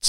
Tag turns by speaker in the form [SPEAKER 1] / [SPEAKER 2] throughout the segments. [SPEAKER 1] It's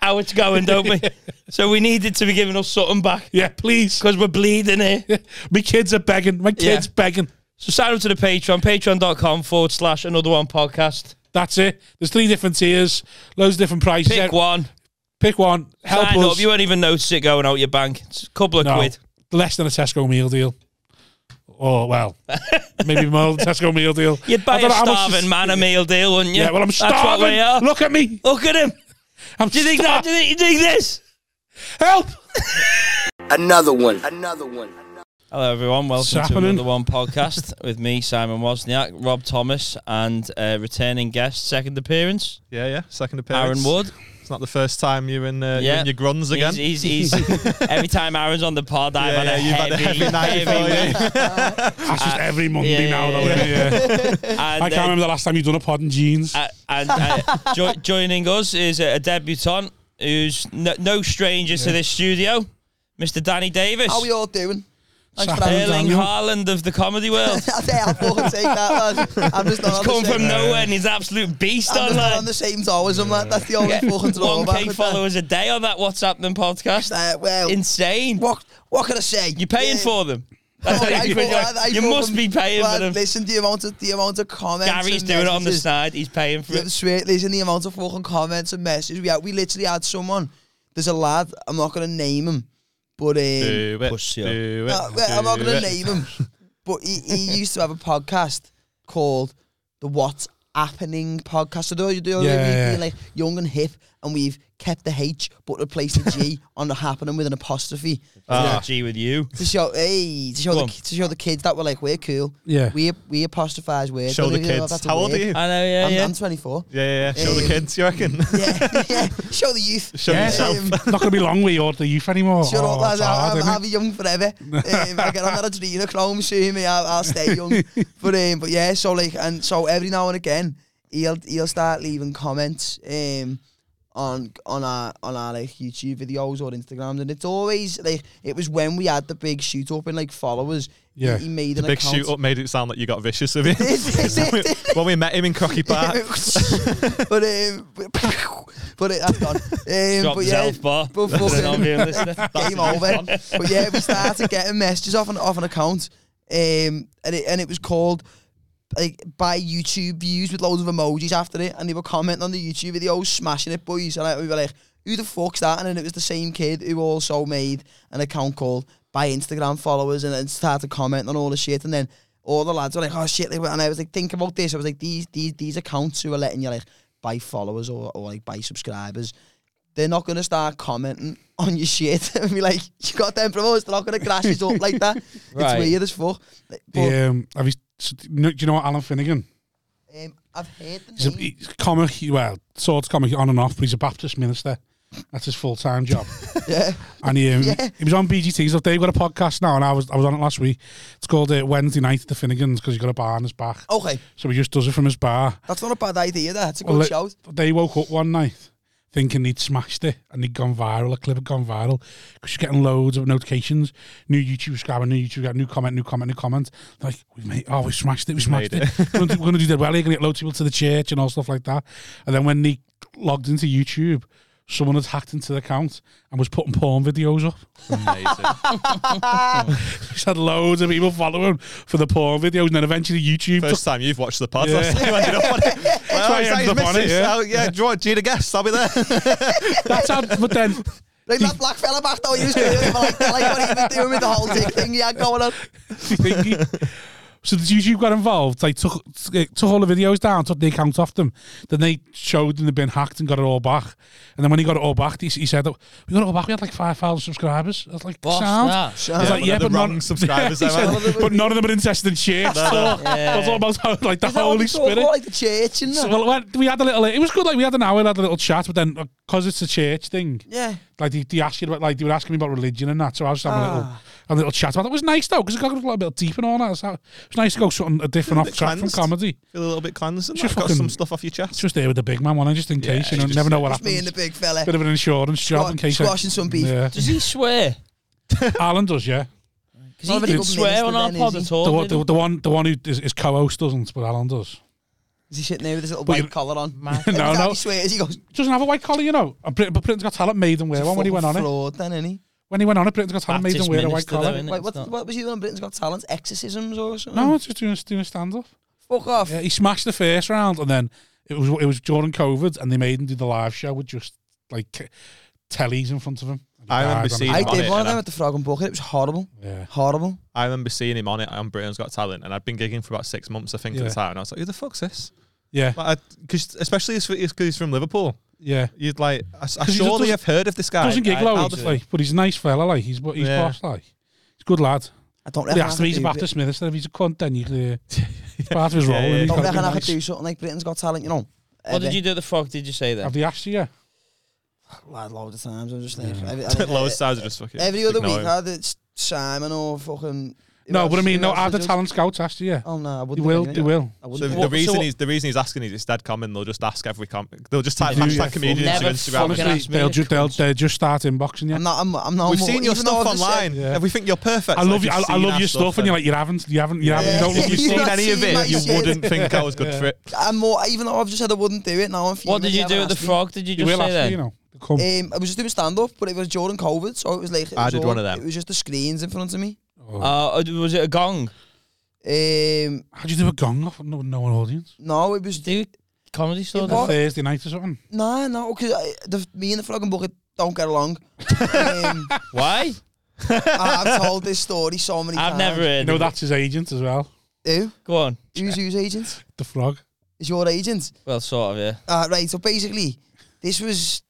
[SPEAKER 2] how it's going, don't we? so we needed to be giving us something back
[SPEAKER 1] yeah, please.
[SPEAKER 2] because we're bleeding here.
[SPEAKER 1] My kids are begging. My kids
[SPEAKER 2] Yeah.
[SPEAKER 1] begging.
[SPEAKER 2] So sign up to the Patreon, patreon.com forward slash another one podcast.
[SPEAKER 1] That's it. There's three different tiers, loads of different prices.
[SPEAKER 2] Pick one.
[SPEAKER 1] Pick one. Help
[SPEAKER 2] Sign
[SPEAKER 1] us.
[SPEAKER 2] up. You won't even notice it going out your bank. It's a couple of
[SPEAKER 1] No,
[SPEAKER 2] quid.
[SPEAKER 1] less than a Tesco meal deal. Or well, maybe more than Tesco meal deal.
[SPEAKER 2] You'd
[SPEAKER 1] I
[SPEAKER 2] buy
[SPEAKER 1] don't
[SPEAKER 2] a
[SPEAKER 1] know how much
[SPEAKER 2] starving
[SPEAKER 1] this-
[SPEAKER 2] man a meal deal, wouldn't you?
[SPEAKER 1] Yeah, well, I'm
[SPEAKER 2] That's what we are.
[SPEAKER 1] starving. Look at me.
[SPEAKER 2] Look at him.
[SPEAKER 1] I'm
[SPEAKER 2] Do you think that? Do
[SPEAKER 1] starving.
[SPEAKER 2] you think, you think this?
[SPEAKER 1] Help.
[SPEAKER 3] Another one. Another one.
[SPEAKER 2] Hello, everyone. Welcome
[SPEAKER 1] It's
[SPEAKER 2] to
[SPEAKER 1] happening.
[SPEAKER 2] another one podcast with me, Simon Wozniak, Rob Thomas, and uh, returning guest, second appearance,
[SPEAKER 4] Yeah, yeah. Second
[SPEAKER 2] Aaron
[SPEAKER 4] appearance.
[SPEAKER 2] Wood.
[SPEAKER 4] It's not the first time you in, uh,
[SPEAKER 2] Yeah.
[SPEAKER 4] you in your gruns again.
[SPEAKER 2] He's, he's, he's, every time Aaron's on the pod, I've
[SPEAKER 4] Yeah,
[SPEAKER 2] had,
[SPEAKER 4] yeah,
[SPEAKER 2] a
[SPEAKER 4] you've had
[SPEAKER 2] heavy,
[SPEAKER 4] a heavy night before,
[SPEAKER 2] heavy week.
[SPEAKER 1] That's just every Monday
[SPEAKER 2] Uh, yeah,
[SPEAKER 1] now.
[SPEAKER 2] yeah,
[SPEAKER 1] though, isn't it? Yeah.
[SPEAKER 2] And,
[SPEAKER 1] I can't
[SPEAKER 2] uh,
[SPEAKER 1] remember the last time you've done a pod in jeans.
[SPEAKER 2] uh, and uh, jo- joining us is a debutant who's no, no stranger to this studio, Mr. Danny Davis.
[SPEAKER 5] How we all doing? Thanks for
[SPEAKER 1] Sat-
[SPEAKER 5] having me.
[SPEAKER 2] Erling
[SPEAKER 1] Daniel?
[SPEAKER 2] Haaland of the comedy world.
[SPEAKER 5] I say I'll fucking take that, lad. I'm just not on
[SPEAKER 2] Come
[SPEAKER 5] the
[SPEAKER 2] from
[SPEAKER 5] same.
[SPEAKER 2] nowhere and he's an absolute beast
[SPEAKER 5] I'm just not on
[SPEAKER 2] online.
[SPEAKER 5] the same towers, I'm like, that's the only fucking
[SPEAKER 2] One
[SPEAKER 5] drawback.
[SPEAKER 2] K
[SPEAKER 5] with
[SPEAKER 2] followers a day on that What's Happening podcast.
[SPEAKER 5] that. Uh, well,
[SPEAKER 2] Insane.
[SPEAKER 5] what what can I say?
[SPEAKER 2] You're paying
[SPEAKER 5] Yeah.
[SPEAKER 2] for them.
[SPEAKER 5] Oh, I
[SPEAKER 2] you
[SPEAKER 5] thought- I- I
[SPEAKER 2] you
[SPEAKER 5] thought
[SPEAKER 2] must
[SPEAKER 5] them-
[SPEAKER 2] be paying
[SPEAKER 5] well,
[SPEAKER 2] for them.
[SPEAKER 5] Listen, the amount of the amount of comments.
[SPEAKER 2] Gary's
[SPEAKER 5] and
[SPEAKER 2] doing it on the
[SPEAKER 5] messages-
[SPEAKER 2] side. He's paying for
[SPEAKER 5] Yeah,
[SPEAKER 2] it.
[SPEAKER 5] swear, listen, the amount of fucking comments and messages we had. We literally had someone. There's a lad. I'm not gonna name him, but um,
[SPEAKER 4] Do it.
[SPEAKER 2] Pussy.
[SPEAKER 4] Do it.
[SPEAKER 5] Uh, well, I'm not
[SPEAKER 4] do
[SPEAKER 5] going
[SPEAKER 4] it.
[SPEAKER 5] to name him, but he, he used to have a podcast called the What's Happening podcast. So do you do
[SPEAKER 1] Yeah, yeah.
[SPEAKER 5] like young and hip, and we've kept the H but replaced the G on the happening with an apostrophe
[SPEAKER 2] Ah, G with you.
[SPEAKER 5] to show hey to show
[SPEAKER 2] Go
[SPEAKER 5] the
[SPEAKER 2] on.
[SPEAKER 5] ki- to show the kids that we're like we're cool.
[SPEAKER 1] Yeah.
[SPEAKER 5] we we apostrophize words.
[SPEAKER 4] Show
[SPEAKER 5] Don't
[SPEAKER 4] the
[SPEAKER 5] even know if
[SPEAKER 4] kids.
[SPEAKER 5] that's a
[SPEAKER 4] How old are
[SPEAKER 5] word.
[SPEAKER 4] you?
[SPEAKER 2] I know, yeah,
[SPEAKER 5] I'm,
[SPEAKER 2] yeah.
[SPEAKER 5] I'm 24.
[SPEAKER 4] Yeah, yeah, yeah. Show the
[SPEAKER 5] Um,
[SPEAKER 4] kids, you reckon?
[SPEAKER 5] Yeah, yeah. Show the youth.
[SPEAKER 4] Show yourself.
[SPEAKER 5] Um,
[SPEAKER 1] not going to be long with you the youth anymore.
[SPEAKER 5] Shut
[SPEAKER 1] Oh,
[SPEAKER 5] up, lads.
[SPEAKER 1] it's hard,
[SPEAKER 5] I'll,
[SPEAKER 1] isn't it?
[SPEAKER 5] I'll be young forever. um, I get on that adrenochrome soon, me. I'll, I'll stay young. but um, but yeah, so like, and so every now and again, he'll he'll start leaving comments um on on our on our like YouTube videos or Instagrams, and it's always like it was when we had the big shoot up in like followers.
[SPEAKER 1] Yeah.
[SPEAKER 5] he, he made an
[SPEAKER 4] Big
[SPEAKER 5] account.
[SPEAKER 4] shoot up made it sound like you got vicious with it.
[SPEAKER 5] up.
[SPEAKER 4] when we met him in Crocky Park.
[SPEAKER 5] but um, but it, that's gone. Um,
[SPEAKER 2] Drop
[SPEAKER 5] but
[SPEAKER 2] his
[SPEAKER 5] yeah,
[SPEAKER 2] health bar.
[SPEAKER 5] but
[SPEAKER 2] For the
[SPEAKER 5] fucking-
[SPEAKER 2] non-viewing listener.
[SPEAKER 5] game over. but yeah, we started getting messages off an off an account, um, and it and it was called like by YouTube views with loads of emojis after it, and they were commenting on the YouTube videos, smashing it, boys, and like, we were like, who the fuck's that? And then it was the same kid who also made an account called by Instagram followers, and then started commenting on all the shit, and then. All the lads were like, "Oh shit!" Like, and I was like, "Think about this." I was like, "These, these, these accounts who are letting you like buy followers or, or like buy subscribers, they're not going to start commenting on your shit and be like, you got them promos, they're not going to crash us up like that.
[SPEAKER 2] Right.
[SPEAKER 5] It's weird as fuck. Like, But
[SPEAKER 1] The, um, have you, s- do you know what Alan Finnegan?
[SPEAKER 5] um, I've heard the
[SPEAKER 1] He's a
[SPEAKER 5] name.
[SPEAKER 1] he's a comic, he- well, sort of comic on and off, but he's a Baptist minister. That's his full time job.
[SPEAKER 5] yeah.
[SPEAKER 1] And he, um,
[SPEAKER 5] Yeah.
[SPEAKER 1] he was on BGT. So they've got a podcast now, and I was I was on it last week. It's called uh, Wednesday Night at the Finnegans because he's got a bar on his back.
[SPEAKER 5] Okay,
[SPEAKER 1] So he just does it from his bar.
[SPEAKER 5] that's not a bad idea. That's a good
[SPEAKER 1] Well, it-
[SPEAKER 5] shout.
[SPEAKER 1] They woke up one night thinking they'd smashed it and they'd gone viral. A clip had gone viral because you're getting loads of notifications. New YouTube subscriber, new YouTube, subscriber, new comment, new comment, new comment. Like, we've made, oh, we smashed it, we smashed
[SPEAKER 4] made
[SPEAKER 1] it. we're going to do that well. You're going to get loads of people to the church and all stuff like that. And then when they logged into YouTube, someone had hacked into the account and was putting porn videos up.
[SPEAKER 4] Amazing.
[SPEAKER 1] He's had loads of people following him for the porn videos. And then eventually YouTube took
[SPEAKER 4] First time you've watched the pod.
[SPEAKER 1] Yeah.
[SPEAKER 4] That's how you ended up on it. Well,
[SPEAKER 1] why I
[SPEAKER 4] is that
[SPEAKER 1] ended
[SPEAKER 4] his
[SPEAKER 1] up on it,
[SPEAKER 4] missus?
[SPEAKER 1] yeah.
[SPEAKER 4] Oh, yeah, draw, do you the guess? I'll be there.
[SPEAKER 1] That's how, but then
[SPEAKER 5] Like that black fella back there, he was doing it, like, like what he was doing with the whole dick thing he had going on.
[SPEAKER 1] Thingy. so the YouTube got involved. They took eh, took all the videos down, took the account off them. Then they showed them they'd been hacked and got it all back. And then when he got it all back, he, he said, that, "We got it all back. We had like five thousand subscribers." I was like,
[SPEAKER 2] What's
[SPEAKER 1] "Sound." I
[SPEAKER 2] that?
[SPEAKER 1] was
[SPEAKER 4] Yeah,
[SPEAKER 1] like,
[SPEAKER 4] one
[SPEAKER 1] yeah,
[SPEAKER 4] of the
[SPEAKER 1] but none,
[SPEAKER 4] wrong subscribers
[SPEAKER 1] he
[SPEAKER 4] ever.
[SPEAKER 1] said,
[SPEAKER 4] None of them
[SPEAKER 1] but none of them had interested in shit. so
[SPEAKER 2] Yeah.
[SPEAKER 1] That's all about how, like the
[SPEAKER 5] Is that what
[SPEAKER 1] Holy
[SPEAKER 5] we talk
[SPEAKER 1] Spirit.
[SPEAKER 5] about, like the church and
[SPEAKER 1] So,
[SPEAKER 5] that?
[SPEAKER 1] well, when- we had a little. It was good. Like we had an hour, had a little chat, but then because it's a church thing,
[SPEAKER 5] Yeah.
[SPEAKER 1] like they, they asked you about, like they were asking me about religion and that. So I was just having a little,
[SPEAKER 5] Ah.
[SPEAKER 1] a little chat about. It It was nice though because it got a little bit deep and all that. So it was nice to go something a different off
[SPEAKER 4] bit
[SPEAKER 1] track from
[SPEAKER 4] cleansed.
[SPEAKER 1] comedy.
[SPEAKER 4] Feel a little bit cleansed. and
[SPEAKER 1] Just
[SPEAKER 4] that. Got
[SPEAKER 1] fucking-
[SPEAKER 4] some stuff off your
[SPEAKER 1] It's
[SPEAKER 4] chest.
[SPEAKER 1] just there with the big man, one, I just in
[SPEAKER 4] Yeah,
[SPEAKER 1] case you know,
[SPEAKER 4] just-
[SPEAKER 1] never know what
[SPEAKER 5] Just me and
[SPEAKER 1] happens.
[SPEAKER 5] the big fella.
[SPEAKER 1] Bit of an insurance job in
[SPEAKER 5] Squash-
[SPEAKER 1] case.
[SPEAKER 5] squashing some beef.
[SPEAKER 1] Yeah,
[SPEAKER 2] Does he swear?
[SPEAKER 1] Alan does. Yeah,
[SPEAKER 2] Because
[SPEAKER 5] Well,
[SPEAKER 2] he
[SPEAKER 5] but
[SPEAKER 2] didn't
[SPEAKER 5] he's
[SPEAKER 2] swear
[SPEAKER 5] minister
[SPEAKER 2] on our
[SPEAKER 5] then,
[SPEAKER 2] pod
[SPEAKER 5] is he?
[SPEAKER 2] at
[SPEAKER 1] the,
[SPEAKER 2] all.
[SPEAKER 1] one-
[SPEAKER 2] did he?
[SPEAKER 1] the, the one, the one who is, is co-host doesn't, but Alan does.
[SPEAKER 5] Is he sitting there with his little
[SPEAKER 1] But
[SPEAKER 5] white
[SPEAKER 1] you-
[SPEAKER 5] collar on?
[SPEAKER 1] no,
[SPEAKER 5] Every time
[SPEAKER 1] no.
[SPEAKER 5] He swears, he goes,
[SPEAKER 1] Doesn't have a white collar, you know. And Britain, but Britain's Got Talent made them wear one when he went on it.
[SPEAKER 5] fraud, then, innit?
[SPEAKER 1] When he went on it, Britain's Got Talent made them
[SPEAKER 2] Baptist
[SPEAKER 1] wear a white
[SPEAKER 2] minister,
[SPEAKER 1] collar.
[SPEAKER 2] though, innit?
[SPEAKER 5] Wait,
[SPEAKER 2] It's
[SPEAKER 5] what,
[SPEAKER 2] not-
[SPEAKER 5] what was he doing on Britain's Got Talent? Exorcisms or something?
[SPEAKER 1] No, it's just doing, doing a stand-up.
[SPEAKER 5] Fuck off.
[SPEAKER 1] Yeah, he smashed the first round, and then it was it was during COVID, and they made him do the live show with just like k- tellies in front of him. And he
[SPEAKER 4] I remember
[SPEAKER 1] died on
[SPEAKER 4] seeing-
[SPEAKER 1] it.
[SPEAKER 5] I
[SPEAKER 4] on
[SPEAKER 5] did
[SPEAKER 4] it,
[SPEAKER 5] one of
[SPEAKER 4] and
[SPEAKER 5] them
[SPEAKER 4] I-
[SPEAKER 5] at the Frog and Bucket. It was horrible.
[SPEAKER 1] Yeah,
[SPEAKER 5] Horrible.
[SPEAKER 4] I remember seeing him on it on Britain's Got Talent, and I'd been gigging for about six months, I think, at
[SPEAKER 1] Yeah.
[SPEAKER 4] the time. And I was like, "Who the fuck's this?"
[SPEAKER 1] yeah,
[SPEAKER 4] Because especially because he's from Liverpool,
[SPEAKER 1] yeah.
[SPEAKER 4] you'd like, I, I
[SPEAKER 1] he
[SPEAKER 4] surely
[SPEAKER 1] doesn't-
[SPEAKER 4] have heard of this guy.
[SPEAKER 1] Doesn't get
[SPEAKER 2] I-
[SPEAKER 1] loads,
[SPEAKER 2] I'll do it.
[SPEAKER 1] like, but he's a nice fella. Like he's what he's
[SPEAKER 4] Yeah.
[SPEAKER 1] boss. Like he's a good lad.
[SPEAKER 5] I don't
[SPEAKER 1] They
[SPEAKER 5] reckon I
[SPEAKER 1] asked him
[SPEAKER 5] could
[SPEAKER 1] he's a
[SPEAKER 5] do it.
[SPEAKER 1] Baptist minister. If he's a cunt, then you clear. It's part of his role.
[SPEAKER 4] Yeah, yeah.
[SPEAKER 1] and he's
[SPEAKER 5] Don't
[SPEAKER 1] gotta be
[SPEAKER 5] reckon I could
[SPEAKER 1] nice.
[SPEAKER 5] do something like Britain's Got Talent, you know?
[SPEAKER 2] What did
[SPEAKER 5] Every-
[SPEAKER 2] you do at the frog? Did you say that?
[SPEAKER 1] Have they asked you? Yeah.
[SPEAKER 5] Lad, loads of times. I'm just like,
[SPEAKER 1] Yeah.
[SPEAKER 5] every, every,
[SPEAKER 4] Lowest sides are just fucking.
[SPEAKER 5] every other
[SPEAKER 4] ignore
[SPEAKER 5] week,
[SPEAKER 4] him.
[SPEAKER 5] either it's Simon or fucking. who
[SPEAKER 1] No,
[SPEAKER 5] else-
[SPEAKER 1] but I mean,
[SPEAKER 5] who
[SPEAKER 1] no.
[SPEAKER 5] else
[SPEAKER 1] Are the
[SPEAKER 5] was-
[SPEAKER 1] talent scouts asked you? Yeah.
[SPEAKER 5] Oh no, I
[SPEAKER 1] They
[SPEAKER 5] wouldn't.
[SPEAKER 1] will.
[SPEAKER 5] think
[SPEAKER 1] They
[SPEAKER 5] of it.
[SPEAKER 1] will.
[SPEAKER 5] I
[SPEAKER 4] So
[SPEAKER 5] wouldn't.
[SPEAKER 4] the
[SPEAKER 5] think of it.
[SPEAKER 4] reason
[SPEAKER 2] what-
[SPEAKER 4] he's the reason he's asking is it's dead common. They'll just ask every com. They'll just type
[SPEAKER 1] Yeah.
[SPEAKER 4] hashtag
[SPEAKER 1] Yeah.
[SPEAKER 4] comedians to
[SPEAKER 2] Never
[SPEAKER 4] Instagram.
[SPEAKER 2] fucking
[SPEAKER 1] Honestly,
[SPEAKER 2] ask me
[SPEAKER 1] they'll
[SPEAKER 2] to
[SPEAKER 1] just they'll, they'll just start inboxing you.
[SPEAKER 5] I'm not. I'm, I'm not.
[SPEAKER 4] We've
[SPEAKER 5] more-
[SPEAKER 4] seen your
[SPEAKER 5] even though
[SPEAKER 4] stuff
[SPEAKER 5] I've just said-
[SPEAKER 4] online.
[SPEAKER 1] Yeah.
[SPEAKER 4] and We think you're perfect.
[SPEAKER 1] I
[SPEAKER 4] Like,
[SPEAKER 1] love you.
[SPEAKER 4] you've
[SPEAKER 1] I, I
[SPEAKER 4] seen
[SPEAKER 1] love
[SPEAKER 4] our
[SPEAKER 1] your stuff, and you're like, you haven't, you haven't, you haven't. You don't
[SPEAKER 5] Yeah.
[SPEAKER 1] love your
[SPEAKER 5] You've
[SPEAKER 1] stuff.
[SPEAKER 4] seen
[SPEAKER 5] not
[SPEAKER 4] any of
[SPEAKER 5] seen my
[SPEAKER 4] it, you
[SPEAKER 5] shit.
[SPEAKER 4] wouldn't think I was good
[SPEAKER 1] Yeah.
[SPEAKER 4] for it.
[SPEAKER 5] I'm more. Even though I've just said I wouldn't do it now, I'm.
[SPEAKER 2] What
[SPEAKER 5] fuming
[SPEAKER 2] did
[SPEAKER 5] they
[SPEAKER 2] you do
[SPEAKER 5] haven't
[SPEAKER 2] at the
[SPEAKER 5] asked me.
[SPEAKER 2] frog? Did you
[SPEAKER 1] You
[SPEAKER 2] just
[SPEAKER 1] will
[SPEAKER 2] say
[SPEAKER 1] ask
[SPEAKER 2] that?
[SPEAKER 1] me, you know. to Come.
[SPEAKER 5] Um, I was just doing stand up, but it was during COVID, so it was like. It
[SPEAKER 4] I
[SPEAKER 5] was
[SPEAKER 4] did
[SPEAKER 5] all-
[SPEAKER 4] one of them.
[SPEAKER 5] It was just the screens in front of me.
[SPEAKER 2] Uh, was it a gong?
[SPEAKER 5] Um,
[SPEAKER 1] How'd you do a gong off with no, no audience?
[SPEAKER 5] no, it was.
[SPEAKER 2] Do comedy store?
[SPEAKER 5] What?
[SPEAKER 1] A Thursday night or something?
[SPEAKER 5] Nah, no, because the, me and the frog and bucket don't get along. um,
[SPEAKER 2] Why?
[SPEAKER 5] I've told this story so many
[SPEAKER 2] I've
[SPEAKER 5] times.
[SPEAKER 2] never heard.
[SPEAKER 1] You know,
[SPEAKER 2] of it.
[SPEAKER 1] that's his agent as well,
[SPEAKER 5] Who?
[SPEAKER 2] Go on.
[SPEAKER 5] Who's whose agent?
[SPEAKER 1] the frog.
[SPEAKER 5] Is your agent?
[SPEAKER 2] Well, sort of. Yeah.
[SPEAKER 5] Uh, right. So basically, this was.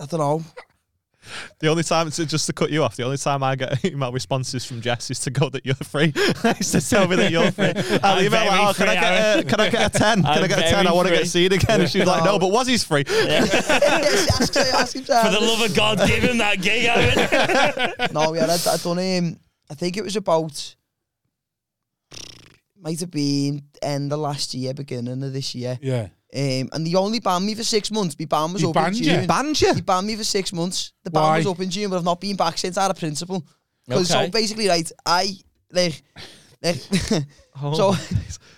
[SPEAKER 5] I don't know.
[SPEAKER 4] The only time, so just to cut you off, the only time I get email responses from Jess is to go that you're free. It's to tell me that you're free. I'll
[SPEAKER 2] I'm
[SPEAKER 4] email like,
[SPEAKER 2] very
[SPEAKER 4] oh, can I,
[SPEAKER 2] free,
[SPEAKER 4] get a, can I get a 10? Can I
[SPEAKER 2] I'm
[SPEAKER 4] get a
[SPEAKER 2] very
[SPEAKER 4] 10? I want to
[SPEAKER 2] free.
[SPEAKER 4] get seen again. And she's like, no,
[SPEAKER 5] No.
[SPEAKER 4] but was he's free?
[SPEAKER 5] yes, ask, ask him
[SPEAKER 2] For the love of God, give him that gig, Aaron.
[SPEAKER 5] No, yeah, I, I done um, I think it was about might have been end of last year, beginning of this year.
[SPEAKER 1] Yeah.
[SPEAKER 5] Um, and they only banned me for six months. The ban was
[SPEAKER 1] He
[SPEAKER 5] up in
[SPEAKER 1] banned you?
[SPEAKER 5] June.
[SPEAKER 4] Banned you.
[SPEAKER 5] He banned me for six months. The ban
[SPEAKER 1] Why?
[SPEAKER 5] was up in June, but I've not been back since out of principle. 'Cause
[SPEAKER 2] Okay.
[SPEAKER 5] So basically, right, I like, like
[SPEAKER 2] Oh.
[SPEAKER 5] so,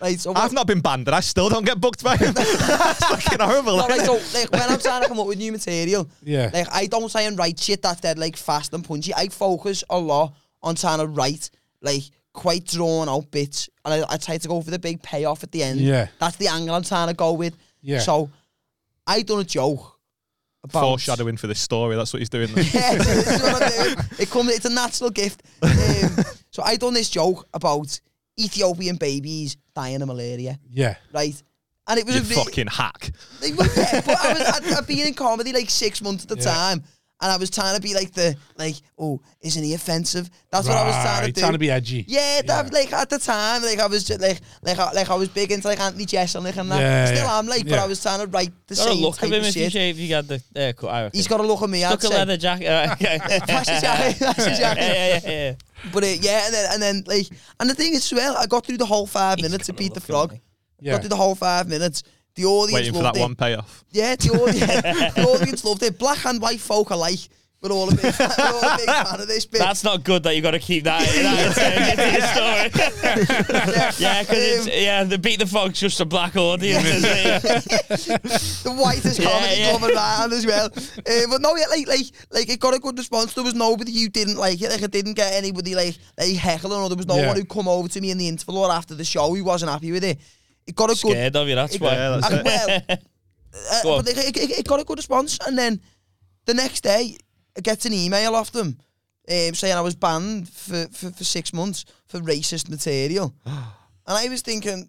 [SPEAKER 5] right, so
[SPEAKER 4] I've not been banned and I still don't get booked by him. That's fucking horrible.
[SPEAKER 5] no, like, so, like, when I'm trying to come up with new material,
[SPEAKER 1] Yeah.
[SPEAKER 5] Like I don't try and write shit that's dead like fast and punchy. I focus a lot on trying to write like quite drawn out bits, and I, I try to go for the big payoff at the end.
[SPEAKER 1] Yeah.
[SPEAKER 5] that's the angle I'm trying to go with.
[SPEAKER 1] Yeah.
[SPEAKER 5] So I done a joke about
[SPEAKER 4] Foreshadowing for this story. That's what he's doing. there.
[SPEAKER 5] yeah, this is what I do. It comes. It's a natural gift. Um, so I done this joke about Ethiopian babies dying of malaria,
[SPEAKER 1] Yeah.
[SPEAKER 5] right? And it was
[SPEAKER 4] you
[SPEAKER 5] a re-
[SPEAKER 4] fucking hack.
[SPEAKER 5] like, well, yeah, but I was, I'd, I'd been in comedy like six months at the
[SPEAKER 1] Yeah.
[SPEAKER 5] time, and I was trying to be like the like, oh, isn't he offensive? That's what I was trying to
[SPEAKER 1] Right,
[SPEAKER 5] do.
[SPEAKER 1] Trying to be edgy.
[SPEAKER 5] yeah, that, like at the time, like I was just like, like, I- like I was big into like Anthony Jeselnik like, and that.
[SPEAKER 1] Yeah,
[SPEAKER 5] Still,
[SPEAKER 1] yeah.
[SPEAKER 5] am like, but
[SPEAKER 1] Yeah.
[SPEAKER 5] I was trying to write the
[SPEAKER 2] Got a
[SPEAKER 5] same
[SPEAKER 2] look
[SPEAKER 5] type
[SPEAKER 2] of him
[SPEAKER 5] of
[SPEAKER 2] if you
[SPEAKER 5] shit.
[SPEAKER 2] shave. You got the haircut. I reckon.
[SPEAKER 5] He's got a look at me. I'd
[SPEAKER 2] Look a
[SPEAKER 5] say.
[SPEAKER 2] leather jacket. all right, okay.
[SPEAKER 5] That's his jacket, that's his
[SPEAKER 2] Yeah,
[SPEAKER 5] jacket.
[SPEAKER 2] yeah, yeah, yeah.
[SPEAKER 5] But uh, yeah, and then, and then like, and the thing is, well, I got through the whole five minutes to
[SPEAKER 2] got a
[SPEAKER 5] beat the
[SPEAKER 2] look at
[SPEAKER 5] frog.
[SPEAKER 2] me.
[SPEAKER 1] Yeah.
[SPEAKER 5] Got through the whole five minutes. The audience
[SPEAKER 4] Waiting for
[SPEAKER 5] loved
[SPEAKER 4] that
[SPEAKER 5] it.
[SPEAKER 4] one payoff.
[SPEAKER 5] Yeah, the audience, the audience loved it. Black and white folk alike. We're all a big, we're all a big fan of this bit.
[SPEAKER 2] That's not good that you got to keep that. that into the story. yeah, because
[SPEAKER 5] Um,
[SPEAKER 2] yeah, the beat the frog's just a black audience. isn't it?
[SPEAKER 5] the whitest
[SPEAKER 2] Yeah,
[SPEAKER 5] comedy
[SPEAKER 2] yeah.
[SPEAKER 5] club around as well. Uh, but no, yeah, like, like, like, it got a good response. There was nobody who didn't like it. Like, I didn't get anybody like, like heckling, or there was no
[SPEAKER 1] Yeah.
[SPEAKER 5] one who come over to me in the interval or after the show who wasn't happy with it. It got a good
[SPEAKER 2] Scared of you. That's
[SPEAKER 5] It-
[SPEAKER 2] why.
[SPEAKER 4] Yeah, that's
[SPEAKER 5] Uh,
[SPEAKER 4] it.
[SPEAKER 5] well, uh,
[SPEAKER 2] Go on.
[SPEAKER 5] but it, it, it got a good response, and then the next day gets an email off them um, saying I was banned for, for, for six months for racist material. and I was thinking,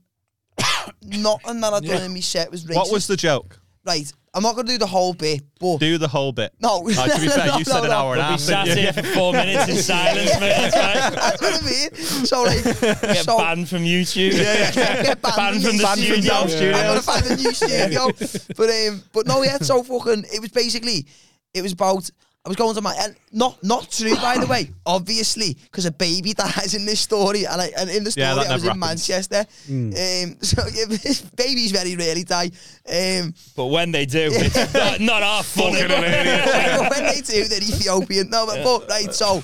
[SPEAKER 5] nothing that I'd done in my set was racist.
[SPEAKER 4] What was the joke?
[SPEAKER 5] Right, I'm not going to do the whole bit, but...
[SPEAKER 4] Do the whole bit.
[SPEAKER 5] no,
[SPEAKER 4] Oh, to be fair,
[SPEAKER 5] no,
[SPEAKER 4] you said
[SPEAKER 5] no,
[SPEAKER 4] an
[SPEAKER 5] no.
[SPEAKER 4] hour and a
[SPEAKER 2] We
[SPEAKER 4] half.
[SPEAKER 2] sat
[SPEAKER 4] didn't you?
[SPEAKER 2] here for four minutes in silence, mate. That's right.
[SPEAKER 5] That's what I mean. So like,
[SPEAKER 2] Get
[SPEAKER 5] so
[SPEAKER 2] banned from YouTube.
[SPEAKER 5] get
[SPEAKER 2] Banned from the
[SPEAKER 5] banned
[SPEAKER 2] studio.
[SPEAKER 5] down
[SPEAKER 4] Yeah.
[SPEAKER 5] I'm gonna find a new studio. but um, but no, yeah. So fucking, it was basically, it was about. I was going to my and not not true by the way, obviously, because a baby dies in this story, and I and in the story
[SPEAKER 4] Yeah, that
[SPEAKER 5] I was
[SPEAKER 4] never
[SPEAKER 5] in
[SPEAKER 4] happens.
[SPEAKER 5] Manchester. Um, so yeah, babies very rarely die. Um,
[SPEAKER 2] But when they do, it's not, not our fun.
[SPEAKER 5] but when they do, they're Ethiopian. No, but, but right, so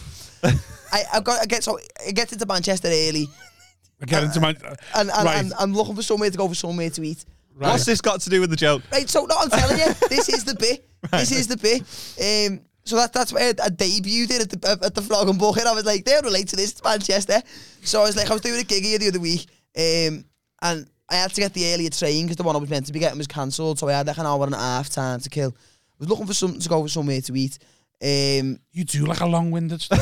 [SPEAKER 5] I I got I get so I get into Manchester early.
[SPEAKER 1] I get into my
[SPEAKER 5] and, and,
[SPEAKER 1] right.
[SPEAKER 5] and I'm looking for somewhere to go for somewhere to eat.
[SPEAKER 4] What's this got to do with the joke?
[SPEAKER 5] Right, so no, I'm telling you, this is the bit. This is the bit. Um, so that, that's where I debuted it at the, at the Frog and Bucket. I was like, they'll relate to this, it's Manchester. So I was like, I was doing a gig here the other week, um, and I had to get the earlier train because the one I was meant to be getting was cancelled. So I had like an hour and a half time to kill. I was looking for something to go for somewhere to eat. Um,
[SPEAKER 1] you do like a long-winded story.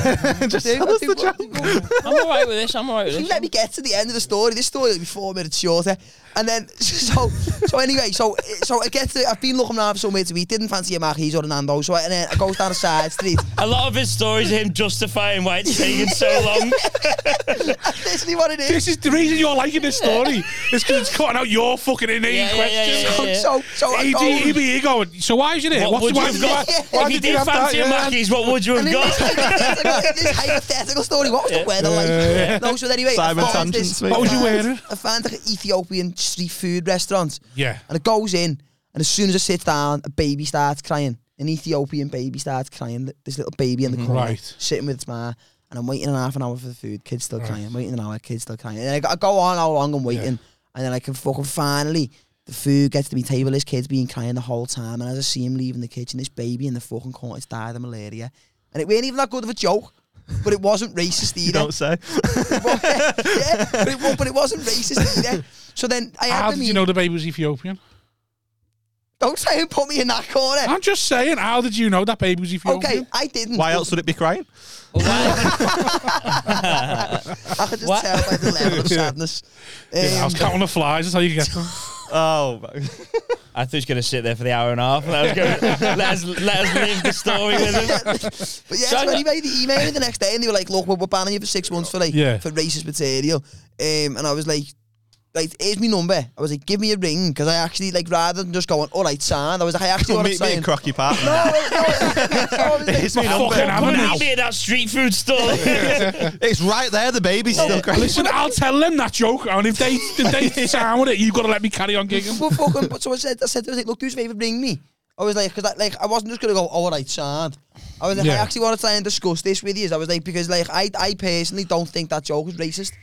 [SPEAKER 5] Just tell us the
[SPEAKER 2] I'm all right with this. I'm all right with
[SPEAKER 5] Let me get to the end of the story. This story will be four minutes shorter. And then, so, so anyway, so, so I get to, I've been looking around for somewhere to eat. Didn't fancy a Mackey's or an Nando's. So I, and then I go down a side street.
[SPEAKER 2] A lot of his stories are him justifying why it's taking so long.
[SPEAKER 5] That's literally what it is.
[SPEAKER 1] this is the reason you're liking this story. It's because it's cutting out your fucking inane
[SPEAKER 2] Yeah, yeah, yeah,
[SPEAKER 1] questions.
[SPEAKER 2] yeah, yeah.
[SPEAKER 5] So, so I
[SPEAKER 1] He'd,
[SPEAKER 5] go.
[SPEAKER 1] he'd be here going, so why is it here?
[SPEAKER 2] What
[SPEAKER 1] What's
[SPEAKER 2] would you
[SPEAKER 1] why
[SPEAKER 2] have got?
[SPEAKER 5] Yeah.
[SPEAKER 1] why
[SPEAKER 2] if he
[SPEAKER 1] did you
[SPEAKER 2] did
[SPEAKER 1] have that?
[SPEAKER 2] fancy a
[SPEAKER 1] Yeah.
[SPEAKER 2] Mackey's, what would you
[SPEAKER 5] And
[SPEAKER 2] have
[SPEAKER 5] in this,
[SPEAKER 2] got?
[SPEAKER 5] hypothetical, in this hypothetical story, what was the weather like? No, so anyway,
[SPEAKER 4] Simon
[SPEAKER 5] I found
[SPEAKER 4] Tangent's
[SPEAKER 5] this,
[SPEAKER 4] mate.
[SPEAKER 1] What was you
[SPEAKER 5] I found-
[SPEAKER 1] wearing?
[SPEAKER 5] I found like an Ethiopian street food restaurant.
[SPEAKER 1] Yeah.
[SPEAKER 5] And it goes in, and as soon as I sit down, a baby starts crying. An Ethiopian baby starts crying. This little baby in the corner,
[SPEAKER 1] Mm-hmm. Right.
[SPEAKER 5] sitting with its ma. And I'm waiting an half an hour for the food. Kid's still crying. Waiting an hour. Kid's still crying. And I, go- I go on how long I'm waiting, and then I can fucking finally. The food gets to me table. This kid's been crying the whole time, and as I see him leaving the kitchen, this baby in the fucking corner has died of malaria. And it weren't even that good of a joke, but it wasn't racist
[SPEAKER 4] You
[SPEAKER 5] either.
[SPEAKER 4] don't say.
[SPEAKER 5] yeah, but it, wa- but it wasn't racist either. So then I had
[SPEAKER 1] How
[SPEAKER 5] the
[SPEAKER 1] did
[SPEAKER 5] meal-
[SPEAKER 1] you know the baby was Ethiopian?
[SPEAKER 5] Don't try and put me in that corner.
[SPEAKER 1] I'm just saying, how did you know that baby was Ethiopian?
[SPEAKER 5] Okay, I didn't.
[SPEAKER 4] Why else would it be crying?
[SPEAKER 5] I could just
[SPEAKER 2] What?
[SPEAKER 5] tell by the level of sadness.
[SPEAKER 1] Yeah, I
[SPEAKER 5] Um,
[SPEAKER 1] was counting the flies, that's how you get them.
[SPEAKER 4] Oh, man.
[SPEAKER 2] I thought he was going to sit there for the hour and a half. And I was going to let us, let us leave the story with him.
[SPEAKER 5] but yeah,
[SPEAKER 2] So I
[SPEAKER 5] so
[SPEAKER 2] got-
[SPEAKER 5] anyway, they emailed me the next day and they were like, "Look, we're we're banning you for six months for like
[SPEAKER 1] Yeah.
[SPEAKER 5] for racist material." Um, and I was like, "Like, here's my number." I was like, "Give me a ring," because I actually like rather than just going, "All right, sound," I was like, "I actually
[SPEAKER 4] Well,
[SPEAKER 5] want
[SPEAKER 4] meet
[SPEAKER 5] to
[SPEAKER 4] me
[SPEAKER 5] try
[SPEAKER 4] in
[SPEAKER 5] and."
[SPEAKER 4] Crocky Park.
[SPEAKER 5] I was like,
[SPEAKER 4] It's my
[SPEAKER 1] Fucking
[SPEAKER 4] number.
[SPEAKER 1] hammer
[SPEAKER 2] Come
[SPEAKER 1] now.
[SPEAKER 2] and meet me at that street food stall.
[SPEAKER 4] It's right there. The baby's still crying.
[SPEAKER 1] Listen, I'll tell them that joke, and if they if they sound with it, you've got to let me carry on gigging.
[SPEAKER 5] well, fucking, but so I said, I said, I was like, look, do us a favour, bring me. I was like, because like, I wasn't just going to go, all right, sound. I was like, I
[SPEAKER 1] Yeah.
[SPEAKER 5] actually want to try and discuss this with you. I was like, because like, I, I personally don't think that joke is racist.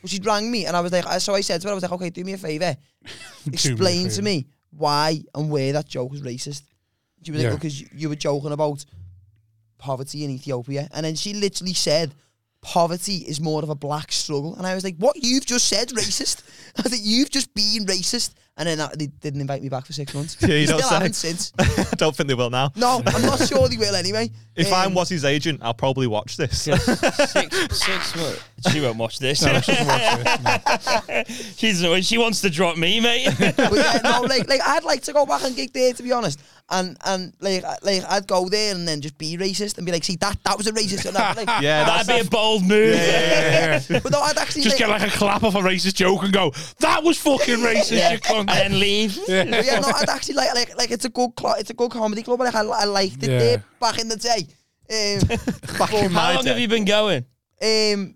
[SPEAKER 5] But she rang me and I was like, I- so I said to her, I was like, okay, do me a favour. Explain to
[SPEAKER 1] favour.
[SPEAKER 5] me why and where that joke is racist. She was like,
[SPEAKER 1] Yeah.
[SPEAKER 5] because you were joking about poverty in Ethiopia. And then she literally said, poverty is more of a black struggle. And I was like, what you've just said, racist? I was like, you've just been racist. And then that, they didn't invite me back for six months.
[SPEAKER 4] Yeah, you
[SPEAKER 5] They
[SPEAKER 4] don't
[SPEAKER 5] still
[SPEAKER 4] say.
[SPEAKER 5] haven't since.
[SPEAKER 4] I don't think they will now.
[SPEAKER 5] No, I'm not sure they will anyway.
[SPEAKER 4] If I
[SPEAKER 5] Um,
[SPEAKER 4] was his agent, I'll probably watch this.
[SPEAKER 2] six, six months. She won't watch this. She's she wants to drop me, mate.
[SPEAKER 5] but yeah, no, like, like I'd like to go back and gig there to be honest, and and like I- like I'd go there and then just be racist and be like, see that that was a racist. And I'd be like,
[SPEAKER 4] Yeah, that's
[SPEAKER 2] That'd be a bold move.
[SPEAKER 5] But no, I'd actually
[SPEAKER 1] Just get
[SPEAKER 5] like,
[SPEAKER 1] like a clap off a racist joke and go, that was fucking racist, you
[SPEAKER 2] And
[SPEAKER 1] cunt.
[SPEAKER 2] then leave.
[SPEAKER 5] but yeah, no, I'd actually like like like it's a good club, it's a good comedy club. Like I, I liked it
[SPEAKER 1] Yeah.
[SPEAKER 5] there back in the day. Um, back in
[SPEAKER 2] How long have you been going?
[SPEAKER 5] um,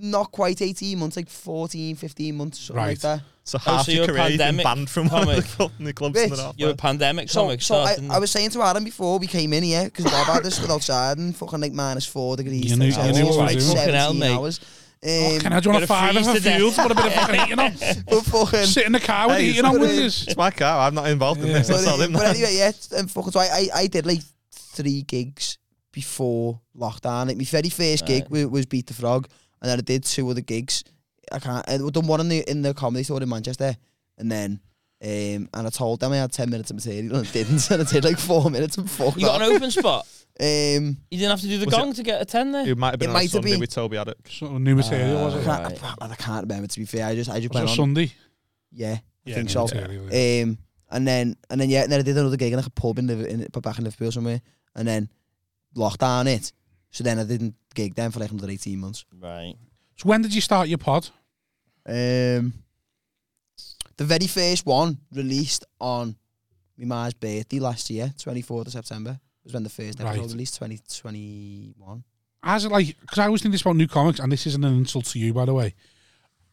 [SPEAKER 5] not quite 18 months, like 14, 15 months, something like
[SPEAKER 1] Right.
[SPEAKER 5] that.
[SPEAKER 4] so
[SPEAKER 2] Oh,
[SPEAKER 4] half
[SPEAKER 2] so you're
[SPEAKER 4] your
[SPEAKER 2] a
[SPEAKER 4] career you've been
[SPEAKER 2] pandemic
[SPEAKER 4] banned from one of the
[SPEAKER 2] comic.
[SPEAKER 4] company clubs in the
[SPEAKER 5] Bitch.
[SPEAKER 4] north.
[SPEAKER 2] You're a pandemic
[SPEAKER 5] So,
[SPEAKER 2] comic.
[SPEAKER 5] so I,
[SPEAKER 2] starting-
[SPEAKER 5] I was saying to Adam before we came in here, because Bob had us stood outside and fucking like minus four degrees.
[SPEAKER 1] You knew-
[SPEAKER 5] things
[SPEAKER 1] you
[SPEAKER 5] like
[SPEAKER 1] knew
[SPEAKER 5] that,
[SPEAKER 1] what
[SPEAKER 5] like
[SPEAKER 1] to do.
[SPEAKER 2] Fucking hell,
[SPEAKER 5] 17
[SPEAKER 2] mate.
[SPEAKER 5] hours.
[SPEAKER 1] Can
[SPEAKER 5] Um,
[SPEAKER 1] I do you want a
[SPEAKER 2] Gonna
[SPEAKER 1] five
[SPEAKER 2] freeze
[SPEAKER 1] of a
[SPEAKER 2] to death.
[SPEAKER 1] field? Put a bit of fucking heating on.
[SPEAKER 5] but fucking,
[SPEAKER 1] Sit in the car with
[SPEAKER 4] Hey,
[SPEAKER 1] heating
[SPEAKER 4] it's
[SPEAKER 1] on with
[SPEAKER 5] not-
[SPEAKER 1] you.
[SPEAKER 4] It's my car. I'm not involved in this.
[SPEAKER 5] but,
[SPEAKER 4] That's all
[SPEAKER 5] uh,
[SPEAKER 4] him.
[SPEAKER 5] but anyway, yeah, and fucking, so I, I, I did like three gigs before lockdown. Like my very first gig was, was Beat the Frog, and then I did two other gigs. I can't. I done one in the in the comedy store in Manchester, and then Um, and I told them I had 10 minutes of material and I didn't. and I did like four minutes and fuck
[SPEAKER 2] You got
[SPEAKER 5] off.
[SPEAKER 2] an open spot.
[SPEAKER 5] Um,
[SPEAKER 2] You didn't have to do the
[SPEAKER 4] Was it-
[SPEAKER 2] gong to get a 10 there.
[SPEAKER 4] It might have been
[SPEAKER 5] It
[SPEAKER 4] on a
[SPEAKER 5] might have
[SPEAKER 4] Sunday
[SPEAKER 5] been.
[SPEAKER 4] with Toby Addick.
[SPEAKER 1] Sort of new material, was
[SPEAKER 5] I,
[SPEAKER 1] it?
[SPEAKER 5] can't,
[SPEAKER 2] Right.
[SPEAKER 5] I, I can't remember to be fair. I just I just
[SPEAKER 1] Was it
[SPEAKER 5] went
[SPEAKER 1] a
[SPEAKER 5] on.
[SPEAKER 1] Sunday?
[SPEAKER 5] Yeah, I
[SPEAKER 1] Yeah,
[SPEAKER 5] think
[SPEAKER 1] new
[SPEAKER 5] so.
[SPEAKER 1] material,
[SPEAKER 5] Um, and then and then yeah, and then I did another gig in like a pub in, Liv- in pub back in Liverpool somewhere, and then lockdown it. So then I didn't gig then for like another eighteen months.
[SPEAKER 2] Right.
[SPEAKER 1] So when did you start your pod?
[SPEAKER 5] Um, the very first one released on my ma's birthday last year, twenty fourth of September, was when the first episode
[SPEAKER 1] Right.
[SPEAKER 5] released, twenty twenty one.
[SPEAKER 1] As it like, because I always think this about new comics, and this isn't an insult to you, by the way.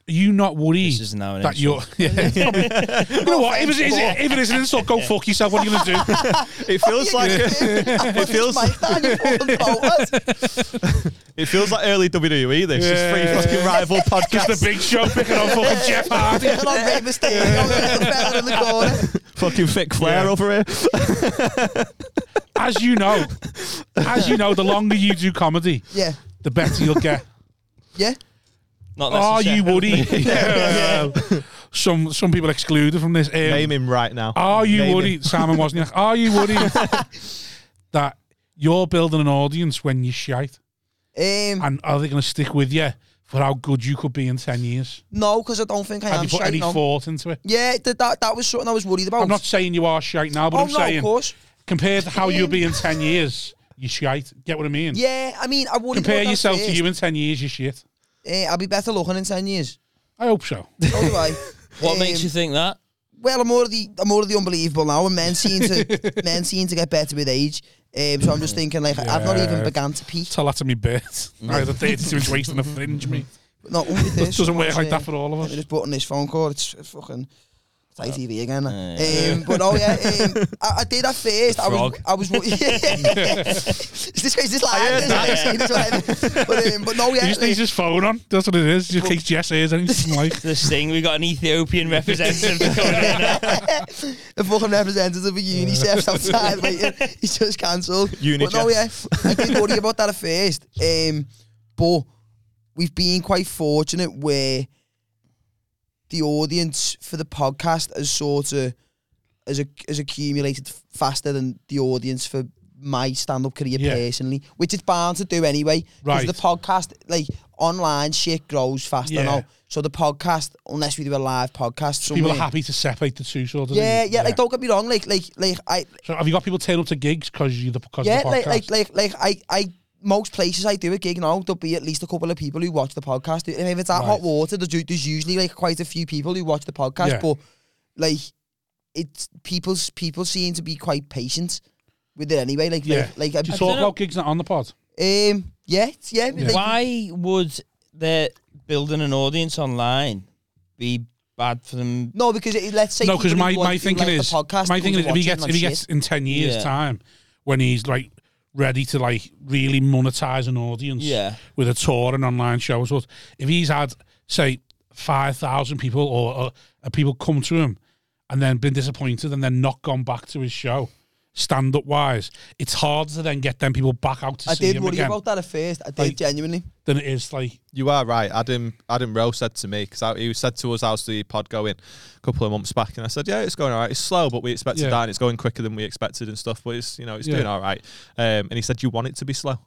[SPEAKER 1] Are you not worried
[SPEAKER 2] This is now an
[SPEAKER 1] that
[SPEAKER 2] insult.
[SPEAKER 1] you're? Yeah, you know what? If it's, is it, if it is an insult, go fuck yourself. What are you gonna do?
[SPEAKER 4] It feels like
[SPEAKER 5] it
[SPEAKER 4] feels- it feels like early WWE. This
[SPEAKER 1] Yeah.
[SPEAKER 4] it's three fucking rival
[SPEAKER 1] Just
[SPEAKER 4] podcasts,
[SPEAKER 1] the big show picking on fucking Jeff Hardy.
[SPEAKER 5] in the corner.
[SPEAKER 4] fucking thick Flair
[SPEAKER 1] Yeah.
[SPEAKER 4] over here.
[SPEAKER 1] As you know, as you know, the longer you do comedy,
[SPEAKER 5] Yeah,
[SPEAKER 1] the better you'll get.
[SPEAKER 5] yeah.
[SPEAKER 2] Not
[SPEAKER 1] Are
[SPEAKER 2] necessarily.
[SPEAKER 1] you Woody? Yeah. Some some people excluded from this. Um,
[SPEAKER 4] Name him right now.
[SPEAKER 1] Are you
[SPEAKER 4] Name him.
[SPEAKER 1] worried, Simon Wozniak? Are you worried that you're building an audience when you're shite?
[SPEAKER 5] Um,
[SPEAKER 1] And are they going to stick with you for how good you could be in 10 years?
[SPEAKER 5] no, because I don't think I
[SPEAKER 1] Have
[SPEAKER 5] am
[SPEAKER 1] you put
[SPEAKER 5] straight
[SPEAKER 1] any
[SPEAKER 5] now.
[SPEAKER 1] thought into it?
[SPEAKER 5] Yeah, th- that that was something I was worried about.
[SPEAKER 1] I'm not saying you are shite now, but
[SPEAKER 5] oh
[SPEAKER 1] I'm
[SPEAKER 5] no, of
[SPEAKER 1] saying
[SPEAKER 5] course.
[SPEAKER 1] compared to how you'll be in 10 years, you're shite. Get what I mean?
[SPEAKER 5] Yeah, I mean, I worried
[SPEAKER 1] Compare
[SPEAKER 5] about that
[SPEAKER 1] yourself to
[SPEAKER 5] first.
[SPEAKER 1] you in 10 years, you shit.
[SPEAKER 5] Eh, I'll be better looking in ten years.
[SPEAKER 1] I hope so.
[SPEAKER 5] So do I.
[SPEAKER 2] What
[SPEAKER 5] Um,
[SPEAKER 2] makes you think that?
[SPEAKER 5] Well, I'm already I'm already unbelievable now, and men seem to men seem to get better with age. Um, so I'm just thinking like I've not even
[SPEAKER 1] Yeah.
[SPEAKER 5] began to peak.
[SPEAKER 1] Tell that to me, Bert. I had a 32 inch waist and a
[SPEAKER 5] Mm.
[SPEAKER 1] fringe, mate.
[SPEAKER 5] Not only this
[SPEAKER 1] Doesn't work
[SPEAKER 5] someone's,
[SPEAKER 1] like
[SPEAKER 5] uh,
[SPEAKER 1] that for all
[SPEAKER 5] Let
[SPEAKER 1] of
[SPEAKER 5] me
[SPEAKER 1] us.
[SPEAKER 5] just button this phone call. It's, it's fucking it's ITV again.
[SPEAKER 2] Yeah.
[SPEAKER 5] Um, but oh yeah, um, I, I did at first. I was
[SPEAKER 2] frog.
[SPEAKER 5] I was. is this is this live? Is this live? but um, but no yeah.
[SPEAKER 1] He just needs his phone on. That's what it is. Just in case Jess hears anything like.
[SPEAKER 2] This thing, we got an Ethiopian representative coming in.
[SPEAKER 5] the fucking representative of UNICEF outside waiting. He's just cancelled. But no,
[SPEAKER 4] UNICEF.
[SPEAKER 5] yeah, I did worry about that at first. Um, but we've been quite fortunate where the audience for the podcast has sort of has, ac- has accumulated faster than the audience for my stand-up career
[SPEAKER 1] Yeah.
[SPEAKER 5] personally, which it's bound to do anyway. 'cause
[SPEAKER 1] Right.
[SPEAKER 5] the podcast, like online shit, grows faster
[SPEAKER 1] Yeah.
[SPEAKER 5] now. So the podcast, unless we do a live podcast,
[SPEAKER 1] people are
[SPEAKER 5] somewhere-
[SPEAKER 1] happy to separate the two sort of
[SPEAKER 5] yeah,
[SPEAKER 1] thing.
[SPEAKER 5] yeah, Like, don't get me wrong. Like, like, like, I,
[SPEAKER 1] so have you got people turn up to gigs because you the because
[SPEAKER 5] yeah,
[SPEAKER 1] of the
[SPEAKER 5] like,
[SPEAKER 1] podcast?
[SPEAKER 5] like, like, like, I, I, most places I do a gig now, there'll be at least a couple of people who watch the podcast. And if it's at
[SPEAKER 1] Right.
[SPEAKER 5] hot water, there's, u- there's usually like quite a few people who watch the podcast.
[SPEAKER 1] Yeah.
[SPEAKER 5] But like, it's people's people seem to be quite patient with it anyway. Like,
[SPEAKER 1] yeah.
[SPEAKER 5] like, like,
[SPEAKER 1] Do you
[SPEAKER 5] I,
[SPEAKER 1] talk
[SPEAKER 2] don't know.
[SPEAKER 1] about gigs not on the pod?
[SPEAKER 5] um, yeah, it's- yeah. yeah. Like,
[SPEAKER 2] Why would they building an audience online be bad for them?
[SPEAKER 5] no, because it, let's say
[SPEAKER 1] No, because
[SPEAKER 5] people
[SPEAKER 1] my,
[SPEAKER 5] who want-
[SPEAKER 1] my
[SPEAKER 5] who
[SPEAKER 1] thinking
[SPEAKER 5] like
[SPEAKER 1] is
[SPEAKER 5] the podcast
[SPEAKER 1] my
[SPEAKER 5] comes
[SPEAKER 1] thinking
[SPEAKER 5] and
[SPEAKER 1] is if he
[SPEAKER 5] watches it
[SPEAKER 1] gets
[SPEAKER 5] and
[SPEAKER 1] if he
[SPEAKER 5] shit.
[SPEAKER 1] gets in ten years
[SPEAKER 2] Yeah.
[SPEAKER 1] time when he's like ready to like really monetize an audience
[SPEAKER 2] Yeah.
[SPEAKER 1] with a tour and online show and stuff. If he's had say five thousand people or, or, uh, people come to him and then been disappointed and then not gone back to his show stand up wise, it's hard to then get them people back out to
[SPEAKER 5] I
[SPEAKER 1] see
[SPEAKER 5] did
[SPEAKER 1] him
[SPEAKER 5] worry
[SPEAKER 1] again
[SPEAKER 5] about that at first. I did
[SPEAKER 1] Like-
[SPEAKER 5] genuinely.
[SPEAKER 1] than it is like
[SPEAKER 4] You are right. Adam Adam Rowe said to me because he said to us, "How's the pod going?" A couple of months back, and I said, "Yeah, it's going all right. It's slow, but we expected
[SPEAKER 1] Yeah.
[SPEAKER 4] that, and it's going quicker than we expected and stuff. But it's you know it's
[SPEAKER 1] Yeah.
[SPEAKER 4] doing all right." Um, and he said, "You want it to be slow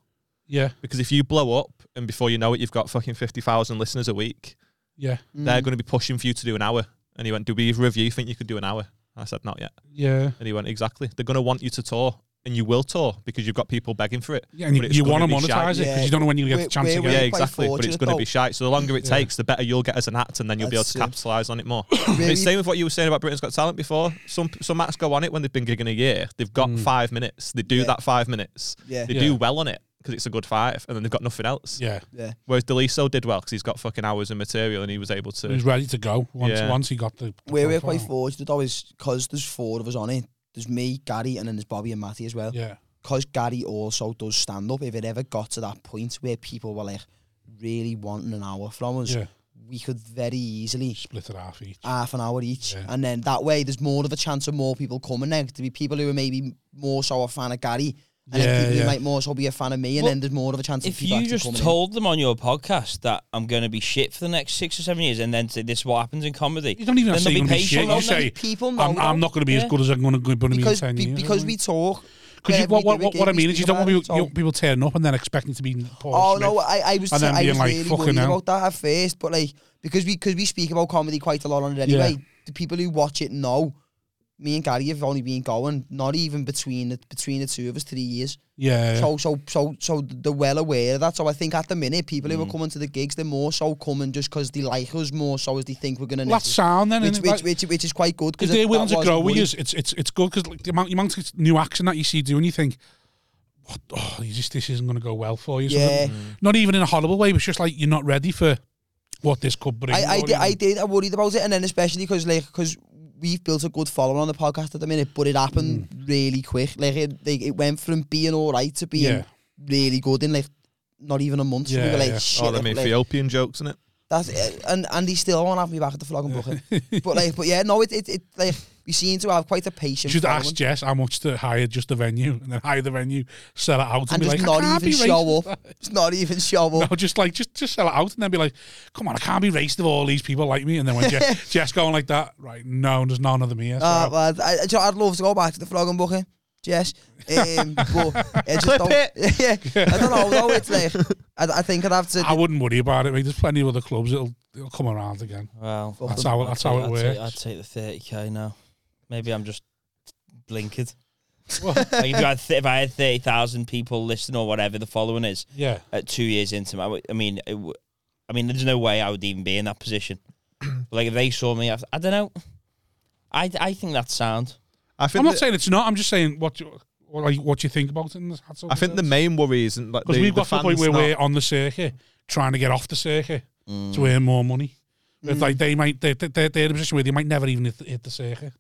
[SPEAKER 1] yeah
[SPEAKER 4] because if you blow up and before you know it, you've got fucking fifty thousand listeners a week.
[SPEAKER 1] yeah
[SPEAKER 4] They're going to be pushing for you to do an hour." And he went, "Do either of you think you could do an hour?" I said, "Not yet."
[SPEAKER 1] yeah.
[SPEAKER 4] And he went, "Exactly. They're going to want you to tour." And you will tour because you've got people begging for it.
[SPEAKER 1] Yeah, and you,
[SPEAKER 4] but it's
[SPEAKER 1] you
[SPEAKER 4] gonna
[SPEAKER 1] want to
[SPEAKER 4] be shite.
[SPEAKER 1] monetize it because
[SPEAKER 5] Yeah.
[SPEAKER 1] you don't know when you're going to
[SPEAKER 5] We're-
[SPEAKER 1] get the chance
[SPEAKER 5] we're-
[SPEAKER 1] again.
[SPEAKER 5] we're-
[SPEAKER 4] Yeah,
[SPEAKER 5] quite
[SPEAKER 4] exactly. But it's
[SPEAKER 5] fortunate,
[SPEAKER 4] going to
[SPEAKER 5] though.
[SPEAKER 4] be shite. So the longer it
[SPEAKER 1] Yeah.
[SPEAKER 4] takes, the better you'll get as an act, and then you'll be able
[SPEAKER 5] That's
[SPEAKER 4] to
[SPEAKER 5] it.
[SPEAKER 4] capitalise on it more.
[SPEAKER 5] Really-
[SPEAKER 4] It's same with what you were saying about Britain's Got Talent before. Some some acts go on it when they've been gigging a year. They've got five minutes. They do
[SPEAKER 5] Yeah.
[SPEAKER 4] that five minutes.
[SPEAKER 5] Yeah.
[SPEAKER 4] They
[SPEAKER 1] Mm. Yeah.
[SPEAKER 4] do well on it because it's a good five, and then they've got nothing else.
[SPEAKER 1] Yeah,
[SPEAKER 5] Yeah.
[SPEAKER 4] Whereas Deliso did well because he's got fucking hours of material and he was able
[SPEAKER 1] he was
[SPEAKER 4] to.
[SPEAKER 1] ready to go once
[SPEAKER 4] Yeah.
[SPEAKER 1] once he got the. the
[SPEAKER 5] We're, we're
[SPEAKER 1] profile.
[SPEAKER 5] quite fortunate always because there's four of us on it. There's me, Gary, and then there's Bobby and Matty as well.
[SPEAKER 1] Yeah,
[SPEAKER 5] Because Gary also does stand up. If it ever got to that point where people were like really wanting an hour from us,
[SPEAKER 1] yeah.
[SPEAKER 5] we could very easily
[SPEAKER 1] Split it half each.
[SPEAKER 5] half an hour each,
[SPEAKER 1] Yeah.
[SPEAKER 5] and then that way there's more of a chance of more people coming there. To be people who are maybe more so a fan of Gary and
[SPEAKER 1] Yeah,
[SPEAKER 5] then people
[SPEAKER 1] yeah.
[SPEAKER 5] who might more so be a fan of me, and
[SPEAKER 2] Well,
[SPEAKER 5] then there's more of a chance of
[SPEAKER 2] If
[SPEAKER 5] people
[SPEAKER 2] you
[SPEAKER 5] actually
[SPEAKER 2] just
[SPEAKER 5] coming in.
[SPEAKER 2] told them on your podcast that I'm going to be shit for the next six or seven years, and then say this is what happens in comedy,
[SPEAKER 1] You don't even have to
[SPEAKER 2] then
[SPEAKER 1] say you're
[SPEAKER 2] they'll
[SPEAKER 1] going to be
[SPEAKER 2] patient.
[SPEAKER 1] shit. You
[SPEAKER 5] Well,
[SPEAKER 1] say,
[SPEAKER 5] many people know
[SPEAKER 1] I'm, I'm
[SPEAKER 5] that.
[SPEAKER 1] not going to be as
[SPEAKER 2] Yeah.
[SPEAKER 1] good as I'm going to be
[SPEAKER 5] because
[SPEAKER 1] in 10
[SPEAKER 5] be-
[SPEAKER 1] years.
[SPEAKER 5] because we talk.
[SPEAKER 1] Because
[SPEAKER 5] um,
[SPEAKER 1] what,
[SPEAKER 5] we
[SPEAKER 1] what,
[SPEAKER 5] do a
[SPEAKER 1] what,
[SPEAKER 5] gig,
[SPEAKER 1] what I
[SPEAKER 5] we
[SPEAKER 1] mean is you
[SPEAKER 5] speak
[SPEAKER 1] don't want
[SPEAKER 5] about it,
[SPEAKER 1] people,
[SPEAKER 5] so-
[SPEAKER 1] you want people turning up and then expecting to be Paul
[SPEAKER 5] Oh
[SPEAKER 1] Smith.
[SPEAKER 5] no, I, I was
[SPEAKER 1] And then
[SPEAKER 5] I
[SPEAKER 1] being
[SPEAKER 5] was
[SPEAKER 1] like,
[SPEAKER 5] really
[SPEAKER 1] "Fucking
[SPEAKER 5] worried
[SPEAKER 1] hell."
[SPEAKER 5] about that at first, but like because we because we speak about comedy quite a lot on it anyway. The people who watch it know. Me and Gary have only been going, not even between the between the two of us, three years.
[SPEAKER 1] yeah, yeah.
[SPEAKER 5] So so so so they're well aware of that. So I think at the minute, people
[SPEAKER 1] Mm.
[SPEAKER 5] who are coming to the gigs, they're more so coming just because they like us more so as they think we're gonna.
[SPEAKER 1] Well,
[SPEAKER 5] nick
[SPEAKER 1] that's
[SPEAKER 5] us.
[SPEAKER 1] sound then,
[SPEAKER 5] which,
[SPEAKER 1] isn't it? Like,
[SPEAKER 5] which, which, which is quite good
[SPEAKER 1] if
[SPEAKER 5] because
[SPEAKER 1] they're willing to grow with you, it's it's it's good because like, the amount, the amount of new action that you see doing, you think, what, oh, you just this isn't going to go well for you. So
[SPEAKER 5] Yeah.
[SPEAKER 1] then- not even in a horrible way. But it's just like you're not ready for what this could bring.
[SPEAKER 5] I, I,
[SPEAKER 1] or
[SPEAKER 5] did, I
[SPEAKER 1] even-
[SPEAKER 5] did. I worried about it, and then especially because like because we've built a good following on the podcast at the minute, but it
[SPEAKER 1] Mm.
[SPEAKER 5] happened really quick. Like it, like, it went from being all right to being
[SPEAKER 1] Yeah.
[SPEAKER 5] really good in like not even a month. we
[SPEAKER 1] Yeah,
[SPEAKER 5] were like,
[SPEAKER 1] yeah.
[SPEAKER 5] shit,
[SPEAKER 4] Oh, the
[SPEAKER 5] like, eh,
[SPEAKER 4] Ethiopian jokes, isn't it?
[SPEAKER 5] that's it. and and he still won't have me back at the flog and bucket. but like, but yeah, no, it it, it like we seem to have quite a
[SPEAKER 1] You
[SPEAKER 5] patient.
[SPEAKER 1] should
[SPEAKER 5] following.
[SPEAKER 1] ask Jess how much to hire just the venue and then hire the venue, sell it out, and,
[SPEAKER 5] and
[SPEAKER 1] be
[SPEAKER 5] just
[SPEAKER 1] like, I
[SPEAKER 5] not
[SPEAKER 1] can't
[SPEAKER 5] even
[SPEAKER 1] be
[SPEAKER 5] show
[SPEAKER 1] racist.
[SPEAKER 5] up. Just not even show up.
[SPEAKER 1] No, just like just just sell it out and then be like, come on, I can't be racist if all these people like me. And then when Jess, Jess going like that, right? No, there's none of them here. So
[SPEAKER 5] Ah, well, I, I, do you know, I'd love to go back to the flog and bucket. Yes, um, but I just
[SPEAKER 4] Clip
[SPEAKER 5] don't. yeah, I don't know. Though it's like I, I think I'd have to.
[SPEAKER 1] I wouldn't worry about it. Mate. There's plenty of other clubs. It'll it'll come around again.
[SPEAKER 2] Well,
[SPEAKER 1] That's how that's how it
[SPEAKER 2] I'd take- I'd
[SPEAKER 1] works.
[SPEAKER 2] take the thirty k now. Maybe I'm just blinkered. like if, you had th- if I had thirty thousand people listening or whatever the following is
[SPEAKER 1] Yeah,
[SPEAKER 2] at two years into my, I would- I mean, it w- I mean, there's no way I would even be in that position. like if they saw me, I, I don't know. I, I think that's sound.
[SPEAKER 4] I think
[SPEAKER 1] I'm not
[SPEAKER 4] the-
[SPEAKER 1] saying it's not. I'm just saying what you, what, like, what you think about it. And that's all
[SPEAKER 4] I think the main worry isn't like
[SPEAKER 1] because
[SPEAKER 4] the-
[SPEAKER 1] we've
[SPEAKER 4] the
[SPEAKER 1] got to the point
[SPEAKER 4] fans
[SPEAKER 1] where
[SPEAKER 4] not- Mm.
[SPEAKER 1] we're on the circuit trying to get off the circuit to earn more money. It's like they might they they they're in a position where they might never even hit, the- hit the circuit.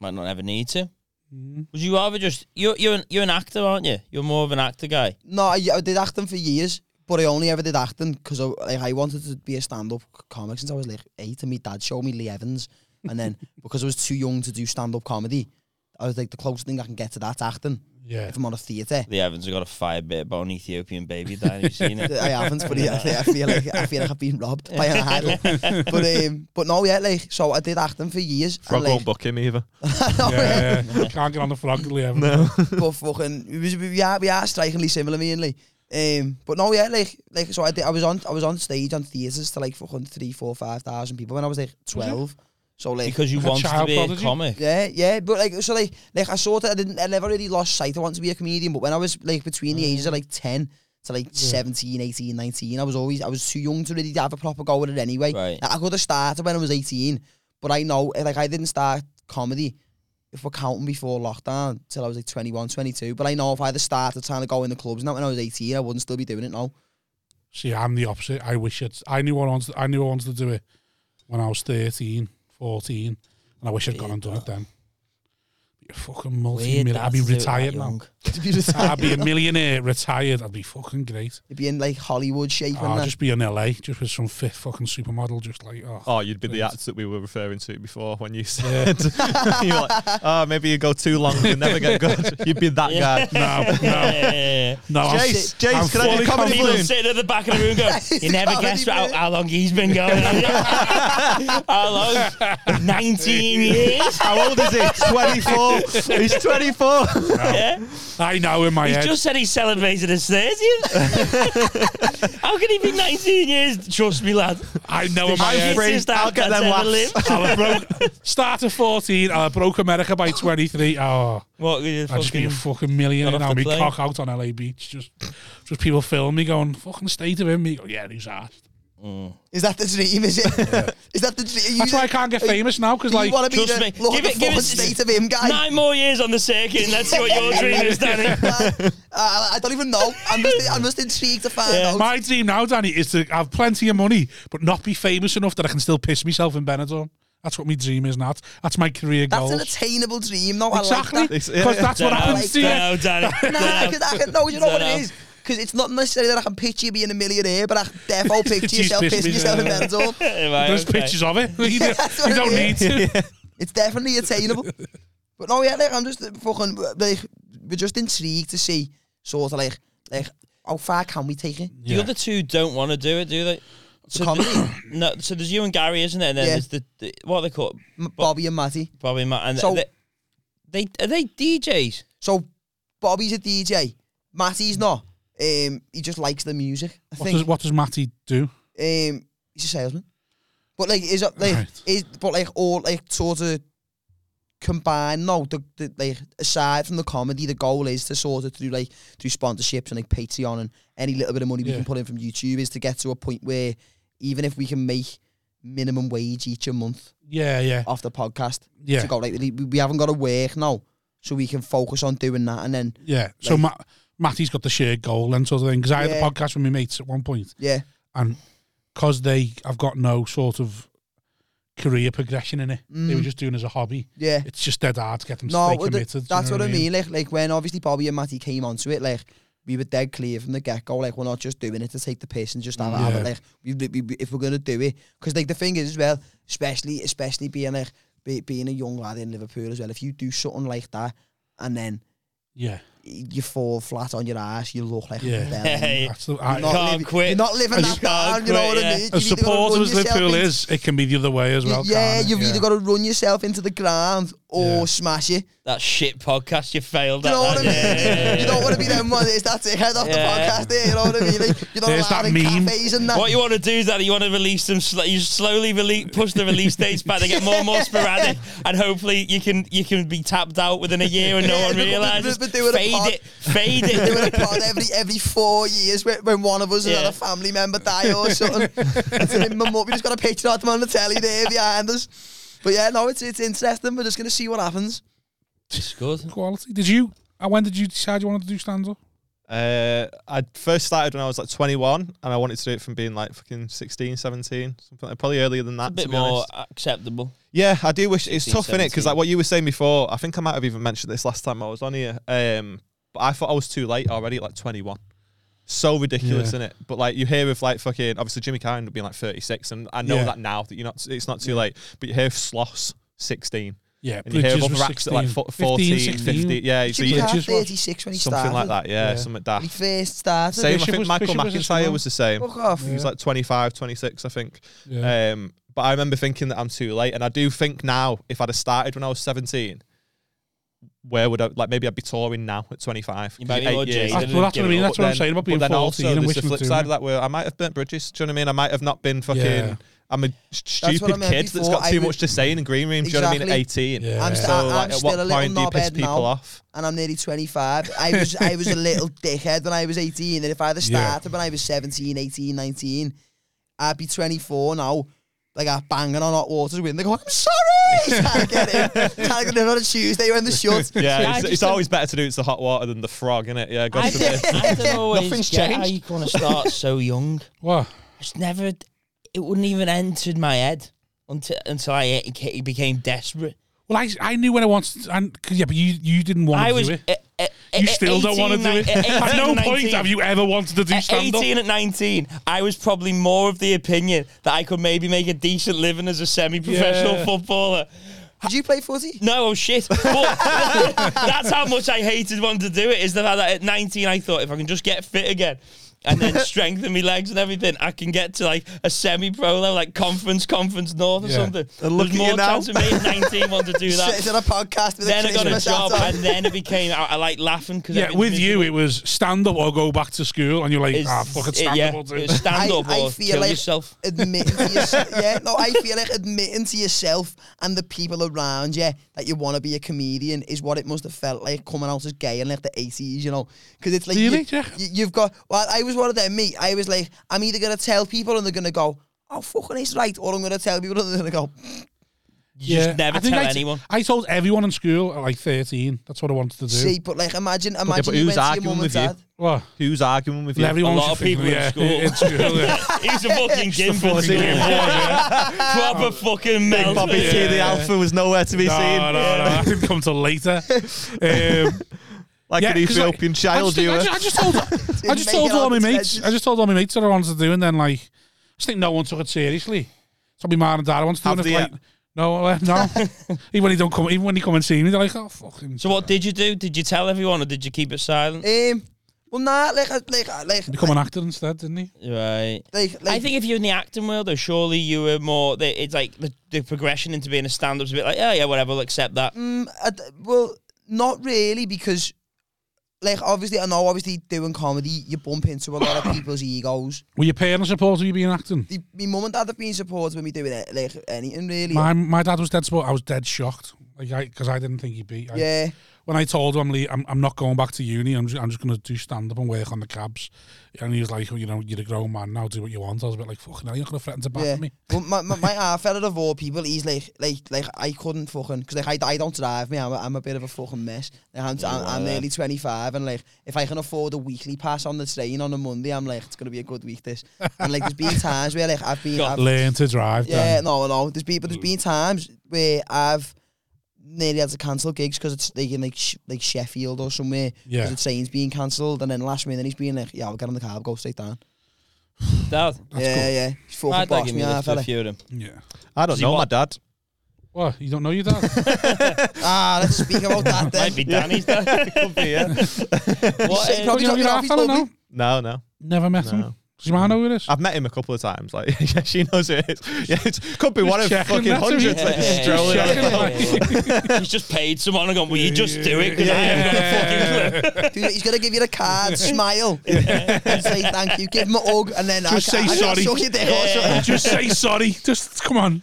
[SPEAKER 2] Might not ever need to.
[SPEAKER 1] Mm-hmm.
[SPEAKER 2] Would you rather just you're you're an, you're an actor, aren't you? You're more of an actor guy.
[SPEAKER 5] No, I, I did acting for years, but I only ever did acting because I, uh, like, I wanted to be a stand-up c- comic since I was like eight, and my dad showed me Lee Evans, and then because I was too young to do stand-up comedy, I was like the closest thing I can get to that's acting
[SPEAKER 1] Yeah,
[SPEAKER 5] if I'm on a theatre.
[SPEAKER 2] The Evans have got a fire bit about an Ethiopian baby dying. Have you seen it?
[SPEAKER 5] I haven't, but I, I feel like I feel like I've been robbed by an idol. but um, but no, yeah, like so I did acting for years. and,
[SPEAKER 4] Frog
[SPEAKER 5] like,
[SPEAKER 4] won't book him either.
[SPEAKER 1] yeah, yeah. can't get on the frog. No,
[SPEAKER 5] but fucking we was we are we are strikingly similar me and Lee. Um, but no, yeah, like like so I did, I was on I was on stage on theatres to like fucking three, four, five thousand people when I was like twelve. So like
[SPEAKER 2] Because you
[SPEAKER 1] Like a
[SPEAKER 2] want to
[SPEAKER 1] child
[SPEAKER 2] be
[SPEAKER 1] prodigy?
[SPEAKER 2] a comic.
[SPEAKER 5] yeah, yeah, but like so like like I sort of I didn't I never really lost sight I wanted to be a comedian, but when I was like between the ages of like ten to like seventeen, eighteen, nineteen, 17, 18, 19, I was always I was too young to really have a proper go at it anyway.
[SPEAKER 2] Right.
[SPEAKER 5] Like, I could have started when I was eighteen, but I know like I didn't start comedy if we're counting before lockdown till I was like 21, 22. But I know if I had started trying to go in the clubs now when I was eighteen, I wouldn't still be doing it now.
[SPEAKER 1] See, I'm the opposite. I wish it. I knew I wanted. I knew I wanted to do it when I was 13, 14, and I wish I'd gone and done it then. Be a fucking multi. I'd
[SPEAKER 2] that's
[SPEAKER 1] be
[SPEAKER 2] do it that
[SPEAKER 1] retired now.
[SPEAKER 2] young.
[SPEAKER 5] To be retired,
[SPEAKER 1] I'd be a millionaire, retired. I'd be fucking great.
[SPEAKER 5] You'd be in like Hollywood shape and
[SPEAKER 1] I'd
[SPEAKER 5] that.
[SPEAKER 1] just be in LA, just with some fit fucking supermodel, just like oh.
[SPEAKER 4] Oh, you'd be the
[SPEAKER 1] Brilliant.
[SPEAKER 4] act that we were referring to before when you said, you're like, oh, maybe you go too long and never get good. You'd be that guy.
[SPEAKER 1] No, no,
[SPEAKER 2] Yeah, yeah, yeah.
[SPEAKER 1] no. I'm-
[SPEAKER 4] Jace, Jace,
[SPEAKER 1] I'm
[SPEAKER 4] can I do
[SPEAKER 1] fully confident.
[SPEAKER 4] comedy balloon?
[SPEAKER 2] People sitting at the back of the room going, you never
[SPEAKER 5] Comedy
[SPEAKER 2] guess how,
[SPEAKER 5] Blue.
[SPEAKER 2] how long he's been going. how long? 19 years?
[SPEAKER 4] How old is he? 24. He's 24.
[SPEAKER 2] Yeah.
[SPEAKER 1] I know in my
[SPEAKER 2] He's
[SPEAKER 1] head.
[SPEAKER 2] just said he's celebrated his 30th. how can he be 19 years? Trust me, lad.
[SPEAKER 1] I know in my
[SPEAKER 4] I'm
[SPEAKER 1] head.
[SPEAKER 4] free.
[SPEAKER 2] Fittest dad
[SPEAKER 4] I'll get
[SPEAKER 2] that's
[SPEAKER 4] them
[SPEAKER 2] ever
[SPEAKER 4] laughs.
[SPEAKER 2] lived.
[SPEAKER 1] I'll have broke, start at 14, I'll have broke America by 23. Oh,
[SPEAKER 2] What, you
[SPEAKER 1] I'd just be a
[SPEAKER 2] fucking-
[SPEAKER 1] fucking millionaire
[SPEAKER 2] Got off
[SPEAKER 1] now.
[SPEAKER 2] the
[SPEAKER 1] Be
[SPEAKER 2] plane.
[SPEAKER 1] cock out on LA Beach. Just just people film me going, fucking state of him. Me go, yeah, he's asked.
[SPEAKER 5] Is that the dream? Is it? Is that the dream? You-
[SPEAKER 1] That's why I can't get famous now because, like,
[SPEAKER 5] you want to be
[SPEAKER 2] trust
[SPEAKER 5] the
[SPEAKER 2] me.
[SPEAKER 5] look
[SPEAKER 2] Give
[SPEAKER 5] at
[SPEAKER 2] it-
[SPEAKER 5] the
[SPEAKER 2] give
[SPEAKER 5] fucking
[SPEAKER 2] it-
[SPEAKER 5] state of him, guy.
[SPEAKER 2] Nine more years on the circuit, and that's what your dream is, Danny.
[SPEAKER 5] Man, I, I don't even know. I'm just, I'm just intrigued to find
[SPEAKER 2] Yeah.
[SPEAKER 5] out.
[SPEAKER 1] my dream now, Danny, is to have plenty of money but not be famous enough that I can still piss myself in Benidorm. That's what my dream is, Nat. That's my career
[SPEAKER 5] That's
[SPEAKER 1] goal.
[SPEAKER 5] an attainable dream, though.
[SPEAKER 1] Exactly.
[SPEAKER 5] I like that.
[SPEAKER 1] Because
[SPEAKER 4] It's- yeah.
[SPEAKER 1] that's what
[SPEAKER 2] Dunno,
[SPEAKER 1] happens to you.
[SPEAKER 2] dunno, Danny.
[SPEAKER 5] Nah,
[SPEAKER 2] Dunno.
[SPEAKER 5] because I can, no, you know what
[SPEAKER 2] Dunno.
[SPEAKER 5] it is? Because it's not necessarily that I can picture you being a millionaire, but I can defo picture
[SPEAKER 1] She's
[SPEAKER 5] yourself
[SPEAKER 1] pissed me.
[SPEAKER 5] pissing yourself in Benidorm.
[SPEAKER 2] Right,
[SPEAKER 1] There's
[SPEAKER 2] okay.
[SPEAKER 1] pictures of it. You,
[SPEAKER 5] That's what
[SPEAKER 1] don't- you don't
[SPEAKER 5] it
[SPEAKER 1] need to.
[SPEAKER 5] It's definitely attainable. But no, yeah, like, I'm just uh, fucking, uh, like, we're just intrigued to see sort of like like how far can we take it?
[SPEAKER 1] Yeah.
[SPEAKER 2] The other two don't want to do it, do they?
[SPEAKER 5] The comedy,
[SPEAKER 2] No, so there's you and Gary, isn't it? And then
[SPEAKER 5] Yeah.
[SPEAKER 2] there's the, the what are they called
[SPEAKER 5] M- Bobby and Matty.
[SPEAKER 2] Bobby and Matt. And
[SPEAKER 5] So-
[SPEAKER 2] they, they are they DJs.
[SPEAKER 5] So Bobby's a DJ. Matty's not. Um, he just likes the music. I
[SPEAKER 1] What
[SPEAKER 5] think.
[SPEAKER 1] does, what does Matty do?
[SPEAKER 5] Um, he's a salesman. But like, is it like
[SPEAKER 1] Right.
[SPEAKER 5] is but like all like sort of combined? No, the, the like aside from the comedy, the goal is to sort of through like through sponsorships and like Patreon and any little bit of money we
[SPEAKER 1] Yeah.
[SPEAKER 5] can put in from YouTube is to get to a point where even if we can make minimum wage each a month
[SPEAKER 1] Yeah, yeah,
[SPEAKER 5] off the podcast
[SPEAKER 1] yeah,
[SPEAKER 5] to go like we we haven't got to work now, so we can focus on doing that and then
[SPEAKER 1] yeah. So Ma- Matty's got the shared goal and sort of thing. Because I had
[SPEAKER 5] Yeah.
[SPEAKER 1] the podcast with my mates at one point,
[SPEAKER 5] yeah
[SPEAKER 1] and because they have got no sort of career progression in it, they were just doing it as a hobby.
[SPEAKER 5] yeah
[SPEAKER 1] It's just dead hard to get them to
[SPEAKER 5] Mm. No,
[SPEAKER 1] stay
[SPEAKER 5] well, th-
[SPEAKER 1] committed. do you
[SPEAKER 5] that's
[SPEAKER 1] know
[SPEAKER 5] what I mean? Like, like when obviously Bobby and Matty came onto it, like we were dead clear from the get go. Like we're not just doing it to take the piss and just have, a have it.
[SPEAKER 1] Yeah.
[SPEAKER 5] Like we, we, we- if we're gonna do it, because like the thing is as well, especially especially being like be, being a young lad in Liverpool as well. If you do something like that and then
[SPEAKER 1] Yeah,
[SPEAKER 5] you fall flat on your ass, you look like
[SPEAKER 1] Yeah.
[SPEAKER 5] a bell.
[SPEAKER 1] that's the. I,
[SPEAKER 5] Not
[SPEAKER 2] Can't
[SPEAKER 5] living-
[SPEAKER 2] quit.
[SPEAKER 5] You're not living
[SPEAKER 1] As
[SPEAKER 5] that
[SPEAKER 1] you-
[SPEAKER 5] down.
[SPEAKER 2] Can't
[SPEAKER 5] You know
[SPEAKER 2] quit,
[SPEAKER 5] what I
[SPEAKER 2] yeah.
[SPEAKER 5] mean? You
[SPEAKER 1] as
[SPEAKER 5] either gotta
[SPEAKER 1] supportive
[SPEAKER 5] run
[SPEAKER 1] as
[SPEAKER 5] yourself
[SPEAKER 1] Liverpool
[SPEAKER 5] into-
[SPEAKER 1] is, it can be the other way as well.
[SPEAKER 5] yeah,
[SPEAKER 1] can't it?
[SPEAKER 5] you've either got to run yourself into the ground or
[SPEAKER 1] Yeah.
[SPEAKER 5] smash it.
[SPEAKER 2] That shit podcast you failed.
[SPEAKER 5] You
[SPEAKER 2] at
[SPEAKER 5] know what I
[SPEAKER 2] that.
[SPEAKER 5] mean?
[SPEAKER 2] Yeah, yeah, yeah.
[SPEAKER 5] You don't want to be them ones. It's that's it. Head off
[SPEAKER 2] Yeah.
[SPEAKER 5] the podcast there. You know what I mean? Like, you know,
[SPEAKER 1] There's
[SPEAKER 5] allowed
[SPEAKER 1] that
[SPEAKER 5] in
[SPEAKER 1] meme.
[SPEAKER 5] cafes and that.
[SPEAKER 2] What you want to do is that you want to release them. Sl- you slowly release, push the release dates back. They get more and more sporadic, and hopefully you can you can be tapped out within a year and no
[SPEAKER 5] Yeah,
[SPEAKER 2] one
[SPEAKER 5] but- but-
[SPEAKER 2] realizes.
[SPEAKER 5] but doing a
[SPEAKER 2] fade
[SPEAKER 5] pod-
[SPEAKER 2] it, fade
[SPEAKER 5] Doing a
[SPEAKER 2] it.
[SPEAKER 5] pod every every four years when, when one of us has
[SPEAKER 2] Yeah.
[SPEAKER 5] had a family member die or something. It's in my mum. We just got a picture of them on the telly there behind us. But yeah, no, it's it's interesting. We're just gonna see what happens.
[SPEAKER 2] It's good.
[SPEAKER 1] quality. Did you? And when did you decide you wanted to do stand up?
[SPEAKER 4] Uh, I first started when I was like 21, and I wanted to do it from being like fucking 16, 17, something like probably earlier than that.
[SPEAKER 2] A bit
[SPEAKER 4] to be
[SPEAKER 2] more
[SPEAKER 4] honest.
[SPEAKER 2] acceptable.
[SPEAKER 4] Yeah, I do wish it's
[SPEAKER 2] 16,
[SPEAKER 4] tough in it because
[SPEAKER 2] 17.
[SPEAKER 4] like what you were saying before, I think I might have even mentioned this last time I was on here. Um, but I thought I was too late already, at like 21. So ridiculous
[SPEAKER 1] Yeah.
[SPEAKER 4] in it, but like you hear of like fucking obviously Jimmy Carr being like 36, and I know
[SPEAKER 1] Yeah.
[SPEAKER 4] that now that you're not, it's not too late. But you hear of Sloss 16,
[SPEAKER 1] Yeah,
[SPEAKER 4] and you hear of
[SPEAKER 1] Bridges
[SPEAKER 4] other
[SPEAKER 1] was
[SPEAKER 4] raps at like
[SPEAKER 1] 16,
[SPEAKER 4] 14, 15, 15 yeah, so
[SPEAKER 5] She
[SPEAKER 4] you-
[SPEAKER 5] was
[SPEAKER 1] yeah,
[SPEAKER 5] half
[SPEAKER 1] just what-
[SPEAKER 5] 36 when he
[SPEAKER 4] something
[SPEAKER 5] started.
[SPEAKER 4] like that, yeah,
[SPEAKER 1] Yeah.
[SPEAKER 4] something
[SPEAKER 5] When he
[SPEAKER 4] daft.
[SPEAKER 5] first started.
[SPEAKER 4] Same, I
[SPEAKER 1] Bishop
[SPEAKER 4] think
[SPEAKER 1] was-
[SPEAKER 4] Michael
[SPEAKER 1] Bishop was as
[SPEAKER 4] McIntyre
[SPEAKER 1] well.
[SPEAKER 4] was the same.
[SPEAKER 5] Fuck off.
[SPEAKER 4] He was like 25, 26, I think.
[SPEAKER 1] Yeah.
[SPEAKER 4] Um, but I remember thinking that I'm too late, and I do think now if I'd have started when I was 17, where would I like maybe I'd be touring now at 25?
[SPEAKER 2] You might be
[SPEAKER 4] Eight
[SPEAKER 2] more
[SPEAKER 4] years.
[SPEAKER 2] jaded.
[SPEAKER 1] That's, well, that's what I mean.
[SPEAKER 4] But
[SPEAKER 1] That's what I'm
[SPEAKER 4] then-
[SPEAKER 1] saying about
[SPEAKER 4] but
[SPEAKER 1] being
[SPEAKER 4] then
[SPEAKER 1] 14
[SPEAKER 4] also
[SPEAKER 1] and
[SPEAKER 4] there's the
[SPEAKER 1] wishing
[SPEAKER 4] flip
[SPEAKER 1] to.
[SPEAKER 4] side of that where I might have burnt bridges. Do you know what I mean? I might have not been fucking.
[SPEAKER 1] Yeah.
[SPEAKER 4] I'm a stupid
[SPEAKER 5] what I meant
[SPEAKER 4] kid that's
[SPEAKER 5] before.
[SPEAKER 4] got
[SPEAKER 5] I
[SPEAKER 4] too
[SPEAKER 5] would-
[SPEAKER 4] much to say in a green room. Do you know what I mean?
[SPEAKER 5] Exactly.
[SPEAKER 4] 18.
[SPEAKER 1] Yeah.
[SPEAKER 5] I'm,
[SPEAKER 1] So,
[SPEAKER 5] st-
[SPEAKER 4] So
[SPEAKER 5] I'm
[SPEAKER 4] like, at
[SPEAKER 5] still
[SPEAKER 4] what
[SPEAKER 5] a little
[SPEAKER 4] point do you piss
[SPEAKER 5] knobhead
[SPEAKER 4] people
[SPEAKER 5] now.
[SPEAKER 4] off?
[SPEAKER 5] and I'm nearly 25. I was I was a little dickhead when I was 18, and if I'd have
[SPEAKER 1] Yeah.
[SPEAKER 5] started when I was 17, 18, 19, I'd be 24 now. Like I'm banging on hot waters with, they go, I'm sorry. Trying to get in, trying to get in on a Tuesday when the shut.
[SPEAKER 2] I
[SPEAKER 4] Yeah, it's,
[SPEAKER 2] just
[SPEAKER 4] it's
[SPEAKER 2] don't-
[SPEAKER 4] always better to do it's the hot water than the frog, isn't it? Yeah, God
[SPEAKER 2] I
[SPEAKER 4] forbid.
[SPEAKER 2] don't, I don't always
[SPEAKER 4] Nothing's
[SPEAKER 2] get
[SPEAKER 4] changed.
[SPEAKER 2] how you want to start so young.
[SPEAKER 1] What?
[SPEAKER 2] It's never. It wouldn't even entered my head until until I ca- became desperate.
[SPEAKER 1] Well, I, I knew when I wanted, to, and 'cause, yeah, but you you didn't want
[SPEAKER 2] I
[SPEAKER 1] to
[SPEAKER 2] was.
[SPEAKER 1] do it.
[SPEAKER 2] uh, uh,
[SPEAKER 1] You
[SPEAKER 2] uh,
[SPEAKER 1] still don't want to
[SPEAKER 2] 18,
[SPEAKER 1] do it.
[SPEAKER 2] uh, 18,
[SPEAKER 1] At no
[SPEAKER 2] 19.
[SPEAKER 1] point have you ever wanted to do
[SPEAKER 2] At
[SPEAKER 1] stand up.
[SPEAKER 2] 18 and 19, I was probably more of the opinion that I could maybe make a decent living as a semi-professional
[SPEAKER 1] Yeah.
[SPEAKER 2] footballer.
[SPEAKER 5] Did you play footy?
[SPEAKER 2] No, oh shit. But that's how much I hated wanting to do it. Is the fact that at 19 I thought if I can just get fit again and then strengthen my legs and everything, I can get to like a semi-pro level, like conference, conference north or
[SPEAKER 1] Yeah.
[SPEAKER 2] something.
[SPEAKER 4] look
[SPEAKER 2] There's
[SPEAKER 4] at you
[SPEAKER 2] more
[SPEAKER 4] now.
[SPEAKER 2] chance of me at 19 wanting to do
[SPEAKER 5] Sit
[SPEAKER 2] that.
[SPEAKER 5] on a podcast with
[SPEAKER 2] Then
[SPEAKER 5] a
[SPEAKER 2] I got a
[SPEAKER 5] Christmas hat
[SPEAKER 2] job,
[SPEAKER 5] on.
[SPEAKER 2] and then it became I, I like laughing because
[SPEAKER 1] yeah, with you it was stand up or go back to school, and you're like, ah, fucking stand up. will do.
[SPEAKER 2] it's stand
[SPEAKER 5] I-
[SPEAKER 2] up
[SPEAKER 5] I
[SPEAKER 2] or
[SPEAKER 5] feel
[SPEAKER 2] kill
[SPEAKER 5] like-
[SPEAKER 2] yourself.
[SPEAKER 5] admitting to yourself, yeah, no, I feel like admitting to yourself and the people around you that you want to be a comedian is what it must have felt like coming out as gay in like the eighties, you know, because it's like
[SPEAKER 1] Really?
[SPEAKER 5] you,
[SPEAKER 1] Yeah.
[SPEAKER 5] have got. Well, I was one of them. Me, I was like, I'm either gonna tell people and they're gonna go, oh fucking, it's right, or I'm gonna tell people and they're gonna go,
[SPEAKER 2] You
[SPEAKER 1] Yeah.
[SPEAKER 2] just never
[SPEAKER 1] I think
[SPEAKER 2] tell
[SPEAKER 1] I t-
[SPEAKER 2] anyone.
[SPEAKER 1] I told everyone in school at like 13. That's what I wanted to do.
[SPEAKER 5] see, but like, imagine, imagine
[SPEAKER 4] but
[SPEAKER 5] you
[SPEAKER 4] who's
[SPEAKER 5] went to your
[SPEAKER 4] arguing
[SPEAKER 5] mum and
[SPEAKER 4] with you?
[SPEAKER 5] dad.
[SPEAKER 1] What?
[SPEAKER 4] Who's arguing with you?
[SPEAKER 1] Everyone
[SPEAKER 2] a lot
[SPEAKER 1] should
[SPEAKER 2] of
[SPEAKER 1] think
[SPEAKER 2] people in
[SPEAKER 1] yeah,
[SPEAKER 2] school.
[SPEAKER 1] in school. Yeah.
[SPEAKER 2] He's a fucking gimp.
[SPEAKER 4] fucking gimp.
[SPEAKER 2] Proper fucking
[SPEAKER 4] Big
[SPEAKER 2] melt.
[SPEAKER 4] Bobby
[SPEAKER 2] Yeah.
[SPEAKER 4] T, the alpha, was nowhere to be
[SPEAKER 1] no,
[SPEAKER 4] seen.
[SPEAKER 1] no, no, I didn't come till later. Um,
[SPEAKER 4] Like an
[SPEAKER 1] 'cause, like,
[SPEAKER 4] Ethiopian child,
[SPEAKER 1] I
[SPEAKER 4] you were.
[SPEAKER 1] just, I just told, I just told
[SPEAKER 5] make it
[SPEAKER 1] all my
[SPEAKER 5] on
[SPEAKER 1] mates.
[SPEAKER 5] attention.
[SPEAKER 1] I just told all my mates what I wanted to do, and then like, I just think no one took it seriously. So my mum and dad, I wanted to do
[SPEAKER 4] Have
[SPEAKER 1] it.
[SPEAKER 4] they,
[SPEAKER 1] Like,
[SPEAKER 4] uh,
[SPEAKER 1] No, uh, no. even when he don't come, even when he come and see me, they're like, oh fucking.
[SPEAKER 2] So what did you do? Did you tell everyone or did you keep it silent?
[SPEAKER 5] Um, well, nah, like, I- like, I- like,
[SPEAKER 1] become an actor instead, didn't he?
[SPEAKER 2] Right.
[SPEAKER 5] like, like,
[SPEAKER 2] I think if you're in the acting world, though, surely you were more. the- It's like the, the progression into being a stand-up's a bit like, oh yeah, whatever, I'll accept that.
[SPEAKER 5] Mm, I d- well, not really because, like, obviously, I know, obviously, doing comedy, you bump into a lot of people's egos.
[SPEAKER 1] Were your parents supportive of you being acting?
[SPEAKER 5] The, my mum and dad have been supportive when we doing it, like anything really.
[SPEAKER 1] My my dad was dead sport. I was dead shocked, like I because I didn't think he'd be. I,
[SPEAKER 5] yeah,
[SPEAKER 1] When I told him I'm, le- I'm I'm not going back to uni. I'm just, I'm just going to do stand up and work on the cabs. And he was like, oh, you know, you're a grown man now. Do what you want. I was a bit like, fucking, hell, you're not going to threaten to back
[SPEAKER 5] yeah.
[SPEAKER 1] me.
[SPEAKER 5] But my my, my half fella of all people, he's like like like I couldn't fucking because like I, I don't drive me. I'm a, I'm a bit of a fucking mess. Like, I'm, I'm, I'm nearly 25 and like if I can afford a weekly pass on the train on a Monday, I'm like it's gonna be a good week this. And like there's been times where like I've been.
[SPEAKER 2] God,
[SPEAKER 5] I've-
[SPEAKER 1] Learn to drive.
[SPEAKER 5] Yeah,
[SPEAKER 1] Dan.
[SPEAKER 5] no, no. There's been, but
[SPEAKER 1] Mm.
[SPEAKER 5] there's been times where I've nearly had to cancel gigs because it's like in like sh- like Sheffield or somewhere. 'cause
[SPEAKER 1] Yeah.
[SPEAKER 5] the train's being cancelled, and then last minute he's being like, "Yeah, I'll get on the cab, go straight down."
[SPEAKER 2] Dad,
[SPEAKER 5] yeah, yeah. He's
[SPEAKER 2] my dad gave
[SPEAKER 5] fucking boss
[SPEAKER 2] me
[SPEAKER 5] me,
[SPEAKER 2] a
[SPEAKER 5] ah,
[SPEAKER 2] lift to a
[SPEAKER 5] fella.
[SPEAKER 2] few of them.
[SPEAKER 1] yeah.
[SPEAKER 4] I don't
[SPEAKER 2] Does he
[SPEAKER 4] know, my
[SPEAKER 2] want-
[SPEAKER 4] dad.
[SPEAKER 1] What? You don't know your dad?
[SPEAKER 5] Ah, let's speak about that then.
[SPEAKER 2] Might be Danny's dad.
[SPEAKER 4] Could be, yeah.
[SPEAKER 2] what?
[SPEAKER 5] Say
[SPEAKER 2] is-
[SPEAKER 5] probably-
[SPEAKER 1] Oh, you know your
[SPEAKER 5] He's
[SPEAKER 1] half fella
[SPEAKER 5] lovely.
[SPEAKER 1] now?
[SPEAKER 4] No, no.
[SPEAKER 1] Never met him.
[SPEAKER 4] No.
[SPEAKER 1] Does your man know who it is?
[SPEAKER 4] I've met him a couple of times. Like, yeah, she knows who it is. Yeah, it could be one of
[SPEAKER 1] checking,
[SPEAKER 4] fucking
[SPEAKER 1] that's what
[SPEAKER 4] hundreds.
[SPEAKER 1] he-
[SPEAKER 4] Like, just
[SPEAKER 2] Yeah.
[SPEAKER 4] strolling
[SPEAKER 2] Yeah.
[SPEAKER 4] on the-
[SPEAKER 2] He's just paid someone and gone, will you just do it? 'Cause I haven't got a fucking clue.
[SPEAKER 5] Dude, he's gonna give you the card, smile, and say thank you. Give him a hug, and then
[SPEAKER 1] Just
[SPEAKER 5] I,
[SPEAKER 1] say
[SPEAKER 5] I,
[SPEAKER 1] sorry.
[SPEAKER 5] I suck your dick or something.
[SPEAKER 1] Yeah. Just say sorry. Just come on.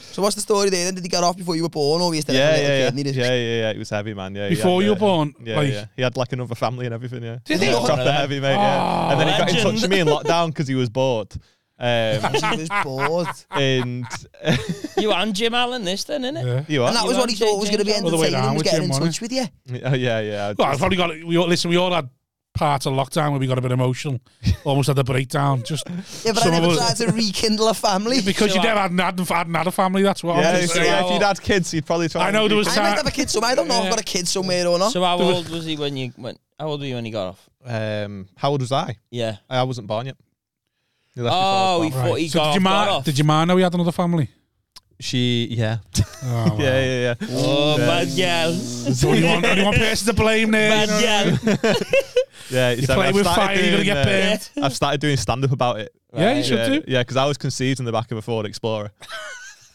[SPEAKER 5] So what's the story there? Then did he get off before you were born, or were you still
[SPEAKER 4] Yeah,
[SPEAKER 5] like a little
[SPEAKER 4] yeah,
[SPEAKER 5] kid? and he
[SPEAKER 4] yeah,
[SPEAKER 5] just-
[SPEAKER 4] yeah, yeah, yeah. It was heavy, man. Yeah, he
[SPEAKER 1] Before
[SPEAKER 4] had,
[SPEAKER 1] you were
[SPEAKER 4] uh,
[SPEAKER 1] born,
[SPEAKER 4] Yeah,
[SPEAKER 1] like-
[SPEAKER 4] yeah. He had like another family and everything. Yeah,
[SPEAKER 1] Did he? Oh,
[SPEAKER 4] dropped the heavy, mate. Yeah, and then he got in touch
[SPEAKER 2] Legend.
[SPEAKER 4] with me in lockdown because he was bored. Um,
[SPEAKER 5] He was bored,
[SPEAKER 4] and uh,
[SPEAKER 2] You and Jim Allen, this then, innit?
[SPEAKER 1] Yeah.
[SPEAKER 4] you are.
[SPEAKER 5] and that
[SPEAKER 2] You
[SPEAKER 5] was what
[SPEAKER 2] want
[SPEAKER 5] he thought was
[SPEAKER 2] Jane
[SPEAKER 5] going to be
[SPEAKER 2] Jane?
[SPEAKER 1] Other way
[SPEAKER 5] entertaining.
[SPEAKER 1] round
[SPEAKER 5] Was
[SPEAKER 1] with
[SPEAKER 5] getting
[SPEAKER 1] Jim,
[SPEAKER 5] in
[SPEAKER 1] wasn't
[SPEAKER 5] touch with you.
[SPEAKER 4] Oh, yeah, yeah.
[SPEAKER 1] Well, I've probably got. We all, listen. We all had parts of lockdown where we got a bit emotional, almost had a breakdown. Just
[SPEAKER 5] Yeah, but
[SPEAKER 1] some
[SPEAKER 5] I
[SPEAKER 1] of
[SPEAKER 5] never
[SPEAKER 1] us-
[SPEAKER 5] tried to rekindle a family.
[SPEAKER 1] because you
[SPEAKER 2] Chill out.
[SPEAKER 1] never had an ad, hadn't had a family. That's what.
[SPEAKER 4] yeah,
[SPEAKER 1] I'm
[SPEAKER 4] if,
[SPEAKER 1] saying.
[SPEAKER 4] yeah, if you'd had kids, you'd probably try.
[SPEAKER 1] I
[SPEAKER 4] and
[SPEAKER 1] know there
[SPEAKER 4] do-
[SPEAKER 1] was
[SPEAKER 5] I might
[SPEAKER 1] time.
[SPEAKER 5] have a kid somewhere. I don't know if
[SPEAKER 1] Yeah.
[SPEAKER 5] I've got a kid somewhere or not.
[SPEAKER 2] So how old was he when you when? How old were you when he got off?
[SPEAKER 4] Um, how old was I?
[SPEAKER 2] Yeah.
[SPEAKER 4] I wasn't born yet. He left before I
[SPEAKER 2] Oh,
[SPEAKER 4] was
[SPEAKER 2] he
[SPEAKER 4] born.
[SPEAKER 2] thought he
[SPEAKER 1] So
[SPEAKER 2] got,
[SPEAKER 1] did your
[SPEAKER 2] off,
[SPEAKER 1] ma?
[SPEAKER 2] got off.
[SPEAKER 1] Did your ma know he had another family?
[SPEAKER 4] she, yeah,
[SPEAKER 1] Oh, wow.
[SPEAKER 4] yeah, yeah, yeah.
[SPEAKER 2] Oh,
[SPEAKER 4] Yeah.
[SPEAKER 2] bad girl.
[SPEAKER 1] There's only one, only one person to blame there. you know?
[SPEAKER 2] Bad girl.
[SPEAKER 4] Yeah, it's-
[SPEAKER 1] You play
[SPEAKER 4] I've
[SPEAKER 1] with
[SPEAKER 4] started
[SPEAKER 1] fire, you're gonna
[SPEAKER 4] doing,
[SPEAKER 1] get
[SPEAKER 4] uh,
[SPEAKER 1] burnt.
[SPEAKER 4] I've started doing stand up about it.
[SPEAKER 1] Yeah, you
[SPEAKER 2] Right.
[SPEAKER 1] should
[SPEAKER 4] yeah,
[SPEAKER 1] do.
[SPEAKER 4] Yeah, because I was conceived in the back of a Ford Explorer.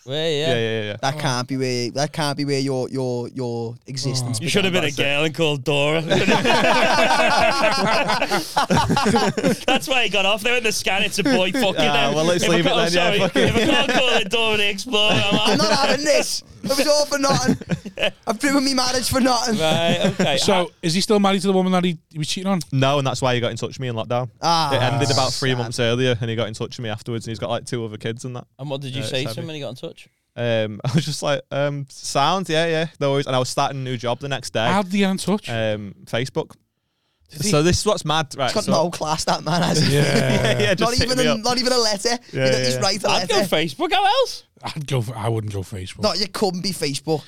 [SPEAKER 2] Well, yeah.
[SPEAKER 4] Yeah, yeah, yeah.
[SPEAKER 5] That can't be where. That can't be where your your your existence.
[SPEAKER 2] You should have been a girl and called Dora. That's why he got off. They were in the scan. It's a boy. Fuck you
[SPEAKER 4] Ah,
[SPEAKER 2] then.
[SPEAKER 4] well, let's
[SPEAKER 2] If I
[SPEAKER 4] leave it
[SPEAKER 2] can't-
[SPEAKER 4] then, yeah,
[SPEAKER 2] sorry.
[SPEAKER 4] fuck it.
[SPEAKER 2] If I can't call it Dora the Explorer,
[SPEAKER 5] I'm
[SPEAKER 2] I'm out.
[SPEAKER 5] not having this. It was all for nothing. I've ruined my marriage for nothing.
[SPEAKER 2] Right, okay. Ah,
[SPEAKER 1] So
[SPEAKER 4] Ah.
[SPEAKER 1] is he still married to the woman that he, he was cheating on?
[SPEAKER 4] No, and that's why he got in touch with me in lockdown.
[SPEAKER 5] Ah,
[SPEAKER 4] it ended about three
[SPEAKER 5] sad.
[SPEAKER 4] months earlier, and he got in touch with me afterwards, and he's got like two other kids and that.
[SPEAKER 2] and what did you
[SPEAKER 4] Uh,
[SPEAKER 2] say to
[SPEAKER 4] Sammy.
[SPEAKER 2] him when he got in touch?
[SPEAKER 4] Um, I was just like, um, sounds, yeah, yeah, no worries. And I was starting a new job the next day.
[SPEAKER 1] How did he get in touch?
[SPEAKER 4] Um, Facebook.
[SPEAKER 1] he-
[SPEAKER 4] So this is what's mad, right?
[SPEAKER 5] He's got
[SPEAKER 4] so-
[SPEAKER 5] no class. That man has.
[SPEAKER 1] yeah,
[SPEAKER 4] yeah,
[SPEAKER 5] Not
[SPEAKER 4] just hit
[SPEAKER 5] even
[SPEAKER 4] me
[SPEAKER 5] a,
[SPEAKER 4] up.
[SPEAKER 5] not even a letter. He
[SPEAKER 4] Yeah,
[SPEAKER 5] don't-
[SPEAKER 4] yeah,
[SPEAKER 5] he's
[SPEAKER 4] yeah.
[SPEAKER 5] right a
[SPEAKER 2] I'd go
[SPEAKER 5] letter.
[SPEAKER 2] Facebook. How else?
[SPEAKER 1] I'd go. For, I wouldn't go Facebook.
[SPEAKER 5] No, you couldn't be Facebook.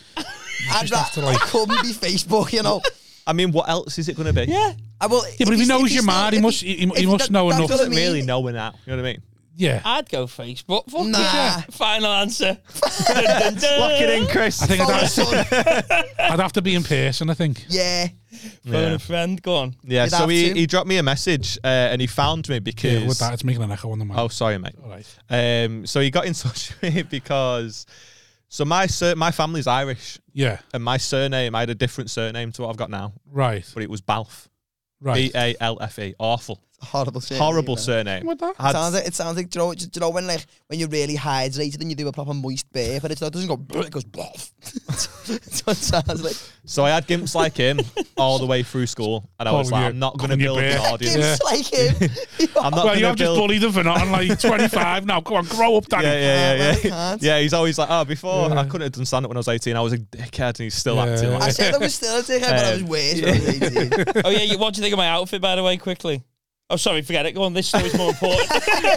[SPEAKER 5] I'd
[SPEAKER 1] have to,
[SPEAKER 5] ra-
[SPEAKER 1] like-
[SPEAKER 5] I couldn't be Facebook. You know.
[SPEAKER 4] I mean, what else is it going to be?
[SPEAKER 2] Yeah.
[SPEAKER 5] I will.
[SPEAKER 1] Yeah, but if he
[SPEAKER 5] he's-
[SPEAKER 1] knows
[SPEAKER 5] he's
[SPEAKER 1] you're
[SPEAKER 5] still-
[SPEAKER 1] mad, he
[SPEAKER 5] if
[SPEAKER 1] must- he- he
[SPEAKER 5] if
[SPEAKER 1] must
[SPEAKER 5] that-
[SPEAKER 1] know
[SPEAKER 5] that's
[SPEAKER 1] enough.
[SPEAKER 5] what I
[SPEAKER 4] Doesn't
[SPEAKER 5] mean.
[SPEAKER 4] really know we're now. You know what I mean?
[SPEAKER 1] yeah, I,
[SPEAKER 2] I'd go Facebook. Fuck
[SPEAKER 5] Nah.
[SPEAKER 2] yeah. Final answer. Dun, dun, dun.
[SPEAKER 4] Lock it in, Chris.
[SPEAKER 1] think I'd
[SPEAKER 5] Follow
[SPEAKER 1] have,
[SPEAKER 5] son.
[SPEAKER 1] I'd have to be in person. I think.
[SPEAKER 5] Yeah.
[SPEAKER 2] Phone
[SPEAKER 4] Yeah.
[SPEAKER 2] a friend. Go on.
[SPEAKER 4] Yeah,
[SPEAKER 5] You'd
[SPEAKER 4] so
[SPEAKER 5] have
[SPEAKER 4] he,
[SPEAKER 5] to.
[SPEAKER 4] he dropped me a message uh, and he found me because.
[SPEAKER 1] Yeah, with that, it's making an echo on the mic.
[SPEAKER 4] Oh, sorry, mate.
[SPEAKER 1] all right.
[SPEAKER 4] Um, so he got in touch with me because. So my sur- my family's Irish
[SPEAKER 1] Yeah,
[SPEAKER 4] and my surname, I had a different surname to what I've got now,
[SPEAKER 1] right,
[SPEAKER 4] but it was Balfe. B
[SPEAKER 1] right.
[SPEAKER 4] A L F E. Awful.
[SPEAKER 5] Horrible. surname,
[SPEAKER 4] Horrible
[SPEAKER 5] man.
[SPEAKER 4] surname.
[SPEAKER 1] What that?
[SPEAKER 4] Had-
[SPEAKER 5] sounds like it sounds like do you know, do you know when like when you're really hydrated and you do a proper moist burp and it's not, it doesn't go brr, it goes bluff. That's what it sounds like.
[SPEAKER 4] so I had gimps like him all the way through school, and I was
[SPEAKER 1] Calling
[SPEAKER 4] like,
[SPEAKER 1] you-
[SPEAKER 4] I'm not going to
[SPEAKER 1] calling you
[SPEAKER 4] build an
[SPEAKER 1] bear.
[SPEAKER 4] audience.
[SPEAKER 1] Yeah.
[SPEAKER 5] It's like him.
[SPEAKER 4] Oh, I'm not
[SPEAKER 1] Well,
[SPEAKER 4] going
[SPEAKER 1] you
[SPEAKER 4] to
[SPEAKER 1] have just
[SPEAKER 4] build.
[SPEAKER 1] bullied him for not. I'm like 25 now. Come on, grow up, Danny.
[SPEAKER 4] yeah, yeah,
[SPEAKER 5] well,
[SPEAKER 4] yeah,
[SPEAKER 5] I
[SPEAKER 4] yeah.
[SPEAKER 5] can't.
[SPEAKER 4] yeah, he's always like, oh, before I couldn't have done stand up when I was 18. I was a dickhead, and he's still
[SPEAKER 1] Yeah.
[SPEAKER 4] acting.
[SPEAKER 5] I
[SPEAKER 4] Like,
[SPEAKER 5] said I was still a dickhead, but I
[SPEAKER 4] Um,
[SPEAKER 5] was worse when I was 18.
[SPEAKER 2] Oh yeah. you- What do you think of my outfit, by the way? Quickly. Oh, sorry. Forget it. Go on. This story's more important.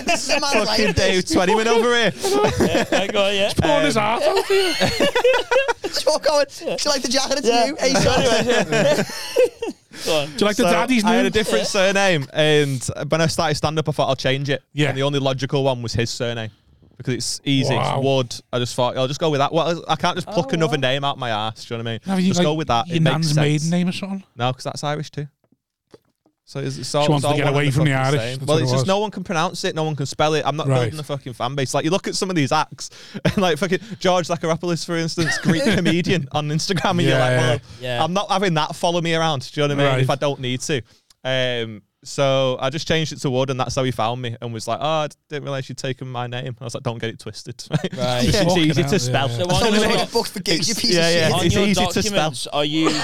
[SPEAKER 5] this is a man's
[SPEAKER 4] Fucking
[SPEAKER 5] life.
[SPEAKER 4] Dave, 20 minutes over here.
[SPEAKER 2] yeah, right, go on, yeah.
[SPEAKER 1] Pouring his
[SPEAKER 4] Um,
[SPEAKER 1] heart out.
[SPEAKER 5] You're going, do you like the jacket? It's new. Hey,
[SPEAKER 2] So
[SPEAKER 5] son.
[SPEAKER 2] anyway, yeah. Go on.
[SPEAKER 1] Do you like the
[SPEAKER 4] So
[SPEAKER 1] daddy's
[SPEAKER 4] I had a
[SPEAKER 1] name?
[SPEAKER 4] different surname, and when I started stand up, I thought I'll change it.
[SPEAKER 1] Yeah.
[SPEAKER 4] And the only logical one was his surname. because it's easy. It's
[SPEAKER 1] Wow.
[SPEAKER 4] wood. I just thought I'll just go with that. Well, I can't just pluck
[SPEAKER 5] Oh,
[SPEAKER 4] another name out my ass. Do you know what I mean?
[SPEAKER 1] Have you,
[SPEAKER 4] just
[SPEAKER 1] like,
[SPEAKER 4] go with that.
[SPEAKER 1] Your
[SPEAKER 4] it makes
[SPEAKER 1] nan's
[SPEAKER 4] sense.
[SPEAKER 1] maiden name or something.
[SPEAKER 4] No, because that's Irish too. So it's, it's all,
[SPEAKER 1] She wants
[SPEAKER 4] it's
[SPEAKER 1] to
[SPEAKER 4] all
[SPEAKER 1] get
[SPEAKER 4] one
[SPEAKER 1] away
[SPEAKER 4] and
[SPEAKER 1] from the
[SPEAKER 4] fucking
[SPEAKER 1] Irish,
[SPEAKER 4] same.
[SPEAKER 1] that's
[SPEAKER 4] Well,
[SPEAKER 1] what
[SPEAKER 4] it's
[SPEAKER 1] it
[SPEAKER 4] just
[SPEAKER 1] was.
[SPEAKER 4] no one can pronounce it. No one can spell it. I'm not
[SPEAKER 1] Right.
[SPEAKER 4] building the fucking fan base. Like you look at some of these acts, and like fucking George Lacaropoulos, for instance, Greek comedian on Instagram, and you're
[SPEAKER 1] Yeah,
[SPEAKER 4] like,
[SPEAKER 1] yeah.
[SPEAKER 4] well,
[SPEAKER 2] Yeah.
[SPEAKER 4] I'm not having that follow me around. Do you know what I mean?
[SPEAKER 1] Right.
[SPEAKER 4] If I don't need to. Um, so I just changed it to Wood, and that's how he found me, and was like, "Oh, I didn't realize you'd taken my name." I was like, "Don't get it twisted.
[SPEAKER 2] Right.
[SPEAKER 4] it's
[SPEAKER 1] Fucking
[SPEAKER 4] easy
[SPEAKER 1] hell,
[SPEAKER 4] to spell.
[SPEAKER 1] yeah.
[SPEAKER 2] So
[SPEAKER 5] I
[SPEAKER 2] on
[SPEAKER 5] don't
[SPEAKER 2] your,
[SPEAKER 5] know
[SPEAKER 2] doc-
[SPEAKER 5] what book for gigs, you piece
[SPEAKER 4] yeah,
[SPEAKER 5] of
[SPEAKER 4] yeah.
[SPEAKER 5] shit.
[SPEAKER 2] on
[SPEAKER 4] It's
[SPEAKER 2] your
[SPEAKER 4] easy to spell.
[SPEAKER 2] documents, are you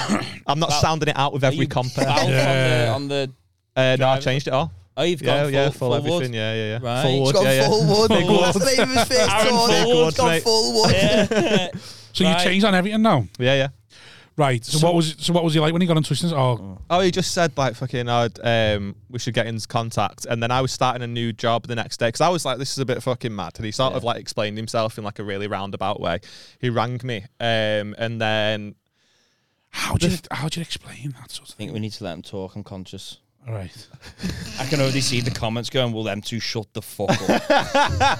[SPEAKER 4] I'm not
[SPEAKER 2] Well,
[SPEAKER 4] sounding it out with
[SPEAKER 2] are
[SPEAKER 4] every
[SPEAKER 2] you
[SPEAKER 4] company.
[SPEAKER 2] bound
[SPEAKER 1] Yeah.
[SPEAKER 2] on, the, on the
[SPEAKER 4] Uh, no, I
[SPEAKER 2] Driver.
[SPEAKER 4] changed it all.
[SPEAKER 2] oh you've
[SPEAKER 4] yeah,
[SPEAKER 2] gone
[SPEAKER 4] yeah,
[SPEAKER 2] full,
[SPEAKER 4] full,
[SPEAKER 2] forward.
[SPEAKER 4] everything. Yeah, yeah, yeah.
[SPEAKER 2] Right.
[SPEAKER 4] Full
[SPEAKER 5] He's
[SPEAKER 4] wood,
[SPEAKER 5] gone
[SPEAKER 4] yeah, yeah.
[SPEAKER 5] full wood.
[SPEAKER 4] Big wood.
[SPEAKER 5] That's the name of his first
[SPEAKER 2] Aaron
[SPEAKER 5] tour.
[SPEAKER 2] Big
[SPEAKER 5] He's
[SPEAKER 4] wood,
[SPEAKER 5] gone
[SPEAKER 4] mate.
[SPEAKER 5] full wood.
[SPEAKER 2] Yeah.
[SPEAKER 1] So
[SPEAKER 2] Right.
[SPEAKER 1] you changed on everything now,
[SPEAKER 4] yeah, yeah.
[SPEAKER 1] right? So, what was so what was he like when he got on Twitter? Oh,
[SPEAKER 4] Oh, he just said like fucking. i um, we should get in contact, and then I was starting a new job the next day because I was like, this is a bit fucking mad. And he sort of like explained himself in like a really roundabout way. He rang me, um, and then
[SPEAKER 1] how do you how do you explain that sort of
[SPEAKER 2] I think we need to let him talk. I'm conscious.
[SPEAKER 1] thing? All right,
[SPEAKER 2] I can already see the comments going, well, them two shut the fuck up.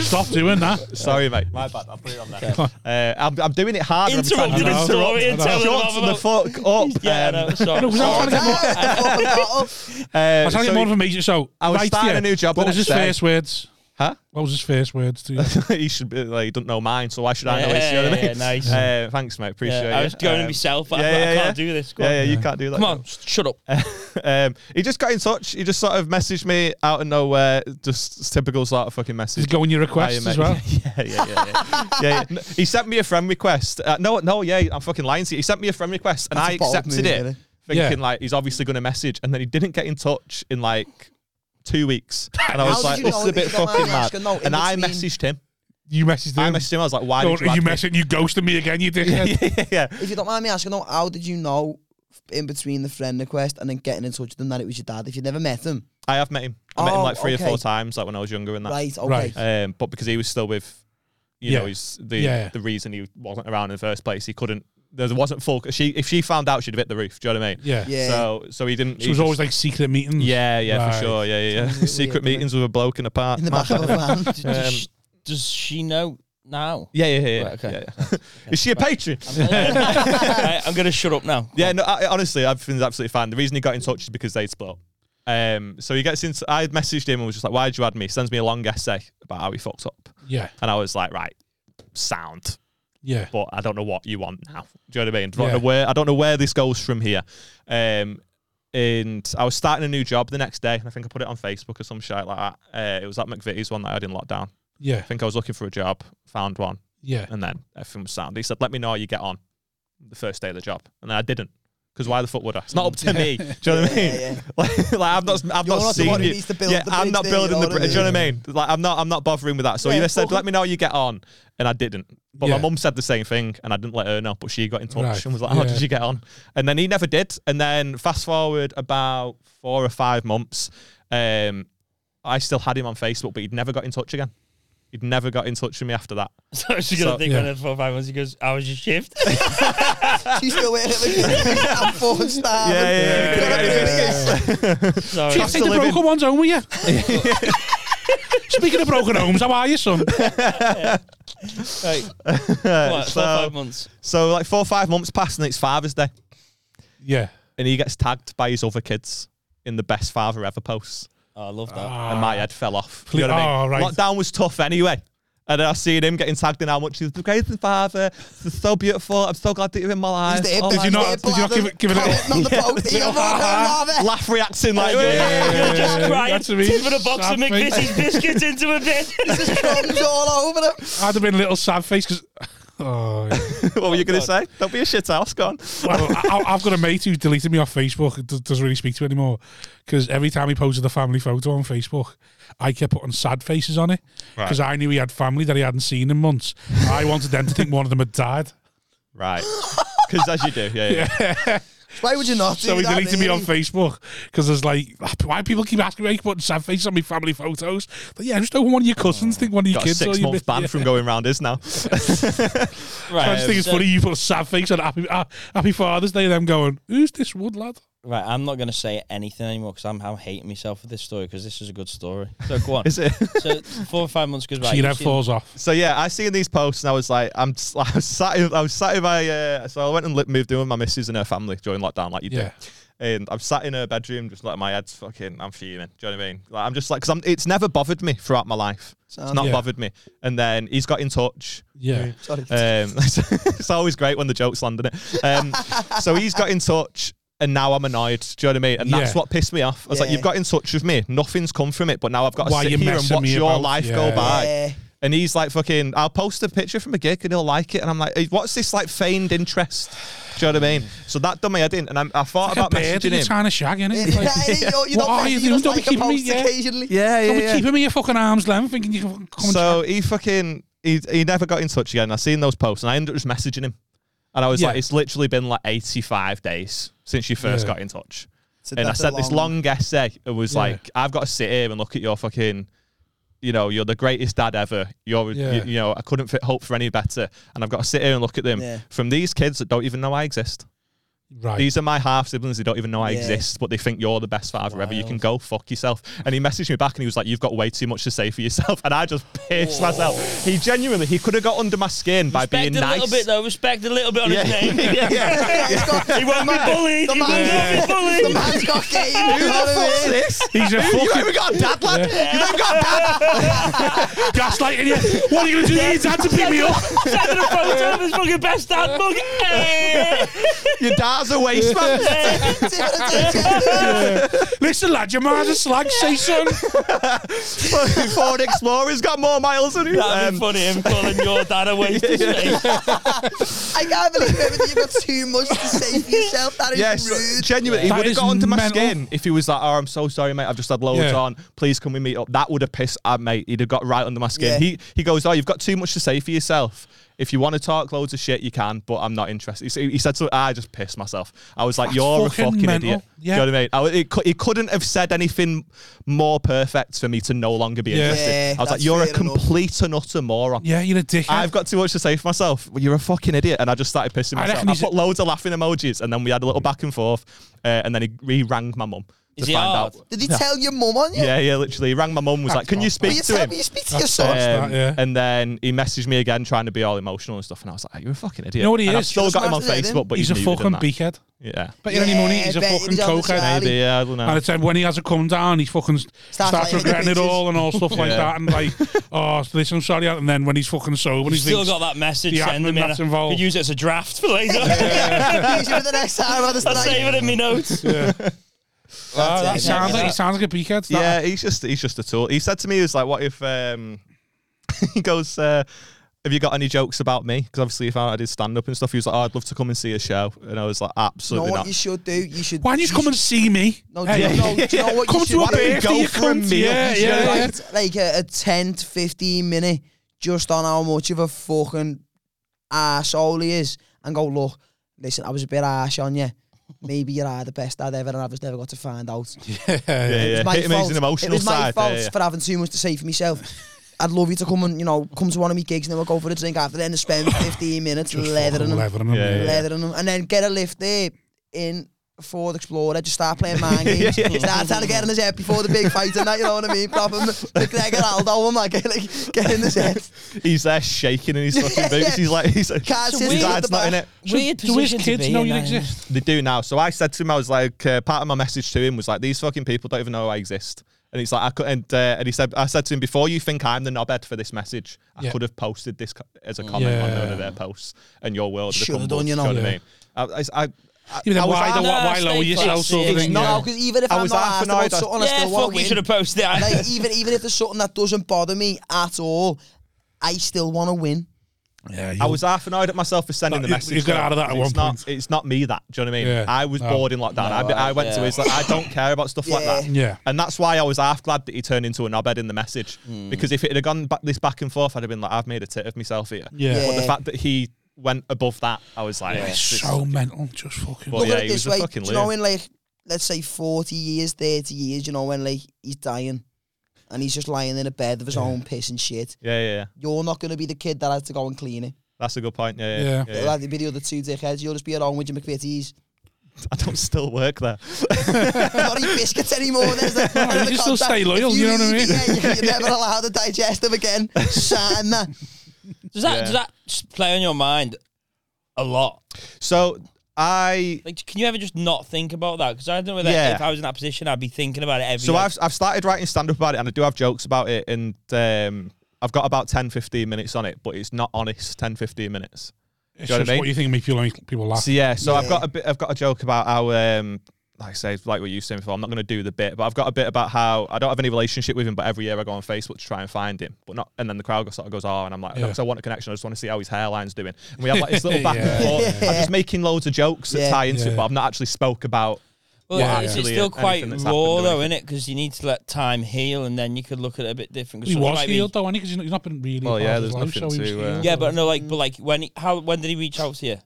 [SPEAKER 1] stop doing that.
[SPEAKER 4] sorry, mate, my bad. I'll put it on there. Uh, I'm, I'm doing it hard. every time
[SPEAKER 2] Interrupted
[SPEAKER 4] you
[SPEAKER 1] his
[SPEAKER 2] story and
[SPEAKER 4] interrupt.
[SPEAKER 2] telling him
[SPEAKER 4] Shut the
[SPEAKER 2] about-
[SPEAKER 4] fuck up.
[SPEAKER 2] yeah,
[SPEAKER 4] Um,
[SPEAKER 2] no, sorry.
[SPEAKER 1] No, 'cause I was trying to get more.
[SPEAKER 5] Full battle.
[SPEAKER 4] uh,
[SPEAKER 1] I was trying to
[SPEAKER 4] so
[SPEAKER 1] get more
[SPEAKER 4] he-
[SPEAKER 1] information. So
[SPEAKER 4] I was
[SPEAKER 1] right
[SPEAKER 4] starting
[SPEAKER 1] here,
[SPEAKER 4] a new job the
[SPEAKER 1] What was his
[SPEAKER 4] next day.
[SPEAKER 1] first words?
[SPEAKER 4] Huh?
[SPEAKER 1] What was his first words to you?
[SPEAKER 4] he should be like, he doesn't know mine, so why should I know his? You know
[SPEAKER 2] Yeah,
[SPEAKER 4] what I
[SPEAKER 2] yeah,
[SPEAKER 4] mean?
[SPEAKER 2] nice.
[SPEAKER 4] Uh, thanks, mate. Appreciate it.
[SPEAKER 2] Yeah, I was going to myself. I,
[SPEAKER 4] Um, yeah,
[SPEAKER 2] I
[SPEAKER 4] yeah,
[SPEAKER 2] can't
[SPEAKER 4] yeah.
[SPEAKER 2] do this. Go
[SPEAKER 4] Yeah,
[SPEAKER 2] on.
[SPEAKER 4] yeah, you can't do that.
[SPEAKER 2] Come on, s- shut up.
[SPEAKER 4] um, he just got in touch. He just sort of messaged me out of nowhere, just typical sort of fucking
[SPEAKER 1] Did
[SPEAKER 4] message.
[SPEAKER 1] he go on your
[SPEAKER 4] Hiya,
[SPEAKER 1] requests
[SPEAKER 4] mate.
[SPEAKER 1] as well?
[SPEAKER 4] Yeah, yeah, yeah, yeah. yeah. yeah, yeah. He sent me a friend request. Uh, no, no, yeah, I'm fucking lying to you. He sent me a friend request, and
[SPEAKER 5] That's
[SPEAKER 4] I
[SPEAKER 5] a bold
[SPEAKER 4] accepted
[SPEAKER 5] move,
[SPEAKER 4] it,
[SPEAKER 5] really.
[SPEAKER 4] thinking
[SPEAKER 1] Yeah.
[SPEAKER 4] like he's obviously going to message, and then he didn't get in touch in like two weeks, and I
[SPEAKER 5] How
[SPEAKER 4] was
[SPEAKER 5] did
[SPEAKER 4] like,
[SPEAKER 5] you
[SPEAKER 4] this
[SPEAKER 5] know
[SPEAKER 4] is a
[SPEAKER 5] that
[SPEAKER 4] bit
[SPEAKER 5] you got
[SPEAKER 4] fucking
[SPEAKER 5] my
[SPEAKER 4] mad.
[SPEAKER 5] Alaska note in
[SPEAKER 4] and I
[SPEAKER 5] between?
[SPEAKER 4] messaged him.
[SPEAKER 1] You messaged
[SPEAKER 4] I
[SPEAKER 1] him.
[SPEAKER 4] messaged him. I was like, why
[SPEAKER 1] Go,
[SPEAKER 4] did you?
[SPEAKER 1] you,
[SPEAKER 4] add me?"
[SPEAKER 1] messaging? You ghosted me again, you dickhead.
[SPEAKER 4] yeah, yeah.
[SPEAKER 5] If you don't mind me asking, though, how did you know f- in between the friend request and then getting in touch with them that it was your dad if you never met him?
[SPEAKER 4] I have met him. I met him
[SPEAKER 5] Oh,
[SPEAKER 4] like three or
[SPEAKER 5] okay.
[SPEAKER 4] four times, like when I was younger and that.
[SPEAKER 5] Right, okay.
[SPEAKER 1] Right.
[SPEAKER 4] Um, but because he was still with, you
[SPEAKER 1] Yeah.
[SPEAKER 4] know, he's the
[SPEAKER 1] Yeah.
[SPEAKER 4] the reason he wasn't around in the first place. He couldn't. There wasn't full. She if she found out, she'd have hit the roof. Do you know what I mean?
[SPEAKER 1] yeah.
[SPEAKER 5] Yeah.
[SPEAKER 4] So so he
[SPEAKER 1] So
[SPEAKER 4] didn't. he
[SPEAKER 1] it was
[SPEAKER 4] just-
[SPEAKER 1] always like secret meetings.
[SPEAKER 4] Yeah, yeah,
[SPEAKER 1] Right.
[SPEAKER 4] for sure. Yeah, yeah, yeah.
[SPEAKER 5] Sounds a bit
[SPEAKER 4] Secret
[SPEAKER 5] weird, doesn't
[SPEAKER 4] meetings with a bloke in a park.
[SPEAKER 5] In the back of a van.
[SPEAKER 2] Does, does she, does she know now?
[SPEAKER 4] yeah, yeah, yeah. yeah,
[SPEAKER 2] Right, okay.
[SPEAKER 4] yeah, yeah. Is she a patron?
[SPEAKER 2] Right, I'm going to shut up now.
[SPEAKER 4] Yeah, no. I, honestly, everything's absolutely fine. The reason he got in touch is because they split. up. Um, so he gets into. I messaged him and was just like, "Why'd you add me?" Sends me a long essay about how he fucked up,
[SPEAKER 1] Yeah.
[SPEAKER 4] and I was like, "Right, sound."
[SPEAKER 1] Yeah.
[SPEAKER 4] but I don't know what you want now. Do you know what I mean? I don't,
[SPEAKER 1] Yeah.
[SPEAKER 4] know, where, I don't know where this goes from here. Um, and I was starting a new job the next day, and I think I put it on Facebook or some shit like that. Uh, it was at McVitie's one that I had in lockdown.
[SPEAKER 1] Yeah.
[SPEAKER 4] I think I was looking for a job, found one,
[SPEAKER 1] Yeah.
[SPEAKER 4] and then everything was sound. He said, "Let me know how you get on." The first day of the job, and then I didn't. Because why the fuck would I? It's not up to me. Do you know what I mean?
[SPEAKER 5] Yeah, yeah.
[SPEAKER 4] like, like I've not, I've
[SPEAKER 5] You're
[SPEAKER 4] not
[SPEAKER 5] not the
[SPEAKER 4] seen
[SPEAKER 5] one who
[SPEAKER 4] you.
[SPEAKER 5] needs to build
[SPEAKER 4] yeah,
[SPEAKER 5] the
[SPEAKER 4] I'm
[SPEAKER 5] bridge
[SPEAKER 4] not
[SPEAKER 5] there,
[SPEAKER 4] building
[SPEAKER 5] you
[SPEAKER 4] the.
[SPEAKER 5] know what I
[SPEAKER 4] bridge. Do you know what I mean? Like, I'm not, I'm not bothering with that. So
[SPEAKER 5] Yeah,
[SPEAKER 4] you said,
[SPEAKER 5] fuck
[SPEAKER 4] let me know how you get on, and I didn't. But
[SPEAKER 1] Yeah.
[SPEAKER 4] my mum said the same thing, and I didn't let her know. But she got in touch
[SPEAKER 1] Right,
[SPEAKER 4] and was like, "How
[SPEAKER 1] yeah.
[SPEAKER 4] did you get on?" And then he never did. And then fast forward about four or five months, um, I still had him on Facebook, but he'd never got in touch again. He'd never got in touch with me after that.
[SPEAKER 2] So she's going to
[SPEAKER 4] So-
[SPEAKER 2] think
[SPEAKER 1] Yeah.
[SPEAKER 2] when it's four or five months, he goes, how was your shift?
[SPEAKER 5] She's still waiting for me. I'm fucking starving.
[SPEAKER 4] Yeah, yeah, yeah,
[SPEAKER 5] You've gotta
[SPEAKER 4] yeah,
[SPEAKER 5] do
[SPEAKER 4] yeah,
[SPEAKER 5] this.
[SPEAKER 2] Sorry.
[SPEAKER 1] Do you think the
[SPEAKER 4] living.
[SPEAKER 1] broken one's home with you? Speaking of broken homes, how are you, son?
[SPEAKER 2] Right. What, four or five months.
[SPEAKER 4] So like four or five months passed, and it's Father's Day,
[SPEAKER 1] Yeah.
[SPEAKER 4] and he gets tagged by his other kids in the best father ever posts.
[SPEAKER 2] Oh, I love that.
[SPEAKER 1] Uh,
[SPEAKER 4] and my head fell off.
[SPEAKER 1] Ple-
[SPEAKER 4] You know what I
[SPEAKER 1] Oh,
[SPEAKER 4] mean?
[SPEAKER 1] right.
[SPEAKER 4] Lockdown was tough anyway. And then I seen him getting tagged in how much he's the greatest father. This is so beautiful. I'm so glad that you're in my life.
[SPEAKER 5] He's the
[SPEAKER 4] Oh
[SPEAKER 5] hip-
[SPEAKER 4] my
[SPEAKER 1] Did you
[SPEAKER 5] he's
[SPEAKER 1] not-
[SPEAKER 5] the hip
[SPEAKER 1] did you not give it- give it a-
[SPEAKER 5] bladder. Not the poke. He's a
[SPEAKER 4] God.
[SPEAKER 5] bladder.
[SPEAKER 4] Laugh reacting like
[SPEAKER 2] You're just
[SPEAKER 1] Yeah,
[SPEAKER 2] crying.
[SPEAKER 1] Ah, that's me.
[SPEAKER 2] Tipping a box of
[SPEAKER 1] Sad face.
[SPEAKER 2] McVitie's biscuits into a bin.
[SPEAKER 5] Crumbs all over him.
[SPEAKER 1] I'd have been a little sad face because. Oh, yeah.
[SPEAKER 4] what were you going to say? Don't be a shit house, gone.
[SPEAKER 1] well, I, I- I've got a mate who's deleted me off Facebook. and do- Doesn't really speak to me anymore because every time he posted a family photo on Facebook, I kept putting sad faces on it because I knew he had family that he hadn't seen in months. I wanted them to think one of them had died.
[SPEAKER 4] Right. Because as you do, yeah, yeah.
[SPEAKER 5] Why would you not?
[SPEAKER 1] So
[SPEAKER 5] do
[SPEAKER 1] he
[SPEAKER 5] that, eh?
[SPEAKER 1] deleted me
[SPEAKER 4] eh?
[SPEAKER 5] really?
[SPEAKER 1] on Facebook because there's like, why people keep asking me why you putting sad faces on my family photos? Like, yeah, just don't want your cousins think one of your
[SPEAKER 4] Oh, Got a
[SPEAKER 1] kids. or
[SPEAKER 4] six
[SPEAKER 1] your
[SPEAKER 4] month
[SPEAKER 1] mate-
[SPEAKER 4] ban um,
[SPEAKER 1] yeah.
[SPEAKER 4] from going round his now.
[SPEAKER 2] Right.
[SPEAKER 1] I just think it's
[SPEAKER 2] so-
[SPEAKER 1] funny you put a sad face on happy, uh, happy Father's Day and them going, who's this wood lad?
[SPEAKER 2] Right, I'm not going to say anything anymore because I'm, I'm hating myself for this story because this is a good story. So go on.
[SPEAKER 4] Is it?
[SPEAKER 2] So four or five months goes by.
[SPEAKER 1] so you know
[SPEAKER 2] you've seen-
[SPEAKER 1] falls off.
[SPEAKER 4] So yeah, I seen these posts and I was like, I'm, s- I was sat, in, I was sat in my, uh, so I went and li- moved in with my missus and her family during lockdown, like you
[SPEAKER 1] Yeah.
[SPEAKER 4] do. And I'm sat in her bedroom, just like my head's fucking, I'm fuming. Do you know what I mean? Like I'm just like, cause I'm, it's never bothered me throughout my life. It's not
[SPEAKER 1] Yeah.
[SPEAKER 4] bothered me. And then he's got in touch.
[SPEAKER 1] Yeah.
[SPEAKER 5] Sorry.
[SPEAKER 4] Um, it's always great when the joke's land, isn't it? Um, so he's got in touch, and now I'm annoyed. Do you know what I mean? And that's
[SPEAKER 1] Yeah.
[SPEAKER 4] what pissed me off. I was like,
[SPEAKER 5] Yeah.
[SPEAKER 4] "You've got in touch with me. Nothing's come from it, but now I've got to
[SPEAKER 1] Why
[SPEAKER 4] sit
[SPEAKER 1] you
[SPEAKER 4] here and
[SPEAKER 1] messing
[SPEAKER 4] watch
[SPEAKER 1] me
[SPEAKER 4] your
[SPEAKER 1] about?
[SPEAKER 4] life go
[SPEAKER 1] Yeah.
[SPEAKER 4] by."
[SPEAKER 5] Yeah.
[SPEAKER 4] And he's like, "Fucking, I'll post a picture from a gig, and he'll like it." And I'm like, "Hey, "What's this like feigned interest?" Do you know what I mean? So that done my head in, and I'm, I thought
[SPEAKER 1] Like a
[SPEAKER 4] about
[SPEAKER 1] bird that
[SPEAKER 4] messaging
[SPEAKER 1] you're
[SPEAKER 4] him.
[SPEAKER 1] trying to shag, innit? It's like, "Oh,
[SPEAKER 5] Yeah, you don't- you
[SPEAKER 1] What
[SPEAKER 5] don't
[SPEAKER 1] are
[SPEAKER 5] think
[SPEAKER 1] you
[SPEAKER 5] you
[SPEAKER 1] doing?
[SPEAKER 5] just
[SPEAKER 1] Don't be
[SPEAKER 5] like a
[SPEAKER 1] keeping me,
[SPEAKER 5] post
[SPEAKER 1] yeah.
[SPEAKER 5] occasionally.
[SPEAKER 4] yeah,
[SPEAKER 1] Don't be keeping me at fucking arm's length thinking you can fucking come
[SPEAKER 4] so
[SPEAKER 1] and
[SPEAKER 4] he fucking he, he never got in touch again. I seen those posts and I ended up just messaging him. And I was
[SPEAKER 1] Yeah.
[SPEAKER 4] like, it's literally been like 85 days since you first
[SPEAKER 1] Yeah.
[SPEAKER 4] got in touch.
[SPEAKER 5] So
[SPEAKER 4] and I
[SPEAKER 5] that's a
[SPEAKER 4] sent this long essay and was
[SPEAKER 1] Yeah.
[SPEAKER 4] like, I've got to sit here and look at your fucking, you know, you're the greatest dad ever. You're, you-
[SPEAKER 1] Yeah.
[SPEAKER 4] you, know, I couldn't fit, hope for any better. And I've got to sit here and look at them
[SPEAKER 5] Yeah.
[SPEAKER 4] from these kids that don't even know I exist.
[SPEAKER 1] Right.
[SPEAKER 4] These are my half siblings. They don't even know I
[SPEAKER 5] Yeah.
[SPEAKER 4] exist, but they think you're the best father ever. You can
[SPEAKER 2] Wild.
[SPEAKER 4] go fuck yourself. And he messaged me back and he was like, "You've got way too much to say for yourself." And I just pissed myself. He genuinely, he could have got under my skin by
[SPEAKER 2] Respect
[SPEAKER 4] being
[SPEAKER 2] a
[SPEAKER 4] nice.
[SPEAKER 2] little bit though. Respect a little bit on
[SPEAKER 4] Yeah.
[SPEAKER 2] his name.
[SPEAKER 5] He's got-
[SPEAKER 2] He won't be bullied.
[SPEAKER 5] The
[SPEAKER 2] He won't be
[SPEAKER 5] The
[SPEAKER 2] bullied.
[SPEAKER 5] man's got game.
[SPEAKER 4] Who the fuck's this?
[SPEAKER 1] He's a
[SPEAKER 4] You
[SPEAKER 1] fucking
[SPEAKER 4] even got a dad, lad. You even got a dad.
[SPEAKER 1] gaslighting you. What are you going to do? He's had to pick me up.
[SPEAKER 2] Sending a photo of his fucking best dad mug. Eh.
[SPEAKER 4] Your dad's a waste man.
[SPEAKER 1] Listen, lad, your man's a slag. Say son.
[SPEAKER 4] Fucking Ford Explorer's got more miles than you.
[SPEAKER 2] That'd be
[SPEAKER 4] Um,
[SPEAKER 2] funny. Him calling your dad a waste of space.
[SPEAKER 5] I can't believe everything. You've got too much to say for yourself. That is
[SPEAKER 4] Yes,
[SPEAKER 5] rude.
[SPEAKER 4] genuinely, he
[SPEAKER 1] That
[SPEAKER 4] would have
[SPEAKER 1] is
[SPEAKER 4] got under my
[SPEAKER 1] mental.
[SPEAKER 4] skin if he was like, "Oh, I'm so sorry, mate. I've just had loads
[SPEAKER 1] Yeah.
[SPEAKER 4] on. Please, can we meet up?" That would have pissed at mate. He'd have got right under my skin.
[SPEAKER 5] Yeah.
[SPEAKER 4] He he goes, "Oh, you've got too much to say for yourself. If you want to talk loads of shit, you can, but I'm not interested." He, said- he said, "So I just pissed myself. I was like,
[SPEAKER 1] That's
[SPEAKER 4] you're a
[SPEAKER 1] fucking
[SPEAKER 4] fucking
[SPEAKER 1] mental.
[SPEAKER 4] idiot."
[SPEAKER 1] Yeah.
[SPEAKER 4] Do you know what I mean? I, it, cou- it couldn't have said anything more perfect for me to no longer be
[SPEAKER 1] Yeah.
[SPEAKER 4] interested.
[SPEAKER 5] Yeah,
[SPEAKER 4] I was like,
[SPEAKER 5] that's
[SPEAKER 4] "You're a
[SPEAKER 5] fair enough.
[SPEAKER 4] complete and utter moron."
[SPEAKER 1] Yeah, you're a dickhead.
[SPEAKER 4] I've got too much to say for myself. Well, you're a fucking idiot. And I just started pissing
[SPEAKER 1] I
[SPEAKER 4] myself.
[SPEAKER 1] reckon
[SPEAKER 4] I,
[SPEAKER 1] he's-
[SPEAKER 4] put loads of laughing emojis and then we had a little back and forth. Uh, and then he, he rang my mum to
[SPEAKER 2] Is he
[SPEAKER 4] find
[SPEAKER 2] hard?
[SPEAKER 4] out.
[SPEAKER 5] Did he tell your mum on you?
[SPEAKER 4] Yeah, yeah, literally. He rang my mum, was like, Can you
[SPEAKER 5] Will
[SPEAKER 4] speak
[SPEAKER 5] you
[SPEAKER 4] to
[SPEAKER 5] tell
[SPEAKER 4] him? Um,
[SPEAKER 5] me you speak to your
[SPEAKER 1] That's
[SPEAKER 5] son?
[SPEAKER 1] that, yeah.
[SPEAKER 4] And then he messaged me again, trying to be all emotional and stuff. And I was like, "You're a fucking idiot."
[SPEAKER 1] You know what he
[SPEAKER 4] and I've
[SPEAKER 1] is?
[SPEAKER 4] still got him on
[SPEAKER 5] Just imagine
[SPEAKER 4] Facebook, but
[SPEAKER 1] he's a
[SPEAKER 4] muted and
[SPEAKER 1] fucking
[SPEAKER 4] that.
[SPEAKER 1] beakhead.
[SPEAKER 4] Yeah,
[SPEAKER 1] Bet you any money,
[SPEAKER 5] Yeah,
[SPEAKER 1] he's a
[SPEAKER 5] bet
[SPEAKER 1] fucking
[SPEAKER 5] he's on the
[SPEAKER 1] cokehead.
[SPEAKER 5] side.
[SPEAKER 4] maybe. Yeah, I don't
[SPEAKER 1] And
[SPEAKER 4] know.
[SPEAKER 1] the time when he has a come down, he fucking starts,
[SPEAKER 5] like hitting
[SPEAKER 1] regretting it
[SPEAKER 5] bitches.
[SPEAKER 1] all and all stuff like
[SPEAKER 4] Yeah.
[SPEAKER 1] that. And like, oh, listen, I'm sorry. And then when he's fucking sober, and he
[SPEAKER 2] He's still
[SPEAKER 1] thinks,
[SPEAKER 2] got that message.
[SPEAKER 1] the
[SPEAKER 2] Send
[SPEAKER 1] admin
[SPEAKER 2] him in.
[SPEAKER 1] that's
[SPEAKER 2] I
[SPEAKER 1] involved.
[SPEAKER 2] Could use it as a draft for later.
[SPEAKER 5] Use you for the next time. I'll just
[SPEAKER 2] I
[SPEAKER 5] like-
[SPEAKER 2] save it in my notes.
[SPEAKER 1] "Ah,
[SPEAKER 5] That's
[SPEAKER 1] he
[SPEAKER 5] it,
[SPEAKER 1] sounds
[SPEAKER 5] yeah.
[SPEAKER 1] like he sounds like a beakhead. that."
[SPEAKER 4] Yeah, he's just he's just a tool. He said to me, he was like, "What if?" Um, he goes, uh, "Have you got any jokes about me?" Because obviously, if I did stand up and stuff, he was like, oh, "I'd love to come and see a show," and I was like,
[SPEAKER 5] You know
[SPEAKER 4] "Absolutely
[SPEAKER 5] what
[SPEAKER 4] not."
[SPEAKER 5] you should do? You should.
[SPEAKER 1] Why don't you just come and see me?
[SPEAKER 5] No, do
[SPEAKER 1] Hey,
[SPEAKER 5] you know, no, do you know what
[SPEAKER 1] come
[SPEAKER 5] you
[SPEAKER 1] to
[SPEAKER 5] should
[SPEAKER 1] a
[SPEAKER 5] do?
[SPEAKER 4] don't you
[SPEAKER 1] birthday,
[SPEAKER 4] go
[SPEAKER 1] you
[SPEAKER 4] for a
[SPEAKER 1] cunt.
[SPEAKER 4] meal?
[SPEAKER 1] Yeah,
[SPEAKER 4] You
[SPEAKER 1] yeah,
[SPEAKER 4] should,
[SPEAKER 1] yeah.
[SPEAKER 5] like, like a, a 10 to 15 minute just on how much of a fucking asshole he is and go, look, listen, I was a bit harsh on you. Maybe you are the best dad ever and I've just never got to find out.
[SPEAKER 4] Yeah,
[SPEAKER 5] It
[SPEAKER 4] yeah.
[SPEAKER 5] was my
[SPEAKER 4] Hit him as
[SPEAKER 5] fault.
[SPEAKER 4] an emotional
[SPEAKER 5] it was my
[SPEAKER 4] side.
[SPEAKER 5] fault
[SPEAKER 4] yeah, yeah.
[SPEAKER 5] for having too much to say for myself. I'd love you to come and, you know, come to one of my gigs and then we'll go for a drink after then and spend 15 minutes
[SPEAKER 1] Just
[SPEAKER 5] leathering
[SPEAKER 1] fucking
[SPEAKER 5] him.
[SPEAKER 1] leathering him,
[SPEAKER 4] Yeah,
[SPEAKER 1] yeah.
[SPEAKER 5] leathering them, and then get a lift there in Ford Explorer. Just start playing mind games.
[SPEAKER 4] Yeah, yeah.
[SPEAKER 5] Start trying to get in his head before the big fight tonight. You know what I mean? Proper McGregor Aldo, I'm like, like get in his head.
[SPEAKER 4] He's there shaking in his fucking boots. He's like, he's like,
[SPEAKER 5] Can't
[SPEAKER 4] his
[SPEAKER 5] sit with
[SPEAKER 4] dad's
[SPEAKER 5] the
[SPEAKER 4] not in
[SPEAKER 5] back.
[SPEAKER 4] it.
[SPEAKER 1] Should- Do his kids know you exist?
[SPEAKER 4] They do now. So I said to him, I was like, uh, part of my message to him was like, these fucking people don't even know I exist. And he's like, I could, and, uh, and he said, I said to him, before you think I'm the knobhead for this message, I
[SPEAKER 1] Yeah. Mm.
[SPEAKER 4] could have posted this co- as a comment on
[SPEAKER 1] Yeah.
[SPEAKER 4] one of their posts, and your world would have
[SPEAKER 5] Should
[SPEAKER 4] come
[SPEAKER 5] have done,
[SPEAKER 4] up,
[SPEAKER 5] you know.
[SPEAKER 4] do what I
[SPEAKER 1] Yeah.
[SPEAKER 4] mean? I, I, I, I,
[SPEAKER 1] Yeah,
[SPEAKER 4] I
[SPEAKER 1] then
[SPEAKER 4] was
[SPEAKER 1] why,
[SPEAKER 4] like,
[SPEAKER 1] the,
[SPEAKER 2] nah,
[SPEAKER 1] why lower
[SPEAKER 2] stay
[SPEAKER 1] yourself
[SPEAKER 2] classy.
[SPEAKER 1] sort of
[SPEAKER 2] It's
[SPEAKER 1] thing?
[SPEAKER 5] No,
[SPEAKER 1] yeah.
[SPEAKER 5] because even if
[SPEAKER 4] I
[SPEAKER 5] I'm
[SPEAKER 4] was
[SPEAKER 5] not
[SPEAKER 4] half
[SPEAKER 5] asked about
[SPEAKER 4] annoyed I-
[SPEAKER 5] something, I
[SPEAKER 2] Yeah,
[SPEAKER 5] still want
[SPEAKER 2] fuck,
[SPEAKER 5] to
[SPEAKER 2] you should
[SPEAKER 5] win.
[SPEAKER 2] have posted it.
[SPEAKER 5] Like even even if it's something that doesn't bother me at all, I still want to win.
[SPEAKER 1] Yeah,
[SPEAKER 4] I
[SPEAKER 1] you'll-
[SPEAKER 4] was half annoyed at myself for sending
[SPEAKER 1] No,
[SPEAKER 4] the
[SPEAKER 1] you-
[SPEAKER 4] message.
[SPEAKER 1] you got
[SPEAKER 4] though,
[SPEAKER 1] out of that at
[SPEAKER 4] because
[SPEAKER 1] one
[SPEAKER 4] it's not,
[SPEAKER 1] point.
[SPEAKER 4] It's not me that. Do you know what I mean?
[SPEAKER 1] Yeah,
[SPEAKER 4] I was
[SPEAKER 1] no.
[SPEAKER 4] bored in lockdown. I, I went to
[SPEAKER 2] yeah.
[SPEAKER 4] his like I don't care about stuff like
[SPEAKER 5] Yeah.
[SPEAKER 4] that.
[SPEAKER 1] Yeah.
[SPEAKER 4] And that's why I was half glad that he turned into a knobhead in the message.
[SPEAKER 1] Mm.
[SPEAKER 4] Because if it had gone back this back and forth, I'd have been like, I've made a tit of myself here.
[SPEAKER 1] Yeah.
[SPEAKER 4] But the
[SPEAKER 5] Yeah.
[SPEAKER 4] fact that he went above that, I was like,
[SPEAKER 1] It's
[SPEAKER 4] this is-
[SPEAKER 1] so mental, oh, just fucking.
[SPEAKER 4] But
[SPEAKER 5] Look
[SPEAKER 4] yeah,
[SPEAKER 5] at it
[SPEAKER 4] he
[SPEAKER 5] this
[SPEAKER 4] was a
[SPEAKER 5] way.
[SPEAKER 4] fucking
[SPEAKER 5] Do you know
[SPEAKER 4] loon.
[SPEAKER 5] in like let's say forty years, thirty years, you know when like he's dying, and he's just lying in a bed of his own piss and shit.
[SPEAKER 4] yeah, yeah, yeah.
[SPEAKER 5] You're not going to be the kid that has to go and clean it.
[SPEAKER 4] That's a good point. Yeah,
[SPEAKER 1] Yeah.
[SPEAKER 4] yeah. yeah, yeah.
[SPEAKER 5] It'll either be the other two dickheads. You'll just be at home with your McVitie's.
[SPEAKER 4] I don't still work there.
[SPEAKER 5] not eat biscuits anymore. There's that- another
[SPEAKER 1] you still
[SPEAKER 5] contact.
[SPEAKER 1] stay loyal,
[SPEAKER 5] If
[SPEAKER 1] you know what I
[SPEAKER 5] leave
[SPEAKER 1] mean?
[SPEAKER 5] again, You're never allowed to digest them again. Sign that.
[SPEAKER 2] Does that
[SPEAKER 4] Yeah.
[SPEAKER 2] does that just play on your mind a lot?
[SPEAKER 4] So I
[SPEAKER 2] Like, can you ever just not think about that? Because I don't know whether
[SPEAKER 4] Yeah.
[SPEAKER 2] if I was in that position, I'd be thinking about it every.
[SPEAKER 4] so
[SPEAKER 2] like,
[SPEAKER 4] I've I've started writing stand up about it and I do have jokes about it and um I've got about 10 15 minutes on it, but it's not honest 10 15 minutes.
[SPEAKER 1] It's
[SPEAKER 4] You know what I
[SPEAKER 1] just
[SPEAKER 4] mean?
[SPEAKER 1] what you think make people, people laugh.
[SPEAKER 4] So yeah, so I've
[SPEAKER 5] Yeah.
[SPEAKER 4] got a bit. I've got a joke about how, um, like I say, like what you were saying before. I'm not going to do the bit, but I've got a bit about how I don't have any relationship with him, but every year I go on Facebook to try and find him, but not. And then the crowd go- sort of goes, oh, and I'm like,
[SPEAKER 1] Yeah.
[SPEAKER 4] because I want a connection. I just want to see how his hairline's doing. And we have like this little back and
[SPEAKER 1] Yeah.
[SPEAKER 4] forth. I'm just making loads of jokes
[SPEAKER 5] Yeah.
[SPEAKER 4] that tie into
[SPEAKER 1] Yeah.
[SPEAKER 4] it, but I've not actually spoke about.
[SPEAKER 2] Well,
[SPEAKER 1] Yeah,
[SPEAKER 2] it's, it's
[SPEAKER 4] actually
[SPEAKER 2] still
[SPEAKER 4] anything
[SPEAKER 2] quite
[SPEAKER 4] that's happened
[SPEAKER 2] raw
[SPEAKER 4] or
[SPEAKER 2] though,
[SPEAKER 4] anything.
[SPEAKER 2] isn't it? Because you need to let time heal, and then you could look at it a bit different. 'cause
[SPEAKER 1] He
[SPEAKER 2] someone
[SPEAKER 1] was
[SPEAKER 2] might be-
[SPEAKER 1] healed though, and because he's not, he's not been really.
[SPEAKER 4] Well,
[SPEAKER 1] part
[SPEAKER 4] yeah,
[SPEAKER 1] of his
[SPEAKER 4] there's
[SPEAKER 1] life,
[SPEAKER 4] nothing
[SPEAKER 1] so he
[SPEAKER 4] to,
[SPEAKER 1] was
[SPEAKER 4] uh,
[SPEAKER 1] healed.
[SPEAKER 2] Yeah, but no, like, but like, when he, how when did he reach out to you?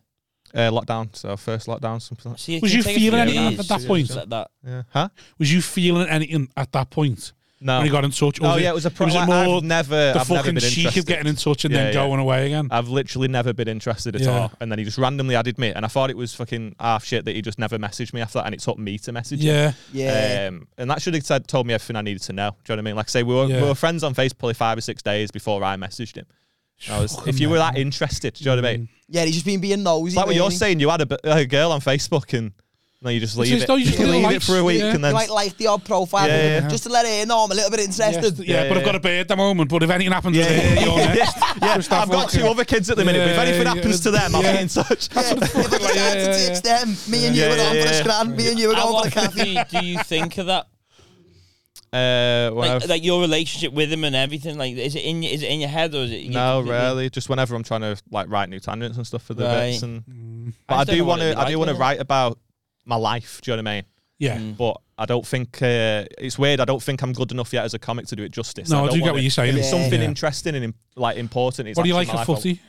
[SPEAKER 4] Uh, lockdown, so first lockdown, something like
[SPEAKER 2] See, it
[SPEAKER 1] Was
[SPEAKER 2] can
[SPEAKER 1] you
[SPEAKER 2] take a
[SPEAKER 1] feeling
[SPEAKER 2] few
[SPEAKER 1] anything
[SPEAKER 2] years
[SPEAKER 1] at that
[SPEAKER 2] to
[SPEAKER 1] point?
[SPEAKER 2] just let that-
[SPEAKER 4] that. Yeah. Huh?
[SPEAKER 1] was you feeling anything at that point
[SPEAKER 4] No.
[SPEAKER 1] when he got in touch? Or
[SPEAKER 4] oh yeah, it was a pro.
[SPEAKER 1] it
[SPEAKER 4] like,
[SPEAKER 1] more
[SPEAKER 4] I've never,
[SPEAKER 1] the
[SPEAKER 4] I've never
[SPEAKER 1] fucking
[SPEAKER 4] been
[SPEAKER 1] chic
[SPEAKER 4] interested.
[SPEAKER 1] of getting in touch and
[SPEAKER 4] Yeah,
[SPEAKER 1] then
[SPEAKER 4] yeah.
[SPEAKER 1] going away again?
[SPEAKER 4] I've literally never been interested at
[SPEAKER 1] Yeah.
[SPEAKER 4] all. And then he just randomly added me, and I thought it was fucking half shit that he just never messaged me after that, and it took me to message him.
[SPEAKER 1] yeah,
[SPEAKER 5] Yeah.
[SPEAKER 4] Um, and that should have said, told me everything I needed to know. Do you know what I mean? Like, I say, we were,
[SPEAKER 1] Yeah.
[SPEAKER 4] we were friends on Facebook probably five or six days before I messaged him. And I was,
[SPEAKER 1] Fucking
[SPEAKER 4] if you were
[SPEAKER 1] hell.
[SPEAKER 4] that interested, do you know what I mean?
[SPEAKER 5] Yeah, he's just been being nosy.
[SPEAKER 4] It's like what you're
[SPEAKER 5] really.
[SPEAKER 4] saying, you had a, b- a girl on Facebook and then you just leave
[SPEAKER 1] just-
[SPEAKER 4] it.
[SPEAKER 1] no, you just get the
[SPEAKER 4] leave it
[SPEAKER 1] likes,
[SPEAKER 4] for a week
[SPEAKER 1] yeah.
[SPEAKER 4] and
[SPEAKER 5] You
[SPEAKER 4] then.
[SPEAKER 5] might like the odd profile,
[SPEAKER 4] Yeah, yeah, yeah.
[SPEAKER 5] just to let her know I'm a little bit
[SPEAKER 1] yeah,
[SPEAKER 5] interested.
[SPEAKER 1] yeah, but I've got a beer at the moment. But if anything happens to
[SPEAKER 4] yeah,
[SPEAKER 1] her, you're next.
[SPEAKER 4] yeah,
[SPEAKER 1] Just have
[SPEAKER 4] I've got
[SPEAKER 1] fucking-
[SPEAKER 4] two other kids at the minute, but if
[SPEAKER 1] Yeah,
[SPEAKER 4] anything
[SPEAKER 1] yeah,
[SPEAKER 4] happens to them, I'll
[SPEAKER 1] yeah.
[SPEAKER 4] be in touch.
[SPEAKER 5] If I
[SPEAKER 1] Like, yeah,
[SPEAKER 5] had to
[SPEAKER 1] yeah,
[SPEAKER 5] ditch them, me and you
[SPEAKER 4] Yeah,
[SPEAKER 5] were
[SPEAKER 4] yeah,
[SPEAKER 5] on for a
[SPEAKER 4] yeah.
[SPEAKER 5] scran, me and you were
[SPEAKER 2] How
[SPEAKER 5] going for
[SPEAKER 2] often
[SPEAKER 5] a coffee.
[SPEAKER 2] do you, do you think of that?
[SPEAKER 4] Uh, when I've-
[SPEAKER 2] Like, like your relationship with him and everything. Like, is it in your, is it in your head or is it? you
[SPEAKER 4] No,
[SPEAKER 2] completely-
[SPEAKER 4] really. Just whenever I'm trying to like write new tangents and stuff for the
[SPEAKER 2] Right.
[SPEAKER 4] bits, and
[SPEAKER 2] I
[SPEAKER 1] Mm.
[SPEAKER 4] but I,
[SPEAKER 2] just don't
[SPEAKER 4] do
[SPEAKER 2] know what
[SPEAKER 4] want
[SPEAKER 2] it'd be
[SPEAKER 4] to. I
[SPEAKER 2] like,
[SPEAKER 4] do want to
[SPEAKER 2] innit?
[SPEAKER 4] write about my life. Do you know what I mean?
[SPEAKER 1] yeah.
[SPEAKER 4] But I don't think uh, it's weird. I don't think I'm good enough yet as a comic to do it justice.
[SPEAKER 1] No, I
[SPEAKER 4] don't
[SPEAKER 1] do get
[SPEAKER 4] wanna-
[SPEAKER 1] what you're saying.
[SPEAKER 4] If it's something
[SPEAKER 1] Yeah.
[SPEAKER 4] interesting and im- like important, it's
[SPEAKER 1] What do you
[SPEAKER 4] actually
[SPEAKER 1] like
[SPEAKER 4] my
[SPEAKER 1] a
[SPEAKER 4] life, I'll-
[SPEAKER 1] footy?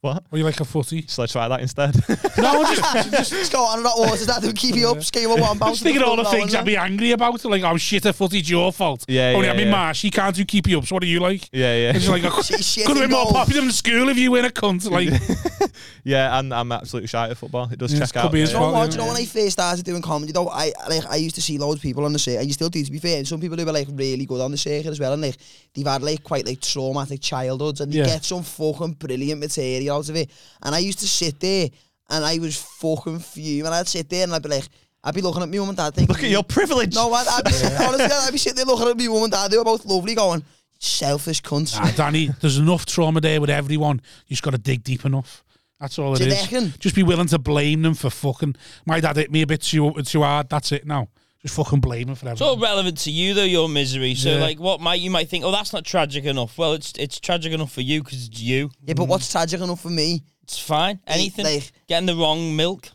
[SPEAKER 4] What?
[SPEAKER 1] What do you like a footy?
[SPEAKER 4] Shall I try that instead?
[SPEAKER 1] No, I'm just,
[SPEAKER 5] Just go on and not waters that to keep you up, scale up one
[SPEAKER 1] I'm
[SPEAKER 5] bounce.
[SPEAKER 1] just thinking of all the things I'd be angry about. Like, oh shit, a footy, it's your fault.
[SPEAKER 4] Yeah,
[SPEAKER 1] Only
[SPEAKER 4] yeah,
[SPEAKER 1] I'm in
[SPEAKER 4] yeah.
[SPEAKER 1] Marsh. He can't do keep you up. So what do you like?
[SPEAKER 4] yeah, yeah,
[SPEAKER 1] It's just like I
[SPEAKER 5] shit
[SPEAKER 1] could could have been
[SPEAKER 5] in
[SPEAKER 1] more
[SPEAKER 5] goals.
[SPEAKER 1] popular in school if you were a cunt. Like,
[SPEAKER 4] yeah. And I'm absolutely shy at football. It does
[SPEAKER 1] Yeah,
[SPEAKER 4] check
[SPEAKER 1] it could
[SPEAKER 4] out.
[SPEAKER 1] be
[SPEAKER 4] yeah.
[SPEAKER 1] as
[SPEAKER 5] Do you know
[SPEAKER 1] well,
[SPEAKER 5] what?
[SPEAKER 1] yeah.
[SPEAKER 5] Do you know when I first started doing comedy though? I like I used to see loads of people on the circuit. and You still do to be fair. And some people who are like really good on the circuit as well, and like they've had like quite like traumatic childhoods, and they
[SPEAKER 1] Yeah.
[SPEAKER 5] get some fucking brilliant material out of it. And I used to sit there, and I was fucking fuming. And I'd sit there, and I'd be like, I'd be looking at me mum and dad, thinking,
[SPEAKER 4] Look at your privilege.
[SPEAKER 5] No, I'd, I'd be sitting, honestly, I'd be sitting there looking at me mum and dad. They were both lovely, going selfish cunts.
[SPEAKER 1] Nah, Danny, there's enough trauma there with everyone. You just got to dig deep enough. That's all it
[SPEAKER 5] Do you
[SPEAKER 1] is.
[SPEAKER 5] reckon?
[SPEAKER 1] Just be willing to blame them for fucking. My dad hit me a bit too too hard. That's it now. Just fucking blame him for
[SPEAKER 2] It's all
[SPEAKER 1] everything.
[SPEAKER 2] relevant to you though, your misery. So
[SPEAKER 1] Yeah.
[SPEAKER 2] like, what might you might think? Oh, that's not tragic enough. Well, it's it's tragic enough for you because it's you.
[SPEAKER 5] Yeah, but what's tragic enough for me?
[SPEAKER 2] It's fine. Anything.
[SPEAKER 5] like-
[SPEAKER 2] Getting the wrong milk.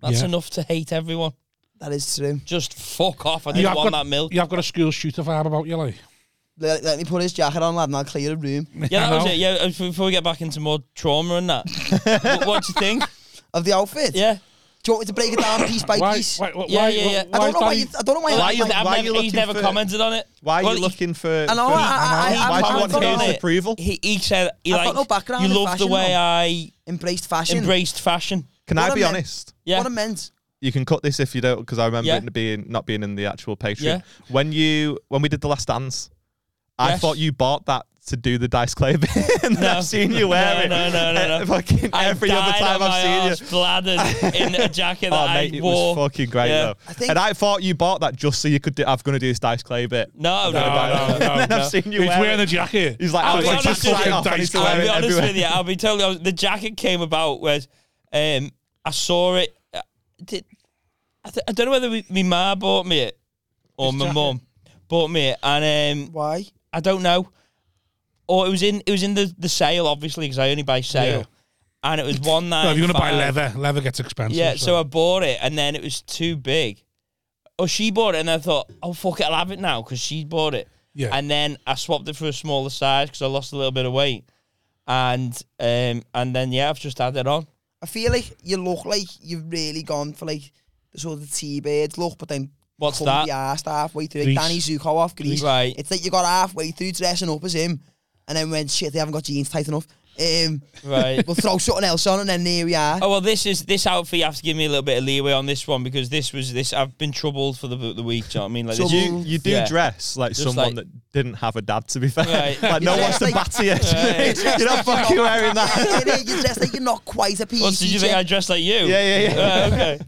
[SPEAKER 2] That's
[SPEAKER 1] Yeah.
[SPEAKER 2] enough to hate everyone.
[SPEAKER 5] That is true.
[SPEAKER 2] Just fuck off. I
[SPEAKER 1] You
[SPEAKER 2] don't
[SPEAKER 1] have
[SPEAKER 2] want
[SPEAKER 1] got-
[SPEAKER 2] that milk.
[SPEAKER 1] You have got a school shooter vibe about you, like.
[SPEAKER 5] Let, let me put his jacket on, lad, and I'll clear the room.
[SPEAKER 2] Yeah, that was
[SPEAKER 1] know.
[SPEAKER 2] it. Yeah, uh, f- before we get back into more trauma and that, what, what do you think?
[SPEAKER 5] Of the outfit.
[SPEAKER 2] Yeah,
[SPEAKER 5] Do you want me to break it down piece by
[SPEAKER 1] Why?
[SPEAKER 5] piece?
[SPEAKER 1] Why? Why?
[SPEAKER 2] Yeah,
[SPEAKER 1] why-
[SPEAKER 2] yeah, yeah.
[SPEAKER 5] I
[SPEAKER 1] why
[SPEAKER 5] don't know why
[SPEAKER 1] Danny-
[SPEAKER 5] you, I don't know why,
[SPEAKER 4] Why
[SPEAKER 5] you
[SPEAKER 4] you-
[SPEAKER 2] I've
[SPEAKER 4] why
[SPEAKER 2] never-
[SPEAKER 4] are you
[SPEAKER 2] he's
[SPEAKER 4] looking
[SPEAKER 2] never
[SPEAKER 4] for-
[SPEAKER 2] commented on it.
[SPEAKER 4] Why are
[SPEAKER 2] Well,
[SPEAKER 4] you
[SPEAKER 2] he-
[SPEAKER 4] looking for?
[SPEAKER 5] I know,
[SPEAKER 4] for-
[SPEAKER 5] I- I- I-
[SPEAKER 4] why do you
[SPEAKER 5] I'm
[SPEAKER 4] want
[SPEAKER 5] commenting
[SPEAKER 4] his
[SPEAKER 5] on it.
[SPEAKER 4] approval?
[SPEAKER 2] He, he said, he
[SPEAKER 5] I've got
[SPEAKER 2] like,
[SPEAKER 5] no background
[SPEAKER 2] you
[SPEAKER 5] in
[SPEAKER 2] love the
[SPEAKER 5] fashion,
[SPEAKER 2] way
[SPEAKER 5] though.
[SPEAKER 2] I
[SPEAKER 5] embraced fashion.
[SPEAKER 2] embraced fashion.
[SPEAKER 4] Can
[SPEAKER 5] What
[SPEAKER 4] I
[SPEAKER 5] I
[SPEAKER 4] be
[SPEAKER 5] meant-
[SPEAKER 4] honest?
[SPEAKER 2] Yeah.
[SPEAKER 5] What I meant.
[SPEAKER 4] You can cut this if you don't, because I remember
[SPEAKER 2] Yeah.
[SPEAKER 4] it being not being in the actual Patreon.
[SPEAKER 2] Yeah.
[SPEAKER 4] When you when we did the last dance, I
[SPEAKER 2] Yes.
[SPEAKER 4] thought you bought that to do the dice clay bit, and then
[SPEAKER 2] No.
[SPEAKER 4] I've seen you wear
[SPEAKER 2] No,
[SPEAKER 4] it.
[SPEAKER 2] no, no, no,
[SPEAKER 4] e-
[SPEAKER 2] no.
[SPEAKER 4] Fucking
[SPEAKER 2] I
[SPEAKER 4] every
[SPEAKER 2] died
[SPEAKER 4] other time
[SPEAKER 2] on
[SPEAKER 4] I've
[SPEAKER 2] my
[SPEAKER 4] seen
[SPEAKER 2] arse
[SPEAKER 4] you.
[SPEAKER 2] bladdered in a jacket
[SPEAKER 4] Oh
[SPEAKER 2] that
[SPEAKER 4] mate,
[SPEAKER 2] I
[SPEAKER 4] it
[SPEAKER 2] wore.
[SPEAKER 4] was fucking great
[SPEAKER 2] Yeah.
[SPEAKER 4] though.
[SPEAKER 5] I think-
[SPEAKER 4] and I thought you bought that just so you could. Do, I'm gonna do this dice clay bit.
[SPEAKER 2] no, no,
[SPEAKER 1] No,
[SPEAKER 2] no,
[SPEAKER 1] no,
[SPEAKER 2] no.
[SPEAKER 1] no,
[SPEAKER 4] I've
[SPEAKER 1] no.
[SPEAKER 4] seen you
[SPEAKER 1] He's
[SPEAKER 4] wear
[SPEAKER 1] wearing
[SPEAKER 4] it.
[SPEAKER 1] a jacket.
[SPEAKER 4] He's like, "Oh,
[SPEAKER 2] I'll
[SPEAKER 4] I
[SPEAKER 2] be
[SPEAKER 4] was
[SPEAKER 2] honest
[SPEAKER 4] like, just
[SPEAKER 2] with
[SPEAKER 4] right
[SPEAKER 2] you.
[SPEAKER 4] off. I need
[SPEAKER 1] Dice
[SPEAKER 4] to
[SPEAKER 1] clay.
[SPEAKER 4] wear
[SPEAKER 2] I'll
[SPEAKER 4] it
[SPEAKER 2] be honest
[SPEAKER 4] everywhere.
[SPEAKER 2] with you. I'll be totally honest. The jacket came about was um, I saw it. uh, Did, I, th- I don't know whether we, my ma bought me it or
[SPEAKER 1] This
[SPEAKER 2] my
[SPEAKER 1] jacket?
[SPEAKER 2] mum bought me it, and um,
[SPEAKER 5] Why?
[SPEAKER 2] I don't know. Or it was in it was in the, the sale obviously because I only buy sale,
[SPEAKER 1] Yeah.
[SPEAKER 2] and it was one nine.
[SPEAKER 1] No, if you're gonna buy
[SPEAKER 2] five.
[SPEAKER 1] leather, leather gets expensive.
[SPEAKER 2] Yeah, so I bought it and then it was too big. Oh, she bought it and I thought, oh fuck it, I'll have it now because she bought it.
[SPEAKER 1] Yeah.
[SPEAKER 2] And then I swapped it for a smaller size because I lost a little bit of weight. And um and then yeah, I've just had it on.
[SPEAKER 5] I feel like you look like you've really gone for like the sort of T-birds look, but then
[SPEAKER 2] What's
[SPEAKER 5] come
[SPEAKER 2] that?
[SPEAKER 5] The ass halfway through. Like
[SPEAKER 1] Grease.
[SPEAKER 5] Danny Zuko off Greece.
[SPEAKER 2] Right.
[SPEAKER 5] It's like you got halfway through dressing up as him, and then went shit. They haven't got jeans tight enough. Um,
[SPEAKER 2] Right.
[SPEAKER 5] we'll throw something else on, and then there we are.
[SPEAKER 2] Oh well, this is this outfit. You have to give me a little bit of leeway on this one because this was this. I've been troubled for the the week. Do you know what I mean? Like this,
[SPEAKER 4] You, you do
[SPEAKER 2] Yeah.
[SPEAKER 4] dress like
[SPEAKER 2] Just like-
[SPEAKER 4] someone that didn't have a dad, to be fair.
[SPEAKER 2] Right.
[SPEAKER 4] like, no
[SPEAKER 5] You
[SPEAKER 4] one's
[SPEAKER 5] dress
[SPEAKER 4] to
[SPEAKER 5] like-
[SPEAKER 4] batter you.
[SPEAKER 2] Right.
[SPEAKER 4] You're not fucking wearing that.
[SPEAKER 5] you dress like you're not quite a PE
[SPEAKER 2] Well, so did you think I dress like you?
[SPEAKER 4] Yeah, yeah, yeah.
[SPEAKER 2] Right, okay.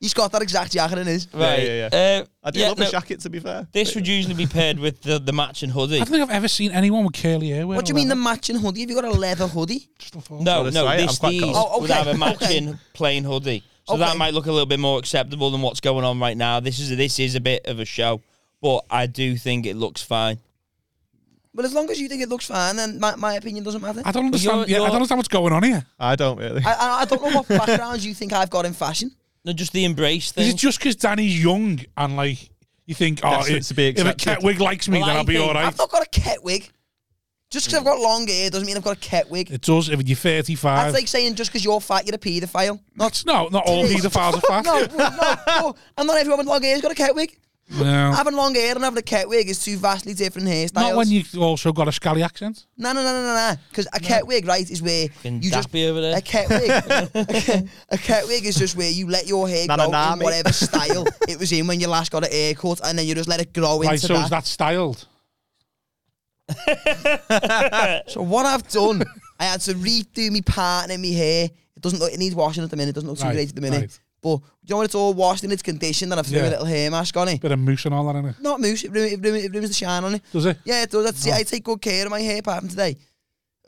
[SPEAKER 5] He's got that exact jacket in his.
[SPEAKER 2] Right.
[SPEAKER 4] yeah,
[SPEAKER 2] Uh,
[SPEAKER 4] I do
[SPEAKER 2] yeah,
[SPEAKER 4] love
[SPEAKER 2] no,
[SPEAKER 4] a jacket, to be fair.
[SPEAKER 2] This would usually be paired with the, the matching hoodie.
[SPEAKER 1] I don't think I've ever seen anyone with curly hair. wear
[SPEAKER 5] What do you
[SPEAKER 1] all
[SPEAKER 5] mean the
[SPEAKER 1] that.
[SPEAKER 5] matching hoodie? Have you got a leather hoodie?
[SPEAKER 1] Just a thought.
[SPEAKER 2] No,
[SPEAKER 4] Oh, that's
[SPEAKER 2] no,
[SPEAKER 4] right, I'm
[SPEAKER 2] this
[SPEAKER 4] quite
[SPEAKER 2] these
[SPEAKER 4] confident.
[SPEAKER 5] Oh,
[SPEAKER 2] would
[SPEAKER 5] okay,
[SPEAKER 2] have a
[SPEAKER 5] okay.
[SPEAKER 2] matching plain hoodie, so that
[SPEAKER 5] Okay.
[SPEAKER 2] might look a little bit more acceptable than what's going on right now. This is this is a bit of a show, but I do think it looks fine.
[SPEAKER 5] Well, as long as you think it looks fine, then my, my opinion doesn't matter.
[SPEAKER 1] I don't
[SPEAKER 2] you're-
[SPEAKER 1] understand. yeah, I
[SPEAKER 2] you're-
[SPEAKER 1] don't understand what's going on here.
[SPEAKER 4] I don't really.
[SPEAKER 5] I, I, I don't know what background you think I've got in fashion.
[SPEAKER 2] No, just the embrace
[SPEAKER 1] Is
[SPEAKER 2] thing.
[SPEAKER 1] it just because Danny's young and like you think, oh,
[SPEAKER 4] Desperate
[SPEAKER 1] if,
[SPEAKER 4] to be
[SPEAKER 1] if a
[SPEAKER 4] accepted.
[SPEAKER 1] Ketwig likes me,
[SPEAKER 2] Well,
[SPEAKER 1] then
[SPEAKER 2] I
[SPEAKER 1] I'll be
[SPEAKER 2] think-
[SPEAKER 1] all right.
[SPEAKER 5] I've not got a ket wig. Just because I've got long hair doesn't mean I've got a ket wig.
[SPEAKER 1] It does. If you're
[SPEAKER 5] That's
[SPEAKER 1] 35,
[SPEAKER 5] like saying just because you're fat, you're a paedophile. Not
[SPEAKER 1] no, not all paedophiles are fat.
[SPEAKER 5] no, no, no, and not everyone with long hair's got a ket wig.
[SPEAKER 1] No.
[SPEAKER 5] Having long hair and having a ket wig is two vastly different hairstyles.
[SPEAKER 1] Not when you also got a scally accent.
[SPEAKER 5] No, no, no, no, no, no. Because a ket wig, right, is where
[SPEAKER 2] Fucking
[SPEAKER 5] you just
[SPEAKER 2] dappy over there.
[SPEAKER 5] a ket wig. a ket wig is just where you let your hair
[SPEAKER 4] Na, na,
[SPEAKER 5] grow
[SPEAKER 4] na,
[SPEAKER 5] in
[SPEAKER 4] mate.
[SPEAKER 5] whatever style it was in when you last got a haircut, and then you just let it grow
[SPEAKER 1] Right,
[SPEAKER 5] into
[SPEAKER 1] so
[SPEAKER 5] that.
[SPEAKER 1] is that styled?
[SPEAKER 5] So what I've done, I had to redo my pattern in my hair. It doesn't look. It needs washing at the minute. It doesn't look too
[SPEAKER 1] Right,
[SPEAKER 5] great at the minute.
[SPEAKER 1] right.
[SPEAKER 5] But do you know when it's all washed and it's conditioned, and I've threw
[SPEAKER 1] Yeah.
[SPEAKER 5] a little hair mask on it.
[SPEAKER 1] Bit of moose and all that in it.
[SPEAKER 5] Not mousse. It ruins, it, ruins, it ruins the shine on it.
[SPEAKER 1] Does it?
[SPEAKER 5] Yeah, it does. That's, I take good care of my hair pattern today.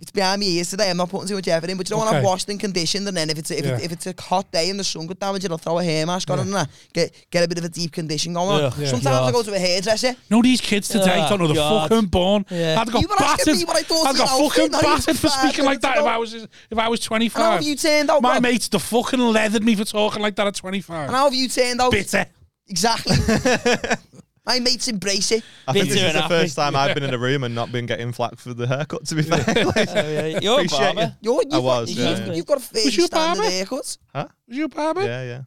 [SPEAKER 5] It's behind my ears today. I'm not putting too much effort in, but you know when I've
[SPEAKER 1] Okay.
[SPEAKER 5] washed and conditioned, and then if it's if,
[SPEAKER 1] Yeah.
[SPEAKER 5] it, if it's a hot day and the sun could damage it, I'll throw a hair mask on
[SPEAKER 1] Yeah.
[SPEAKER 5] it and that. get get a bit of a deep condition going.
[SPEAKER 2] Ugh,
[SPEAKER 5] on.
[SPEAKER 2] yeah.
[SPEAKER 5] Sometimes I
[SPEAKER 2] God.
[SPEAKER 5] go to a hairdresser.
[SPEAKER 1] No, these kids today
[SPEAKER 2] Oh,
[SPEAKER 1] don't know the
[SPEAKER 2] God.
[SPEAKER 1] fucking born.
[SPEAKER 2] Yeah.
[SPEAKER 1] I'd got
[SPEAKER 5] Ah, You were asking
[SPEAKER 1] battered.
[SPEAKER 5] me what I thought
[SPEAKER 1] I'd
[SPEAKER 5] of
[SPEAKER 1] got
[SPEAKER 5] the outfit,
[SPEAKER 1] fucking
[SPEAKER 5] now you
[SPEAKER 1] battered for
[SPEAKER 5] five
[SPEAKER 1] speaking like that
[SPEAKER 5] minutes
[SPEAKER 1] if
[SPEAKER 5] ago.
[SPEAKER 1] I was if I was twenty
[SPEAKER 5] And how
[SPEAKER 1] five.
[SPEAKER 5] have you turned out?
[SPEAKER 1] My
[SPEAKER 5] Rob?
[SPEAKER 1] mates, the fucking leathered me for talking like that at twenty
[SPEAKER 5] And
[SPEAKER 1] five.
[SPEAKER 5] how have you turned out?
[SPEAKER 1] Bitter.
[SPEAKER 5] Exactly. my mates embrace it.
[SPEAKER 4] I think
[SPEAKER 2] Bitter
[SPEAKER 4] this is
[SPEAKER 2] and
[SPEAKER 4] the
[SPEAKER 2] happy.
[SPEAKER 4] first time I've been in a room and not been getting flack for the haircut, to be fair. Like,
[SPEAKER 2] Oh, yeah. You're a
[SPEAKER 4] Appreciate
[SPEAKER 2] barber.
[SPEAKER 5] You're, you've
[SPEAKER 4] I was,
[SPEAKER 5] Got,
[SPEAKER 4] yeah,
[SPEAKER 5] you've,
[SPEAKER 2] yeah.
[SPEAKER 5] you've got a fairly
[SPEAKER 1] Was you a
[SPEAKER 5] standard
[SPEAKER 1] barber?
[SPEAKER 5] haircut.
[SPEAKER 4] huh?
[SPEAKER 1] Was you a barber?
[SPEAKER 4] Yeah, yeah.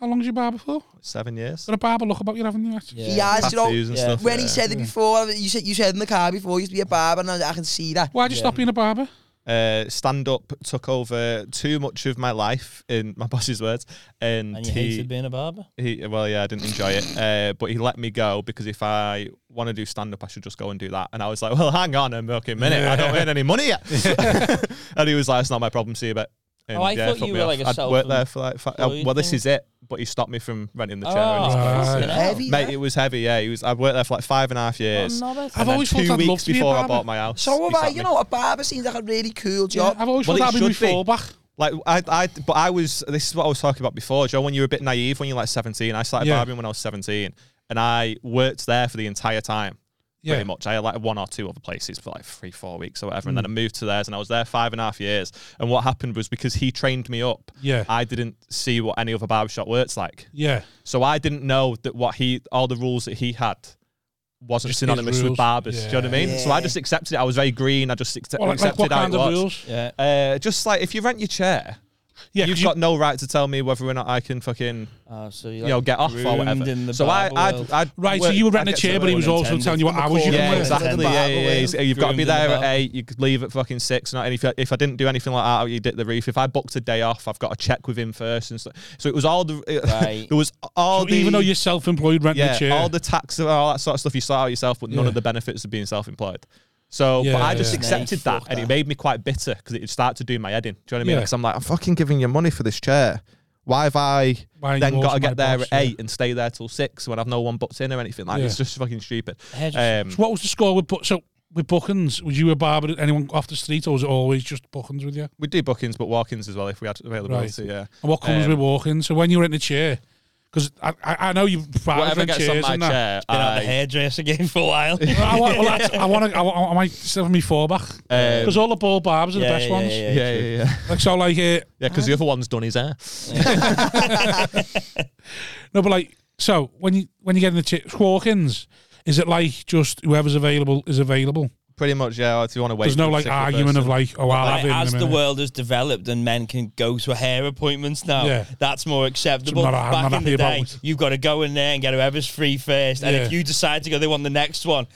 [SPEAKER 1] How long's your barber for?
[SPEAKER 4] Seven years.
[SPEAKER 1] Got a barber look about you haven't you? actually?
[SPEAKER 5] He has, you know,
[SPEAKER 4] Tattoos and
[SPEAKER 2] Yeah.
[SPEAKER 4] stuff.
[SPEAKER 5] when he
[SPEAKER 4] yeah.
[SPEAKER 5] said it before, you said you said in the car before, he used to be a barber, and I, I can see that.
[SPEAKER 1] Why'd you stop being a barber?
[SPEAKER 4] uh, stand up took over too much of my life, in my boss's words, and,
[SPEAKER 2] And you
[SPEAKER 4] he,
[SPEAKER 2] hated being a barber.
[SPEAKER 4] he, well, yeah, I didn't enjoy it, uh, but he let me go because if I want to do stand up, I should just go and do that. And I was like, well, hang on a fucking minute, I don't earn any money yet. and he was like, it's not my problem, see you, but. And
[SPEAKER 2] Oh, I
[SPEAKER 4] yeah,
[SPEAKER 2] thought
[SPEAKER 4] fucked
[SPEAKER 2] you
[SPEAKER 4] me
[SPEAKER 2] were
[SPEAKER 4] off.
[SPEAKER 2] like a
[SPEAKER 4] I'd worked there
[SPEAKER 2] self-employed
[SPEAKER 4] for like. Five, uh, well, this
[SPEAKER 2] thing.
[SPEAKER 4] is it, but he stopped me from renting the chair.
[SPEAKER 2] Oh,
[SPEAKER 4] and his place.
[SPEAKER 1] Right.
[SPEAKER 2] fucking hell.
[SPEAKER 5] Heavy,
[SPEAKER 4] Mate,
[SPEAKER 5] that.
[SPEAKER 4] it was heavy. Yeah, he was. I've worked there for like five and a half years.
[SPEAKER 2] Oh, no, that's-
[SPEAKER 4] And
[SPEAKER 1] I've
[SPEAKER 4] then
[SPEAKER 1] always
[SPEAKER 4] two
[SPEAKER 1] thought I'd
[SPEAKER 4] weeks
[SPEAKER 1] love to be a
[SPEAKER 4] before I
[SPEAKER 1] barber.
[SPEAKER 4] bought my house.
[SPEAKER 5] So
[SPEAKER 4] he
[SPEAKER 5] have I.
[SPEAKER 4] sacked
[SPEAKER 5] You
[SPEAKER 4] me.
[SPEAKER 5] know, a barber seems like a really cool job.
[SPEAKER 1] I've always
[SPEAKER 4] Well,
[SPEAKER 1] thought
[SPEAKER 4] it
[SPEAKER 1] that'd be my
[SPEAKER 4] should be.
[SPEAKER 1] fallback.
[SPEAKER 4] Like I, I, but I was. This is what I was talking about before, Joe. When you were a bit naive, when you were like seventeen, I started
[SPEAKER 1] Yeah.
[SPEAKER 4] barbering when I was seventeen, and I worked there for the entire time.
[SPEAKER 1] Yeah.
[SPEAKER 4] Pretty much, I had like one or two other places for like three, four weeks or whatever, and
[SPEAKER 1] Mm.
[SPEAKER 4] then I moved to theirs, and I was there five and a half years. And what happened was because he trained me up,
[SPEAKER 1] Yeah.
[SPEAKER 4] I didn't see what any other barbershop works like,
[SPEAKER 1] Yeah.
[SPEAKER 4] so I didn't know that what he, all the rules that he had, wasn't
[SPEAKER 1] Just his
[SPEAKER 4] synonymous with
[SPEAKER 1] rules.
[SPEAKER 4] barbers. Do you know what I mean? So I
[SPEAKER 5] Yeah.
[SPEAKER 4] just accepted it. I was very green. I just accept-
[SPEAKER 1] Well, like, like
[SPEAKER 4] accepted
[SPEAKER 1] what
[SPEAKER 4] how
[SPEAKER 1] kind
[SPEAKER 4] it
[SPEAKER 1] of
[SPEAKER 4] was.
[SPEAKER 1] rules?
[SPEAKER 2] Yeah.
[SPEAKER 4] Uh, just like if you rent your chair,
[SPEAKER 1] Yeah, 'cause
[SPEAKER 4] you've
[SPEAKER 1] you-
[SPEAKER 4] got no right to tell me whether or not I can fucking
[SPEAKER 2] Oh, so
[SPEAKER 4] you know get off or whatever. So I, I'd, I'd
[SPEAKER 1] Right, so
[SPEAKER 4] work-
[SPEAKER 1] you were renting
[SPEAKER 4] I'd
[SPEAKER 1] a
[SPEAKER 4] get
[SPEAKER 1] chair,
[SPEAKER 4] to
[SPEAKER 1] but he
[SPEAKER 4] work.
[SPEAKER 1] was also
[SPEAKER 2] intended.
[SPEAKER 1] telling you what hours you
[SPEAKER 5] Yeah,
[SPEAKER 1] can
[SPEAKER 4] yeah,
[SPEAKER 1] work.
[SPEAKER 4] exactly.
[SPEAKER 5] Intended.
[SPEAKER 4] Yeah, yeah, yeah.
[SPEAKER 5] Groomed
[SPEAKER 4] You've got to be
[SPEAKER 2] in the
[SPEAKER 4] there at
[SPEAKER 2] bar.
[SPEAKER 4] eight. You could leave at fucking six. Not, and if I, if I didn't do anything like that, you did the roof. If I booked a day off, I've got to check with him first. And so, so it was all the. It,
[SPEAKER 2] Right.
[SPEAKER 4] There was all
[SPEAKER 1] So
[SPEAKER 4] the.
[SPEAKER 1] even though you're self-employed, renting
[SPEAKER 4] yeah,
[SPEAKER 1] a chair.
[SPEAKER 4] all the tax and all that sort of stuff you sort out yourself, but none
[SPEAKER 1] Yeah.
[SPEAKER 4] of the benefits of being self-employed. So, but
[SPEAKER 1] Yeah,
[SPEAKER 4] I just
[SPEAKER 1] yeah.
[SPEAKER 4] accepted
[SPEAKER 2] Nah,
[SPEAKER 4] that,
[SPEAKER 2] fuck
[SPEAKER 4] and it
[SPEAKER 2] that.
[SPEAKER 4] made me quite bitter because it would start to do my head in. Do you know what I mean?
[SPEAKER 1] Yeah.
[SPEAKER 4] Because I'm like, I'm fucking giving you money for this chair. Why have I
[SPEAKER 1] Why are you
[SPEAKER 4] then got
[SPEAKER 1] also
[SPEAKER 4] to
[SPEAKER 1] my
[SPEAKER 4] get there
[SPEAKER 1] boss,
[SPEAKER 4] at
[SPEAKER 1] yeah.
[SPEAKER 4] eight and stay there till six when I've no one booked in or anything? Like,
[SPEAKER 1] Yeah.
[SPEAKER 4] it's just fucking stupid.
[SPEAKER 2] Hairdresser.
[SPEAKER 4] Um,
[SPEAKER 1] So what was the score with bu- so with bookings? Was you a barber at anyone off the street, or was it always just bookings with you?
[SPEAKER 4] we do bookings, but walk-ins as well if we had availability.
[SPEAKER 1] Right.
[SPEAKER 4] Yeah.
[SPEAKER 1] And what comes
[SPEAKER 4] Um,
[SPEAKER 1] with walking? So when you're in the chair, because I, I I know you barbers
[SPEAKER 4] Whatever
[SPEAKER 1] rent
[SPEAKER 4] gets on
[SPEAKER 1] chairs
[SPEAKER 4] my
[SPEAKER 1] and that.
[SPEAKER 4] chair,
[SPEAKER 2] Been out the
[SPEAKER 4] I,
[SPEAKER 2] hairdresser game for a while.
[SPEAKER 1] I want, well, that's- I want to. I, wa- I might still have me fallback
[SPEAKER 4] Um,
[SPEAKER 1] because all the ball barbers are the
[SPEAKER 2] Yeah,
[SPEAKER 1] best
[SPEAKER 2] yeah,
[SPEAKER 1] ones.
[SPEAKER 2] yeah,
[SPEAKER 4] yeah, yeah, yeah,
[SPEAKER 1] Like so, like uh,
[SPEAKER 4] yeah. Because the other one's done his hair.
[SPEAKER 1] no, but like so when you when you get in the chair, walk-ins, is it like just whoever's available is available?
[SPEAKER 4] Pretty much, yeah. If you want to wait,
[SPEAKER 1] There's
[SPEAKER 4] for
[SPEAKER 1] no
[SPEAKER 4] a
[SPEAKER 1] like
[SPEAKER 4] particular
[SPEAKER 1] argument of
[SPEAKER 4] person.
[SPEAKER 1] like, oh, I'll
[SPEAKER 2] Like,
[SPEAKER 1] have him. in a
[SPEAKER 2] as the
[SPEAKER 1] minute.
[SPEAKER 2] world has developed and men can go to hair appointments now,
[SPEAKER 1] Yeah.
[SPEAKER 2] that's more acceptable.
[SPEAKER 1] So I'm not- I'm
[SPEAKER 2] Back
[SPEAKER 1] not
[SPEAKER 2] in the
[SPEAKER 1] happy about
[SPEAKER 2] day,
[SPEAKER 1] it.
[SPEAKER 2] you've got to go in there and get whoever's free first. And
[SPEAKER 1] Yeah.
[SPEAKER 2] if you decide to go, they want the next one.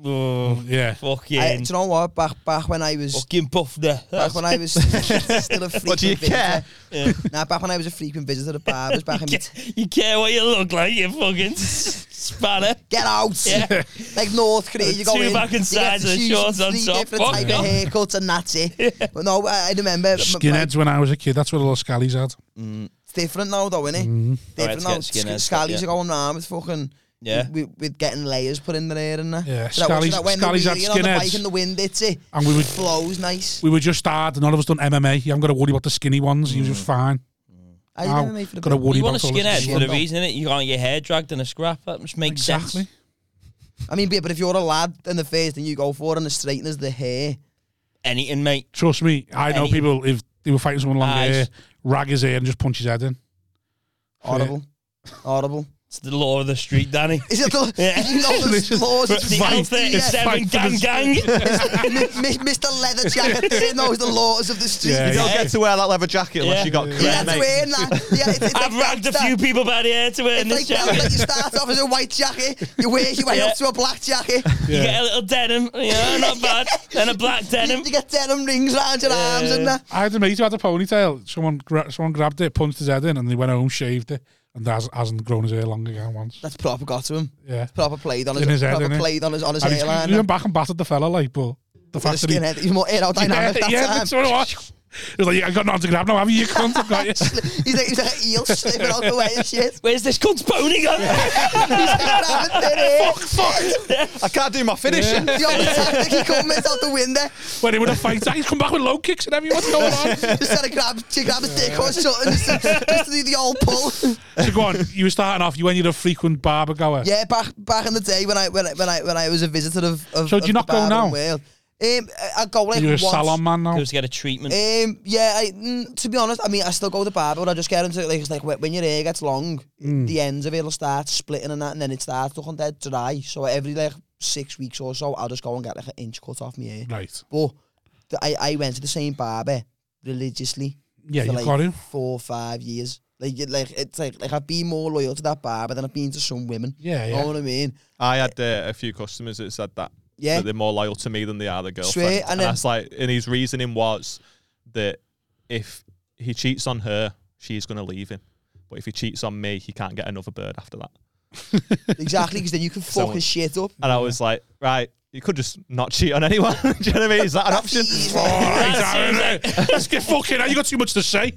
[SPEAKER 2] oh,
[SPEAKER 1] Yeah.
[SPEAKER 2] fucking,
[SPEAKER 5] I, do you know what? Back back when I was
[SPEAKER 2] fucking buff there.
[SPEAKER 5] back when I was still a frequent
[SPEAKER 4] What do you
[SPEAKER 5] visitor.
[SPEAKER 4] care?
[SPEAKER 2] Yeah.
[SPEAKER 5] Nah, back when I was a frequent visitor at barbers back in my t-
[SPEAKER 2] you care what you look like, you fucking s- spanner.
[SPEAKER 5] get out.
[SPEAKER 2] Yeah.
[SPEAKER 5] Like North Korea, you go
[SPEAKER 2] Two
[SPEAKER 5] in,
[SPEAKER 2] back and
[SPEAKER 5] you get
[SPEAKER 2] sides
[SPEAKER 5] to
[SPEAKER 2] and
[SPEAKER 5] choose
[SPEAKER 2] shorts on
[SPEAKER 5] three
[SPEAKER 2] top.
[SPEAKER 5] different
[SPEAKER 2] Fuck
[SPEAKER 5] type
[SPEAKER 2] no.
[SPEAKER 5] of haircuts and that's it. But no, I, I remember m-
[SPEAKER 1] Skinheads when I was a kid. That's what all the scallies had.
[SPEAKER 5] It's different now, though, isn't it?
[SPEAKER 1] Mm-hmm.
[SPEAKER 5] Different
[SPEAKER 2] Alright,
[SPEAKER 5] now.
[SPEAKER 2] let's get skinheads,
[SPEAKER 5] Sc- Scallies
[SPEAKER 2] yeah.
[SPEAKER 5] are going round with fucking.
[SPEAKER 2] Yeah.
[SPEAKER 5] With, with getting layers put in the air and that.
[SPEAKER 1] Yeah,
[SPEAKER 5] So that was-
[SPEAKER 1] Scallies-
[SPEAKER 5] that when
[SPEAKER 1] Scallies
[SPEAKER 5] the
[SPEAKER 1] had
[SPEAKER 5] wheelie on the
[SPEAKER 1] skinheads.
[SPEAKER 5] bike in the wind, it's it.
[SPEAKER 1] And we would-
[SPEAKER 5] flows nice.
[SPEAKER 1] We were just hard. None of us done MMA. You haven't got to worry about the skinny ones. You was just fine.
[SPEAKER 5] I
[SPEAKER 1] Now,
[SPEAKER 5] never made for the
[SPEAKER 1] got to worry
[SPEAKER 2] You want
[SPEAKER 1] about all
[SPEAKER 2] a
[SPEAKER 1] this
[SPEAKER 2] skinhead
[SPEAKER 1] shit.
[SPEAKER 2] for the
[SPEAKER 5] though.
[SPEAKER 2] reason, innit? You can't get your hair dragged in a scrap. That just makes
[SPEAKER 1] Exactly.
[SPEAKER 2] sense.
[SPEAKER 5] I mean, but but if you're a lad and the first thing you go for and the straightener's the hair,
[SPEAKER 2] Anything, mate.
[SPEAKER 1] Trust me, I know
[SPEAKER 2] Any-
[SPEAKER 1] people if they were fighting someone long
[SPEAKER 2] Eyes.
[SPEAKER 1] hair, rag his hair and just punch his head in.
[SPEAKER 5] horrible. Horrible.
[SPEAKER 2] It's the law of the street, Danny.
[SPEAKER 5] Is it the,
[SPEAKER 2] Yeah.
[SPEAKER 5] you know the laws?
[SPEAKER 2] But
[SPEAKER 5] of
[SPEAKER 2] the
[SPEAKER 1] fight.
[SPEAKER 2] L37
[SPEAKER 1] Fight for
[SPEAKER 2] gang
[SPEAKER 1] the-
[SPEAKER 2] gang.
[SPEAKER 5] Mi- Mr. Leather Jacket he knows the laws of the street.
[SPEAKER 1] Yeah,
[SPEAKER 4] You don't
[SPEAKER 2] Yeah.
[SPEAKER 4] get to wear that leather jacket unless
[SPEAKER 2] Yeah.
[SPEAKER 4] you got
[SPEAKER 1] Yeah.
[SPEAKER 4] cred,
[SPEAKER 5] You have to
[SPEAKER 4] mate.
[SPEAKER 5] wear that. Yeah, it's, it's
[SPEAKER 2] I've
[SPEAKER 5] like
[SPEAKER 2] ragged a
[SPEAKER 5] that-
[SPEAKER 2] few people by the hair to wear in
[SPEAKER 5] It's
[SPEAKER 2] this
[SPEAKER 5] like that,
[SPEAKER 2] jacket.
[SPEAKER 5] like you start off as a white jacket, you wear your way
[SPEAKER 2] Yeah.
[SPEAKER 5] up to a black jacket,
[SPEAKER 2] You get a little denim, you know, not bad. Then a black denim.
[SPEAKER 5] you, you get denim rings round your arms and that.
[SPEAKER 1] I had a mate who had a ponytail. Someone gra- someone grabbed it, punched his head in, and they went home, shaved it, and has, hasn't grown his hair long again once.
[SPEAKER 5] That's proper got to him.
[SPEAKER 1] Yeah.
[SPEAKER 5] Proper played on his,
[SPEAKER 1] In his head,
[SPEAKER 5] proper
[SPEAKER 1] innit?
[SPEAKER 5] played on his on his
[SPEAKER 1] And he's-
[SPEAKER 5] hairline.
[SPEAKER 1] he went back and battered the fella, like, but the
[SPEAKER 5] With
[SPEAKER 1] fact
[SPEAKER 5] a
[SPEAKER 1] that he.
[SPEAKER 5] skinhead. He's more
[SPEAKER 1] yeah,
[SPEAKER 5] aerodynamic that
[SPEAKER 1] yeah,
[SPEAKER 5] time.
[SPEAKER 1] that's what it was. He was like, yeah, I got nothing to grab now, have you? You cunt, I've got you.
[SPEAKER 5] He's like, he's like an eel slipping out the way and shit.
[SPEAKER 2] Where's this cunt's pony gone?
[SPEAKER 4] I can't do my finishing.
[SPEAKER 5] The only tactic he could miss out the window.
[SPEAKER 1] when he would have fight, he's come back with low kicks and everything. What's going on?
[SPEAKER 5] Just trying to grab, to grab his dick or something. Just, to- just to do the old pull.
[SPEAKER 1] so go on, you were starting off, you when you're a frequent barber goer.
[SPEAKER 5] Yeah, back back in the day when I when I when I, when I was a visitor of, of
[SPEAKER 1] So do you
[SPEAKER 5] of
[SPEAKER 1] not
[SPEAKER 5] the
[SPEAKER 1] go
[SPEAKER 5] bar
[SPEAKER 1] now?
[SPEAKER 5] in Wales. Um, I- I go like
[SPEAKER 1] You're a
[SPEAKER 5] once.
[SPEAKER 1] salon man now.
[SPEAKER 2] Goes to get a treatment.
[SPEAKER 5] Um, yeah, I, mm, to be honest, I mean, I still go to the barber, but I just get into like it's like wh- when your hair gets long, the ends of it will start splitting and that, and then it starts looking dead dry. So every like six weeks or so, I'll just go and get like an inch cut off my hair.
[SPEAKER 1] Right.
[SPEAKER 5] But th- I, I went to the same barber religiously.
[SPEAKER 1] Yeah,
[SPEAKER 5] for
[SPEAKER 1] you
[SPEAKER 5] like
[SPEAKER 1] got to.
[SPEAKER 5] four or five years. Like, it- like it's like like I've been more loyal to that barber than I've been to some women.
[SPEAKER 1] Yeah,
[SPEAKER 5] You
[SPEAKER 1] yeah.
[SPEAKER 5] know what I mean?
[SPEAKER 4] I had uh, a few customers that said that.
[SPEAKER 5] Yeah.
[SPEAKER 4] That they're more loyal to me than they are the girlfriend.
[SPEAKER 5] Sweet, and
[SPEAKER 4] and
[SPEAKER 5] then-
[SPEAKER 4] that's like, and his reasoning was that if he cheats on her, she's going to leave him. But if he cheats on me, he can't get another bird after that.
[SPEAKER 5] Exactly, because then you can fuck
[SPEAKER 4] So-
[SPEAKER 5] his shit up.
[SPEAKER 4] And I was like, right, you could just not cheat on anyone. do you know what I mean? Is that an option?
[SPEAKER 5] Easy.
[SPEAKER 1] Right, Aaron, let's get fucking out. You got too much to say.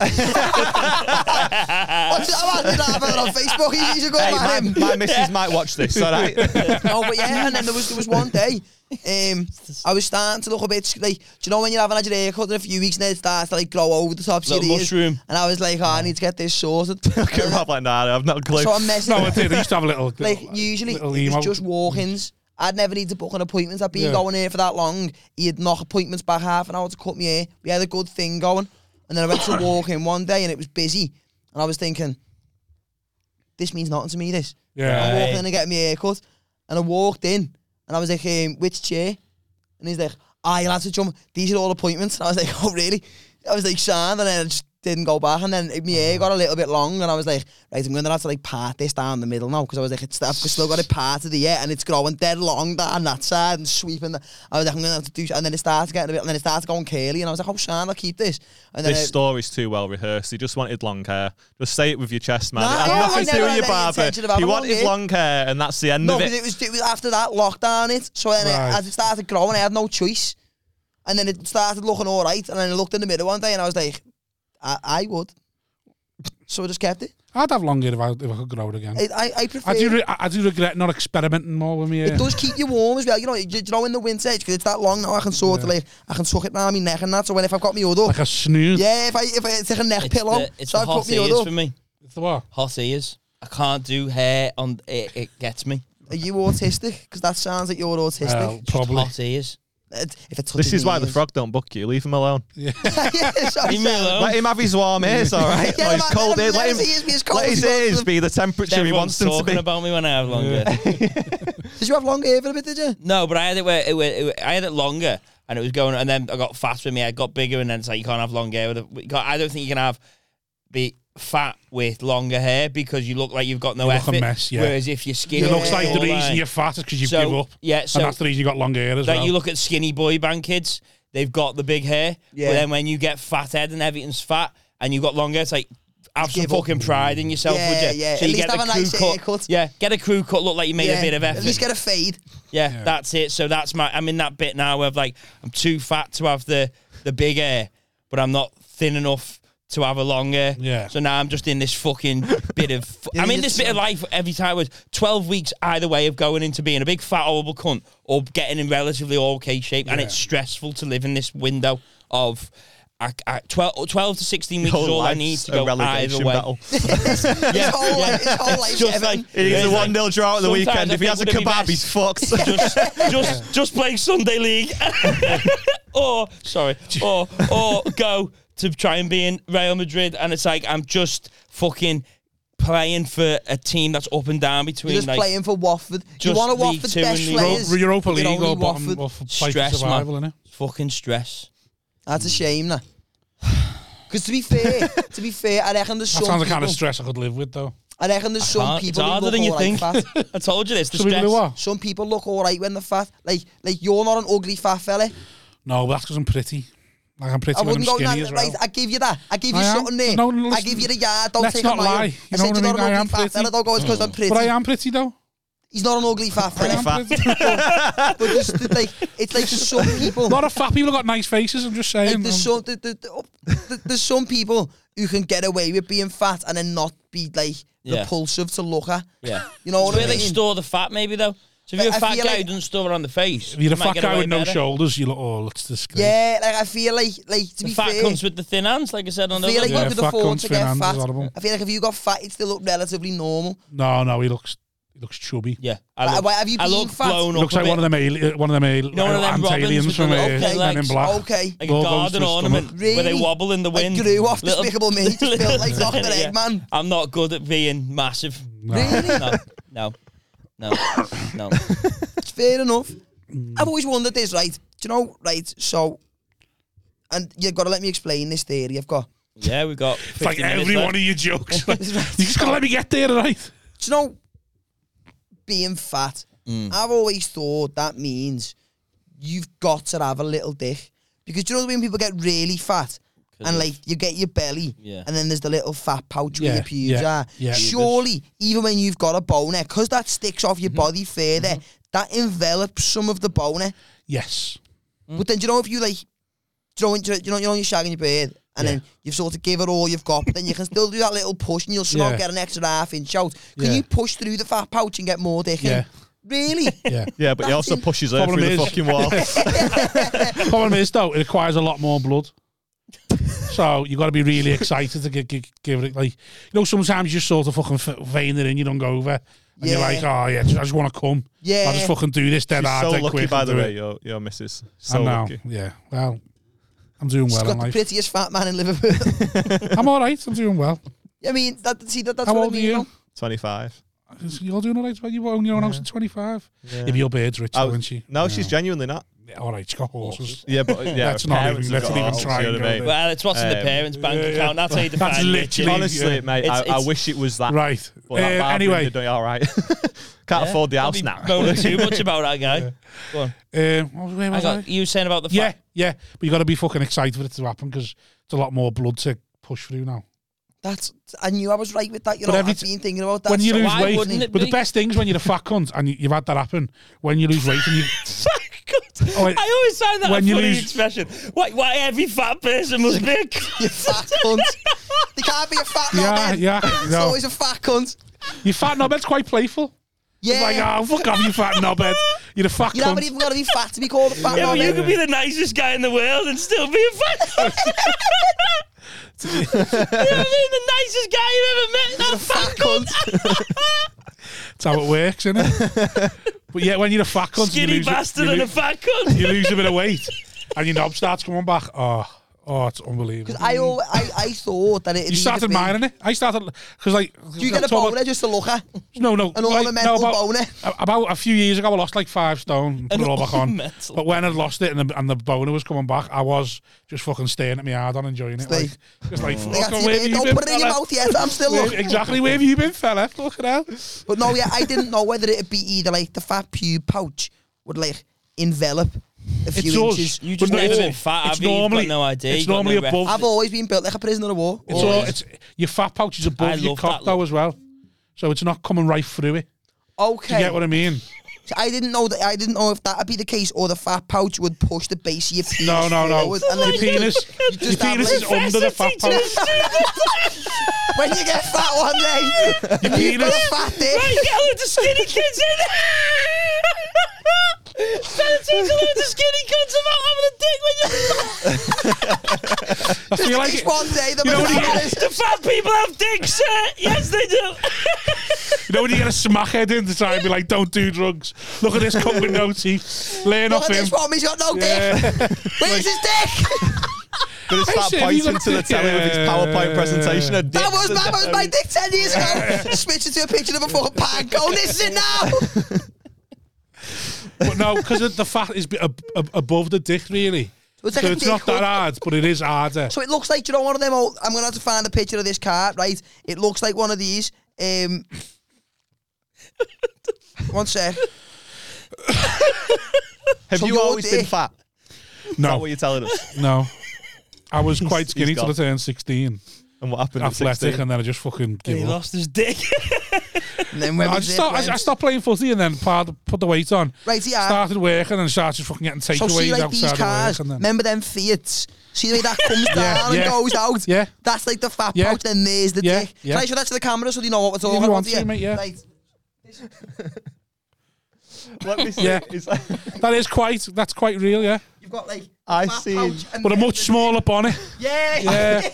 [SPEAKER 5] What's that man? Did I have it on Facebook? He- He's a good
[SPEAKER 4] Hey, my,
[SPEAKER 5] man. him.
[SPEAKER 4] my missus might watch this, all right?
[SPEAKER 5] Oh, but yeah, and then there was there was one day, um, I was starting to look a bit sc- like, do you know when you haven't had your haircut in a few weeks and then it starts to like grow over the top of your
[SPEAKER 2] Little
[SPEAKER 5] ears?
[SPEAKER 2] mushroom.
[SPEAKER 5] And I was like, oh, I need to get this sorted.
[SPEAKER 4] I'm like, nah, I've not a clue.
[SPEAKER 5] so I messed
[SPEAKER 1] No,
[SPEAKER 5] up.
[SPEAKER 1] I did. I used to have a little.
[SPEAKER 5] Like
[SPEAKER 1] little,
[SPEAKER 5] usually it
[SPEAKER 1] little
[SPEAKER 5] was
[SPEAKER 1] emo.
[SPEAKER 5] just walk-ins. I'd never need to book an appointment. I'd been
[SPEAKER 1] Yeah.
[SPEAKER 5] going here for that long. He'd knock appointments back half an hour to cut me hair. We had a good thing going. And then I went to walk in one day and it was busy. And I was thinking, this means nothing to me, this. I'm
[SPEAKER 1] Yeah.
[SPEAKER 5] walking in and getting my hair cut. And I walked in and I was like, um, which chair? And he's like, ah, you'll have to jump. These are all appointments. And I was like, oh, really? I was like, sound. And then I just didn't go back. And then my hair got a little bit long. And I was like, right, I'm going to have to like part this down the middle now. Because I was like, it's, I've still got it parted here. And it's growing dead long that on that side and sweeping. The, I was like, I'm going to have to do. And then it starts getting a bit. And then it starts going curly. And I was like, oh, sound, I'll keep this. And then
[SPEAKER 4] This
[SPEAKER 5] I-
[SPEAKER 4] story's too well rehearsed. He just wanted long hair. Just say it with your chest, man.
[SPEAKER 5] No,
[SPEAKER 4] it had
[SPEAKER 5] I
[SPEAKER 4] nothing to do
[SPEAKER 5] never
[SPEAKER 4] with your
[SPEAKER 5] had any
[SPEAKER 4] barber.
[SPEAKER 5] intention of having
[SPEAKER 4] He
[SPEAKER 5] long
[SPEAKER 4] wanted
[SPEAKER 5] hair.
[SPEAKER 4] long hair, and that's the end
[SPEAKER 5] No,
[SPEAKER 4] of
[SPEAKER 5] because
[SPEAKER 4] it.
[SPEAKER 5] it was, it was after that lockdown. It so then
[SPEAKER 1] Right.
[SPEAKER 5] it, as it started growing, I had no choice, and then it started looking all right. And then I looked in the mirror one day, and I was like, I, I would. So I just kept it.
[SPEAKER 1] I'd have long hair if I, if I could grow it again.
[SPEAKER 5] I I, I prefer.
[SPEAKER 1] I do, re- I I do regret not experimenting more with uh, my hair.
[SPEAKER 5] it does keep you warm as well. You know, you, you know in the winter because it's that long now. I can sort of like I can tuck it round my neck and that. So when if I've got my hood up,
[SPEAKER 1] Like a snooze.
[SPEAKER 5] yeah, if I if I take a neck
[SPEAKER 2] It's
[SPEAKER 5] pillow,
[SPEAKER 2] the, it's
[SPEAKER 5] so
[SPEAKER 2] the
[SPEAKER 5] I
[SPEAKER 2] hot
[SPEAKER 5] put my hood
[SPEAKER 2] ears
[SPEAKER 5] up.
[SPEAKER 2] for me.
[SPEAKER 1] It's the what?
[SPEAKER 2] Hot ears. I can't do hair on it. It gets me.
[SPEAKER 5] Are you autistic? Because that sounds like you're
[SPEAKER 1] Well,
[SPEAKER 5] autistic.
[SPEAKER 1] probably.
[SPEAKER 2] Hot ears.
[SPEAKER 5] It- if it
[SPEAKER 4] This
[SPEAKER 5] touches
[SPEAKER 4] is why
[SPEAKER 5] my
[SPEAKER 4] the frog don't book you. Leave him alone.
[SPEAKER 5] ears. Yeah, so
[SPEAKER 2] Leave me
[SPEAKER 5] sad.
[SPEAKER 2] alone.
[SPEAKER 4] Let him have his warm ears, all right?
[SPEAKER 5] Yeah,
[SPEAKER 4] Or his
[SPEAKER 5] let him-
[SPEAKER 4] cold
[SPEAKER 5] let him-
[SPEAKER 4] ears.
[SPEAKER 5] let
[SPEAKER 4] Let,
[SPEAKER 5] his ears be
[SPEAKER 4] him,
[SPEAKER 5] as cold
[SPEAKER 4] let
[SPEAKER 5] as
[SPEAKER 4] his
[SPEAKER 5] he wants
[SPEAKER 4] ears
[SPEAKER 5] them.
[SPEAKER 4] be the temperature he
[SPEAKER 2] Everyone's
[SPEAKER 4] wants them to
[SPEAKER 2] talking
[SPEAKER 4] be.
[SPEAKER 2] about me when I have longer.
[SPEAKER 5] Did you have long hair for a bit? Did you?
[SPEAKER 2] No, but I had it where it, where it- I had it longer, and it was going, and then I got faster with me. I got bigger, and then it's like you can't have long hair. With a, you can't- I don't think you can have be fat with longer hair because you look like you've got no
[SPEAKER 1] You look a
[SPEAKER 2] effort.
[SPEAKER 1] mess, yeah.
[SPEAKER 2] Whereas if you're skinny,
[SPEAKER 1] It
[SPEAKER 5] Yeah,
[SPEAKER 1] looks like
[SPEAKER 2] or
[SPEAKER 1] the reason you're fat is because you
[SPEAKER 2] So,
[SPEAKER 1] give up.
[SPEAKER 2] yeah, so-
[SPEAKER 1] and that's the reason you got long hair as
[SPEAKER 2] Like
[SPEAKER 1] well.
[SPEAKER 2] you look at skinny boy band kids, they've got the big hair.
[SPEAKER 5] Yeah.
[SPEAKER 2] But then when you get fat head and everything's fat and you got long hair, it's like have some
[SPEAKER 5] Give up.
[SPEAKER 2] fucking pride in yourself,
[SPEAKER 5] Yeah,
[SPEAKER 2] would you?
[SPEAKER 5] yeah. At
[SPEAKER 2] you
[SPEAKER 5] least have a nice
[SPEAKER 2] crew
[SPEAKER 5] haircut.
[SPEAKER 2] Yeah, get a crew cut. Look like you made
[SPEAKER 5] yeah,
[SPEAKER 2] a bit of effort.
[SPEAKER 5] At least get a fade.
[SPEAKER 2] yeah,
[SPEAKER 1] Yeah.
[SPEAKER 2] that's it. So that's my. I'm in that bit now where like I'm too fat to have the the big hair, but I'm not thin enough to have a long hair.
[SPEAKER 1] Yeah.
[SPEAKER 2] So now I'm just in this fucking bit of.
[SPEAKER 5] Yeah,
[SPEAKER 2] I'm
[SPEAKER 5] you
[SPEAKER 2] in this
[SPEAKER 5] just-
[SPEAKER 2] bit of life every time. It was 12 weeks either way of going into being a big fat horrible cunt or getting in relatively okay shape, and it's stressful to live in this window of. I, I, 12, 12 to 16 weeks is all I need to
[SPEAKER 4] a
[SPEAKER 2] go either
[SPEAKER 4] relegation
[SPEAKER 2] way.
[SPEAKER 4] battle.
[SPEAKER 5] His whole
[SPEAKER 2] yeah.
[SPEAKER 5] life, his whole life.
[SPEAKER 2] Just
[SPEAKER 5] Evan.
[SPEAKER 2] like- Yeah,
[SPEAKER 4] It is a
[SPEAKER 2] it's like-
[SPEAKER 4] 1 0 draw at the
[SPEAKER 2] sometimes
[SPEAKER 4] weekend.
[SPEAKER 2] I
[SPEAKER 4] If he
[SPEAKER 2] think
[SPEAKER 4] has a
[SPEAKER 2] would it be
[SPEAKER 4] kebab,
[SPEAKER 2] best-
[SPEAKER 4] he's fucked.
[SPEAKER 2] just just just play Sunday league or sorry or or go to try and be in Real Madrid and it's like I'm just fucking playing for a team that's up and down between
[SPEAKER 5] You're just
[SPEAKER 2] like
[SPEAKER 5] playing for Watford. You
[SPEAKER 2] just
[SPEAKER 5] want
[SPEAKER 2] League
[SPEAKER 5] one of Watford's
[SPEAKER 2] Two and
[SPEAKER 5] best
[SPEAKER 2] League-
[SPEAKER 5] players.
[SPEAKER 1] Europa
[SPEAKER 5] You can
[SPEAKER 1] League
[SPEAKER 5] only
[SPEAKER 1] or bottom
[SPEAKER 5] Watford.
[SPEAKER 1] or fight for
[SPEAKER 2] Stress,
[SPEAKER 1] survival, innit?
[SPEAKER 2] fucking stress.
[SPEAKER 5] That's a shame, nah. Because to be fair, to be fair, I reckon there's
[SPEAKER 1] That
[SPEAKER 5] some
[SPEAKER 1] sounds the
[SPEAKER 5] people.
[SPEAKER 1] kind of stress I could live with, though.
[SPEAKER 5] I reckon there's some
[SPEAKER 2] Can't- it's
[SPEAKER 5] people who
[SPEAKER 2] harder
[SPEAKER 5] look
[SPEAKER 2] than you
[SPEAKER 5] alright
[SPEAKER 2] think.
[SPEAKER 5] fat.
[SPEAKER 2] I told you this. The
[SPEAKER 1] Some people who
[SPEAKER 2] stress.
[SPEAKER 1] are.
[SPEAKER 5] Some people look alright when they're fat. Like, like you're not an ugly fat fella.
[SPEAKER 1] No, but that's because I'm pretty. Like, I'm pretty
[SPEAKER 5] I
[SPEAKER 1] when I'm
[SPEAKER 5] wouldn't go
[SPEAKER 1] skinny
[SPEAKER 5] down
[SPEAKER 1] as
[SPEAKER 5] that.
[SPEAKER 1] well.
[SPEAKER 5] Right, I give you that. I give you
[SPEAKER 1] I am.
[SPEAKER 5] something there.
[SPEAKER 1] No, no,
[SPEAKER 5] I
[SPEAKER 1] listen.
[SPEAKER 5] give you the yard. Don't
[SPEAKER 1] Let's
[SPEAKER 5] take
[SPEAKER 1] not
[SPEAKER 5] a mile.
[SPEAKER 1] lie. You
[SPEAKER 5] I
[SPEAKER 1] know
[SPEAKER 5] said
[SPEAKER 1] what
[SPEAKER 5] you're
[SPEAKER 1] I
[SPEAKER 5] not
[SPEAKER 1] mean? I
[SPEAKER 5] an
[SPEAKER 1] am
[SPEAKER 5] ugly fat fella.
[SPEAKER 1] pretty.
[SPEAKER 5] Don't go. It's because I'm pretty.
[SPEAKER 1] but I am pretty, though.
[SPEAKER 5] He's not an ugly fat
[SPEAKER 1] I
[SPEAKER 5] fella.
[SPEAKER 1] am
[SPEAKER 4] fat.
[SPEAKER 1] pretty.
[SPEAKER 5] but just like it's like there's some people.
[SPEAKER 1] A lot of fat people have got nice faces, I'm just saying.
[SPEAKER 5] Like there's
[SPEAKER 1] Um,
[SPEAKER 5] some, there- there- there- there's some people who can get away with being fat and then not be like
[SPEAKER 2] Yeah.
[SPEAKER 5] repulsive to look at.
[SPEAKER 2] Yeah.
[SPEAKER 5] You know
[SPEAKER 2] It's
[SPEAKER 5] what I
[SPEAKER 2] where
[SPEAKER 5] mean?
[SPEAKER 2] they store the fat, maybe though. So if
[SPEAKER 5] But
[SPEAKER 2] you're a
[SPEAKER 5] I
[SPEAKER 2] fat guy
[SPEAKER 5] feel
[SPEAKER 2] who
[SPEAKER 5] like-
[SPEAKER 2] doesn't store it on the face,
[SPEAKER 1] if you're a
[SPEAKER 2] you might
[SPEAKER 1] fat
[SPEAKER 2] get
[SPEAKER 1] guy
[SPEAKER 2] away
[SPEAKER 1] with no
[SPEAKER 2] better.
[SPEAKER 1] shoulders, you look, oh, it's this guy.
[SPEAKER 5] yeah, like I feel like like to
[SPEAKER 2] The
[SPEAKER 5] be
[SPEAKER 2] fat
[SPEAKER 5] fair,
[SPEAKER 2] comes with the thin hands, like I said on
[SPEAKER 5] I
[SPEAKER 2] the.
[SPEAKER 5] feel like
[SPEAKER 2] other-
[SPEAKER 1] Yeah,
[SPEAKER 5] you could
[SPEAKER 1] fat
[SPEAKER 5] afford
[SPEAKER 1] comes
[SPEAKER 5] to
[SPEAKER 1] with
[SPEAKER 5] get
[SPEAKER 1] hands is
[SPEAKER 5] fat.
[SPEAKER 1] horrible.
[SPEAKER 5] I feel like if you got fat, it still look relatively normal.
[SPEAKER 1] No, no, he looks he looks chubby.
[SPEAKER 2] Yeah.
[SPEAKER 5] Like,
[SPEAKER 2] I look,
[SPEAKER 5] why have you
[SPEAKER 2] I
[SPEAKER 5] been
[SPEAKER 2] look
[SPEAKER 5] fat?
[SPEAKER 2] blown
[SPEAKER 1] He
[SPEAKER 2] up.
[SPEAKER 1] looks
[SPEAKER 2] a
[SPEAKER 1] like
[SPEAKER 2] bit.
[SPEAKER 1] one of them alien, one of them alien,
[SPEAKER 2] No, one of them
[SPEAKER 1] anti-aliens
[SPEAKER 2] Robins
[SPEAKER 1] from uh,
[SPEAKER 2] with the little
[SPEAKER 1] Men in
[SPEAKER 5] legs.
[SPEAKER 1] Black.
[SPEAKER 5] Okay.
[SPEAKER 2] like
[SPEAKER 1] All
[SPEAKER 2] a
[SPEAKER 1] goes
[SPEAKER 2] garden
[SPEAKER 1] to his
[SPEAKER 2] ornament
[SPEAKER 1] stomach.
[SPEAKER 2] where they
[SPEAKER 5] Really?
[SPEAKER 2] wobble in the
[SPEAKER 5] Like
[SPEAKER 2] wind.
[SPEAKER 5] grew off
[SPEAKER 2] Little-
[SPEAKER 5] Despicable Me, just built like Dr. Eggman.
[SPEAKER 2] I'm not good at being massive.
[SPEAKER 1] Nah.
[SPEAKER 2] No, no, no, no.
[SPEAKER 5] It's fair enough. I've always wondered this, right? Do you know, right? So, and you've got to let me explain this theory I've got.
[SPEAKER 2] Yeah, we got.
[SPEAKER 1] It's like
[SPEAKER 2] 50 minutes
[SPEAKER 1] every
[SPEAKER 2] left.
[SPEAKER 1] one of your jokes. like, you just gotta let me get there, right?
[SPEAKER 5] do you know, being fat, I've always thought that means you've got to have a little dick. Because do you know when people get really fat and like you get your belly
[SPEAKER 2] Yeah.
[SPEAKER 5] and then there's the little fat pouch
[SPEAKER 1] Yeah,
[SPEAKER 5] where your pubes
[SPEAKER 1] yeah,
[SPEAKER 5] are.
[SPEAKER 1] yeah.
[SPEAKER 5] Surely, even when you've got a bone hair, because that sticks off your body further, that envelops some of the bone hair.
[SPEAKER 1] Yes.
[SPEAKER 5] Mm. But then do you know if you like, do you know, when- do you know, you know you're shagging your beard and then you've sort of give it all you've got, but then you can still do that little push and you'll somehow
[SPEAKER 1] Yeah.
[SPEAKER 5] get an extra half inch out. Can
[SPEAKER 1] Yeah.
[SPEAKER 5] you push through the fat pouch and get more dick in?
[SPEAKER 1] Yeah.
[SPEAKER 5] Really?
[SPEAKER 1] Yeah.
[SPEAKER 4] Yeah, but he
[SPEAKER 5] That's
[SPEAKER 4] also
[SPEAKER 5] in-
[SPEAKER 4] pushes her
[SPEAKER 1] Problem
[SPEAKER 4] through the
[SPEAKER 1] is-
[SPEAKER 4] fucking wall.
[SPEAKER 1] Problem is though, it requires a lot more blood. So you got to be really excited to give, give, give it like you know. Sometimes you just sort of fucking f- vein it in, you don't go over, and you're
[SPEAKER 5] Yeah.
[SPEAKER 1] like, oh yeah, I just want to come.
[SPEAKER 5] Yeah.
[SPEAKER 1] I'll just fucking do this dead
[SPEAKER 4] She's
[SPEAKER 1] hard,
[SPEAKER 4] so
[SPEAKER 1] dead
[SPEAKER 4] lucky,
[SPEAKER 1] quick,
[SPEAKER 4] by
[SPEAKER 1] and
[SPEAKER 4] the
[SPEAKER 1] do
[SPEAKER 4] way,
[SPEAKER 1] it.
[SPEAKER 4] your, your missus.
[SPEAKER 1] I
[SPEAKER 4] So
[SPEAKER 1] know.
[SPEAKER 4] lucky.
[SPEAKER 1] Yeah. Well, I'm doing
[SPEAKER 5] He's
[SPEAKER 1] well in
[SPEAKER 5] got the
[SPEAKER 1] life.
[SPEAKER 5] prettiest fat man in Liverpool.
[SPEAKER 1] I'm all right. I'm doing well.
[SPEAKER 5] I mean, that, see, that, that's
[SPEAKER 1] How
[SPEAKER 5] what
[SPEAKER 1] old
[SPEAKER 5] I
[SPEAKER 1] are
[SPEAKER 5] mean.
[SPEAKER 1] you?
[SPEAKER 5] though.
[SPEAKER 4] 25.
[SPEAKER 1] You're doing all right. well, You own your own house at 25.
[SPEAKER 4] Yeah.
[SPEAKER 1] If your beard's rich,
[SPEAKER 4] Oh,
[SPEAKER 1] though, isn't she?
[SPEAKER 4] No, she's genuinely not.
[SPEAKER 1] Yeah, all right. She's got horses.
[SPEAKER 4] Yeah, but yeah,
[SPEAKER 1] Let's
[SPEAKER 4] her
[SPEAKER 1] not
[SPEAKER 4] parents
[SPEAKER 1] even-
[SPEAKER 4] have
[SPEAKER 1] let's
[SPEAKER 4] got
[SPEAKER 1] not even
[SPEAKER 4] horses,
[SPEAKER 1] try
[SPEAKER 4] you know
[SPEAKER 1] and
[SPEAKER 4] what I
[SPEAKER 1] go
[SPEAKER 4] mean?
[SPEAKER 1] there.
[SPEAKER 2] Well, that's what's in the
[SPEAKER 4] Um,
[SPEAKER 2] parents' bank
[SPEAKER 1] yeah, yeah.
[SPEAKER 2] account. That's how you
[SPEAKER 1] That's
[SPEAKER 2] define rich,
[SPEAKER 1] literally-
[SPEAKER 2] innit?
[SPEAKER 4] Honestly,
[SPEAKER 1] Yeah.
[SPEAKER 4] mate, I,
[SPEAKER 2] It's-
[SPEAKER 4] I
[SPEAKER 2] it's-
[SPEAKER 4] wish it was that.
[SPEAKER 1] Right.
[SPEAKER 4] But that
[SPEAKER 1] Um,
[SPEAKER 4] Barbara
[SPEAKER 1] anyway,
[SPEAKER 4] did it all right. Can't afford the house now.
[SPEAKER 2] Don't be moaning too much about that guy. Go on.
[SPEAKER 1] um, what was- where
[SPEAKER 2] I
[SPEAKER 1] was I?
[SPEAKER 2] got you were saying about the fat.
[SPEAKER 1] Yeah, yeah. But you got to be fucking excited for it to happen because it's a lot more blood to push through now.
[SPEAKER 5] That's, I knew I was right with that. You
[SPEAKER 1] But
[SPEAKER 5] know,
[SPEAKER 1] every
[SPEAKER 5] I've
[SPEAKER 1] t-
[SPEAKER 5] been thinking about that.
[SPEAKER 1] when you
[SPEAKER 5] so
[SPEAKER 1] lose
[SPEAKER 5] much.
[SPEAKER 2] why
[SPEAKER 1] weight,
[SPEAKER 2] wouldn't it
[SPEAKER 1] but
[SPEAKER 2] be?
[SPEAKER 1] the best thing is when you're a fat cunt and you, you've had that happen. When you lose weight and you, Oh, wait.
[SPEAKER 2] I always find that
[SPEAKER 1] When
[SPEAKER 2] a
[SPEAKER 1] you
[SPEAKER 2] funny
[SPEAKER 1] lose-
[SPEAKER 2] expression. Why, why every fat person must be a cunt?
[SPEAKER 5] You fat cunt. You can't be a fat man.
[SPEAKER 1] yeah,
[SPEAKER 5] then.
[SPEAKER 1] yeah,
[SPEAKER 5] It's
[SPEAKER 1] no.
[SPEAKER 5] always a fat cunt.
[SPEAKER 1] your fat knobhead's quite playful.
[SPEAKER 5] Yeah.
[SPEAKER 1] It's like, oh fuck off, you fat knobhead. You're a fat
[SPEAKER 5] you haven't
[SPEAKER 1] cunt.
[SPEAKER 5] even got to be fat to be called a fat
[SPEAKER 2] Yeah,
[SPEAKER 5] man.
[SPEAKER 2] but you
[SPEAKER 5] then.
[SPEAKER 2] could be the nicest guy in the world and still be a fat cunt. you know what I mean? The nicest guy you ever met. Not a fat cunt.
[SPEAKER 1] That's how it works, isn't it? but yeah, when you're a fat cunt, and
[SPEAKER 2] Skinny
[SPEAKER 1] you lose,
[SPEAKER 2] bastard
[SPEAKER 1] you,
[SPEAKER 2] and a
[SPEAKER 1] lose,
[SPEAKER 2] fat cunt.
[SPEAKER 1] you lose a bit of weight and your knob starts coming back. Oh, Oh, it's unbelievable.
[SPEAKER 5] Because I, al- I, I thought that it.
[SPEAKER 1] you started mining it. I started because like
[SPEAKER 5] Do you get a boner just to look at?
[SPEAKER 1] No, no,
[SPEAKER 5] An ornamental
[SPEAKER 1] about,
[SPEAKER 5] boner?
[SPEAKER 1] a- About a few years ago, I lost like five stone and put
[SPEAKER 2] An
[SPEAKER 1] it all back on.
[SPEAKER 2] ornamental
[SPEAKER 1] But when I lost it and the, and the boner was coming back, I was just fucking staring at my hard on enjoying it.
[SPEAKER 5] Stay.
[SPEAKER 1] Like, just like,
[SPEAKER 5] Like,
[SPEAKER 1] fucking,
[SPEAKER 5] that's
[SPEAKER 1] where have
[SPEAKER 5] it, mate.
[SPEAKER 1] you
[SPEAKER 5] Don't
[SPEAKER 1] been?
[SPEAKER 5] put it in your
[SPEAKER 1] fella?
[SPEAKER 5] mouth yet. I'm still
[SPEAKER 1] Where-
[SPEAKER 5] looking.
[SPEAKER 1] Exactly, where have you been, fella? Look at hell.
[SPEAKER 5] But no, yeah, I didn't know whether it'd be either like the fat pube pouch would like envelop a few
[SPEAKER 1] It's us.
[SPEAKER 5] inches.
[SPEAKER 2] You just
[SPEAKER 1] But
[SPEAKER 2] never
[SPEAKER 1] it's-
[SPEAKER 2] been fat,
[SPEAKER 1] It's
[SPEAKER 2] have you? You've got
[SPEAKER 1] normally
[SPEAKER 2] no idea,
[SPEAKER 1] It's
[SPEAKER 2] you've got
[SPEAKER 1] normally
[SPEAKER 2] no
[SPEAKER 1] above.
[SPEAKER 5] I've always been built like a prisoner of war.
[SPEAKER 1] It's all,
[SPEAKER 5] Always.
[SPEAKER 1] it's, your fat pouch is
[SPEAKER 2] I
[SPEAKER 1] above your
[SPEAKER 2] love
[SPEAKER 1] cock
[SPEAKER 2] that
[SPEAKER 1] though
[SPEAKER 2] look.
[SPEAKER 1] as well, so it's not coming right through it. Do
[SPEAKER 5] okay.
[SPEAKER 1] you get what I mean?
[SPEAKER 5] So I didn't know that. I didn't know if that'd be the case, or the fat pouch would push the base of your penis.
[SPEAKER 1] No, no, no.
[SPEAKER 5] forward and then
[SPEAKER 1] Your penis, your
[SPEAKER 5] have
[SPEAKER 1] penis is
[SPEAKER 5] like-
[SPEAKER 1] under the fat pouch.
[SPEAKER 2] Professor teaches students.
[SPEAKER 5] When you get fat one day,
[SPEAKER 1] Your
[SPEAKER 5] you've got
[SPEAKER 1] penis.
[SPEAKER 5] a fat dick.
[SPEAKER 2] Right, get a load of skinny kids in there. Trying to teach a load of skinny kids about having a dick when you're
[SPEAKER 1] I feel like
[SPEAKER 5] It's
[SPEAKER 1] it,
[SPEAKER 5] one day the
[SPEAKER 1] You know what he-
[SPEAKER 5] penis.
[SPEAKER 2] The fat people have dicks, sir. Yes, they do.
[SPEAKER 1] You know when you get a smackhead in to try and be like, don't do drugs. Look at this cunt with no teeth. Laying
[SPEAKER 5] Look
[SPEAKER 1] off
[SPEAKER 5] at
[SPEAKER 1] him.
[SPEAKER 5] this one, he's got no dick.
[SPEAKER 1] Yeah.
[SPEAKER 5] Where's his dick?
[SPEAKER 4] Gonna start
[SPEAKER 1] said he
[SPEAKER 4] pointing
[SPEAKER 1] looked
[SPEAKER 4] to the
[SPEAKER 1] at-
[SPEAKER 4] telly with his PowerPoint
[SPEAKER 1] Yeah.
[SPEAKER 4] presentation. of
[SPEAKER 5] That
[SPEAKER 4] dicks
[SPEAKER 5] was,
[SPEAKER 4] and
[SPEAKER 5] that was my dick 10 years ago. Switch it to a picture of a fucking pie and go, Oh, this is it now.
[SPEAKER 1] but no, because the fat is ab- ab- above the dick, really.
[SPEAKER 5] It's
[SPEAKER 1] So
[SPEAKER 5] like a
[SPEAKER 1] it's not
[SPEAKER 5] dick
[SPEAKER 1] that
[SPEAKER 5] hook.
[SPEAKER 1] hard, but it is harder.
[SPEAKER 5] So it looks like, you know, one of them old, I'm going to have to find a picture of this car, right? It looks like one of these. Um, one sec.
[SPEAKER 4] Have
[SPEAKER 5] So
[SPEAKER 4] you
[SPEAKER 5] your
[SPEAKER 4] always been
[SPEAKER 5] dick-
[SPEAKER 4] fat? Is that
[SPEAKER 1] No,
[SPEAKER 4] what you're telling us?
[SPEAKER 1] no. I was quite skinny till I
[SPEAKER 4] gone.
[SPEAKER 1] turned 16.
[SPEAKER 4] And what happened? at
[SPEAKER 1] Athletic,
[SPEAKER 4] 16?
[SPEAKER 1] and then I just fucking gave up.
[SPEAKER 2] his dick.
[SPEAKER 5] And then when
[SPEAKER 1] I,
[SPEAKER 5] we
[SPEAKER 1] just
[SPEAKER 5] zip
[SPEAKER 1] stopped, I, I
[SPEAKER 5] went-
[SPEAKER 1] stopped playing footy and then part, put the weight on.
[SPEAKER 5] Right, yeah.
[SPEAKER 1] Started working and started just fucking getting
[SPEAKER 5] Uh, So
[SPEAKER 1] takeaways
[SPEAKER 5] see, like these
[SPEAKER 1] outside of work.
[SPEAKER 5] cars,
[SPEAKER 1] And then,
[SPEAKER 5] remember them Fiats? See the way that comes down
[SPEAKER 1] yeah.
[SPEAKER 5] and goes out?
[SPEAKER 1] Yeah.
[SPEAKER 5] That's like the fat
[SPEAKER 1] Yeah.
[SPEAKER 5] pouch, then there's the
[SPEAKER 1] Yeah,
[SPEAKER 5] dick.
[SPEAKER 1] yeah.
[SPEAKER 5] Can I show that to the camera so they know what we're
[SPEAKER 1] you
[SPEAKER 5] talking
[SPEAKER 1] want
[SPEAKER 5] about?
[SPEAKER 1] to,
[SPEAKER 5] here?
[SPEAKER 1] mate, yeah.
[SPEAKER 5] Right.
[SPEAKER 4] Let me see.
[SPEAKER 1] Yeah.
[SPEAKER 4] It's like-
[SPEAKER 1] that is quite, that's quite real, yeah.
[SPEAKER 5] You've got like
[SPEAKER 4] I
[SPEAKER 5] fat
[SPEAKER 4] see.
[SPEAKER 5] pouch and
[SPEAKER 1] But a
[SPEAKER 5] then
[SPEAKER 1] much
[SPEAKER 5] the-
[SPEAKER 1] smaller bonnet.
[SPEAKER 5] Yeah.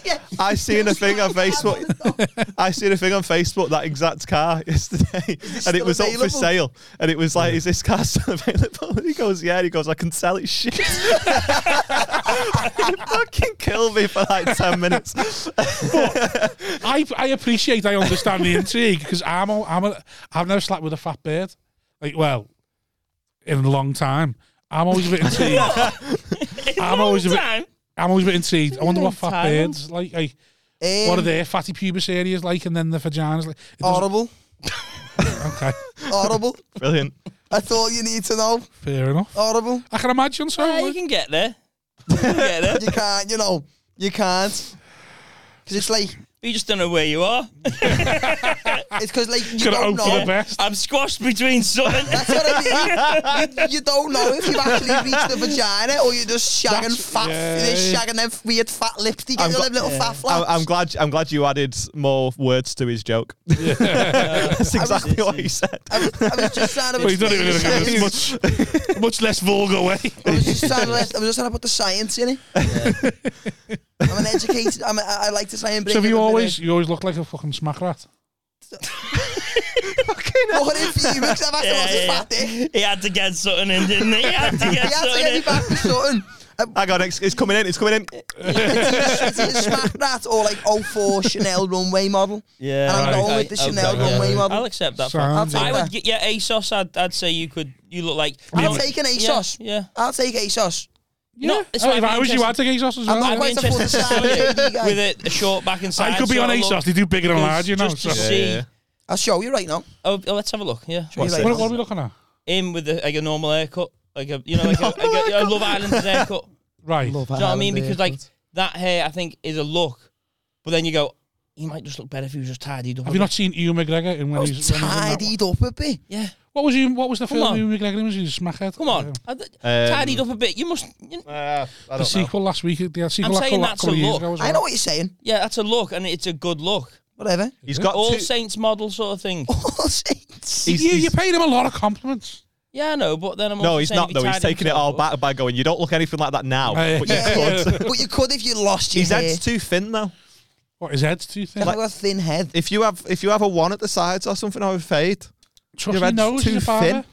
[SPEAKER 1] Yeah.
[SPEAKER 4] I seen a thing on Facebook. I seen a thing on Facebook that exact car yesterday, and it
[SPEAKER 5] still
[SPEAKER 4] was up for
[SPEAKER 5] available?
[SPEAKER 4] sale. And it was like, "Is this car still available?" And he goes, "Yeah." And he goes, "I can sell it shit." it fucking killed me for like ten minutes.
[SPEAKER 1] I, I appreciate, I understand the intrigue because I'm, a, I'm a, I've never slept with a fat bird. Like, well, in a long time. I'm always a bit intrigued. I'm always a bit,
[SPEAKER 2] Time.
[SPEAKER 1] I'm always a bit intrigued. I wonder what fat
[SPEAKER 2] Thailand.
[SPEAKER 1] birds like. like
[SPEAKER 5] Um,
[SPEAKER 1] what are their fatty pubis areas like, and then the vaginas like? It doesn't-
[SPEAKER 5] Audible.
[SPEAKER 1] okay,
[SPEAKER 5] Audible.
[SPEAKER 4] Brilliant.
[SPEAKER 5] That's all you need to know.
[SPEAKER 1] fair enough.
[SPEAKER 5] Audible.
[SPEAKER 1] I can imagine so.
[SPEAKER 2] Yeah, you
[SPEAKER 1] like-
[SPEAKER 2] can get there. You can get there.
[SPEAKER 5] You can't, you know, you can't. Because it's like,
[SPEAKER 2] You just don't know where you are.
[SPEAKER 5] it's because like you
[SPEAKER 1] Gonna
[SPEAKER 5] don't
[SPEAKER 1] hope for
[SPEAKER 5] know.
[SPEAKER 1] the best.
[SPEAKER 2] I'm squashed between something.
[SPEAKER 5] That's what I mean. you, you don't know if you've actually reached the vagina or you're just shagging
[SPEAKER 1] That's-
[SPEAKER 5] fat,
[SPEAKER 1] yeah.
[SPEAKER 5] you're shagging them weird fat lips. You
[SPEAKER 4] I've
[SPEAKER 5] get
[SPEAKER 4] got-
[SPEAKER 5] them little fat
[SPEAKER 4] I'm,
[SPEAKER 5] flaps.
[SPEAKER 4] I'm glad. I'm glad you added more words to his joke. That's exactly what he said.
[SPEAKER 5] I was, I was just trying to
[SPEAKER 1] Well, he's not
[SPEAKER 5] explain
[SPEAKER 1] even
[SPEAKER 5] the
[SPEAKER 1] in a
[SPEAKER 5] science.
[SPEAKER 1] much, much less vulgar way.
[SPEAKER 5] I was just trying to let- I was just trying to put the science in it. I'm an educated. I'm a, I I like to try and bring.
[SPEAKER 1] So have
[SPEAKER 5] it
[SPEAKER 1] you
[SPEAKER 5] up in
[SPEAKER 1] always, you always look like a fucking smack rat.
[SPEAKER 5] a- What if you? Because I've had to
[SPEAKER 2] Yeah,
[SPEAKER 5] watch his
[SPEAKER 2] yeah,
[SPEAKER 5] fat dick.
[SPEAKER 2] He had to get something in, didn't he? He had to get
[SPEAKER 5] He had to
[SPEAKER 2] something
[SPEAKER 5] get me
[SPEAKER 2] in.
[SPEAKER 5] back for something. uh,
[SPEAKER 4] Hang on, it's, it's coming in. It's coming in.
[SPEAKER 5] Is it a smack that or like 04 Chanel runway model?
[SPEAKER 2] Yeah,
[SPEAKER 5] And I'm going with the Chanel
[SPEAKER 1] yeah.
[SPEAKER 5] runway
[SPEAKER 2] I'll
[SPEAKER 5] model.
[SPEAKER 2] accept that.
[SPEAKER 1] Sounds
[SPEAKER 5] I'll
[SPEAKER 2] fact.
[SPEAKER 5] take
[SPEAKER 2] I
[SPEAKER 5] that.
[SPEAKER 2] would get yeah, ASOS. I'd, I'd say you could. You look like
[SPEAKER 5] I'll
[SPEAKER 2] Yeah,
[SPEAKER 5] take an ASOS.
[SPEAKER 2] Yeah,
[SPEAKER 5] I'll take ASOS.
[SPEAKER 1] Yeah.
[SPEAKER 2] No, it's
[SPEAKER 1] oh,
[SPEAKER 2] fine,
[SPEAKER 1] if I was you,
[SPEAKER 2] interesting.
[SPEAKER 1] I'd take ASOS as
[SPEAKER 5] I'm
[SPEAKER 1] well.
[SPEAKER 5] not
[SPEAKER 2] I'd be
[SPEAKER 5] quite a full
[SPEAKER 2] interested to see
[SPEAKER 5] size
[SPEAKER 2] it with
[SPEAKER 5] guy.
[SPEAKER 2] a, a short back and side.
[SPEAKER 1] I Ah, could be on
[SPEAKER 2] sort of
[SPEAKER 1] ASOS.
[SPEAKER 2] look.
[SPEAKER 1] They do bigger and
[SPEAKER 2] Because
[SPEAKER 1] larger now.
[SPEAKER 2] Just to
[SPEAKER 1] so-
[SPEAKER 2] see.
[SPEAKER 4] Yeah.
[SPEAKER 5] I'll show you right now.
[SPEAKER 2] Oh, oh, let's have a look. Yeah,
[SPEAKER 5] Show you
[SPEAKER 4] What's
[SPEAKER 5] right
[SPEAKER 1] What, what
[SPEAKER 5] now.
[SPEAKER 1] are we looking at?
[SPEAKER 2] in with a, like a normal haircut, like a you know like a, like a, a Love Island haircut. Do
[SPEAKER 1] Right.
[SPEAKER 2] you know what I mean? Because like that hair, I think is a look, but then you go, you might just look better if you was just tidied up.
[SPEAKER 1] Have
[SPEAKER 2] a
[SPEAKER 1] you
[SPEAKER 2] bit."
[SPEAKER 1] not seen Hugh McGregor in
[SPEAKER 5] I
[SPEAKER 1] when he's,
[SPEAKER 5] was
[SPEAKER 1] when he's in that one?
[SPEAKER 5] tidied up a bit.
[SPEAKER 2] Yeah,
[SPEAKER 1] What was he, What was the
[SPEAKER 2] Come
[SPEAKER 1] film
[SPEAKER 2] on.
[SPEAKER 1] Hugh McGregor in? was? He a smackhead?
[SPEAKER 2] come on,
[SPEAKER 1] Um,
[SPEAKER 2] I th- tidied up a bit. You must. You,
[SPEAKER 1] The sequel last week. The sequel
[SPEAKER 2] I'm
[SPEAKER 1] a couple,
[SPEAKER 2] saying that's a
[SPEAKER 1] couple of years
[SPEAKER 2] look.
[SPEAKER 1] ago as well.
[SPEAKER 5] I know what you're saying.
[SPEAKER 2] yeah, that's a look, and it's a good look.
[SPEAKER 5] Whatever.
[SPEAKER 4] He's got
[SPEAKER 2] All
[SPEAKER 4] two.
[SPEAKER 2] Saints model sort of thing.
[SPEAKER 4] Oh.
[SPEAKER 5] All saints.
[SPEAKER 4] he's-
[SPEAKER 1] you,
[SPEAKER 4] he's-
[SPEAKER 1] you paid him a lot of compliments.
[SPEAKER 2] Yeah, I know, but then I'm
[SPEAKER 4] no,
[SPEAKER 2] also
[SPEAKER 4] he's
[SPEAKER 2] saying
[SPEAKER 4] not
[SPEAKER 2] if he
[SPEAKER 4] though. He's
[SPEAKER 2] tidied
[SPEAKER 4] taking it
[SPEAKER 2] himself
[SPEAKER 4] all
[SPEAKER 2] up-
[SPEAKER 4] back by going. You don't look anything like that now.
[SPEAKER 1] Aye.
[SPEAKER 4] But you
[SPEAKER 5] Oh, Yeah,
[SPEAKER 4] could."
[SPEAKER 5] yeah. but you could if you lost your
[SPEAKER 4] His
[SPEAKER 5] hair.
[SPEAKER 4] head's too thin though.
[SPEAKER 1] What his head's too thin.
[SPEAKER 5] I've got a thin head.
[SPEAKER 4] If you have if you have a one at the sides or something, I would fade.
[SPEAKER 1] Trust
[SPEAKER 4] your
[SPEAKER 1] me,
[SPEAKER 4] head's
[SPEAKER 1] knows
[SPEAKER 4] too
[SPEAKER 1] he's a barber.
[SPEAKER 4] thin.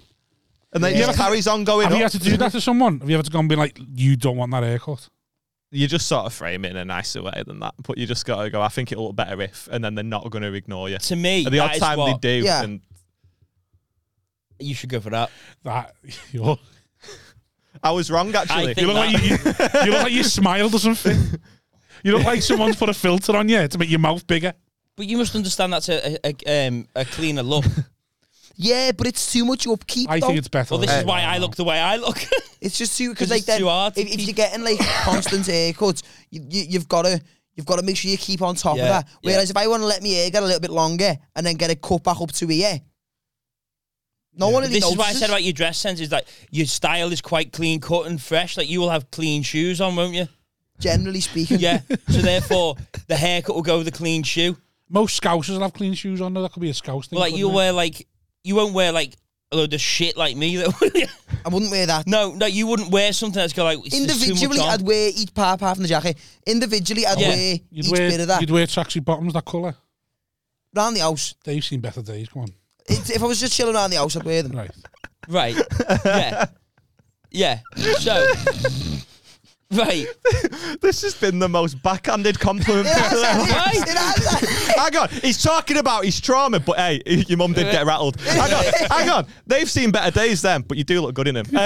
[SPEAKER 4] And then
[SPEAKER 1] Yeah.
[SPEAKER 4] it just carries on going
[SPEAKER 1] Have you
[SPEAKER 4] up.
[SPEAKER 1] had to do that to someone? Have you ever gone and been like, you don't want that haircut?
[SPEAKER 4] you just sort of frame it in a nicer way than that. But you just gotta go. I think it'll look better if, and then they're not going to ignore you.
[SPEAKER 2] To me,
[SPEAKER 4] At the
[SPEAKER 2] that
[SPEAKER 4] odd
[SPEAKER 2] is
[SPEAKER 4] time
[SPEAKER 2] what-
[SPEAKER 4] they do,
[SPEAKER 5] Yeah.
[SPEAKER 4] and
[SPEAKER 2] you should go for that.
[SPEAKER 1] That you're,
[SPEAKER 4] I was wrong actually.
[SPEAKER 2] I
[SPEAKER 1] you
[SPEAKER 2] think
[SPEAKER 1] look like you, you look like you smiled or something. You look like someone's put a filter on you to make your mouth bigger.
[SPEAKER 2] But you must understand that's a a, a, um, a cleaner look.
[SPEAKER 5] Yeah, but it's too much upkeep.
[SPEAKER 1] I
[SPEAKER 5] though.
[SPEAKER 1] think it's better.
[SPEAKER 2] well, this
[SPEAKER 1] than
[SPEAKER 2] is
[SPEAKER 1] that.
[SPEAKER 2] why I look the way I look.
[SPEAKER 5] It's just too
[SPEAKER 2] 'Cause
[SPEAKER 5] because like
[SPEAKER 2] it's
[SPEAKER 5] then
[SPEAKER 2] too hard to
[SPEAKER 5] if, if you're
[SPEAKER 2] keep-
[SPEAKER 5] getting like constant haircuts, you, you you've got to you've got to make sure you keep on top
[SPEAKER 2] Yeah,
[SPEAKER 5] of that.
[SPEAKER 2] yeah.
[SPEAKER 5] Whereas if I want to let my hair get a little bit longer and then get it cut back up to here, no one really
[SPEAKER 2] this is
[SPEAKER 5] notices.
[SPEAKER 2] why I said about your dress sense is like your style is quite clean cut and fresh. Like you will have clean shoes on, won't you?
[SPEAKER 5] generally speaking,
[SPEAKER 2] Yeah. so therefore, the haircut will go with the clean shoe.
[SPEAKER 1] Most scousers will have clean shoes on. though. That could be a scouse thing.
[SPEAKER 2] But like
[SPEAKER 1] couldn't
[SPEAKER 2] you'll
[SPEAKER 1] it?
[SPEAKER 2] wear like you won't wear like a load of shit like me. That will you?
[SPEAKER 5] I wouldn't wear that.
[SPEAKER 2] no, no, you wouldn't wear something that's got like it's- there's
[SPEAKER 5] Individually,
[SPEAKER 2] Too much on.
[SPEAKER 5] I'd wear each part apart from the jacket. Individually, I'd
[SPEAKER 2] Yeah.
[SPEAKER 5] wear
[SPEAKER 1] You'd
[SPEAKER 5] each
[SPEAKER 1] wear,
[SPEAKER 5] bit of that
[SPEAKER 1] You'd wear tracksuit bottoms that colour.
[SPEAKER 5] around the house.
[SPEAKER 1] They've seen better days. Come on,
[SPEAKER 5] It's, if I was just chilling around the house, I'd wear them.
[SPEAKER 1] right?
[SPEAKER 2] Right. Yeah. Yeah. So. Right.
[SPEAKER 4] this has been the most backhanded compliment.
[SPEAKER 2] Right.
[SPEAKER 5] It has-
[SPEAKER 4] Hang on, he's talking about his trauma, but hey, your mum did get rattled. Hang on, hang on. They've seen better days then, but you do look good in them.
[SPEAKER 5] We all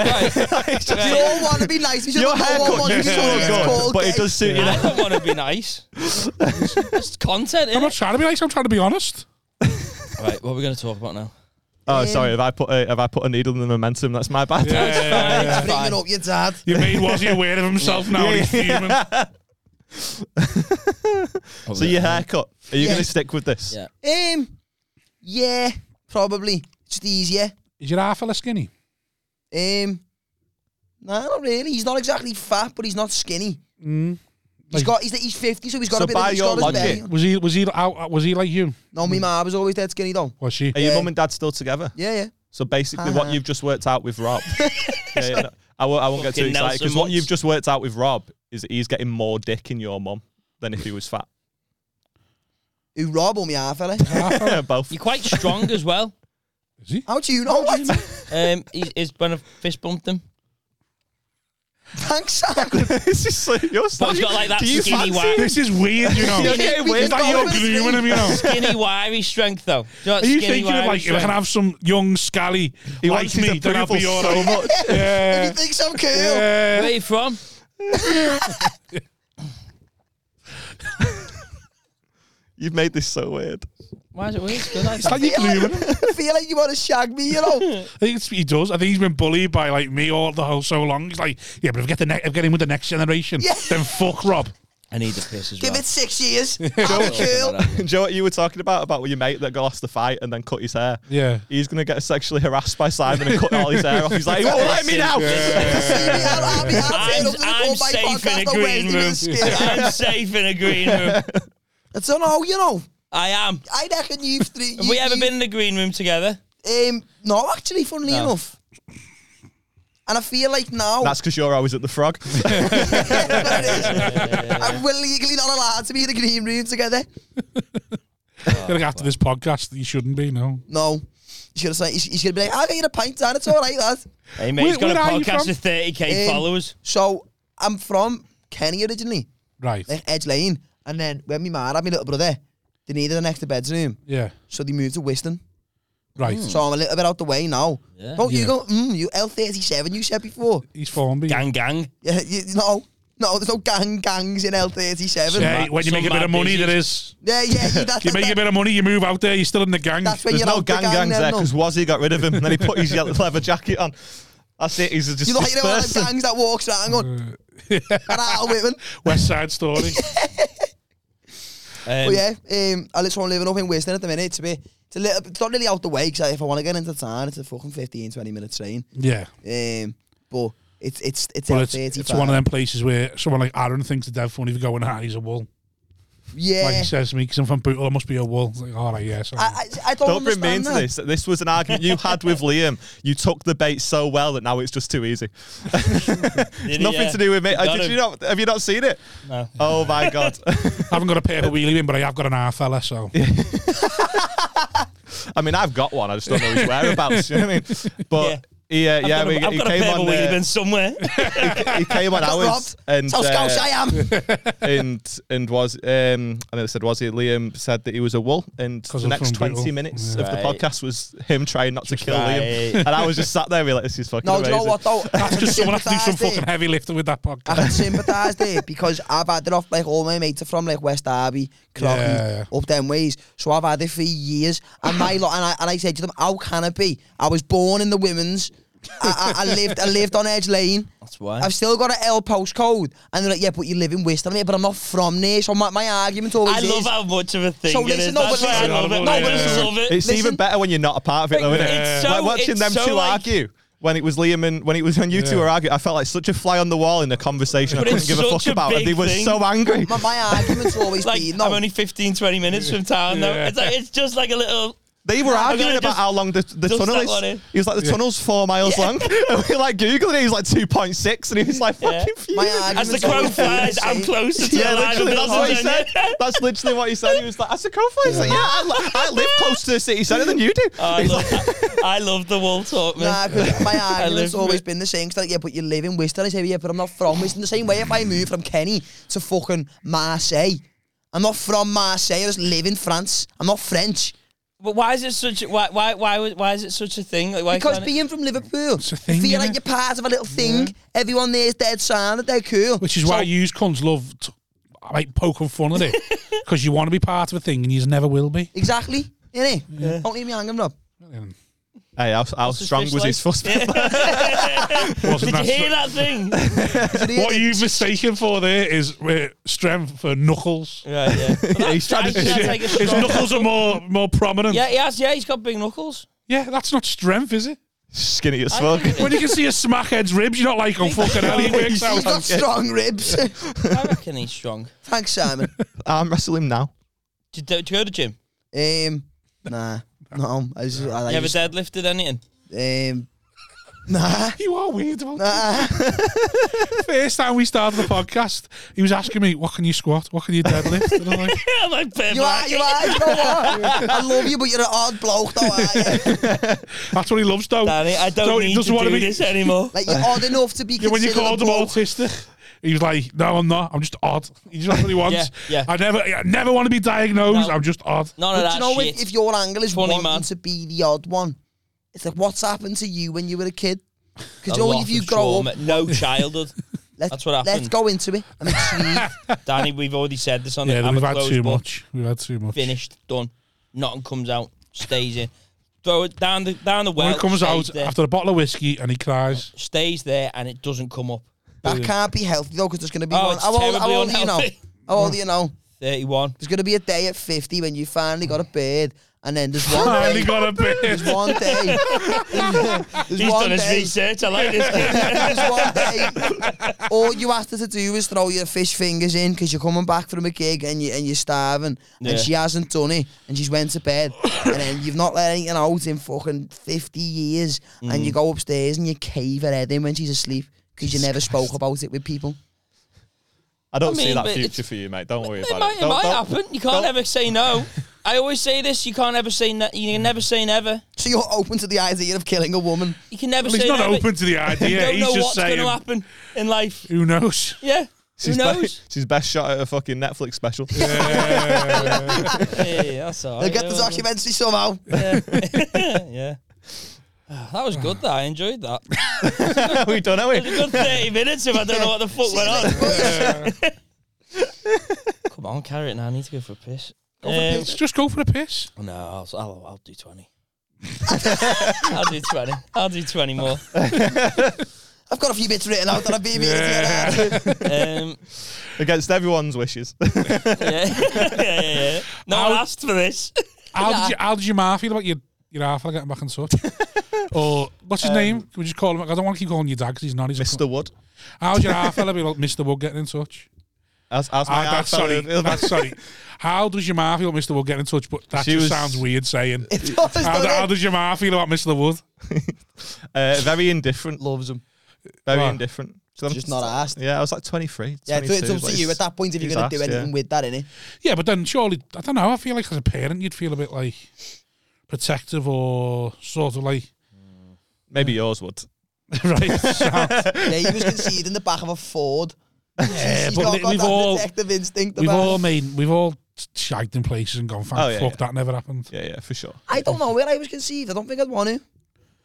[SPEAKER 5] want to be nice. to each other,
[SPEAKER 4] Your
[SPEAKER 5] no one
[SPEAKER 4] haircut
[SPEAKER 5] wants
[SPEAKER 4] you
[SPEAKER 5] to be
[SPEAKER 4] still look
[SPEAKER 5] someone that's
[SPEAKER 4] good,
[SPEAKER 5] called
[SPEAKER 4] but
[SPEAKER 5] gay.
[SPEAKER 4] it does suit you.
[SPEAKER 2] I don't want to be nice. It's content,
[SPEAKER 1] I'm not
[SPEAKER 2] innit?
[SPEAKER 1] trying to be nice. I'm trying to be honest.
[SPEAKER 2] Right. What are we going to talk about now?
[SPEAKER 4] Oh, sorry. Have I put a, have I put a needle in the momentum? That's my bad.
[SPEAKER 5] It's bringing up your dad. Um,
[SPEAKER 1] You made was he aware of himself now? and He's human.
[SPEAKER 4] So your haircut. Are you
[SPEAKER 5] Yeah.
[SPEAKER 4] going to stick with this?
[SPEAKER 2] Yeah.
[SPEAKER 5] Um, yeah, probably. It's just easier.
[SPEAKER 1] Is your half a skinny?
[SPEAKER 5] Um, no, not really. He's not exactly fat, but he's not skinny. He's
[SPEAKER 1] Like-
[SPEAKER 5] got. He's, he's fifty, so he's got
[SPEAKER 4] So
[SPEAKER 5] a bit. Of,
[SPEAKER 4] by
[SPEAKER 5] he's
[SPEAKER 4] your
[SPEAKER 5] got his belly.
[SPEAKER 4] logic-
[SPEAKER 1] Was he? Was he out? Was he like you?
[SPEAKER 5] No, my mum was always dead skinny though.
[SPEAKER 1] Was she?
[SPEAKER 4] Are your
[SPEAKER 5] Yeah.
[SPEAKER 4] mum and dad still together?
[SPEAKER 5] Yeah, yeah.
[SPEAKER 4] So basically,
[SPEAKER 5] Uh-huh.
[SPEAKER 4] what you've just worked out with Rob. Yeah, yeah, no, I won't, I won't get too
[SPEAKER 2] Fucking
[SPEAKER 4] excited because
[SPEAKER 2] Nelson
[SPEAKER 4] what
[SPEAKER 2] Muntz.
[SPEAKER 4] you've just worked out with Rob is that he's getting more dick in your mum than if he was fat.
[SPEAKER 5] Who Rob or my half fella?
[SPEAKER 1] Half
[SPEAKER 5] Oh.
[SPEAKER 1] a-
[SPEAKER 4] Both.
[SPEAKER 2] You're quite strong as well.
[SPEAKER 1] Is he?
[SPEAKER 5] How do you know? What?
[SPEAKER 2] Um, he, is when I fist bumped him.
[SPEAKER 5] Thanks, Sam.
[SPEAKER 4] this is so, you're
[SPEAKER 2] But
[SPEAKER 4] so,
[SPEAKER 2] he's got like that
[SPEAKER 4] Do you
[SPEAKER 2] skinny
[SPEAKER 4] fancy
[SPEAKER 2] wire,
[SPEAKER 1] This is weird, you know.
[SPEAKER 4] You're getting weird.
[SPEAKER 1] Is that
[SPEAKER 5] You've
[SPEAKER 1] your
[SPEAKER 5] got him
[SPEAKER 1] grooming him, you know?
[SPEAKER 2] skinny wiry strength though. Do know what
[SPEAKER 1] Are you
[SPEAKER 2] skinny
[SPEAKER 1] thinking of
[SPEAKER 2] wiry
[SPEAKER 1] like if I
[SPEAKER 2] strength?
[SPEAKER 1] can have some young scally
[SPEAKER 4] He
[SPEAKER 1] like
[SPEAKER 4] wants his
[SPEAKER 1] me, then I'll be
[SPEAKER 4] approval
[SPEAKER 1] your
[SPEAKER 4] so
[SPEAKER 1] own.
[SPEAKER 4] much.
[SPEAKER 1] Yeah.
[SPEAKER 5] you think so, cool?
[SPEAKER 1] Yeah.
[SPEAKER 2] Where you from?
[SPEAKER 4] You've made this so weird.
[SPEAKER 2] Why is it weird? It's good, I
[SPEAKER 1] It's like
[SPEAKER 2] think.
[SPEAKER 1] you're grooming him.
[SPEAKER 5] I feel like you want to shag me, you know?
[SPEAKER 1] I think it's, he does. I think he's been bullied by like me all the whole so long. He's like, yeah, but if I get the ne- if I get in with the next generation,
[SPEAKER 5] Yeah.
[SPEAKER 1] then fuck Rob.
[SPEAKER 2] I need the piss as well.
[SPEAKER 5] Give it six years. I'm a cool.
[SPEAKER 4] Do you know what you were talking about about with your mate that lost the fight and then cut his hair?
[SPEAKER 1] Yeah.
[SPEAKER 4] He's gonna get sexually harassed by Simon and cut all his hair off. He's like, he won't let me now.
[SPEAKER 5] I'll, I'll be I'll
[SPEAKER 2] I'm-
[SPEAKER 5] turn up to the
[SPEAKER 2] I'm
[SPEAKER 5] call by
[SPEAKER 2] safe in
[SPEAKER 5] podcast
[SPEAKER 2] a
[SPEAKER 5] on
[SPEAKER 2] green
[SPEAKER 5] Wednesday with
[SPEAKER 2] room.
[SPEAKER 5] a skin.
[SPEAKER 2] I'm safe in a green room.
[SPEAKER 5] I don't know, you know.
[SPEAKER 2] I am.
[SPEAKER 5] I reckon you've three.
[SPEAKER 2] Have
[SPEAKER 5] you-
[SPEAKER 2] we ever
[SPEAKER 5] you-
[SPEAKER 2] been in the green room together?
[SPEAKER 5] Um, no, actually, funnily
[SPEAKER 2] No.
[SPEAKER 5] enough. And I feel like now
[SPEAKER 4] That's because you're always at the frog.
[SPEAKER 5] I'm, we're legally not allowed to be in the green room together.
[SPEAKER 1] like after this podcast, you shouldn't be. No.
[SPEAKER 5] No. You should have said, he's, he's going to be like, I'll get you a pint, Dan. It's all right, lad.
[SPEAKER 2] Hey mate,
[SPEAKER 1] Where-
[SPEAKER 2] he's got
[SPEAKER 1] where are
[SPEAKER 2] a
[SPEAKER 1] you
[SPEAKER 2] podcast
[SPEAKER 1] from?
[SPEAKER 2] with 30k
[SPEAKER 5] Um,
[SPEAKER 2] followers.
[SPEAKER 5] So I'm from Kenny originally,
[SPEAKER 1] Right.
[SPEAKER 5] like Edge Lane. And then when my ma had my little brother, they needed an extra bedroom.
[SPEAKER 1] Yeah.
[SPEAKER 5] So they moved to Whiston.
[SPEAKER 1] Right.
[SPEAKER 5] So I'm a little bit out the way now.
[SPEAKER 2] Yeah.
[SPEAKER 5] Don't
[SPEAKER 1] Yeah.
[SPEAKER 5] you go, mm, you L37, you said before.
[SPEAKER 1] He's Formby.
[SPEAKER 2] Gang gang.
[SPEAKER 5] Yeah, you, no, no, there's no gang gangs in L37.
[SPEAKER 1] Yeah,
[SPEAKER 2] ma-
[SPEAKER 1] when you
[SPEAKER 2] some
[SPEAKER 1] make a bit
[SPEAKER 2] mad
[SPEAKER 1] of money,
[SPEAKER 2] busies.
[SPEAKER 1] there is.
[SPEAKER 5] Yeah, yeah, you, that's,
[SPEAKER 1] You make a bit of money, you move out there, you're still in the gang.
[SPEAKER 5] That's when
[SPEAKER 4] There's
[SPEAKER 5] you're
[SPEAKER 4] no
[SPEAKER 5] out the
[SPEAKER 4] gang
[SPEAKER 5] gang
[SPEAKER 4] gangs
[SPEAKER 5] then,
[SPEAKER 4] there
[SPEAKER 5] no.
[SPEAKER 4] because Wazzy got rid of him. and Then he put his yellow leather jacket on. That's it. He's just
[SPEAKER 5] You like you know like
[SPEAKER 4] dispersing.
[SPEAKER 5] gangs that walks around going, "Get out of women."
[SPEAKER 1] West Side Story.
[SPEAKER 2] Um,
[SPEAKER 5] But yeah, um, I literally living up in Weston at the minute. It's a bit, it's a little, it's not really out the way because if I want to get into town, it's a fucking 15, 20 minute train.
[SPEAKER 1] yeah.
[SPEAKER 5] Um, but it's it's it's
[SPEAKER 1] But
[SPEAKER 5] L
[SPEAKER 1] it's,
[SPEAKER 5] thirty
[SPEAKER 1] it's
[SPEAKER 5] five.
[SPEAKER 1] one of them places where someone like Aaron thinks the dead funny for going, ah, he's a wool. Like
[SPEAKER 5] Yeah,
[SPEAKER 1] he says to me, because I'm from Bootle, I must be a wool. It's like, all right, yeah. So
[SPEAKER 5] I, I, I don't,
[SPEAKER 4] Don't bring me
[SPEAKER 5] understand
[SPEAKER 4] into
[SPEAKER 5] that.
[SPEAKER 4] this. This was an argument you had with Liam. You took the bait so well that now it's just too easy.
[SPEAKER 2] did he,
[SPEAKER 4] Nothing
[SPEAKER 2] uh,
[SPEAKER 4] to do with me. Uh,
[SPEAKER 2] got
[SPEAKER 4] did
[SPEAKER 2] him.
[SPEAKER 4] you not? Have you not seen it?
[SPEAKER 2] No.
[SPEAKER 4] Oh my god!
[SPEAKER 1] I haven't got a paper wheelie in, but I have got an R fella, so.
[SPEAKER 4] I mean, I've got one. I just don't know his whereabouts. you know what I mean? But He, uh, yeah,
[SPEAKER 2] I've got
[SPEAKER 4] we,
[SPEAKER 2] a- I've
[SPEAKER 4] he,
[SPEAKER 2] got a
[SPEAKER 4] came
[SPEAKER 2] paper
[SPEAKER 4] on,
[SPEAKER 2] wheelie
[SPEAKER 4] uh,
[SPEAKER 2] bin somewhere.
[SPEAKER 4] he came on ours
[SPEAKER 5] Robbed.
[SPEAKER 4] and
[SPEAKER 5] That's how
[SPEAKER 4] uh,
[SPEAKER 5] Scottish I am.
[SPEAKER 4] and and was um I know they said was he Liam said that he was a wool and
[SPEAKER 1] 'Cause
[SPEAKER 4] the
[SPEAKER 1] I'm
[SPEAKER 4] next
[SPEAKER 1] from
[SPEAKER 4] twenty
[SPEAKER 1] Bootle.
[SPEAKER 4] minutes
[SPEAKER 1] Yeah.
[SPEAKER 4] of the
[SPEAKER 2] Right.
[SPEAKER 4] podcast was him trying not to kill
[SPEAKER 2] right.
[SPEAKER 4] Liam and I was just sat there and be like this is fucking
[SPEAKER 5] no, do you
[SPEAKER 4] amazing.
[SPEAKER 5] know what though? I can
[SPEAKER 1] Because someone has to do some
[SPEAKER 5] sympathise there.
[SPEAKER 1] fucking heavy lifting with that
[SPEAKER 5] I
[SPEAKER 1] podcast.
[SPEAKER 5] can sympathise there because I've had it off like all my mates are from like West Derby, Crocky,
[SPEAKER 1] Yeah.
[SPEAKER 5] up them ways. So I've had it for years. And my lot, and I, and I said to them, how can it be? I was born in the women's. I, I, I lived I lived on Edge Lane.
[SPEAKER 6] That's why.
[SPEAKER 5] I've still got an L postcode. And they're like, yeah, but you live in West Ham, yeah, but I'm not from there. So my, my argument always
[SPEAKER 2] I
[SPEAKER 5] is...
[SPEAKER 2] love how much of a thing
[SPEAKER 5] So
[SPEAKER 2] it
[SPEAKER 5] listen,
[SPEAKER 2] is.
[SPEAKER 5] no,
[SPEAKER 2] That's
[SPEAKER 5] but
[SPEAKER 2] why I
[SPEAKER 5] listen-
[SPEAKER 2] love it.
[SPEAKER 1] no,
[SPEAKER 2] No,
[SPEAKER 1] but
[SPEAKER 2] but I just
[SPEAKER 1] listen-
[SPEAKER 2] love it.
[SPEAKER 4] It's
[SPEAKER 5] Listen-
[SPEAKER 4] even better when you're not a part of it, though, isn't
[SPEAKER 2] It's
[SPEAKER 4] it?
[SPEAKER 2] so-
[SPEAKER 4] like watching
[SPEAKER 2] it's
[SPEAKER 4] them
[SPEAKER 2] so
[SPEAKER 4] two
[SPEAKER 2] like-
[SPEAKER 4] argue. When it was Liam and when it was when you two
[SPEAKER 1] Yeah.
[SPEAKER 4] were arguing, I felt like such a fly on the wall in the conversation.
[SPEAKER 2] But
[SPEAKER 4] I
[SPEAKER 2] it's
[SPEAKER 4] couldn't give a
[SPEAKER 2] such
[SPEAKER 4] fuck
[SPEAKER 2] a
[SPEAKER 4] about, and
[SPEAKER 2] big
[SPEAKER 4] they were
[SPEAKER 2] thing.
[SPEAKER 4] so angry.
[SPEAKER 5] My, my argument's always
[SPEAKER 2] like
[SPEAKER 5] been, no,
[SPEAKER 2] I'm only 15, 20 minutes from town though.
[SPEAKER 1] Yeah.
[SPEAKER 2] It's like it's just like a little.
[SPEAKER 4] They were arguing
[SPEAKER 2] gonna
[SPEAKER 4] about
[SPEAKER 2] just
[SPEAKER 4] how long the, the
[SPEAKER 2] dust
[SPEAKER 4] tunnel
[SPEAKER 2] that one
[SPEAKER 4] is.
[SPEAKER 2] in.
[SPEAKER 4] He was like, the tunnel's four miles long. And we like Googling it, he was like 2.6, and he was like,
[SPEAKER 2] Yeah.
[SPEAKER 4] fucking
[SPEAKER 5] my
[SPEAKER 4] fuming.
[SPEAKER 5] argument's
[SPEAKER 2] As the crow
[SPEAKER 5] always been
[SPEAKER 2] flies, I'm
[SPEAKER 5] same.
[SPEAKER 2] closer to
[SPEAKER 4] Yeah,
[SPEAKER 2] the line of
[SPEAKER 4] literally,
[SPEAKER 2] the
[SPEAKER 4] that's what he
[SPEAKER 2] horizon.
[SPEAKER 4] said. That's literally what he said. He was like, that's a crow flies. He's like, yeah, I, li- I live close to the city centre than you do.
[SPEAKER 2] I
[SPEAKER 4] He's
[SPEAKER 2] love, I love the wall talk, man.
[SPEAKER 5] Nah, 'cause my
[SPEAKER 2] live
[SPEAKER 5] argument's
[SPEAKER 2] with-
[SPEAKER 5] always been the same. 'cause like, yeah, but you live in Worcester. I say, yeah, but I'm not from Worcester. The same way if I move from Kenny to fucking Marseille, I'm not from Marseille. I just live in France. I'm not French.
[SPEAKER 2] But why is it such? Why why why was- why is it such a thing? Like why
[SPEAKER 5] Because
[SPEAKER 2] can't it-
[SPEAKER 5] being from Liverpool,
[SPEAKER 1] a thing,
[SPEAKER 5] you feel
[SPEAKER 1] innit?
[SPEAKER 5] like you're part of a little thing. Everyone there's dead sound that they're cool.
[SPEAKER 1] Which is why
[SPEAKER 5] So-
[SPEAKER 1] you cunts love t- like poking fun at it. Because you want to be part of a thing and you never will be.
[SPEAKER 5] exactly, innit? Don't leave me hanging, Rob.
[SPEAKER 4] Hey, how, how
[SPEAKER 2] his
[SPEAKER 4] strong
[SPEAKER 2] fish
[SPEAKER 4] was his
[SPEAKER 2] like?
[SPEAKER 4] fuss?
[SPEAKER 1] Wasn't
[SPEAKER 2] did you
[SPEAKER 1] that
[SPEAKER 2] hear
[SPEAKER 1] so-
[SPEAKER 2] that thing?
[SPEAKER 1] What you've mistaken for there is uh, strength for knuckles.
[SPEAKER 2] Right, yeah.
[SPEAKER 4] he's trying to.
[SPEAKER 2] That's like a
[SPEAKER 1] His
[SPEAKER 2] strong-
[SPEAKER 1] knuckles are more more prominent.
[SPEAKER 2] Yeah, he has, yeah, he's got big knuckles.
[SPEAKER 1] Yeah, that's not strength, is it?
[SPEAKER 4] skinny as
[SPEAKER 2] I
[SPEAKER 4] fuck.
[SPEAKER 2] think it
[SPEAKER 1] When you can see a smackhead's ribs, you're not like, oh, fucking hell, he works
[SPEAKER 5] He's
[SPEAKER 1] out.
[SPEAKER 5] got strong ribs.
[SPEAKER 2] is. I reckon he's strong.
[SPEAKER 5] Thanks, Simon.
[SPEAKER 4] I'm wrestling now.
[SPEAKER 2] Do you, do you go to gym?
[SPEAKER 5] um, nah, no, I just, I,
[SPEAKER 2] You
[SPEAKER 5] I
[SPEAKER 2] ever
[SPEAKER 5] just,
[SPEAKER 2] deadlifted anything?
[SPEAKER 5] um, nah,
[SPEAKER 1] You are weird about
[SPEAKER 5] nah.
[SPEAKER 1] the first time we started the podcast. He was asking me, what can you squat? What can you deadlift? And I'm like,
[SPEAKER 2] Yeah, like bare
[SPEAKER 5] You are,
[SPEAKER 2] back.
[SPEAKER 5] you are, you know what? I love you, but you're an odd bloke, though, aren't you?
[SPEAKER 1] that's what he loves, though.
[SPEAKER 2] Danny, I don't
[SPEAKER 1] So he
[SPEAKER 2] need to
[SPEAKER 1] doesn't wanna
[SPEAKER 2] do
[SPEAKER 1] be-
[SPEAKER 2] this anymore.
[SPEAKER 5] Like, you're odd enough to be
[SPEAKER 1] Yeah, when you
[SPEAKER 5] considered a
[SPEAKER 1] called him
[SPEAKER 5] bloke.
[SPEAKER 1] autistic, he was like, "No, I'm not. I'm just odd. He's just what he wants.
[SPEAKER 2] Yeah, yeah.
[SPEAKER 1] I never, I never want to be diagnosed.
[SPEAKER 2] No.
[SPEAKER 1] I'm just odd.
[SPEAKER 2] None of
[SPEAKER 5] But
[SPEAKER 2] that
[SPEAKER 5] do you know,
[SPEAKER 2] shit.
[SPEAKER 5] if, if your angle is
[SPEAKER 2] Funny
[SPEAKER 5] wanting
[SPEAKER 2] man.
[SPEAKER 5] to be the odd one, it's like, what's happened to you when you were a kid? Because
[SPEAKER 2] A
[SPEAKER 5] you know,
[SPEAKER 2] lot
[SPEAKER 5] if you
[SPEAKER 2] of
[SPEAKER 5] grow
[SPEAKER 2] trauma.
[SPEAKER 5] up,
[SPEAKER 2] no childhood.
[SPEAKER 5] let's,
[SPEAKER 2] That's what
[SPEAKER 5] let's
[SPEAKER 2] happened.
[SPEAKER 5] go into it. I'm intrigued.
[SPEAKER 2] Danny, we've already said this on
[SPEAKER 1] Yeah,
[SPEAKER 2] the I'm a
[SPEAKER 1] we've had
[SPEAKER 2] closed
[SPEAKER 1] too
[SPEAKER 2] book.
[SPEAKER 1] much. We've had too much.
[SPEAKER 2] Finished, done. Nothing comes out, stays in. Throw it down the down the well.
[SPEAKER 1] When it comes
[SPEAKER 2] stays
[SPEAKER 1] out
[SPEAKER 2] there,
[SPEAKER 1] after a bottle of whiskey and he cries,
[SPEAKER 2] stays there, and it doesn't come up.
[SPEAKER 5] that can't be healthy, though, because there's going to be
[SPEAKER 2] Oh,
[SPEAKER 5] one.
[SPEAKER 2] it's
[SPEAKER 5] How old, how
[SPEAKER 2] terribly
[SPEAKER 5] old are you now?
[SPEAKER 2] unhealthy.
[SPEAKER 5] How old are you now?
[SPEAKER 2] Thirty-one.
[SPEAKER 5] There's going to be a day at 50 when you finally got a beard, and then there's one
[SPEAKER 1] finally
[SPEAKER 5] day.
[SPEAKER 1] got a bit.
[SPEAKER 5] There's one day. There's
[SPEAKER 2] He's
[SPEAKER 5] one
[SPEAKER 2] done his
[SPEAKER 5] day.
[SPEAKER 2] research. I like this. kid.
[SPEAKER 5] There's one day, all you have to do is throw your fish fingers in because you're coming back from a gig and you and you're starving,
[SPEAKER 2] Yeah.
[SPEAKER 5] and she hasn't done it, and she's went to bed, and then you've not let anything out in fucking fifty years, and you go upstairs and you cave her head in when she's asleep because you never spoke about it with people.
[SPEAKER 4] I don't
[SPEAKER 2] I
[SPEAKER 4] see
[SPEAKER 2] mean,
[SPEAKER 4] that
[SPEAKER 2] but
[SPEAKER 4] future
[SPEAKER 2] it's-
[SPEAKER 4] for you, mate. Don't worry
[SPEAKER 2] It
[SPEAKER 4] about
[SPEAKER 2] might,
[SPEAKER 4] it.
[SPEAKER 2] it
[SPEAKER 4] Don't-
[SPEAKER 2] might
[SPEAKER 4] don't-
[SPEAKER 2] happen. You can't
[SPEAKER 4] don't-
[SPEAKER 2] ever say no. I always say this: you can't ever say ne- you can never say never.
[SPEAKER 5] So you're open to the idea of killing a woman.
[SPEAKER 2] You can never
[SPEAKER 1] Well, he's
[SPEAKER 2] say
[SPEAKER 1] not
[SPEAKER 2] never.
[SPEAKER 1] open to the
[SPEAKER 2] You
[SPEAKER 1] idea.
[SPEAKER 2] don't know
[SPEAKER 1] He's just
[SPEAKER 2] what's going
[SPEAKER 1] saying,
[SPEAKER 2] to happen in life.
[SPEAKER 1] "Who knows?"
[SPEAKER 2] Yeah, who
[SPEAKER 4] She's be-
[SPEAKER 2] knows?
[SPEAKER 4] she's best shot at a fucking Netflix special.
[SPEAKER 2] yeah, yeah, yeah, that's all.
[SPEAKER 5] They'll
[SPEAKER 2] right.
[SPEAKER 5] get the
[SPEAKER 2] Oh, Yeah,
[SPEAKER 5] documentary somehow.
[SPEAKER 2] well, Yeah. Ah, That was good. That I enjoyed that. It
[SPEAKER 4] we done, are we?
[SPEAKER 2] was a good thirty minutes. If I don't know what the fuck went on. Come on, carry it now. I need to go for a piss. Um,
[SPEAKER 1] Let's just go for a piss.
[SPEAKER 2] No, I'll, I'll, I'll do 20. I'll do 20. I'll do 20 more.
[SPEAKER 5] I've got a few bits written out that I've been meaning to get out.
[SPEAKER 2] Um,
[SPEAKER 4] Against everyone's wishes.
[SPEAKER 2] yeah. yeah, yeah, yeah. No one asked for this.
[SPEAKER 1] How did you, how did your ma feel about your your after getting back in touch? or what's his name? Can we just call him? I don't want to keep calling you dad because he's not. He's a cunt.
[SPEAKER 4] Mr. Wood.
[SPEAKER 1] How's your half fella be like Mr. Wood getting in touch?
[SPEAKER 4] As, as my
[SPEAKER 1] Ah, that's
[SPEAKER 4] aunt
[SPEAKER 1] sorry.
[SPEAKER 4] fell in-
[SPEAKER 1] That's sorry. How does your ma feel about Mr. Wood getting in touch? But that
[SPEAKER 4] She
[SPEAKER 1] just
[SPEAKER 4] was-
[SPEAKER 1] sounds weird saying.
[SPEAKER 5] It does,
[SPEAKER 1] How,
[SPEAKER 5] doesn't
[SPEAKER 1] how
[SPEAKER 5] it?
[SPEAKER 1] does your ma feel about Mr. Wood?
[SPEAKER 4] uh, very indifferent. Loves him. Very
[SPEAKER 1] Wow.
[SPEAKER 4] indifferent. So I'm-
[SPEAKER 5] Just not asked.
[SPEAKER 4] Yeah, I was like 23.
[SPEAKER 5] Yeah, it's it's
[SPEAKER 4] 22,
[SPEAKER 5] up to
[SPEAKER 4] like,
[SPEAKER 5] you at that point if you're
[SPEAKER 4] he's
[SPEAKER 5] going to do
[SPEAKER 4] asked, yeah.
[SPEAKER 5] anything with that, innit?
[SPEAKER 1] Yeah, but then surely I don't know. I feel like as a parent, you'd feel a bit like protective or sort of like
[SPEAKER 4] Maybe yours would.
[SPEAKER 1] right? so
[SPEAKER 5] Yeah, he was conceived in the back of a Ford.
[SPEAKER 1] Yeah,
[SPEAKER 5] He's
[SPEAKER 1] but
[SPEAKER 5] not
[SPEAKER 1] li-
[SPEAKER 5] got
[SPEAKER 1] we've
[SPEAKER 5] that
[SPEAKER 1] all-
[SPEAKER 5] detective instinct
[SPEAKER 1] we've
[SPEAKER 5] about
[SPEAKER 1] all
[SPEAKER 5] him.
[SPEAKER 1] made we've all shagged in places and gone, fuck,
[SPEAKER 4] Oh, yeah,
[SPEAKER 1] fuck
[SPEAKER 4] yeah.
[SPEAKER 1] that never happened.
[SPEAKER 4] Yeah, yeah, for sure.
[SPEAKER 5] I don't know where I was conceived. I don't think I'd want to.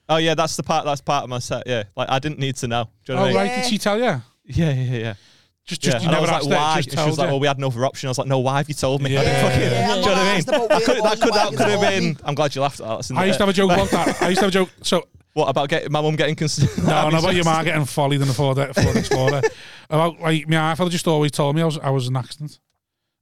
[SPEAKER 4] Oh yeah, that's the part. That's part of my set. Yeah, like I didn't need to know. Do you
[SPEAKER 1] Oh
[SPEAKER 4] know what I mean?
[SPEAKER 1] right, did she tell you?
[SPEAKER 4] Yeah, yeah, yeah, yeah.
[SPEAKER 1] Just, just
[SPEAKER 4] yeah.
[SPEAKER 1] you
[SPEAKER 4] and
[SPEAKER 1] never
[SPEAKER 4] I was
[SPEAKER 1] asked
[SPEAKER 4] like, why?
[SPEAKER 1] her.
[SPEAKER 4] And
[SPEAKER 1] Just
[SPEAKER 4] She was
[SPEAKER 1] told
[SPEAKER 4] like,
[SPEAKER 1] her.
[SPEAKER 4] oh, we had no other option. I was like, no, why have you told me? I didn't
[SPEAKER 1] Yeah,
[SPEAKER 4] fucking-
[SPEAKER 1] yeah,
[SPEAKER 5] yeah, I'm
[SPEAKER 4] Do you know
[SPEAKER 5] not
[SPEAKER 4] what I mean?
[SPEAKER 5] asked about where it
[SPEAKER 4] Could,
[SPEAKER 5] was,
[SPEAKER 4] that could,
[SPEAKER 5] why
[SPEAKER 4] that
[SPEAKER 5] you
[SPEAKER 4] could have
[SPEAKER 5] told
[SPEAKER 4] been.
[SPEAKER 5] me.
[SPEAKER 4] I'm glad you laughed at that. That's in
[SPEAKER 1] I used to
[SPEAKER 4] there.
[SPEAKER 1] have a joke like that. I used to have a joke. So
[SPEAKER 4] What about getting my mum getting considered?
[SPEAKER 1] No, and about your man getting follied in the Ford, Ford Explorer. about like my half just always told me I was I was an accident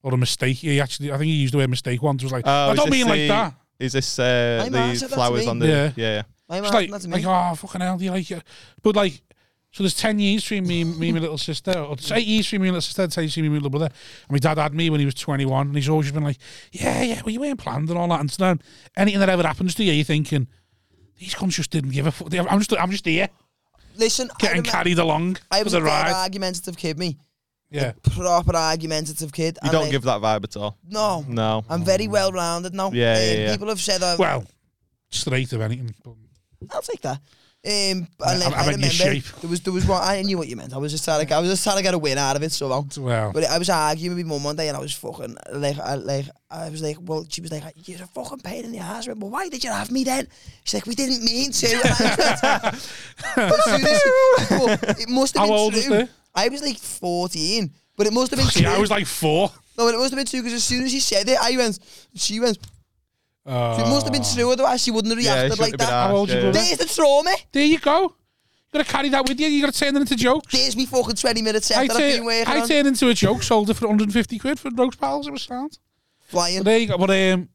[SPEAKER 1] or a mistake. He actually, I think he used the word mistake once. It Was
[SPEAKER 4] Oh,
[SPEAKER 1] like I don't mean like that.
[SPEAKER 4] Is this uh,
[SPEAKER 5] Hey, man, I
[SPEAKER 4] the
[SPEAKER 5] said that to
[SPEAKER 4] flowers
[SPEAKER 5] me.
[SPEAKER 4] on the?
[SPEAKER 1] Yeah.
[SPEAKER 4] Yeah, yeah.
[SPEAKER 5] My
[SPEAKER 1] It's
[SPEAKER 5] man,
[SPEAKER 1] like
[SPEAKER 5] that's me.
[SPEAKER 1] like oh fucking hell, do you like it? But like so, there's ten years between me, me and my little sister, or it's eight years between me and my little sister, and ten years between me and my little brother. And my dad had me when he was 21, and he's always been like, yeah, yeah, well you weren't planned and all that. And so then anything that ever happens to you, you're thinking these cunts just didn't give a fuck. I'm just I'm just here
[SPEAKER 5] Listen, I
[SPEAKER 1] getting
[SPEAKER 5] remember-
[SPEAKER 1] carried along
[SPEAKER 5] I
[SPEAKER 1] for
[SPEAKER 5] was
[SPEAKER 1] the
[SPEAKER 5] a dead
[SPEAKER 1] ride.
[SPEAKER 5] argumentative kid, me.
[SPEAKER 1] Yeah.
[SPEAKER 5] Proper argumentative kid.
[SPEAKER 4] You
[SPEAKER 5] and
[SPEAKER 4] don't
[SPEAKER 5] I-
[SPEAKER 4] give that vibe at all.
[SPEAKER 5] No.
[SPEAKER 4] No.
[SPEAKER 5] I'm very well rounded now.
[SPEAKER 4] Yeah,
[SPEAKER 5] Um,
[SPEAKER 4] yeah, yeah.
[SPEAKER 5] People have said i
[SPEAKER 1] Well, straight of anything. but-
[SPEAKER 5] I'll take that. Um, and
[SPEAKER 1] I-
[SPEAKER 5] then
[SPEAKER 1] I meant
[SPEAKER 5] I,
[SPEAKER 1] your
[SPEAKER 5] remember
[SPEAKER 1] shape.
[SPEAKER 5] there was there was one. I knew what you meant. I was just trying to I was just trying to get a win out of it somehow.
[SPEAKER 1] Well,
[SPEAKER 5] But I was ah, arguing with my mum one day, and I was fucking like, I, like I was like, well, she was like, ah, you're a fucking pain in the ass. I went, well, why did you have me then? She's like, we didn't mean to. And I was like, but seriously, but it must have
[SPEAKER 1] How
[SPEAKER 5] been
[SPEAKER 1] old was
[SPEAKER 5] true.
[SPEAKER 1] they?
[SPEAKER 5] I was like 14, but it must have been true.
[SPEAKER 1] yeah, I was like four.
[SPEAKER 5] no, but it must have been true because as soon as she said it, I went, she went.
[SPEAKER 1] Uh,
[SPEAKER 5] It must have been true, otherwise she wouldn't have
[SPEAKER 4] Yeah,
[SPEAKER 5] reacted
[SPEAKER 4] it
[SPEAKER 5] like
[SPEAKER 4] shouldn't have been
[SPEAKER 5] that.
[SPEAKER 1] How old
[SPEAKER 4] asked,
[SPEAKER 1] you
[SPEAKER 4] yeah.
[SPEAKER 1] brother?
[SPEAKER 5] There's the trauma.
[SPEAKER 1] There you go. You gotta carry that with you. You gotta turn it into jokes.
[SPEAKER 5] There's me fucking 20 minute set
[SPEAKER 1] I,
[SPEAKER 5] that I've been
[SPEAKER 1] turn,
[SPEAKER 5] working
[SPEAKER 1] I
[SPEAKER 5] on.
[SPEAKER 1] turned into a joke. Sold it for 150 quid for roast pals. It was sound. But
[SPEAKER 5] Flying.
[SPEAKER 1] there you go. But um,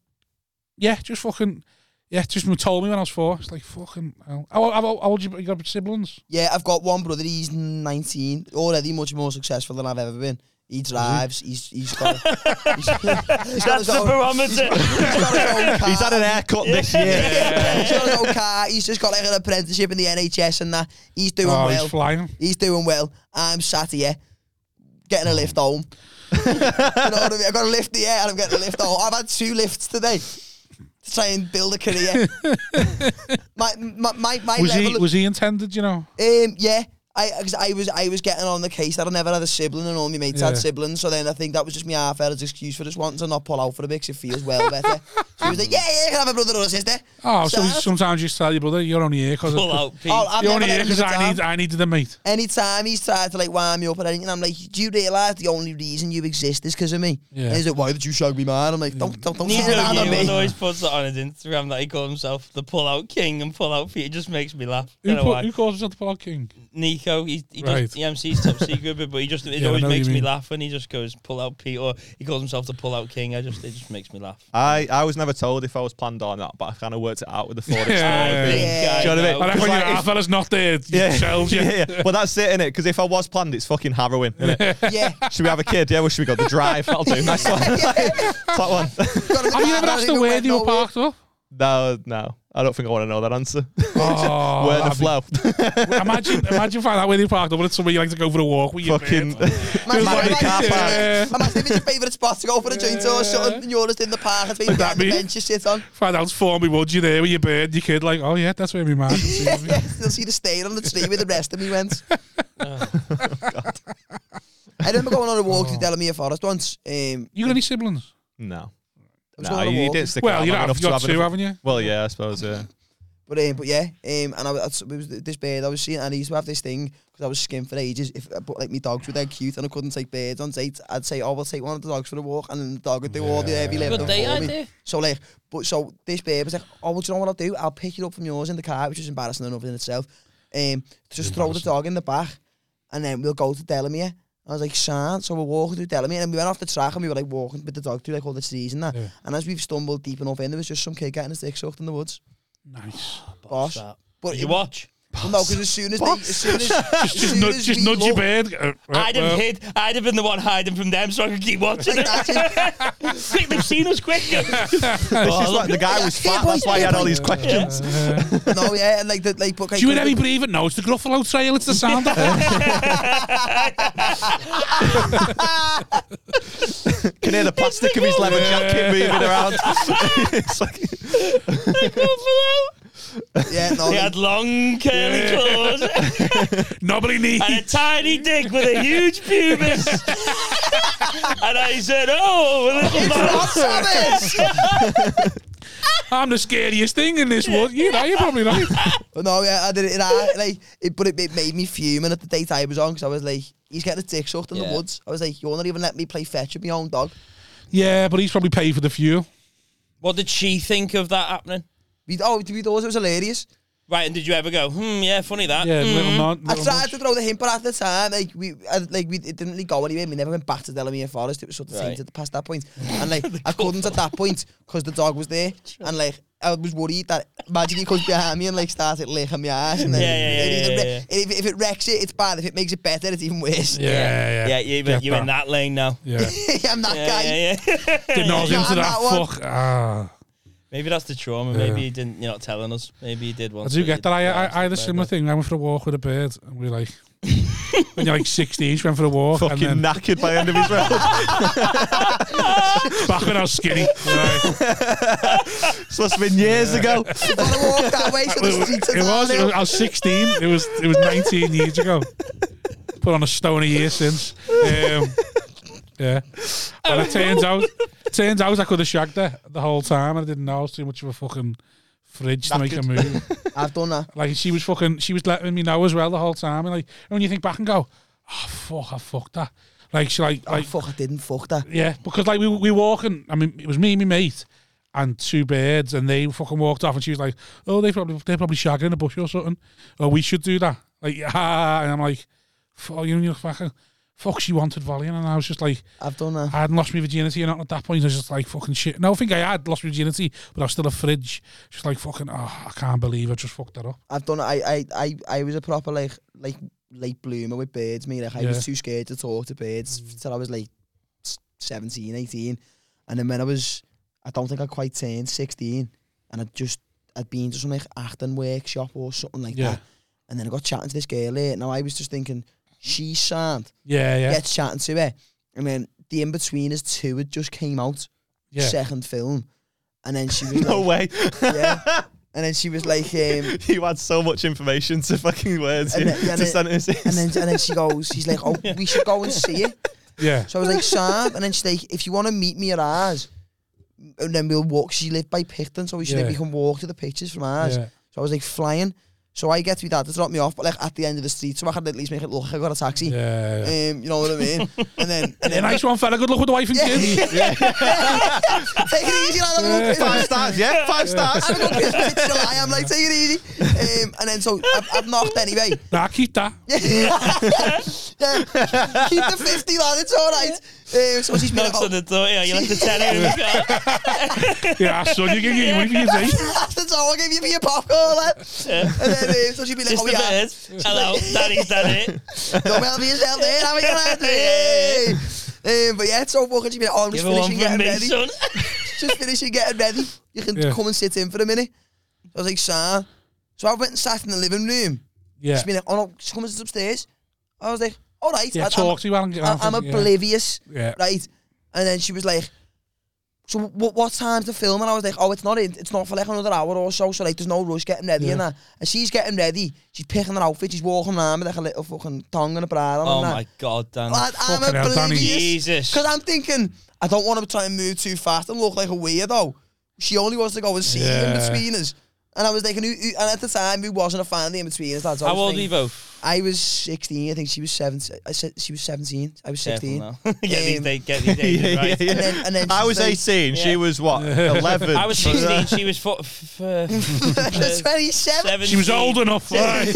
[SPEAKER 1] yeah, just fucking yeah, just told me when I was four. It's like fucking. Hell. How, how, how old you, you got siblings?
[SPEAKER 5] Yeah, I've got one brother. He's 19, already much more successful than I've ever been. He drives. He's he's got. he's, he's got his
[SPEAKER 2] That's the
[SPEAKER 5] own.
[SPEAKER 2] barometer.
[SPEAKER 5] He's got his own car.
[SPEAKER 4] He's had an haircut this year.
[SPEAKER 5] He's got his own car. He's just got like an apprenticeship in the NHS and that. He's doing
[SPEAKER 1] oh,
[SPEAKER 5] well.
[SPEAKER 1] he's flying.
[SPEAKER 5] He's doing well. I'm sat here
[SPEAKER 1] Oh.
[SPEAKER 5] getting a lift home. you know what I mean? I've got a lift here and I'm getting a lift home. I've had two lifts today to try and build a career. my my my, my
[SPEAKER 1] Was
[SPEAKER 5] level
[SPEAKER 1] he
[SPEAKER 5] of-
[SPEAKER 1] was he intended? You know.
[SPEAKER 5] um, yeah. I, 'cause I was I was getting on the case that I never had a sibling and all my mates had
[SPEAKER 1] Yeah.
[SPEAKER 5] siblings, so then I think that was just my half headed excuse for just wanting to not pull out for a bit 'cause it feels well better. so he was like, yeah, yeah, you can have a brother or a sister.
[SPEAKER 1] Oh, so,
[SPEAKER 5] So-
[SPEAKER 1] sometimes you just tell your brother you're only here because
[SPEAKER 2] Pull out, Pete.
[SPEAKER 5] Oh, I've
[SPEAKER 1] you're
[SPEAKER 5] never
[SPEAKER 1] only
[SPEAKER 5] let
[SPEAKER 1] here
[SPEAKER 5] him
[SPEAKER 1] because
[SPEAKER 5] sit
[SPEAKER 1] I
[SPEAKER 5] down.
[SPEAKER 1] need I needed a mate.
[SPEAKER 5] Anytime he's tried to like wind me up or anything, I'm like, do you realise the only reason you exist is because of me?
[SPEAKER 1] Yeah.
[SPEAKER 5] And he's like, why did you shag me mine? I'm like, don't don't don't
[SPEAKER 2] Nico
[SPEAKER 5] shag that on
[SPEAKER 2] Newman
[SPEAKER 5] me.
[SPEAKER 2] always puts that on his Instagram that he calls himself the pull-out king and pull-out Pete. It just makes me laugh.
[SPEAKER 1] Who,
[SPEAKER 2] Don't know
[SPEAKER 1] put,
[SPEAKER 2] why.
[SPEAKER 1] who calls himself the Plug King?
[SPEAKER 2] Nico, he, he
[SPEAKER 1] Right.
[SPEAKER 2] does the MC's top secret, but he just it
[SPEAKER 1] Yeah, I
[SPEAKER 2] always
[SPEAKER 1] know what
[SPEAKER 2] makes
[SPEAKER 1] you
[SPEAKER 2] me
[SPEAKER 1] mean.
[SPEAKER 2] laugh when he just goes pull-out Pete or he calls himself the pull-out king. I just it just makes me laugh.
[SPEAKER 4] I, I was never told if I was planned or not, but I kind of worked it out with the Ford Explorer.
[SPEAKER 1] Yeah.
[SPEAKER 2] I think
[SPEAKER 5] Yeah.
[SPEAKER 2] I
[SPEAKER 4] Do you know what I mean?
[SPEAKER 2] know.
[SPEAKER 1] And when
[SPEAKER 4] like,
[SPEAKER 1] your
[SPEAKER 4] if-
[SPEAKER 1] half fella's not there, yeah.
[SPEAKER 4] Yeah.
[SPEAKER 1] sells you.
[SPEAKER 4] yeah, yeah. Well, that's it, innit? Because if I was planned, it's fucking harrowing, innit?
[SPEAKER 5] yeah.
[SPEAKER 4] should we have a kid? Yeah, well, should we go the drive? That'll do. Nice one. that one.
[SPEAKER 1] Have you ever asked her where you were parked up?
[SPEAKER 4] No, no. I don't think I want to know that answer.
[SPEAKER 1] Oh,
[SPEAKER 4] Where the
[SPEAKER 1] that'd be-
[SPEAKER 4] flow?
[SPEAKER 1] Imagine, imagine finding out where you parked up, and it's somewhere you like to go for a walk. With your
[SPEAKER 4] Fucking.
[SPEAKER 1] mates.
[SPEAKER 5] I'm
[SPEAKER 4] Like the car park.
[SPEAKER 5] asking if it's your favourite spot to go for a joint or something, and you're just in the park, it's been
[SPEAKER 1] Would that
[SPEAKER 5] behind the
[SPEAKER 1] be-
[SPEAKER 5] bench you sit on.
[SPEAKER 1] find out for me, would you there with your bird, your kid? Like, oh yeah, that's where we man.
[SPEAKER 5] yeah, still see the stain on the tree where the rest of me went. I remember going on a walk through Delamere Forest once. Um,
[SPEAKER 1] you got any siblings?
[SPEAKER 4] No.
[SPEAKER 5] I was
[SPEAKER 4] No,
[SPEAKER 5] on a
[SPEAKER 4] you, you
[SPEAKER 5] walk,
[SPEAKER 4] didn't stick
[SPEAKER 1] Well,
[SPEAKER 4] around
[SPEAKER 1] you
[SPEAKER 4] long
[SPEAKER 1] have,
[SPEAKER 4] enough
[SPEAKER 1] you
[SPEAKER 4] to
[SPEAKER 1] got
[SPEAKER 4] have
[SPEAKER 1] two,
[SPEAKER 4] enough-
[SPEAKER 1] haven't you?
[SPEAKER 4] Well, yeah, I suppose, yeah.
[SPEAKER 5] but um, but yeah, um, and I, was- it was this bird I was seeing, and I used to have this thing because I was skint for ages. If uh, but like my dogs were dead cute, and I couldn't take birds on date, I'd say, "Oh, we'll take one of the dogs for a walk," and then the dog would do all the heavy lifting
[SPEAKER 2] Good day,
[SPEAKER 5] for me.
[SPEAKER 2] idea.
[SPEAKER 5] So like, but so this babe was like, oh, well, do you know what I'll do? I'll pick it up from yours in the car, which is embarrassing enough in itself. Um, just throw the dog in the back, and then we'll go to Delamere. I was like, Sean, so we're walking through Delamere, and we went off the track, and we were like walking with the dog through like all the trees and that.
[SPEAKER 1] Yeah.
[SPEAKER 5] And as we've stumbled deep enough in, there was just some kid getting his dick sucked in the woods.
[SPEAKER 1] Nice.
[SPEAKER 5] Boss, but
[SPEAKER 2] Did you
[SPEAKER 5] it-
[SPEAKER 2] watch?
[SPEAKER 5] well, no, because as soon as they, as soon as, as,
[SPEAKER 1] Just,
[SPEAKER 5] soon
[SPEAKER 1] nudge,
[SPEAKER 5] as
[SPEAKER 1] just
[SPEAKER 5] we
[SPEAKER 1] nudge your
[SPEAKER 5] looked-
[SPEAKER 1] bird. Uh, uh,
[SPEAKER 2] I'd have
[SPEAKER 1] well,
[SPEAKER 2] hid. I'd have been the one hiding from them, so I could keep watching.
[SPEAKER 5] Like that,
[SPEAKER 2] quick, they've seen us. Quick.
[SPEAKER 4] It's just like the guy was fat. That's why he had all these questions.
[SPEAKER 5] no, yeah, and nou, like the like. But, like
[SPEAKER 1] uh, Do you and
[SPEAKER 5] the-
[SPEAKER 1] every breather? No, it's the Gruffalo Trail. It's the sound. of it.
[SPEAKER 4] Can hear the plastic of his leather jacket moving around.
[SPEAKER 2] Buffalo.
[SPEAKER 5] Yeah, no, know.
[SPEAKER 2] He had long curly claws and
[SPEAKER 1] Nobody needs.
[SPEAKER 2] a tiny dick with a huge pubis. and I said, "Oh, a little
[SPEAKER 5] Not
[SPEAKER 2] mouse."
[SPEAKER 5] Thomas!
[SPEAKER 1] I'm the scariest thing in this world. You know, you're probably right.
[SPEAKER 5] But no, yeah, I did it. I, like, it, but it, it made me fuming at the date I was on because I was like, he's getting a dick sucked in
[SPEAKER 2] Yeah.
[SPEAKER 5] the woods. I was like, you're not even letting me play fetch with my own dog.
[SPEAKER 1] Yeah, but he's probably paid for the fuel.
[SPEAKER 2] What did she think of that happening?
[SPEAKER 5] We, oh, we thought it was hilarious.
[SPEAKER 2] Right, and did you ever go, "Hmm, yeah, funny that."
[SPEAKER 1] Yeah,
[SPEAKER 2] Hmm.
[SPEAKER 1] little nod.
[SPEAKER 5] I
[SPEAKER 1] little
[SPEAKER 5] tried
[SPEAKER 1] nudge.
[SPEAKER 5] to throw the hint, but at the time, like we, I, like we, it didn't really go anywhere. We never went back to Delamere Forest. It was sort of
[SPEAKER 2] Right.
[SPEAKER 5] tainted past that point, and like I couldn't at that point because the dog was there, and like I was worried that imagine he comes behind me and like started licking my ass, and then
[SPEAKER 2] Yeah, yeah,
[SPEAKER 5] it
[SPEAKER 2] yeah,
[SPEAKER 5] either
[SPEAKER 2] yeah,
[SPEAKER 5] wre- If, if it wrecks it, it's bad. If it makes it better, it's even worse.
[SPEAKER 1] Yeah, yeah,
[SPEAKER 2] yeah, you, but
[SPEAKER 1] Get
[SPEAKER 2] you're in that lane now.
[SPEAKER 1] Yeah,
[SPEAKER 5] I'm that
[SPEAKER 2] Yeah,
[SPEAKER 5] guy.
[SPEAKER 2] yeah, yeah.
[SPEAKER 1] didn't know I was
[SPEAKER 5] Yeah,
[SPEAKER 1] into
[SPEAKER 5] and
[SPEAKER 1] that.
[SPEAKER 5] that one.
[SPEAKER 1] Fuck. Ah,
[SPEAKER 2] Maybe that's the trauma. Maybe you didn't. You're not telling us. Maybe you did
[SPEAKER 1] I
[SPEAKER 2] once.
[SPEAKER 1] do
[SPEAKER 2] but you
[SPEAKER 1] get that. I,
[SPEAKER 2] didn't
[SPEAKER 1] I, I had
[SPEAKER 2] tell
[SPEAKER 1] a
[SPEAKER 2] us,
[SPEAKER 1] similar
[SPEAKER 2] but-
[SPEAKER 1] thing. I went for a walk with a bird, and we were like, when you're like 16, she went for a walk, and
[SPEAKER 4] Fucking
[SPEAKER 1] then
[SPEAKER 4] knackered by the end of his round.
[SPEAKER 1] back when I was skinny. Right.
[SPEAKER 4] this must have been years ago.
[SPEAKER 5] If I walk that way, so the streets are
[SPEAKER 1] it was. It
[SPEAKER 5] downhill.
[SPEAKER 1] was. I was 16. It was. It was 19 years ago. Put on a stone a year since. Um, yeah. And it turns out, turns out I could have shagged her the whole time. and I didn't know. I was too much of a fucking fridge to make a move.
[SPEAKER 5] I've done that.
[SPEAKER 1] Like she was fucking, she was letting me know as well the whole time. And like when you think back and go, oh fuck, I fucked that. Like she like
[SPEAKER 5] Oh,
[SPEAKER 1] like
[SPEAKER 5] fuck, I didn't fuck that.
[SPEAKER 1] yeah, because like we we walking. I mean, it was me, and my mate, and two birds, and they fucking walked off. And she was like, oh, they probably they're probably shagging in a bush or something. Oh, we should do that. Like ah, and I'm like, fuck you, know, you're fucking. Fuck, she wanted volleying, and I was just like,
[SPEAKER 5] I've done that.
[SPEAKER 1] I hadn't lost my virginity, and at that point, I was just like, fucking shit. No, I think I had lost my virginity, but I was still a fridge. Just like, fucking, oh, I can't believe I just fucked that up.
[SPEAKER 5] I've done. I I I I was a proper like like late bloomer with birds. Me like I
[SPEAKER 1] Yeah.
[SPEAKER 5] was too scared to talk to birds till I was like s- 17, 18. and then when I was, I don't think I quite turned sixteen, and I just I'd been to some like acting workshop or something like
[SPEAKER 1] Yeah.
[SPEAKER 5] that, and then I got chatting to this girl there. Now I was just thinking she's sound.
[SPEAKER 1] Yeah, yeah,
[SPEAKER 5] Get chatting to her, and then the in betweeners two had just came out
[SPEAKER 1] yeah.
[SPEAKER 5] second film, and then she was
[SPEAKER 4] No
[SPEAKER 5] like,
[SPEAKER 4] way.
[SPEAKER 5] yeah, and then she was like, um,
[SPEAKER 4] You had so much information to fucking words
[SPEAKER 5] And
[SPEAKER 4] you-
[SPEAKER 5] then-
[SPEAKER 4] to
[SPEAKER 5] and then-
[SPEAKER 4] sentences.
[SPEAKER 5] And then, and then she goes, she's like, oh, we should go and see it.
[SPEAKER 1] Yeah.
[SPEAKER 5] So I was like, Sam. And then she's like, if you want to meet me at ours, and then we'll walk. She lived by Picton, so we, she's like,
[SPEAKER 1] Yeah.
[SPEAKER 5] we can walk to the pictures from ours.
[SPEAKER 1] Yeah.
[SPEAKER 5] So I was like, flying. So I get to be dad to drop me off, but like at the end of the street, so I can at least make it look like I got a taxi.
[SPEAKER 1] Yeah. yeah.
[SPEAKER 5] Um, you know what I mean? and then, and
[SPEAKER 1] Yeah,
[SPEAKER 5] then
[SPEAKER 1] nice one, fella. Good luck with the wife and kids.
[SPEAKER 5] take it easy, lad. Have a good
[SPEAKER 4] Five stars, yeah? Five stars.
[SPEAKER 5] have a good Christmas. It's July. I'm like, take it easy. Um, and then so I've, I've knocked anyway.
[SPEAKER 1] Nah, keep that.
[SPEAKER 5] Yeah, keep the 50, lad. It's all right. Um, so she's been like,
[SPEAKER 2] Knocks
[SPEAKER 5] oh,
[SPEAKER 2] on the door. Yeah, you left the tenner in the car.
[SPEAKER 1] Yeah, son, you can get your money for your day.
[SPEAKER 5] That's all I'll give you for your popcorn, lad. And then uh, so she'd be like,
[SPEAKER 2] It's
[SPEAKER 5] oh,
[SPEAKER 2] the
[SPEAKER 5] yeah,
[SPEAKER 2] birds. Hello, daddy's done it.
[SPEAKER 5] don't help yourself there, have a good night. Hey. Um, but yeah, it's so fucking, she'd be like, oh, I'm
[SPEAKER 2] Give
[SPEAKER 5] just
[SPEAKER 2] her one
[SPEAKER 5] finishing
[SPEAKER 2] from
[SPEAKER 5] getting
[SPEAKER 2] me,
[SPEAKER 5] ready.
[SPEAKER 2] son.
[SPEAKER 5] Just finishing getting ready. You can
[SPEAKER 1] Yeah.
[SPEAKER 5] come and sit in for a minute. I was like, Sam. So I went and sat in the living room.
[SPEAKER 1] Yeah.
[SPEAKER 5] She'd be like, oh, no, she comes upstairs. I was like, all right.
[SPEAKER 1] Yeah,
[SPEAKER 5] I-
[SPEAKER 1] talk to you, Alan.
[SPEAKER 5] I'm, I'm oblivious.
[SPEAKER 1] Yeah.
[SPEAKER 5] right? And then she was like, "So what, what time's the film?" And I was like, "Oh, it's not in, it's not for like another hour or so. So like, there's no rush getting ready and
[SPEAKER 1] Yeah.
[SPEAKER 5] that." And she's getting ready. She's picking her outfit. She's walking around with like a little fucking tongue and a bra on.
[SPEAKER 2] Oh
[SPEAKER 5] and that.
[SPEAKER 2] my god, Dan.
[SPEAKER 5] Lad, I'm
[SPEAKER 1] Fucking hell, Danny.
[SPEAKER 5] oblivious
[SPEAKER 2] Jesus.
[SPEAKER 5] because I'm thinking I don't want to try and move too fast and look like a weirdo. She only wants to go and see
[SPEAKER 1] Yeah.
[SPEAKER 5] in between us. And I was like, and, who, who- and at the time, who wasn't a fan of the in between us? lads? I
[SPEAKER 2] How
[SPEAKER 5] was
[SPEAKER 2] old are you
[SPEAKER 5] thinking-
[SPEAKER 2] both?
[SPEAKER 5] I was 16. I think she was 17. I said she was 17. I was 16.
[SPEAKER 2] Careful now. Get these
[SPEAKER 5] Um,
[SPEAKER 2] dates. Get these dates.
[SPEAKER 4] Yeah,
[SPEAKER 2] right.
[SPEAKER 4] yeah, yeah.
[SPEAKER 5] And then- and then
[SPEAKER 4] I
[SPEAKER 5] she's
[SPEAKER 4] was
[SPEAKER 5] like-
[SPEAKER 4] 18.
[SPEAKER 2] Yeah.
[SPEAKER 4] She was what? 11.
[SPEAKER 2] I was
[SPEAKER 4] uh,
[SPEAKER 2] 16. She was four, f- uh,
[SPEAKER 5] 27.
[SPEAKER 2] 17.
[SPEAKER 1] She was old enough. right?
[SPEAKER 5] No,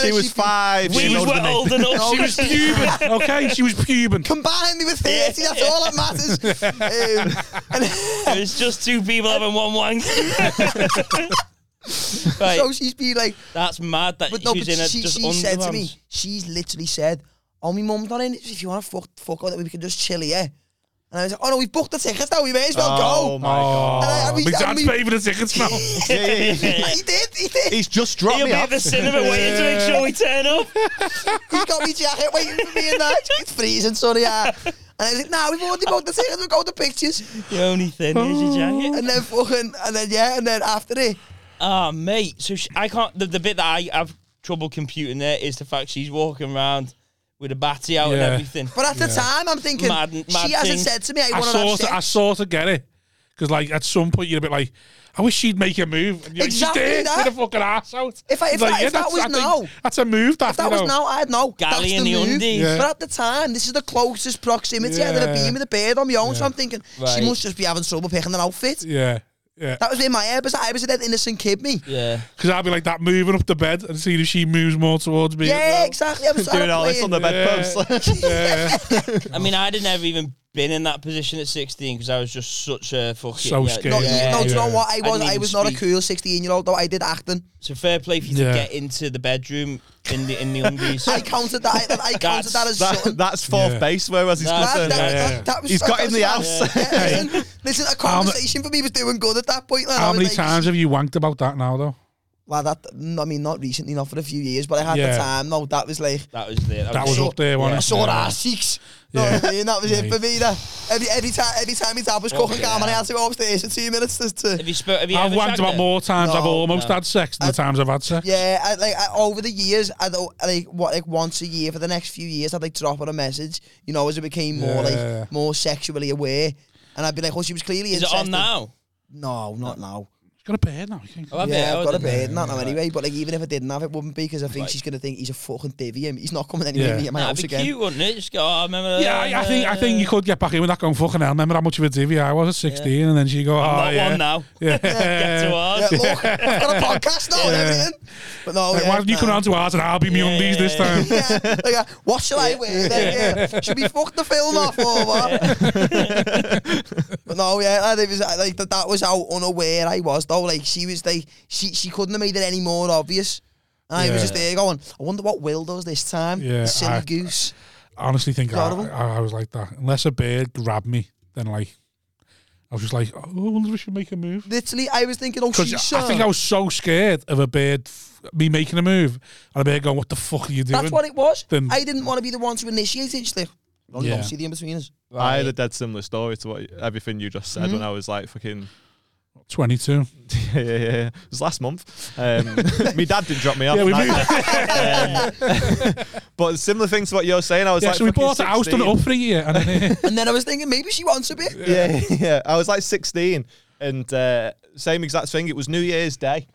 [SPEAKER 4] She
[SPEAKER 5] and
[SPEAKER 4] was
[SPEAKER 5] she-
[SPEAKER 4] five.
[SPEAKER 2] We
[SPEAKER 4] years
[SPEAKER 2] were
[SPEAKER 4] older than me.
[SPEAKER 2] old enough.
[SPEAKER 5] No,
[SPEAKER 2] she was human.
[SPEAKER 1] Okay, she was pubing.
[SPEAKER 5] Combine me with 30, that's all that matters. Um, and
[SPEAKER 2] It was just two people having one wank. right,
[SPEAKER 5] so she's been like,
[SPEAKER 2] that's mad that
[SPEAKER 5] but no,
[SPEAKER 2] she
[SPEAKER 5] but
[SPEAKER 2] was in a
[SPEAKER 5] she,
[SPEAKER 2] just
[SPEAKER 5] she said to me,
[SPEAKER 2] underpants.
[SPEAKER 5] she's literally said, oh, my mum's not in, if you want to fuck, fuck out, we can just chill here. And I was like, oh no, we've booked the tickets now, we may as well
[SPEAKER 4] Oh
[SPEAKER 5] go.
[SPEAKER 4] my god.
[SPEAKER 5] I- I
[SPEAKER 1] Oh,
[SPEAKER 5] mean,
[SPEAKER 1] my
[SPEAKER 5] I
[SPEAKER 1] dad's
[SPEAKER 5] mean-
[SPEAKER 1] paying for the tickets now.
[SPEAKER 4] Yeah, yeah, yeah.
[SPEAKER 5] He did, he did.
[SPEAKER 4] He's just dropped
[SPEAKER 2] Oh. He'll
[SPEAKER 4] me
[SPEAKER 2] be at
[SPEAKER 4] off.
[SPEAKER 2] the cinema waiting to make sure we turn up.
[SPEAKER 5] He's got me jacket waiting for me in that. It's freezing, sorry, yeah. And I was like, nah, we've already booked the tickets, we'll go to pictures.
[SPEAKER 2] The only thing is your jacket.
[SPEAKER 5] And then fucking, and then yeah, and then after it,
[SPEAKER 2] Ah, mate. So she, I can't. The, the bit that I have trouble computing there is the fact she's walking around with a batty out and
[SPEAKER 1] Yeah.
[SPEAKER 2] everything.
[SPEAKER 5] But at the time, I'm thinking
[SPEAKER 2] Mad- mad
[SPEAKER 5] she hasn't
[SPEAKER 2] thing.
[SPEAKER 5] said to me, "I
[SPEAKER 1] I
[SPEAKER 5] want to have
[SPEAKER 1] sort, of, I
[SPEAKER 5] sex."
[SPEAKER 1] sort of get it. Because, like, at some point, you're a bit like, I wish she'd make a move. And you're like,
[SPEAKER 5] Exactly
[SPEAKER 1] She's there
[SPEAKER 5] that.
[SPEAKER 1] with a fucking ass out.
[SPEAKER 5] If I- if
[SPEAKER 1] It's like,
[SPEAKER 5] that- if that
[SPEAKER 1] that's-
[SPEAKER 5] was
[SPEAKER 1] I think
[SPEAKER 5] now-
[SPEAKER 1] That's a move, that,
[SPEAKER 5] If that
[SPEAKER 1] you
[SPEAKER 5] was nou
[SPEAKER 1] know.
[SPEAKER 5] now, I'd know.
[SPEAKER 2] Galley
[SPEAKER 5] That's
[SPEAKER 2] in
[SPEAKER 5] the
[SPEAKER 2] the
[SPEAKER 5] move.
[SPEAKER 2] undies.
[SPEAKER 1] Yeah.
[SPEAKER 5] But at the time, this is the closest proximity I've ever
[SPEAKER 1] Yeah.
[SPEAKER 5] been with a bird on my own. So I'm thinking
[SPEAKER 2] Right.
[SPEAKER 5] she must just be having trouble picking an outfit.
[SPEAKER 1] Yeah. Yeah.
[SPEAKER 5] That was in my head. Was I was a dead innocent kid, me.
[SPEAKER 2] Yeah.
[SPEAKER 1] Because I'd be like that moving up the bed and seeing if she moves more towards me. as
[SPEAKER 5] Yeah,
[SPEAKER 1] well.
[SPEAKER 5] exactly. I was
[SPEAKER 4] doing all this on the bedpost.
[SPEAKER 1] Yeah.
[SPEAKER 2] I mean, I'd have never even been in that position at 16 because I was just such a fucking.
[SPEAKER 1] So
[SPEAKER 2] yeah,
[SPEAKER 1] scared.
[SPEAKER 5] No,
[SPEAKER 1] Yeah.
[SPEAKER 5] no, do you know
[SPEAKER 1] Yeah.
[SPEAKER 5] what?
[SPEAKER 2] I
[SPEAKER 5] I was
[SPEAKER 2] didn't
[SPEAKER 5] I,
[SPEAKER 2] even
[SPEAKER 5] was not a
[SPEAKER 2] speak.
[SPEAKER 5] cool 16 year old though. I did acting.
[SPEAKER 2] So fair play for you
[SPEAKER 1] Yeah.
[SPEAKER 2] to get into the bedroom in the in the undies.
[SPEAKER 5] I counted that. I, I
[SPEAKER 2] That's-
[SPEAKER 5] counted that as
[SPEAKER 4] That,
[SPEAKER 5] something.
[SPEAKER 4] that's fourth
[SPEAKER 1] Yeah.
[SPEAKER 4] base, whereas he's
[SPEAKER 2] That's-
[SPEAKER 5] Lad,
[SPEAKER 4] concerned.
[SPEAKER 5] that,
[SPEAKER 1] yeah, yeah.
[SPEAKER 5] That, that was
[SPEAKER 4] He's got
[SPEAKER 5] that
[SPEAKER 4] in
[SPEAKER 5] was
[SPEAKER 4] the
[SPEAKER 5] mad.
[SPEAKER 4] house.
[SPEAKER 5] Yeah, listen, listen, a
[SPEAKER 1] How ma-
[SPEAKER 5] conversation for me was doing good at that point. Lad. I
[SPEAKER 1] How
[SPEAKER 5] was
[SPEAKER 1] many
[SPEAKER 5] like,
[SPEAKER 1] times have you wanked about that now, though?
[SPEAKER 5] Well, that I mean, not recently, not for a few years, but I had
[SPEAKER 1] Yeah.
[SPEAKER 5] the time. No, that was like
[SPEAKER 2] that was the
[SPEAKER 1] That was up there, wasn't
[SPEAKER 5] I
[SPEAKER 1] it?
[SPEAKER 5] saw
[SPEAKER 1] Yeah.
[SPEAKER 5] our cheeks. No,
[SPEAKER 1] Yeah.
[SPEAKER 5] I mean, that was
[SPEAKER 1] Mate.
[SPEAKER 5] it for me. That every every time every time his dad was
[SPEAKER 1] Oh,
[SPEAKER 5] cooking,
[SPEAKER 2] Fucking
[SPEAKER 5] Gavin, I
[SPEAKER 2] hell.
[SPEAKER 5] had to go upstairs for two minutes just
[SPEAKER 2] Have
[SPEAKER 5] to.
[SPEAKER 2] you, sp- have you
[SPEAKER 1] I've
[SPEAKER 2] ever
[SPEAKER 1] wanked
[SPEAKER 2] shagged
[SPEAKER 1] about
[SPEAKER 2] her?
[SPEAKER 1] more times I've
[SPEAKER 5] No,
[SPEAKER 1] almost
[SPEAKER 2] no.
[SPEAKER 1] had sex than the times I've had sex.
[SPEAKER 5] Yeah, I, like I, over the years, I'd, o- like what like once a year for the next few years, I'd like drop her a message. You know, as it became more
[SPEAKER 1] Yeah.
[SPEAKER 5] like more sexually aware, and I'd be like, "Oh, she was clearly
[SPEAKER 2] Is it
[SPEAKER 5] interested."
[SPEAKER 2] on now?
[SPEAKER 5] No, not now.
[SPEAKER 1] She's got a beard now. I think.
[SPEAKER 2] Oh, have you?
[SPEAKER 5] Yeah,
[SPEAKER 2] Oh,
[SPEAKER 5] I've got a
[SPEAKER 2] didn't you?
[SPEAKER 5] bit in that now anyway. But like, even if I didn't have it, wouldn't be because I think she's gonna think he's a fucking divvy. and He's not coming anywhere
[SPEAKER 1] Yeah.
[SPEAKER 5] near my
[SPEAKER 2] That'd
[SPEAKER 5] house
[SPEAKER 2] be
[SPEAKER 5] again.
[SPEAKER 2] cute, wouldn't it? Just go, oh, I remember.
[SPEAKER 1] Yeah, I, I think I think you could get back in with that going fucking hell. Remember how much of a divvy I was at sixteen, and then she go, "Oh
[SPEAKER 2] I'm not
[SPEAKER 1] yeah,
[SPEAKER 2] one now.
[SPEAKER 1] yeah."
[SPEAKER 2] Get to ours.
[SPEAKER 5] Yeah, look, I've got a podcast now and everything. But no,
[SPEAKER 1] Like,
[SPEAKER 5] yeah,
[SPEAKER 1] why don't you
[SPEAKER 5] nah.
[SPEAKER 1] come round to ours and I'll be me
[SPEAKER 2] Yeah,
[SPEAKER 1] undies
[SPEAKER 2] yeah,
[SPEAKER 1] this
[SPEAKER 2] yeah.
[SPEAKER 1] time?
[SPEAKER 5] yeah, like, uh, what shall I wear? Like, yeah, should we fuck the film off or what? but no, yeah, like, it was uh, like that. That was how unaware I was though. Like she was like she she couldn't have made it any more obvious. And I was
[SPEAKER 1] Yeah.
[SPEAKER 5] just there going, I wonder what Will does this time.
[SPEAKER 1] Yeah,
[SPEAKER 5] silly
[SPEAKER 1] I-
[SPEAKER 5] goose.
[SPEAKER 1] I honestly think I,
[SPEAKER 5] Horrible.
[SPEAKER 1] I, I was like that. Unless a beard grabbed me, then like I was just like, "Oh, I wonder if we should make a move."
[SPEAKER 5] Literally, I was thinking, oh, she's
[SPEAKER 1] Because I think I was so scared of a beard f- me making a move and a beard going, "What the fuck are you doing?"
[SPEAKER 5] That's what it was.
[SPEAKER 1] Then-
[SPEAKER 5] I didn't want to be the one to initiate it. She's like, well, you
[SPEAKER 1] Yeah.
[SPEAKER 5] don't see the in between us.
[SPEAKER 4] I had a dead similar story to what everything you just said
[SPEAKER 5] Mm-hmm.
[SPEAKER 4] when I was like fucking
[SPEAKER 1] Twenty-two.
[SPEAKER 4] yeah, yeah, yeah. It was last month. Um, my dad didn't drop me off.
[SPEAKER 1] Yeah, we
[SPEAKER 4] neither.
[SPEAKER 1] moved.
[SPEAKER 4] Um, but similar thing to what you're saying. I was
[SPEAKER 1] Yeah,
[SPEAKER 4] like,
[SPEAKER 1] so we
[SPEAKER 4] fucking
[SPEAKER 1] bought a house, done it
[SPEAKER 4] 16.
[SPEAKER 1] up for a year, and then
[SPEAKER 5] And then I was thinking, maybe she wants a bit.
[SPEAKER 4] yeah, yeah. I was like 16, and uh, same exact thing. It was New Year's Day,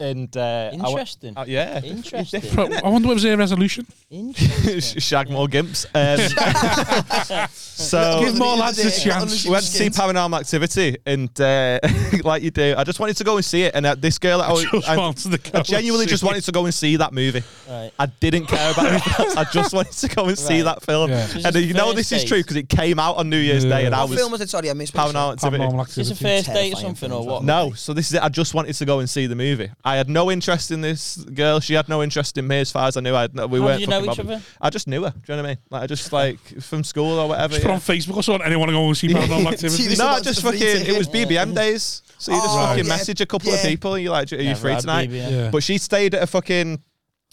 [SPEAKER 4] and uh, I went-
[SPEAKER 2] Interesting.
[SPEAKER 4] uh, yeah,
[SPEAKER 2] Interesting.
[SPEAKER 1] I wonder what was their resolution.
[SPEAKER 2] Interesting.
[SPEAKER 4] shag more gimps. Um, so
[SPEAKER 1] Give more lads a
[SPEAKER 5] Yeah,
[SPEAKER 1] chance.
[SPEAKER 4] we went to see
[SPEAKER 5] skins.
[SPEAKER 4] Paranormal Activity, and uh, like you do, I just wanted to go and see it. And uh, this girl, that I, was,
[SPEAKER 1] Just
[SPEAKER 4] I-
[SPEAKER 1] wanted to go
[SPEAKER 4] I genuinely
[SPEAKER 1] and
[SPEAKER 4] just
[SPEAKER 1] see.
[SPEAKER 4] wanted to go and see that movie.
[SPEAKER 2] Right.
[SPEAKER 4] I didn't care about anything else. I just wanted to go and see
[SPEAKER 2] Right.
[SPEAKER 4] that film.
[SPEAKER 1] Yeah. So
[SPEAKER 2] it's
[SPEAKER 4] And
[SPEAKER 2] just
[SPEAKER 4] you know
[SPEAKER 2] first
[SPEAKER 4] this is
[SPEAKER 2] date.
[SPEAKER 4] true because it came out on New Year's Day, and I
[SPEAKER 5] What
[SPEAKER 4] was
[SPEAKER 5] film was it? Sorry, I missed. what you said.
[SPEAKER 4] Paranormal Activity.
[SPEAKER 1] Paranormal
[SPEAKER 2] Is this a
[SPEAKER 1] activity.
[SPEAKER 2] first date or
[SPEAKER 5] Terrifying
[SPEAKER 2] something or
[SPEAKER 5] films,
[SPEAKER 2] what?
[SPEAKER 4] No, so this is it. I just wanted to go and see the movie. I had no interest in this girl. She had no interest in me, as far as I knew. I had no, we
[SPEAKER 2] How
[SPEAKER 4] weren't.
[SPEAKER 2] did you know
[SPEAKER 4] fucking
[SPEAKER 2] each
[SPEAKER 4] bothered.
[SPEAKER 2] other?
[SPEAKER 4] I just knew her. Do you know what I mean? Like I just like from school or whatever.
[SPEAKER 1] Just put on Facebook or something. Anyone go and see paranormal
[SPEAKER 5] See
[SPEAKER 1] activity?
[SPEAKER 5] this-
[SPEAKER 4] No, I
[SPEAKER 5] Someone's
[SPEAKER 4] just
[SPEAKER 5] a free
[SPEAKER 4] fucking. It
[SPEAKER 5] ticket.
[SPEAKER 4] was BBM days, so you just
[SPEAKER 5] Oh,
[SPEAKER 4] fucking
[SPEAKER 5] yeah.
[SPEAKER 4] message a couple of
[SPEAKER 5] Yeah.
[SPEAKER 4] people. and You're like, "Are you
[SPEAKER 2] Never
[SPEAKER 4] free
[SPEAKER 2] had
[SPEAKER 4] tonight?"
[SPEAKER 2] BBM.
[SPEAKER 1] Yeah.
[SPEAKER 4] But she stayed at a fucking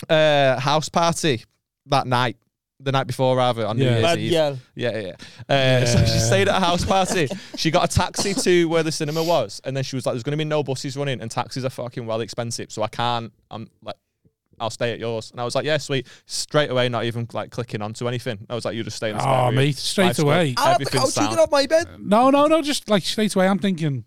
[SPEAKER 4] uh, house party that night, the night before rather on
[SPEAKER 1] Yeah.
[SPEAKER 4] New Year's
[SPEAKER 2] Bad
[SPEAKER 4] Eve.
[SPEAKER 2] yell.
[SPEAKER 4] Yeah, yeah. yeah. Uh, so she
[SPEAKER 1] Yeah.
[SPEAKER 4] stayed at a house party. she got a taxi to where the cinema was, and then she was like, "There's going to be no buses running, and taxis are fucking well expensive, so I can't." I'm like. I'll stay at yours, and I was like, "Yeah, sweet." Straight away, not even like clicking onto anything. I was like, "You just stay in the spare
[SPEAKER 1] Oh,
[SPEAKER 4] room.
[SPEAKER 1] mate, straight
[SPEAKER 4] Life's good.
[SPEAKER 1] away.
[SPEAKER 5] I'll have the
[SPEAKER 4] Everything's
[SPEAKER 5] couch you
[SPEAKER 4] sound.
[SPEAKER 5] get off my bed.
[SPEAKER 1] No, no, no. Just like straight away, I'm thinking.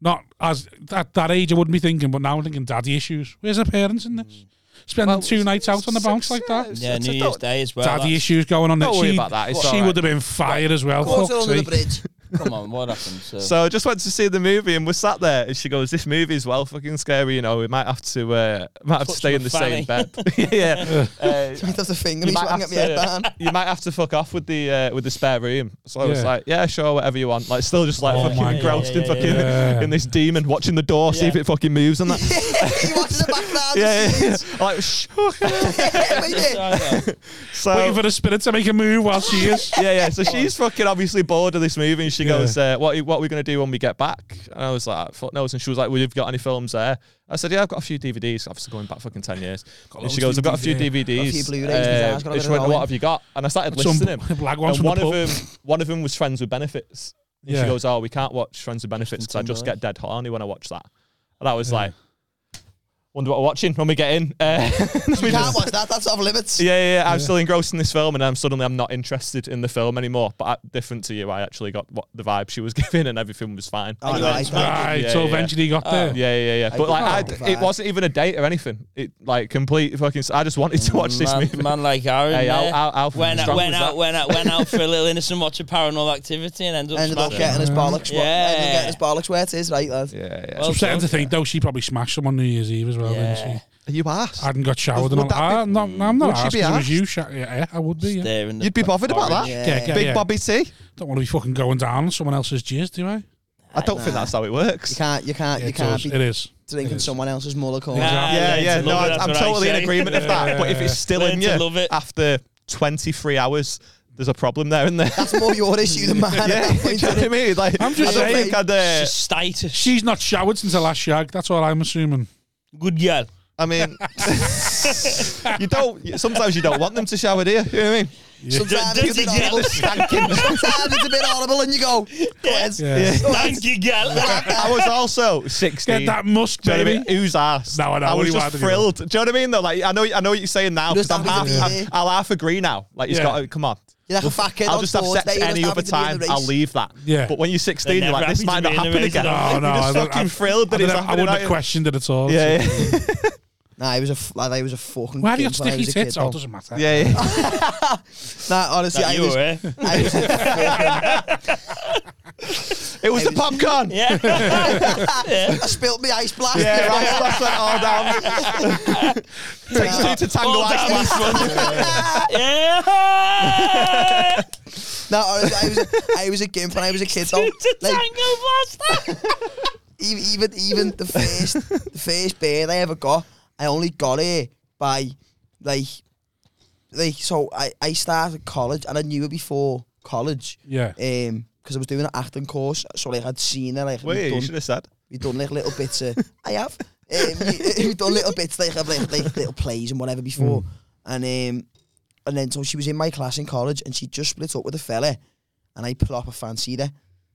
[SPEAKER 1] Not as at that age, I wouldn't be thinking, but now I'm thinking daddy issues. Where's the parents in this? Spending two nights out on the bounce like that.
[SPEAKER 2] Yeah, New Year's Day as well.
[SPEAKER 1] Daddy
[SPEAKER 2] that's-
[SPEAKER 1] issues going on.
[SPEAKER 4] Don't
[SPEAKER 1] there.
[SPEAKER 4] worry
[SPEAKER 1] she,
[SPEAKER 4] about that, it's
[SPEAKER 1] she
[SPEAKER 4] alright.
[SPEAKER 1] would have been fired as well.
[SPEAKER 5] Water
[SPEAKER 1] fuck's
[SPEAKER 5] under the
[SPEAKER 1] sake.
[SPEAKER 5] bridge.
[SPEAKER 2] Come on, what happened? So,
[SPEAKER 4] So I just went to see the movie and we sat there and she goes, This movie's well fucking scary, you know, we might have to uh might have to
[SPEAKER 2] Touch
[SPEAKER 4] stay in
[SPEAKER 2] my
[SPEAKER 4] the same bed. yeah. Uh,
[SPEAKER 5] That's the
[SPEAKER 4] you
[SPEAKER 5] finger. He's
[SPEAKER 4] might
[SPEAKER 5] wanting
[SPEAKER 4] have
[SPEAKER 5] at my
[SPEAKER 4] to-
[SPEAKER 5] head down.
[SPEAKER 4] you might have to fuck off with the uh, with the spare room. So I was
[SPEAKER 1] Yeah.
[SPEAKER 4] like, yeah, sure, whatever you want. Like, still just like
[SPEAKER 1] Oh
[SPEAKER 4] fucking
[SPEAKER 1] my
[SPEAKER 4] engrossed
[SPEAKER 2] God.
[SPEAKER 4] in
[SPEAKER 2] Yeah, yeah,
[SPEAKER 4] fucking
[SPEAKER 1] yeah, yeah.
[SPEAKER 4] in this demon, watching the door, see if
[SPEAKER 2] Yeah.
[SPEAKER 4] it fucking moves and that.
[SPEAKER 5] he watches the background.
[SPEAKER 4] yeah,
[SPEAKER 5] Yeah,
[SPEAKER 4] yeah, yeah. I'm like, shh.
[SPEAKER 5] yeah.
[SPEAKER 2] Okay.
[SPEAKER 4] So
[SPEAKER 1] Waiting for the spirit to make a move while she is.
[SPEAKER 4] yeah, yeah. So she's fucking obviously bored of this movie, and she
[SPEAKER 1] Yeah.
[SPEAKER 4] goes, uh, "What, what are we gonna do when we get back?" And I was like, "Fuck knows." And she was like, "Well, you've got any films there?" I said, "Yeah, I've got a few DVDs. Obviously, going back fucking ten years." and she
[SPEAKER 1] loads
[SPEAKER 4] goes,
[SPEAKER 1] of
[SPEAKER 4] "I've got a few
[SPEAKER 1] DVD.
[SPEAKER 4] DVDs."
[SPEAKER 5] A few
[SPEAKER 4] Uh,
[SPEAKER 5] Blu-rays, yeah, it's got a
[SPEAKER 4] and
[SPEAKER 5] bit
[SPEAKER 4] she
[SPEAKER 5] of
[SPEAKER 4] went,
[SPEAKER 5] Owen.
[SPEAKER 4] "What have you got?" And I started
[SPEAKER 1] Some
[SPEAKER 4] listing them.
[SPEAKER 1] black ones
[SPEAKER 4] And
[SPEAKER 1] from
[SPEAKER 4] one
[SPEAKER 1] the
[SPEAKER 4] of
[SPEAKER 1] pub.
[SPEAKER 4] them, one of them was Friends with Benefits. And
[SPEAKER 1] Yeah.
[SPEAKER 4] she goes, "Oh, we can't watch Friends with Benefits because I just
[SPEAKER 2] Timberlake.
[SPEAKER 4] get dead horny when I watch that." And I was like, wonder what we're watching when we get in. Uh,
[SPEAKER 5] You can't watch that. That's off limits.
[SPEAKER 4] yeah, yeah, yeah. I'm still engrossed in this film, and I'm suddenly I'm not interested in the film anymore. But I, different to you, I actually got what the vibe she was giving, and everything was fine.
[SPEAKER 5] Oh,
[SPEAKER 4] yeah,
[SPEAKER 5] no, I don't.
[SPEAKER 1] Right,
[SPEAKER 4] Yeah,
[SPEAKER 1] so
[SPEAKER 4] yeah. Ah.
[SPEAKER 1] eventually he got there.
[SPEAKER 4] yeah, yeah, yeah. But like,
[SPEAKER 5] can't
[SPEAKER 4] I, it
[SPEAKER 5] vibe.
[SPEAKER 4] wasn't even a date or anything. It like complete fucking. s- I just wanted to watch this
[SPEAKER 2] man,
[SPEAKER 4] movie.
[SPEAKER 2] man like Aaron.
[SPEAKER 4] Hey,
[SPEAKER 2] there.
[SPEAKER 4] Al- Al- Alf
[SPEAKER 2] went
[SPEAKER 4] was
[SPEAKER 2] out,
[SPEAKER 4] strong
[SPEAKER 2] went
[SPEAKER 4] with
[SPEAKER 2] out,
[SPEAKER 4] that.
[SPEAKER 2] went out, went out for a little innocent watch of Paranormal Activity and ended up
[SPEAKER 5] Ended up
[SPEAKER 2] smashing.
[SPEAKER 5] getting his bollocks. Yeah. Ended up
[SPEAKER 2] Yeah.
[SPEAKER 5] getting his bollocks where it is, right, lad?
[SPEAKER 4] yeah, yeah.
[SPEAKER 1] It's
[SPEAKER 2] Well
[SPEAKER 1] upsetting to
[SPEAKER 2] done.
[SPEAKER 1] think though she probably smashed someone New Year's Eve as well,
[SPEAKER 2] Yeah.
[SPEAKER 1] didn't she?
[SPEAKER 4] you asked.
[SPEAKER 1] hadn't got showered and all
[SPEAKER 4] Would
[SPEAKER 1] that.
[SPEAKER 4] that be-
[SPEAKER 1] I'm not, I'm not
[SPEAKER 4] Would she
[SPEAKER 1] asked
[SPEAKER 4] be
[SPEAKER 1] 'cause it
[SPEAKER 4] asked?
[SPEAKER 1] was you. Sha- yeah, I would be. Yeah.
[SPEAKER 2] There in the
[SPEAKER 4] You'd be bothered about that.
[SPEAKER 2] porridge.
[SPEAKER 1] Yeah, yeah,
[SPEAKER 4] Big
[SPEAKER 1] yeah.
[SPEAKER 4] Bobby C.
[SPEAKER 1] Don't want to be fucking going down on someone else's jizz, do I?
[SPEAKER 4] I don't think that's how it
[SPEAKER 5] You
[SPEAKER 4] works.
[SPEAKER 5] can't, you can't,
[SPEAKER 1] Yeah,
[SPEAKER 5] you
[SPEAKER 1] it
[SPEAKER 5] can't
[SPEAKER 1] does.
[SPEAKER 5] be
[SPEAKER 1] it is.
[SPEAKER 5] drinking
[SPEAKER 1] is.
[SPEAKER 5] someone else's muller corn.
[SPEAKER 2] Nah. Ah,
[SPEAKER 4] yeah,
[SPEAKER 2] learn
[SPEAKER 4] yeah.
[SPEAKER 2] to
[SPEAKER 4] No,
[SPEAKER 2] love it,
[SPEAKER 4] I,
[SPEAKER 2] that's
[SPEAKER 4] I'm
[SPEAKER 2] what I
[SPEAKER 4] totally in
[SPEAKER 2] say.
[SPEAKER 4] agreement with that. But if it's still
[SPEAKER 2] Learn
[SPEAKER 4] in
[SPEAKER 2] to
[SPEAKER 4] you
[SPEAKER 2] love it.
[SPEAKER 4] after 23 hours, there's a problem there, isn't there?
[SPEAKER 5] That's more your issue than mine. at
[SPEAKER 4] yeah,
[SPEAKER 5] that
[SPEAKER 4] do you
[SPEAKER 5] point,
[SPEAKER 4] know what I mean? Like,
[SPEAKER 1] I'm just
[SPEAKER 4] I don't
[SPEAKER 1] saying.
[SPEAKER 4] think I'd, uh,
[SPEAKER 2] Cystitis.
[SPEAKER 1] She's not showered since her last shag. That's all I'm assuming.
[SPEAKER 2] Good girl.
[SPEAKER 4] I mean, you don't. Sometimes you don't want them to shower, do you? You know what I mean?
[SPEAKER 5] Sometimes
[SPEAKER 2] Did-
[SPEAKER 5] it's a
[SPEAKER 2] did
[SPEAKER 5] bit
[SPEAKER 2] you-
[SPEAKER 5] horrible. Sometimes it's a bit horrible, and you go, "Yes."
[SPEAKER 1] Yeah.
[SPEAKER 2] Thank you, girl.
[SPEAKER 4] I was also 16.
[SPEAKER 1] Get that musk,
[SPEAKER 4] Do you know what I
[SPEAKER 1] baby.
[SPEAKER 4] mean? Who's asked?
[SPEAKER 1] No, I know.
[SPEAKER 4] I
[SPEAKER 1] What
[SPEAKER 4] was
[SPEAKER 1] do you
[SPEAKER 4] just
[SPEAKER 1] want to do?
[SPEAKER 4] thrilled. Do you know what I mean? Though, like I know, I know what you're saying now.
[SPEAKER 5] You just
[SPEAKER 4] 'cause I'm half,
[SPEAKER 5] happy to be
[SPEAKER 4] I'm,
[SPEAKER 5] there.
[SPEAKER 4] I'll half agree now. Like you has
[SPEAKER 1] Yeah.
[SPEAKER 4] got to come on.
[SPEAKER 5] You're like a
[SPEAKER 4] We'll-
[SPEAKER 5] fat kid
[SPEAKER 4] I'll
[SPEAKER 5] on
[SPEAKER 4] just have sex
[SPEAKER 5] Thursday, you're
[SPEAKER 4] any
[SPEAKER 5] just
[SPEAKER 4] other
[SPEAKER 5] happy to be in
[SPEAKER 4] time.
[SPEAKER 5] the
[SPEAKER 4] I'll
[SPEAKER 5] race.
[SPEAKER 4] leave that.
[SPEAKER 1] Yeah.
[SPEAKER 4] But when you're 16,
[SPEAKER 2] They're
[SPEAKER 4] you're like,
[SPEAKER 2] never
[SPEAKER 4] this
[SPEAKER 2] happy
[SPEAKER 4] might
[SPEAKER 2] to
[SPEAKER 4] not
[SPEAKER 2] be in the
[SPEAKER 4] happen
[SPEAKER 2] race
[SPEAKER 4] again.
[SPEAKER 2] at all.
[SPEAKER 1] No, no,
[SPEAKER 4] you're
[SPEAKER 1] I
[SPEAKER 4] just
[SPEAKER 1] don't-
[SPEAKER 4] fucking
[SPEAKER 1] I-
[SPEAKER 4] thrilled that
[SPEAKER 1] I,
[SPEAKER 4] it's
[SPEAKER 1] don't- I
[SPEAKER 4] happening.
[SPEAKER 1] wouldn't
[SPEAKER 4] aren't
[SPEAKER 1] have
[SPEAKER 4] you?
[SPEAKER 1] questioned it at all.
[SPEAKER 4] Yeah, yeah,
[SPEAKER 5] Nah, he Nou, was a f- like he was a fucking.
[SPEAKER 1] Why have you
[SPEAKER 5] cunt
[SPEAKER 1] got
[SPEAKER 5] when I
[SPEAKER 1] sticky
[SPEAKER 5] was a kid,
[SPEAKER 1] tits?
[SPEAKER 5] though.
[SPEAKER 1] Oh, it doesn't matter.
[SPEAKER 4] yeah, yeah.
[SPEAKER 5] Nah, honestly,
[SPEAKER 2] That
[SPEAKER 5] I
[SPEAKER 2] you
[SPEAKER 5] was.
[SPEAKER 2] were, eh?
[SPEAKER 5] I was
[SPEAKER 4] It was the popcorn.
[SPEAKER 2] Yeah.
[SPEAKER 5] I spilled my ice blast.
[SPEAKER 4] Yeah, right. That's like all down. Takes
[SPEAKER 5] Yeah.
[SPEAKER 4] two to tango
[SPEAKER 2] All
[SPEAKER 4] ice
[SPEAKER 2] down this
[SPEAKER 4] blast.
[SPEAKER 2] one. Yeah.
[SPEAKER 5] No, honestly, I was a, I was a gimp when I was a kid. So,
[SPEAKER 2] It's a
[SPEAKER 5] like,
[SPEAKER 2] tango blaster.
[SPEAKER 5] even even even the first the first beard I ever got, I only got it by like like so I, I started college and I knew it before college.
[SPEAKER 1] Yeah.
[SPEAKER 5] Um because I was doing an acting course, so like I'd seen it like
[SPEAKER 4] Wait, you
[SPEAKER 5] we'd
[SPEAKER 4] should
[SPEAKER 5] done,
[SPEAKER 4] have said.
[SPEAKER 5] we'd done like little bits of I have. Um, we- we'd done little bits like of like, like little plays and whatever before.
[SPEAKER 4] Hmm.
[SPEAKER 5] And um and then so she was in my class in college and she just split up with a fella and I proper fancied her.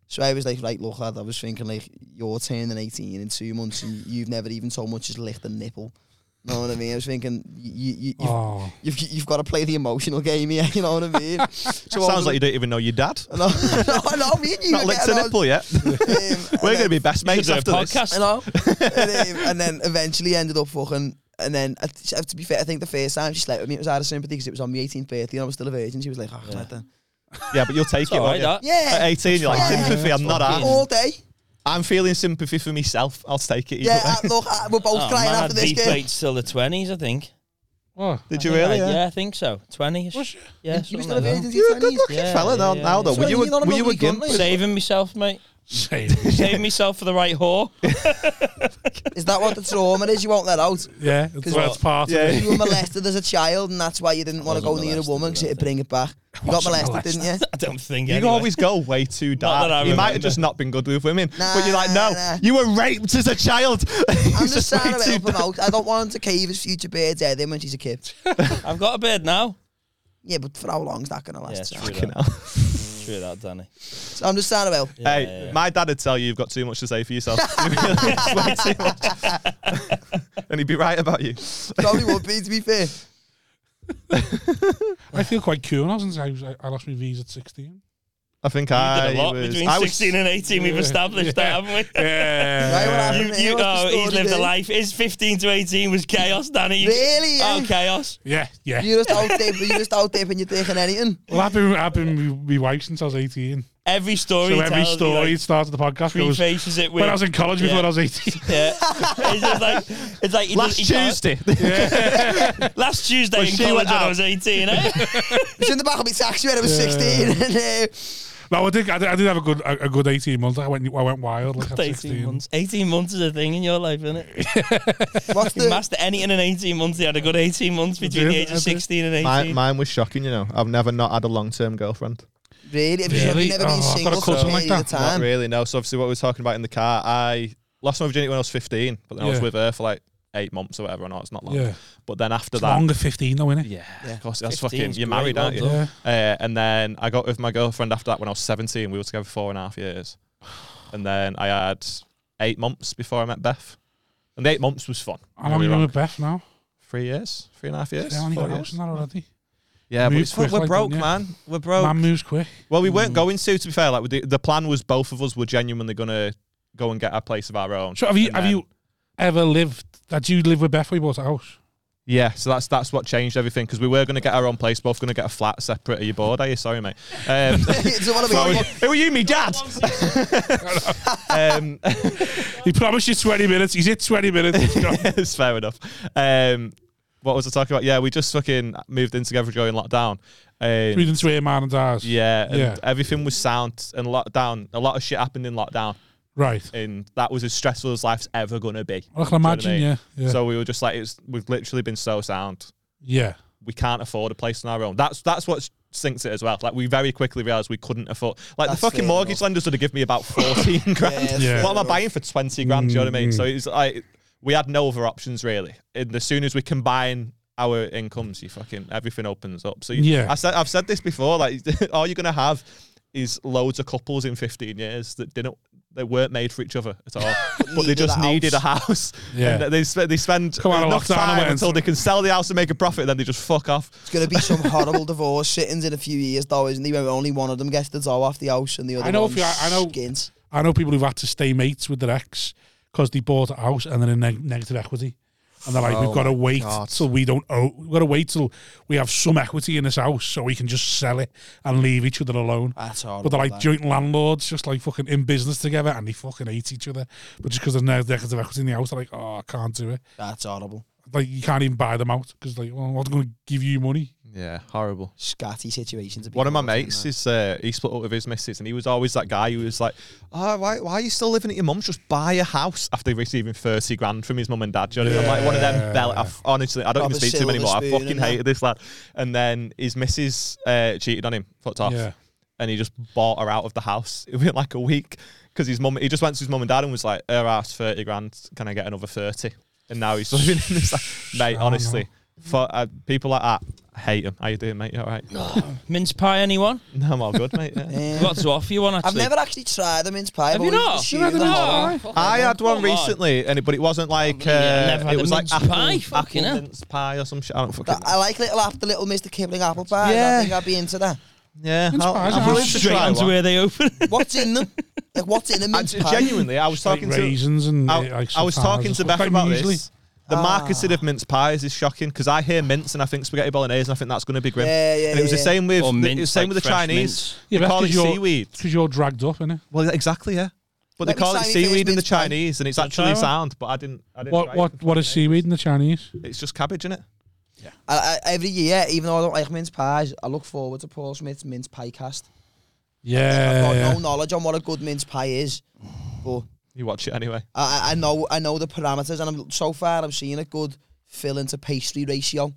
[SPEAKER 5] So I was like, right, look, lad, I was thinking, like, you're turning 18 in two months and you've never even so much as licked a nipple. Know what I mean? I was thinking, you, you, you've,
[SPEAKER 1] Oh.
[SPEAKER 5] you've, you've got to play the emotional game here, you know what I mean? So I
[SPEAKER 4] Sounds
[SPEAKER 5] was-
[SPEAKER 4] like you don't even know your dad.
[SPEAKER 5] No, no, I know, me and you.
[SPEAKER 4] Not
[SPEAKER 5] were
[SPEAKER 4] licked a
[SPEAKER 5] getting on.
[SPEAKER 4] nipple yet.
[SPEAKER 5] Um,
[SPEAKER 4] We're
[SPEAKER 5] and
[SPEAKER 4] going to
[SPEAKER 5] then-
[SPEAKER 4] be best mates
[SPEAKER 2] Could
[SPEAKER 4] after
[SPEAKER 2] do a
[SPEAKER 4] this.
[SPEAKER 5] I
[SPEAKER 2] podcast.
[SPEAKER 5] know. and, um, and then eventually ended up fucking. And then, I t- to be fair, I think the first time she slept with me, it was out of sympathy because it was on my 18th birthday and I was still a virgin. She was like, oh, yeah. then.
[SPEAKER 4] Yeah, but you'll take it.
[SPEAKER 2] All
[SPEAKER 4] won't
[SPEAKER 2] right,
[SPEAKER 4] you?
[SPEAKER 2] that.
[SPEAKER 5] Yeah.
[SPEAKER 4] At 18, you're like,
[SPEAKER 5] Yeah.
[SPEAKER 4] sympathy, I'm not
[SPEAKER 2] Fucking-
[SPEAKER 4] out.
[SPEAKER 5] all day.
[SPEAKER 4] I'm feeling sympathy for myself. I'll take it. Either
[SPEAKER 5] Yeah,
[SPEAKER 4] way.
[SPEAKER 5] I- look, I, we're both
[SPEAKER 2] Oh,
[SPEAKER 5] crying
[SPEAKER 2] man,
[SPEAKER 5] after this
[SPEAKER 2] deep
[SPEAKER 5] game.
[SPEAKER 2] rates till the twenties, I think.
[SPEAKER 1] What?
[SPEAKER 2] I
[SPEAKER 4] Did you
[SPEAKER 2] think
[SPEAKER 4] really?
[SPEAKER 2] I,
[SPEAKER 4] Yeah.
[SPEAKER 2] yeah, I think so. Twenties.
[SPEAKER 1] Was she?
[SPEAKER 2] Yeah,
[SPEAKER 5] You
[SPEAKER 2] something
[SPEAKER 5] were still a
[SPEAKER 2] like that.
[SPEAKER 5] virgin.
[SPEAKER 4] You're a good looking
[SPEAKER 2] Yeah,
[SPEAKER 4] fella
[SPEAKER 2] yeah,
[SPEAKER 4] now,
[SPEAKER 2] yeah,
[SPEAKER 4] now though.
[SPEAKER 5] So
[SPEAKER 4] Were you,
[SPEAKER 5] you're not
[SPEAKER 4] a,
[SPEAKER 5] a
[SPEAKER 4] were you a
[SPEAKER 5] lovely
[SPEAKER 4] gimp?
[SPEAKER 5] gimp,
[SPEAKER 2] Saving myself, mate.
[SPEAKER 1] Same.
[SPEAKER 2] Saving myself for the right whore.
[SPEAKER 5] Is that what the trauma is? You won't let out.
[SPEAKER 1] Yeah, that's
[SPEAKER 5] what?
[SPEAKER 1] that's part of
[SPEAKER 4] Yeah.
[SPEAKER 1] it.
[SPEAKER 5] You were molested as a child, and that's why you didn't want to go
[SPEAKER 2] wasn't
[SPEAKER 5] near a
[SPEAKER 2] molested,
[SPEAKER 5] woman because it'd bring it back. You got
[SPEAKER 1] wasn't
[SPEAKER 5] molested,
[SPEAKER 1] molested.
[SPEAKER 5] didn't you?
[SPEAKER 2] I don't think.
[SPEAKER 4] You
[SPEAKER 2] anyway.
[SPEAKER 4] always go way too
[SPEAKER 2] that I
[SPEAKER 4] dark. You might have
[SPEAKER 2] remember.
[SPEAKER 4] just not been good with women. but you're like,
[SPEAKER 5] Nah,
[SPEAKER 4] no,
[SPEAKER 5] nah.
[SPEAKER 4] you were raped as a child.
[SPEAKER 5] I'm just trying to help him out. I don't want him to cave his future beard's head in when she's a kid.
[SPEAKER 2] I've got a beard now.
[SPEAKER 5] Yeah, but for how long's that going to
[SPEAKER 2] Yeah,
[SPEAKER 5] last?
[SPEAKER 2] true
[SPEAKER 4] Fucking
[SPEAKER 2] that.
[SPEAKER 4] hell.
[SPEAKER 2] True that, Danny.
[SPEAKER 5] So I'm just trying to help.
[SPEAKER 2] Yeah,
[SPEAKER 4] hey,
[SPEAKER 2] yeah, yeah.
[SPEAKER 4] my dad would tell you you've got too much to say for yourself. You really- it's way too much. and he'd be right about you.
[SPEAKER 5] Probably would be, to be fair.
[SPEAKER 1] I feel quite cool now since I, was, I lost my V's at 16.
[SPEAKER 4] I think
[SPEAKER 2] We
[SPEAKER 4] I
[SPEAKER 2] did a lot
[SPEAKER 4] was.
[SPEAKER 2] between
[SPEAKER 4] I was
[SPEAKER 2] 16 and 18. We've
[SPEAKER 1] Yeah.
[SPEAKER 2] established that, haven't we?
[SPEAKER 5] Right, what
[SPEAKER 1] Yeah.
[SPEAKER 5] happened
[SPEAKER 2] You,
[SPEAKER 5] here?
[SPEAKER 2] you,
[SPEAKER 5] What's the
[SPEAKER 2] oh, he's
[SPEAKER 5] story
[SPEAKER 2] lived a
[SPEAKER 5] there?
[SPEAKER 2] life. His 15 to 18 was chaos, Danny. You-
[SPEAKER 5] Really?
[SPEAKER 2] Oh,
[SPEAKER 5] Yeah.
[SPEAKER 2] chaos.
[SPEAKER 1] Yeah, yeah.
[SPEAKER 5] You just out there, you just out there, and you're taking anything.
[SPEAKER 1] Well, I've been, I've been my wife since I was 18.
[SPEAKER 2] Every story.
[SPEAKER 1] So
[SPEAKER 2] he
[SPEAKER 1] every
[SPEAKER 2] tells, he,
[SPEAKER 1] story
[SPEAKER 2] like,
[SPEAKER 1] started the podcast goes,
[SPEAKER 2] prefaces it with.
[SPEAKER 1] when I was in college
[SPEAKER 2] Yeah.
[SPEAKER 1] before I was 18.
[SPEAKER 2] yeah. it's just like it's like he
[SPEAKER 4] Last
[SPEAKER 2] does- he can't-
[SPEAKER 4] Tuesday.
[SPEAKER 2] Last Tuesday
[SPEAKER 4] Well,
[SPEAKER 2] in
[SPEAKER 4] she
[SPEAKER 2] college
[SPEAKER 4] went
[SPEAKER 2] when I
[SPEAKER 4] out.
[SPEAKER 2] was 18, eh?
[SPEAKER 5] It's in the back of my taxi when I was 16. And, uh,
[SPEAKER 1] No, I did, I did, I did have a good a, a good 18 months. I went I went wild. Like at
[SPEAKER 2] 18
[SPEAKER 1] 16.
[SPEAKER 2] months. 18 months is a thing in your life, isn't it?
[SPEAKER 5] what's
[SPEAKER 2] You
[SPEAKER 5] the
[SPEAKER 2] master anything in 18 months. You had a good 18 months between
[SPEAKER 1] did,
[SPEAKER 2] the age
[SPEAKER 1] I
[SPEAKER 2] of
[SPEAKER 1] did.
[SPEAKER 2] 16 and 18.
[SPEAKER 4] Mine, mine was shocking, you know. I've never not had a long term girlfriend.
[SPEAKER 5] really? Have you have
[SPEAKER 1] Really?
[SPEAKER 5] you never
[SPEAKER 1] Oh,
[SPEAKER 5] been
[SPEAKER 1] I've got a
[SPEAKER 5] single for a
[SPEAKER 1] cousin like
[SPEAKER 5] period of
[SPEAKER 1] that.
[SPEAKER 4] Not
[SPEAKER 5] time?
[SPEAKER 4] really, no. So obviously, what we were talking about in the car, I lost my virginity when I was 15, but then I was
[SPEAKER 1] Yeah.
[SPEAKER 4] with her for like eight months or whatever. I know it's not long.
[SPEAKER 1] Yeah.
[SPEAKER 4] But then after
[SPEAKER 1] It's
[SPEAKER 4] that,
[SPEAKER 1] longer 15 though, innit?
[SPEAKER 4] yeah, of course, that's
[SPEAKER 2] 15
[SPEAKER 4] fucking.
[SPEAKER 2] is
[SPEAKER 4] You're
[SPEAKER 2] great,
[SPEAKER 4] married, aren't
[SPEAKER 2] well
[SPEAKER 4] you?
[SPEAKER 2] done.
[SPEAKER 1] Yeah.
[SPEAKER 4] Uh, and then I got with my girlfriend after that when I was 17. We were together four and a half years, and then I had eight months before I met Beth. And the eight months was fun.
[SPEAKER 1] How long
[SPEAKER 4] Don't get
[SPEAKER 1] are
[SPEAKER 4] me
[SPEAKER 1] you
[SPEAKER 4] wrong.
[SPEAKER 1] with Beth now?
[SPEAKER 4] Three years, three and a half years.
[SPEAKER 1] They only
[SPEAKER 4] four
[SPEAKER 1] got a
[SPEAKER 4] years.
[SPEAKER 1] house and that already.
[SPEAKER 4] Yeah, but
[SPEAKER 1] Move
[SPEAKER 4] it's, we're,
[SPEAKER 1] quick
[SPEAKER 4] we're
[SPEAKER 1] like that,
[SPEAKER 4] broke,
[SPEAKER 1] yeah.
[SPEAKER 4] man. We're broke.
[SPEAKER 1] Man Mm. moves quick.
[SPEAKER 4] Well, we weren't going to. To be fair, like the, the plan was, both of us were genuinely gonna go and get a place of our own.
[SPEAKER 1] So have you
[SPEAKER 4] And
[SPEAKER 1] have
[SPEAKER 4] then-
[SPEAKER 1] you ever lived? Did you live with Beth when you bought a house?
[SPEAKER 4] Yeah, so that's that's what changed everything because we were gonna get our own place, both gonna get a flat separate. Are you bored? Are you sorry, mate? Um,
[SPEAKER 5] so what
[SPEAKER 4] so I
[SPEAKER 5] are we?
[SPEAKER 4] was- who are you, me dad? um,
[SPEAKER 1] He promised you twenty minutes. He's hit twenty minutes. He's gone.
[SPEAKER 4] it's fair enough. Um, what was I talking about? Yeah, we just fucking moved in together during lockdown. Um,
[SPEAKER 1] Reading through man and ours.
[SPEAKER 4] yeah, and
[SPEAKER 1] Yeah.
[SPEAKER 4] everything was sound and lockdown. A lot of shit happened in lockdown,
[SPEAKER 1] Right.
[SPEAKER 4] and that was as stressful as life's ever gonna be.
[SPEAKER 1] I can
[SPEAKER 4] what I
[SPEAKER 1] imagine.
[SPEAKER 4] mean?
[SPEAKER 1] Yeah. Yeah.
[SPEAKER 4] So we were just like, it's, we've literally been so sound.
[SPEAKER 1] yeah.
[SPEAKER 4] We can't afford a place on our own. That's that's what sinks it as well. Like we very quickly realized we couldn't afford. Like
[SPEAKER 5] That's
[SPEAKER 4] the fucking
[SPEAKER 5] fair
[SPEAKER 4] mortgage
[SPEAKER 5] enough.
[SPEAKER 4] lenders would have given me about fourteen grand.
[SPEAKER 5] Yeah,
[SPEAKER 1] Yeah.
[SPEAKER 4] What am I buying for twenty grand? Do you know what I mean? So
[SPEAKER 1] Mm-hmm.
[SPEAKER 4] it's like we had no other options really. And as soon as we combine our incomes, you fucking everything opens up. So you,
[SPEAKER 1] Yeah.
[SPEAKER 4] I said I've said this before. Like all you're gonna have is loads of couples in 15 years that didn't they weren't made for each other at all but they
[SPEAKER 5] Needed
[SPEAKER 4] just
[SPEAKER 5] a house.
[SPEAKER 4] needed a house
[SPEAKER 1] Yeah.
[SPEAKER 4] and they, sp- they spend
[SPEAKER 1] Come on, a
[SPEAKER 4] enough
[SPEAKER 1] lockdown, I
[SPEAKER 4] time
[SPEAKER 1] went.
[SPEAKER 4] until they can sell the house and make a profit and then they just fuck off
[SPEAKER 5] It's gonna be some horrible divorce sittings in a few years, though, isn't it? Where only one of them gets the toe off the house and the other
[SPEAKER 1] I know
[SPEAKER 5] one
[SPEAKER 1] if you- I know-
[SPEAKER 5] skins.
[SPEAKER 1] I know people who've had to stay mates with their ex because they bought a house and they're in neg- negative equity. And they're like,
[SPEAKER 4] Oh
[SPEAKER 1] we've got to wait till we don't owe. We've got to wait till we have some equity in this house so we can just sell it and leave each other alone.
[SPEAKER 5] That's horrible.
[SPEAKER 1] But they're like
[SPEAKER 5] that.
[SPEAKER 1] joint landlords, just like fucking in business together, and they fucking hate each other. But just because there's no negative equity in the house, they're like, oh, I can't do it.
[SPEAKER 5] That's horrible.
[SPEAKER 1] Like you can't even buy them out because like, well, I'm not going to give you money.
[SPEAKER 4] yeah horrible
[SPEAKER 5] Scatty situation. To be
[SPEAKER 4] One of my
[SPEAKER 5] caught in,
[SPEAKER 4] mates
[SPEAKER 5] man.
[SPEAKER 4] is uh, he split up with his missus, and he was always that guy who was like, "Oh, why, why are you still living at your mum's? Just buy a house." After receiving thirty grand from his mum and dad, do you know what I mean? I'm like one of them. Bell- I f- honestly, I don't
[SPEAKER 5] Proper
[SPEAKER 4] even speak to him
[SPEAKER 5] silver
[SPEAKER 4] anymore. I
[SPEAKER 5] spoon
[SPEAKER 4] fucking
[SPEAKER 5] and that.
[SPEAKER 4] hated this lad. And then his missus uh, cheated on him, fucked off,
[SPEAKER 1] Yeah.
[SPEAKER 4] and he just bought her out of the house within like a week because his mum. He just went to his mum and dad and was like, "Her ass thirty grand. Can I get another 30? And now he's living in this. Like, mate,
[SPEAKER 1] Oh,
[SPEAKER 4] honestly, for uh, people like that, I hate them. How you doing, mate? You all right?
[SPEAKER 2] Mince pie, anyone?
[SPEAKER 4] No, I'm all good, mate. yeah.
[SPEAKER 2] I've
[SPEAKER 5] Yeah.
[SPEAKER 2] got to offer you one, actually.
[SPEAKER 5] I've never actually tried the mince pie.
[SPEAKER 2] Have you not?
[SPEAKER 5] I've
[SPEAKER 2] Oh,
[SPEAKER 5] always
[SPEAKER 2] fuck
[SPEAKER 4] I
[SPEAKER 2] off.
[SPEAKER 4] had one
[SPEAKER 2] Come on.
[SPEAKER 4] recently, and it, but it wasn't like uh,
[SPEAKER 2] I've never had
[SPEAKER 4] it
[SPEAKER 2] a
[SPEAKER 4] was like
[SPEAKER 2] mince
[SPEAKER 4] apple,
[SPEAKER 2] pie,
[SPEAKER 4] apple
[SPEAKER 2] fucking hell.
[SPEAKER 4] mince pie or some shit. I don't fucking.
[SPEAKER 5] That, I like little app, the little Mr. Kipling apple pie.
[SPEAKER 4] Yeah.
[SPEAKER 5] I think I'd be into that.
[SPEAKER 4] yeah,
[SPEAKER 1] Mince
[SPEAKER 4] I'll-
[SPEAKER 1] pies
[SPEAKER 4] I'm
[SPEAKER 1] are
[SPEAKER 4] willing to
[SPEAKER 2] Straight
[SPEAKER 4] try
[SPEAKER 2] onto
[SPEAKER 4] one.
[SPEAKER 2] where they open.
[SPEAKER 5] What's in them? Like, what's in a
[SPEAKER 4] I,
[SPEAKER 5] mince pie?
[SPEAKER 4] genuinely, I was
[SPEAKER 1] Like
[SPEAKER 4] talking to
[SPEAKER 1] raisins and
[SPEAKER 4] I,
[SPEAKER 1] uh, like
[SPEAKER 4] I was
[SPEAKER 1] some
[SPEAKER 4] talking
[SPEAKER 1] pies
[SPEAKER 4] to
[SPEAKER 1] and
[SPEAKER 4] Beth
[SPEAKER 1] stuff, like
[SPEAKER 4] about
[SPEAKER 1] muesli.
[SPEAKER 4] this.
[SPEAKER 5] Ah.
[SPEAKER 4] The marketing of mince pies is shocking because I hear mince and I think spaghetti bolognese and I think that's going to be grim.
[SPEAKER 5] Yeah, yeah,
[SPEAKER 4] and it was the
[SPEAKER 5] yeah,
[SPEAKER 4] same with
[SPEAKER 2] Or
[SPEAKER 4] the,
[SPEAKER 2] mince,
[SPEAKER 4] it was same
[SPEAKER 2] like
[SPEAKER 4] with the
[SPEAKER 2] fresh
[SPEAKER 4] Chinese.
[SPEAKER 1] Yeah,
[SPEAKER 4] they
[SPEAKER 1] but
[SPEAKER 4] call it
[SPEAKER 1] that's 'cause you're-
[SPEAKER 4] seaweed.
[SPEAKER 1] because you're dragged up, innit?
[SPEAKER 4] Well, exactly, yeah. But
[SPEAKER 5] Let
[SPEAKER 4] they
[SPEAKER 5] me
[SPEAKER 4] call it
[SPEAKER 5] try and finish
[SPEAKER 4] seaweed in the
[SPEAKER 5] mince pie.
[SPEAKER 4] Chinese, and it's
[SPEAKER 2] Wanna try
[SPEAKER 4] actually
[SPEAKER 2] one?
[SPEAKER 4] sound. But I didn't. I didn't try
[SPEAKER 1] What
[SPEAKER 4] it
[SPEAKER 1] what
[SPEAKER 4] before
[SPEAKER 1] what
[SPEAKER 4] I
[SPEAKER 1] is
[SPEAKER 4] made it.
[SPEAKER 1] seaweed in the Chinese?
[SPEAKER 4] It's just cabbage, isn't it?
[SPEAKER 5] I, I, every year, even though I don't like mince pies, I look forward to Paul Smith's mince pie cast. I've
[SPEAKER 1] Yeah,
[SPEAKER 5] got
[SPEAKER 1] yeah.
[SPEAKER 5] no knowledge on what a good mince pie is, but
[SPEAKER 4] You watch it anyway.
[SPEAKER 5] I, I- I know I know the parameters, and I'm so far I'm seeing a good filling to pastry ratio.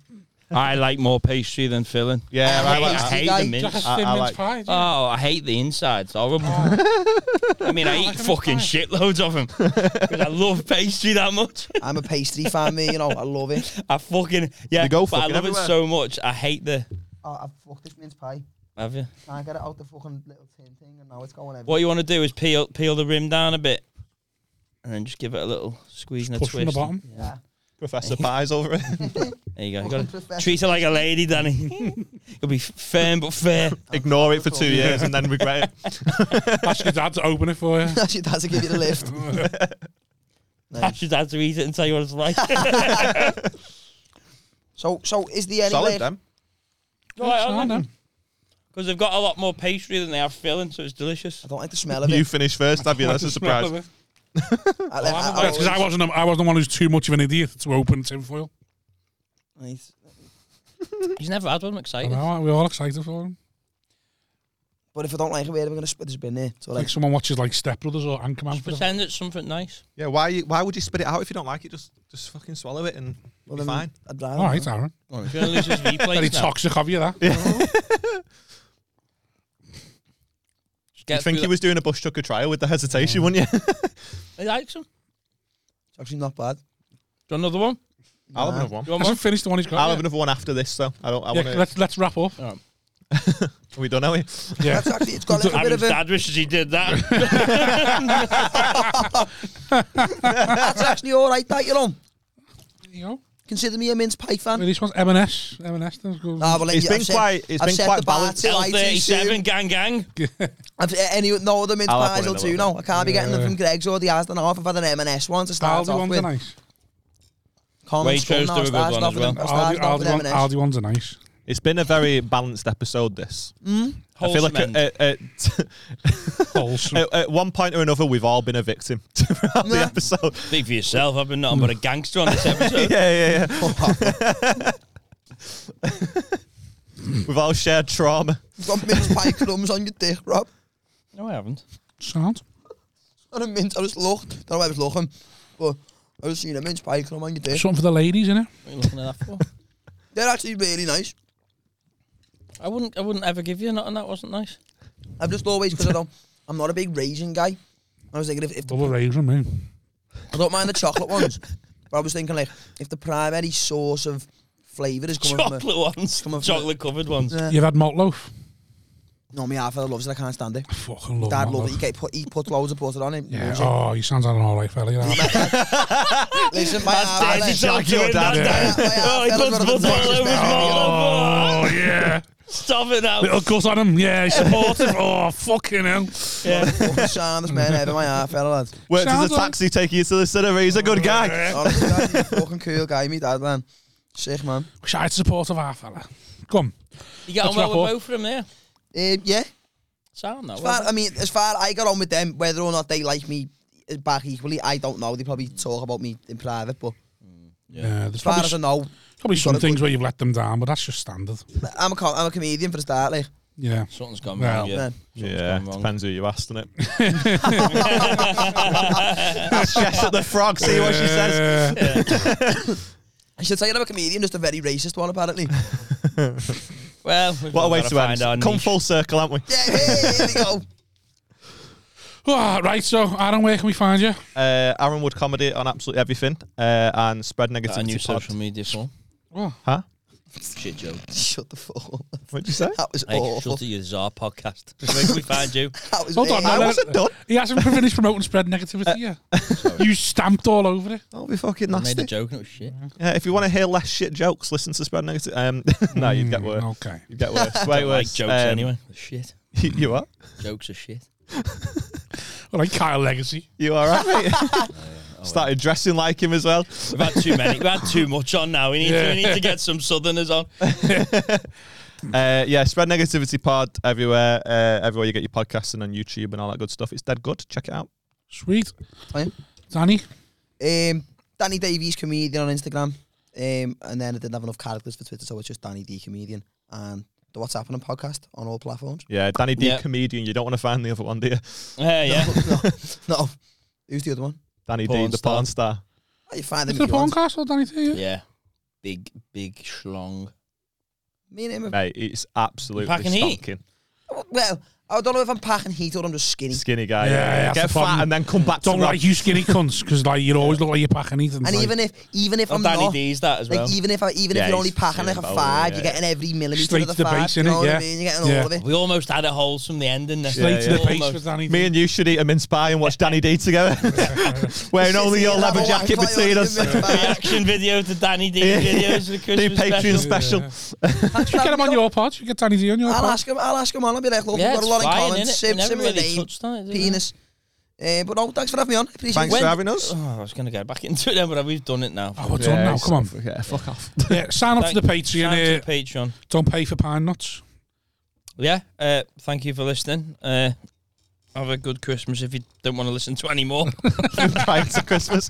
[SPEAKER 2] I like more pastry than filling.
[SPEAKER 5] Ah,
[SPEAKER 4] Yeah,
[SPEAKER 2] I,
[SPEAKER 4] I like
[SPEAKER 2] hate, I
[SPEAKER 4] that.
[SPEAKER 2] hate
[SPEAKER 5] Guy-
[SPEAKER 2] the mince.
[SPEAKER 4] I- I like-
[SPEAKER 1] pie. do you?
[SPEAKER 2] Oh, I hate the insides. Horrible. I mean, I eat fucking shitloads of them. I love pastry that much.
[SPEAKER 5] I'm a pastry fan, me. You know, I love it.
[SPEAKER 2] I fucking yeah.
[SPEAKER 4] They go
[SPEAKER 2] but I
[SPEAKER 4] fucking
[SPEAKER 2] love
[SPEAKER 4] everywhere.
[SPEAKER 2] it so much. I hate the.
[SPEAKER 5] Oh, I've fucked this mince pie.
[SPEAKER 2] Have you?
[SPEAKER 5] Can't get it out the fucking little tin thing, and now it's going everywhere.
[SPEAKER 2] What you want to do is peel peel the rim down a bit, and then just give it a little squeeze and a
[SPEAKER 1] Push from the
[SPEAKER 2] twist.
[SPEAKER 1] bottom.
[SPEAKER 4] Professor Pies over it.
[SPEAKER 2] There you go. You
[SPEAKER 5] Fucking
[SPEAKER 2] gotta
[SPEAKER 5] professional.
[SPEAKER 2] treat her like a lady, Danny. You'll be f- firm but fair.
[SPEAKER 4] Ignore it for two years and then regret it.
[SPEAKER 1] Ask your dad to open it for you.
[SPEAKER 5] Actually, that's to give you the lift.
[SPEAKER 2] I should have to eat it and tell you what it's like.
[SPEAKER 5] So, so is the any
[SPEAKER 4] Solid
[SPEAKER 5] way-
[SPEAKER 4] them.
[SPEAKER 1] I know.
[SPEAKER 2] Because they've got a lot more pastry than they have filling, so it's delicious.
[SPEAKER 5] I don't like the smell of
[SPEAKER 4] You
[SPEAKER 5] it.
[SPEAKER 4] finish first, have you? That's a surprise.
[SPEAKER 5] I, like- I,
[SPEAKER 1] Because I wasn't, I wasn't the one who's too much of an idiot to open tinfoil.
[SPEAKER 5] always-
[SPEAKER 2] He's never had one. I'm
[SPEAKER 1] I
[SPEAKER 2] excited.
[SPEAKER 1] know, aren't we all excited for him?
[SPEAKER 5] But if I don't like it, where am I going to spit this bin there? So
[SPEAKER 1] Like
[SPEAKER 5] like,
[SPEAKER 1] someone watches like Step Brothers or Anchorman.
[SPEAKER 2] Just
[SPEAKER 1] For
[SPEAKER 2] pretend it's something nice.
[SPEAKER 4] Yeah, why you, why would you spit it out if you don't like it? Just just fucking swallow it and
[SPEAKER 5] well,
[SPEAKER 4] be
[SPEAKER 5] then
[SPEAKER 4] fine.
[SPEAKER 5] I'd rather.
[SPEAKER 1] all right, Aaron.
[SPEAKER 2] Well, if you're going to lose his
[SPEAKER 1] Very
[SPEAKER 2] replay now,
[SPEAKER 1] toxic of you, that.
[SPEAKER 2] just
[SPEAKER 4] You'd
[SPEAKER 2] get
[SPEAKER 4] think
[SPEAKER 2] through
[SPEAKER 4] he was doing a bush tucker trial with the hesitation, wouldn't you?
[SPEAKER 2] that. He likes them.
[SPEAKER 5] It's actually not bad.
[SPEAKER 2] Do you want another one?
[SPEAKER 4] I'll have
[SPEAKER 5] Nah.
[SPEAKER 4] another one.
[SPEAKER 2] Do you want
[SPEAKER 1] Hasn't
[SPEAKER 2] one?
[SPEAKER 1] finished the one he's got.
[SPEAKER 4] I'll
[SPEAKER 1] yet.
[SPEAKER 4] have another one after this, though. I don't. I
[SPEAKER 1] Yeah,
[SPEAKER 4] want to.
[SPEAKER 1] let's let's wrap up.
[SPEAKER 4] we don't know it.
[SPEAKER 1] Yeah.
[SPEAKER 5] That's actually, it's got like a bit
[SPEAKER 2] Aaron's
[SPEAKER 5] of a,
[SPEAKER 2] dad wishes he did that.
[SPEAKER 5] that's actually all right that, you know.
[SPEAKER 1] There you go.
[SPEAKER 5] Consider me a mince pie fan.
[SPEAKER 1] Well, this one's M&S. M&S. That's good.
[SPEAKER 5] Ah, well, like,
[SPEAKER 4] It's
[SPEAKER 5] I've
[SPEAKER 4] been
[SPEAKER 5] said-
[SPEAKER 4] quite- it's
[SPEAKER 5] I've
[SPEAKER 4] been
[SPEAKER 5] said
[SPEAKER 4] quite
[SPEAKER 5] the bar
[SPEAKER 4] balanced.
[SPEAKER 5] till I too soon.
[SPEAKER 2] L37 gang gang.
[SPEAKER 5] I've, any, no other mince
[SPEAKER 4] I'll have
[SPEAKER 5] pies
[SPEAKER 4] one
[SPEAKER 5] will
[SPEAKER 4] in a
[SPEAKER 5] do
[SPEAKER 4] little
[SPEAKER 5] now. I can't be getting them
[SPEAKER 1] Yeah.
[SPEAKER 5] from Greg's or the Asda now. I've had an M&S one to start
[SPEAKER 1] Aldi
[SPEAKER 5] off
[SPEAKER 1] ones are
[SPEAKER 5] with.
[SPEAKER 1] nice.
[SPEAKER 5] Common
[SPEAKER 2] Waitrose do
[SPEAKER 5] scum now,
[SPEAKER 2] a good
[SPEAKER 5] started
[SPEAKER 2] one
[SPEAKER 5] off
[SPEAKER 2] as
[SPEAKER 5] with
[SPEAKER 2] well.
[SPEAKER 5] M-
[SPEAKER 1] Aldi,
[SPEAKER 5] started off with
[SPEAKER 1] Aldi, one,
[SPEAKER 5] M&S.
[SPEAKER 1] Aldi ones are nice.
[SPEAKER 4] It's been a very balanced episode. This. I feel like uh,
[SPEAKER 2] Wholesome
[SPEAKER 4] at,
[SPEAKER 2] end.
[SPEAKER 4] at, at,
[SPEAKER 1] Wholesome.
[SPEAKER 4] at- at one point or another, we've all been a victim throughout the
[SPEAKER 5] Nah.
[SPEAKER 4] episode.
[SPEAKER 2] Speak for yourself. I've been nothing but a gangster on this episode.
[SPEAKER 4] Yeah, yeah, yeah. we've all shared trauma.
[SPEAKER 5] You've got mince pie crumbs on your dick, Rob.
[SPEAKER 2] No, I haven't.
[SPEAKER 1] Sound.
[SPEAKER 5] Not a mince. I just looked. Don't know why I was looking, but I was seeing a mince pie crumb on your dick.
[SPEAKER 1] Something for the ladies, innit?
[SPEAKER 2] What are you looking at that for?
[SPEAKER 5] They're actually really nice.
[SPEAKER 2] I wouldn't. I wouldn't ever give you nothing that wasn't nice.
[SPEAKER 5] I've just always because I don't. I'm not a big raisin guy. I was thinking if, if the,
[SPEAKER 1] Double raisin, man.
[SPEAKER 5] I don't mind the chocolate ones, but I was thinking like if the primary source of dus flavour is coming
[SPEAKER 2] Chocolate
[SPEAKER 5] from
[SPEAKER 2] ones.
[SPEAKER 5] come on, from
[SPEAKER 2] Chocolate covered ones.
[SPEAKER 5] Yeah.
[SPEAKER 1] You've had malt loaf.
[SPEAKER 5] a, no, my half loves it. I can't stand it.
[SPEAKER 1] I fucking love
[SPEAKER 5] Dad
[SPEAKER 1] malt
[SPEAKER 5] loves it.
[SPEAKER 1] loaf.
[SPEAKER 5] He, get, put, he puts loads of butter on it.
[SPEAKER 1] Yeah.
[SPEAKER 5] Loves it.
[SPEAKER 1] Oh, you sounds like an alright fella. you know.
[SPEAKER 5] Listen, my
[SPEAKER 2] That's
[SPEAKER 5] half
[SPEAKER 2] dirty
[SPEAKER 4] Jack,
[SPEAKER 2] talk
[SPEAKER 4] your
[SPEAKER 2] to him.
[SPEAKER 4] dad.
[SPEAKER 2] That's dirty.
[SPEAKER 5] Yeah, yeah,
[SPEAKER 2] Oh, he
[SPEAKER 5] that's
[SPEAKER 2] puts
[SPEAKER 5] one of the
[SPEAKER 2] butter all over his
[SPEAKER 5] nicest things
[SPEAKER 2] mouth.
[SPEAKER 5] I've
[SPEAKER 1] Oh, yeah.
[SPEAKER 2] Stop it now.
[SPEAKER 1] Little gut on him. Yeah, he's supportive. oh, fucking hell.
[SPEAKER 2] Yeah.
[SPEAKER 5] Fucking soundest man ever. My half lads.
[SPEAKER 4] Worked
[SPEAKER 1] Sounds
[SPEAKER 4] as a
[SPEAKER 1] like-
[SPEAKER 4] taxi taking you to the cinema. He's a good guy.
[SPEAKER 5] Honestly, guys, he's a fucking cool guy, me dad, man. Sick, man.
[SPEAKER 1] Wish I had support of our fella. Come.
[SPEAKER 2] You get on
[SPEAKER 1] Let's
[SPEAKER 2] well
[SPEAKER 1] wrap
[SPEAKER 2] with
[SPEAKER 1] up.
[SPEAKER 2] both of them there.
[SPEAKER 5] Uh, yeah,
[SPEAKER 2] Sound that
[SPEAKER 5] as
[SPEAKER 2] well.
[SPEAKER 5] far, I mean, as far I got on with them, whether or not they like me uh, back equally, I don't know. They probably talk about me in private, but
[SPEAKER 1] Yeah,
[SPEAKER 5] as
[SPEAKER 1] Uh, there's
[SPEAKER 5] far
[SPEAKER 1] probably,
[SPEAKER 5] as I know,
[SPEAKER 1] probably
[SPEAKER 5] you've got
[SPEAKER 1] some
[SPEAKER 5] a
[SPEAKER 1] things
[SPEAKER 5] good-
[SPEAKER 1] where you've let them down, but that's just standard.
[SPEAKER 5] I'm a com- I'm a comedian for a start, like.
[SPEAKER 1] Yeah.
[SPEAKER 2] Something's gone
[SPEAKER 1] Well,
[SPEAKER 2] wrong. Yeah.
[SPEAKER 5] man.
[SPEAKER 4] Yeah,
[SPEAKER 2] gone wrong.
[SPEAKER 4] depends who you asked, doesn't it? Ask Jess at the frog, see what she says.
[SPEAKER 1] Uh,
[SPEAKER 5] I should say I'm a comedian, just a very racist one, apparently.
[SPEAKER 2] Well, we've
[SPEAKER 4] What a
[SPEAKER 2] all
[SPEAKER 4] way
[SPEAKER 2] gotta
[SPEAKER 4] to
[SPEAKER 2] find our
[SPEAKER 4] end. Come
[SPEAKER 2] niche.
[SPEAKER 4] full circle, haven't we?
[SPEAKER 5] yeah, hey, here we go.
[SPEAKER 1] ah, right, so, Aaron, where can we find you?
[SPEAKER 4] Uh, Aaron Wood comedy on absolutely everything uh, and spread
[SPEAKER 2] Got a
[SPEAKER 4] negativity.
[SPEAKER 2] new
[SPEAKER 4] pod.
[SPEAKER 2] social media form.
[SPEAKER 1] Oh,
[SPEAKER 4] Huh?
[SPEAKER 2] Shit, Joe.
[SPEAKER 5] Shut the fuck up.
[SPEAKER 4] What'd you say?
[SPEAKER 5] That was
[SPEAKER 2] Hey,
[SPEAKER 5] awful.
[SPEAKER 2] shut to your czar podcast. Where can we find you?
[SPEAKER 5] That was
[SPEAKER 1] Hold on,
[SPEAKER 5] really-
[SPEAKER 1] no,
[SPEAKER 4] I
[SPEAKER 1] no,
[SPEAKER 4] wasn't done.
[SPEAKER 1] he hasn't finished promoting spread negativity yet. You stamped all over it.
[SPEAKER 4] That'll be fucking
[SPEAKER 2] I made a
[SPEAKER 4] nasty.
[SPEAKER 2] joke and it was shit.
[SPEAKER 4] Yeah, if you want to hear less shit jokes, listen to spread negativity. Um, no, you'd get worse.
[SPEAKER 1] Hmm, Okay.
[SPEAKER 4] You'd get worse. Way
[SPEAKER 2] I
[SPEAKER 4] worse.
[SPEAKER 2] Mm. like jokes
[SPEAKER 4] Um,
[SPEAKER 2] anyway. Shit.
[SPEAKER 4] You are.
[SPEAKER 2] Jokes are shit.
[SPEAKER 1] Well, like Kyle Legacy.
[SPEAKER 4] You all right,
[SPEAKER 2] Oh,
[SPEAKER 4] mate? Started dressing like him as well.
[SPEAKER 2] We've had too many. We've had too much on now. We need, to, we need to get some Southerners on.
[SPEAKER 4] Uh, yeah, spread negativity pod everywhere. Uh, everywhere you get your podcasts and on YouTube and all that good stuff. It's dead good. Check it out.
[SPEAKER 1] Sweet.
[SPEAKER 5] Fine.
[SPEAKER 1] Danny,
[SPEAKER 5] Um, Danny Davies, comedian on Instagram. Um, and then I didn't have enough characters for Twitter, so it's just Danny D, comedian. And the What's Happening podcast on all platforms.
[SPEAKER 4] Yeah, Danny D,
[SPEAKER 2] Yeah.
[SPEAKER 4] comedian. You don't want to find the other one, do you?
[SPEAKER 2] Yeah, yeah.
[SPEAKER 5] no, no. Who's the other one?
[SPEAKER 4] Danny D,
[SPEAKER 2] Porn
[SPEAKER 4] the
[SPEAKER 2] star.
[SPEAKER 4] porn star.
[SPEAKER 5] Oh, you find
[SPEAKER 1] is
[SPEAKER 5] him.
[SPEAKER 1] there a
[SPEAKER 5] if you want.
[SPEAKER 1] podcast or Danny T? Yeah.
[SPEAKER 2] Yeah. Big, big schlong.
[SPEAKER 5] Me and him. Are,
[SPEAKER 4] Mate, it's absolutely
[SPEAKER 2] Packing heat.
[SPEAKER 4] stonking.
[SPEAKER 5] well, I don't know if I'm packing heat or I'm just skinny.
[SPEAKER 4] Skinny guy.
[SPEAKER 1] Yeah,
[SPEAKER 4] Yeah,
[SPEAKER 1] yeah, that's the
[SPEAKER 4] Get
[SPEAKER 1] problem.
[SPEAKER 4] fat and then come back
[SPEAKER 1] Don't
[SPEAKER 4] to
[SPEAKER 1] like you skinny cunts because like you always look like you're packing anything.
[SPEAKER 5] And
[SPEAKER 1] like,
[SPEAKER 5] even if, even if
[SPEAKER 2] And
[SPEAKER 5] I'm
[SPEAKER 2] Danny
[SPEAKER 5] not,
[SPEAKER 2] D's that as well.
[SPEAKER 5] like even if I, even
[SPEAKER 4] Yeah,
[SPEAKER 5] if you're only
[SPEAKER 4] he's
[SPEAKER 5] packing like a
[SPEAKER 4] skinny,
[SPEAKER 5] five,
[SPEAKER 4] yeah,
[SPEAKER 5] you're
[SPEAKER 4] yeah.
[SPEAKER 5] getting every millimeter
[SPEAKER 1] Straight
[SPEAKER 5] of the
[SPEAKER 1] to the
[SPEAKER 5] five.
[SPEAKER 1] base,
[SPEAKER 5] you
[SPEAKER 1] innit?
[SPEAKER 5] know what
[SPEAKER 1] Yeah.
[SPEAKER 5] I mean? You're getting
[SPEAKER 1] Yeah.
[SPEAKER 5] all of it.
[SPEAKER 2] we almost had a hole from the end in this.
[SPEAKER 1] straight to the face
[SPEAKER 2] Almost.
[SPEAKER 1] with Danny
[SPEAKER 4] me
[SPEAKER 1] D.
[SPEAKER 4] and you should eat a mince pie and watch Danny D together. Wearing only your leather jacket between us.
[SPEAKER 2] Reaction video to Danny D
[SPEAKER 4] Yeah.
[SPEAKER 2] videos for
[SPEAKER 4] New
[SPEAKER 2] Christmas
[SPEAKER 4] Patreon
[SPEAKER 2] special.
[SPEAKER 4] special.
[SPEAKER 1] Should get him on your pod. Should get Danny D on your
[SPEAKER 5] I'll
[SPEAKER 1] pod.
[SPEAKER 5] ask him. I'll ask him on. I'll be like, look,
[SPEAKER 2] Yeah,
[SPEAKER 5] we've
[SPEAKER 2] it's
[SPEAKER 5] got a lot in
[SPEAKER 2] fine,
[SPEAKER 5] common.
[SPEAKER 2] innit?
[SPEAKER 5] Sim,
[SPEAKER 2] We never
[SPEAKER 5] similar
[SPEAKER 2] really
[SPEAKER 5] name,
[SPEAKER 2] touched on it, did we?
[SPEAKER 5] penis. Uh, but no, thanks for having me on. Appreciate
[SPEAKER 4] Thanks
[SPEAKER 5] it.
[SPEAKER 4] for having us.
[SPEAKER 2] Oh, I was going to go back into it then, but we've done it now.
[SPEAKER 1] Oh, we're done now. Come on.
[SPEAKER 4] Yeah, fuck off.
[SPEAKER 1] Yeah, sign up to the
[SPEAKER 2] Sign up
[SPEAKER 1] Patreon.
[SPEAKER 2] to
[SPEAKER 1] Uh,
[SPEAKER 2] the Patreon.
[SPEAKER 1] don't pay for pine nuts.
[SPEAKER 2] Yeah, uh, thank you for listening. Uh, have a good Christmas if you don't want to listen to any more.
[SPEAKER 4] Prior to Christmas.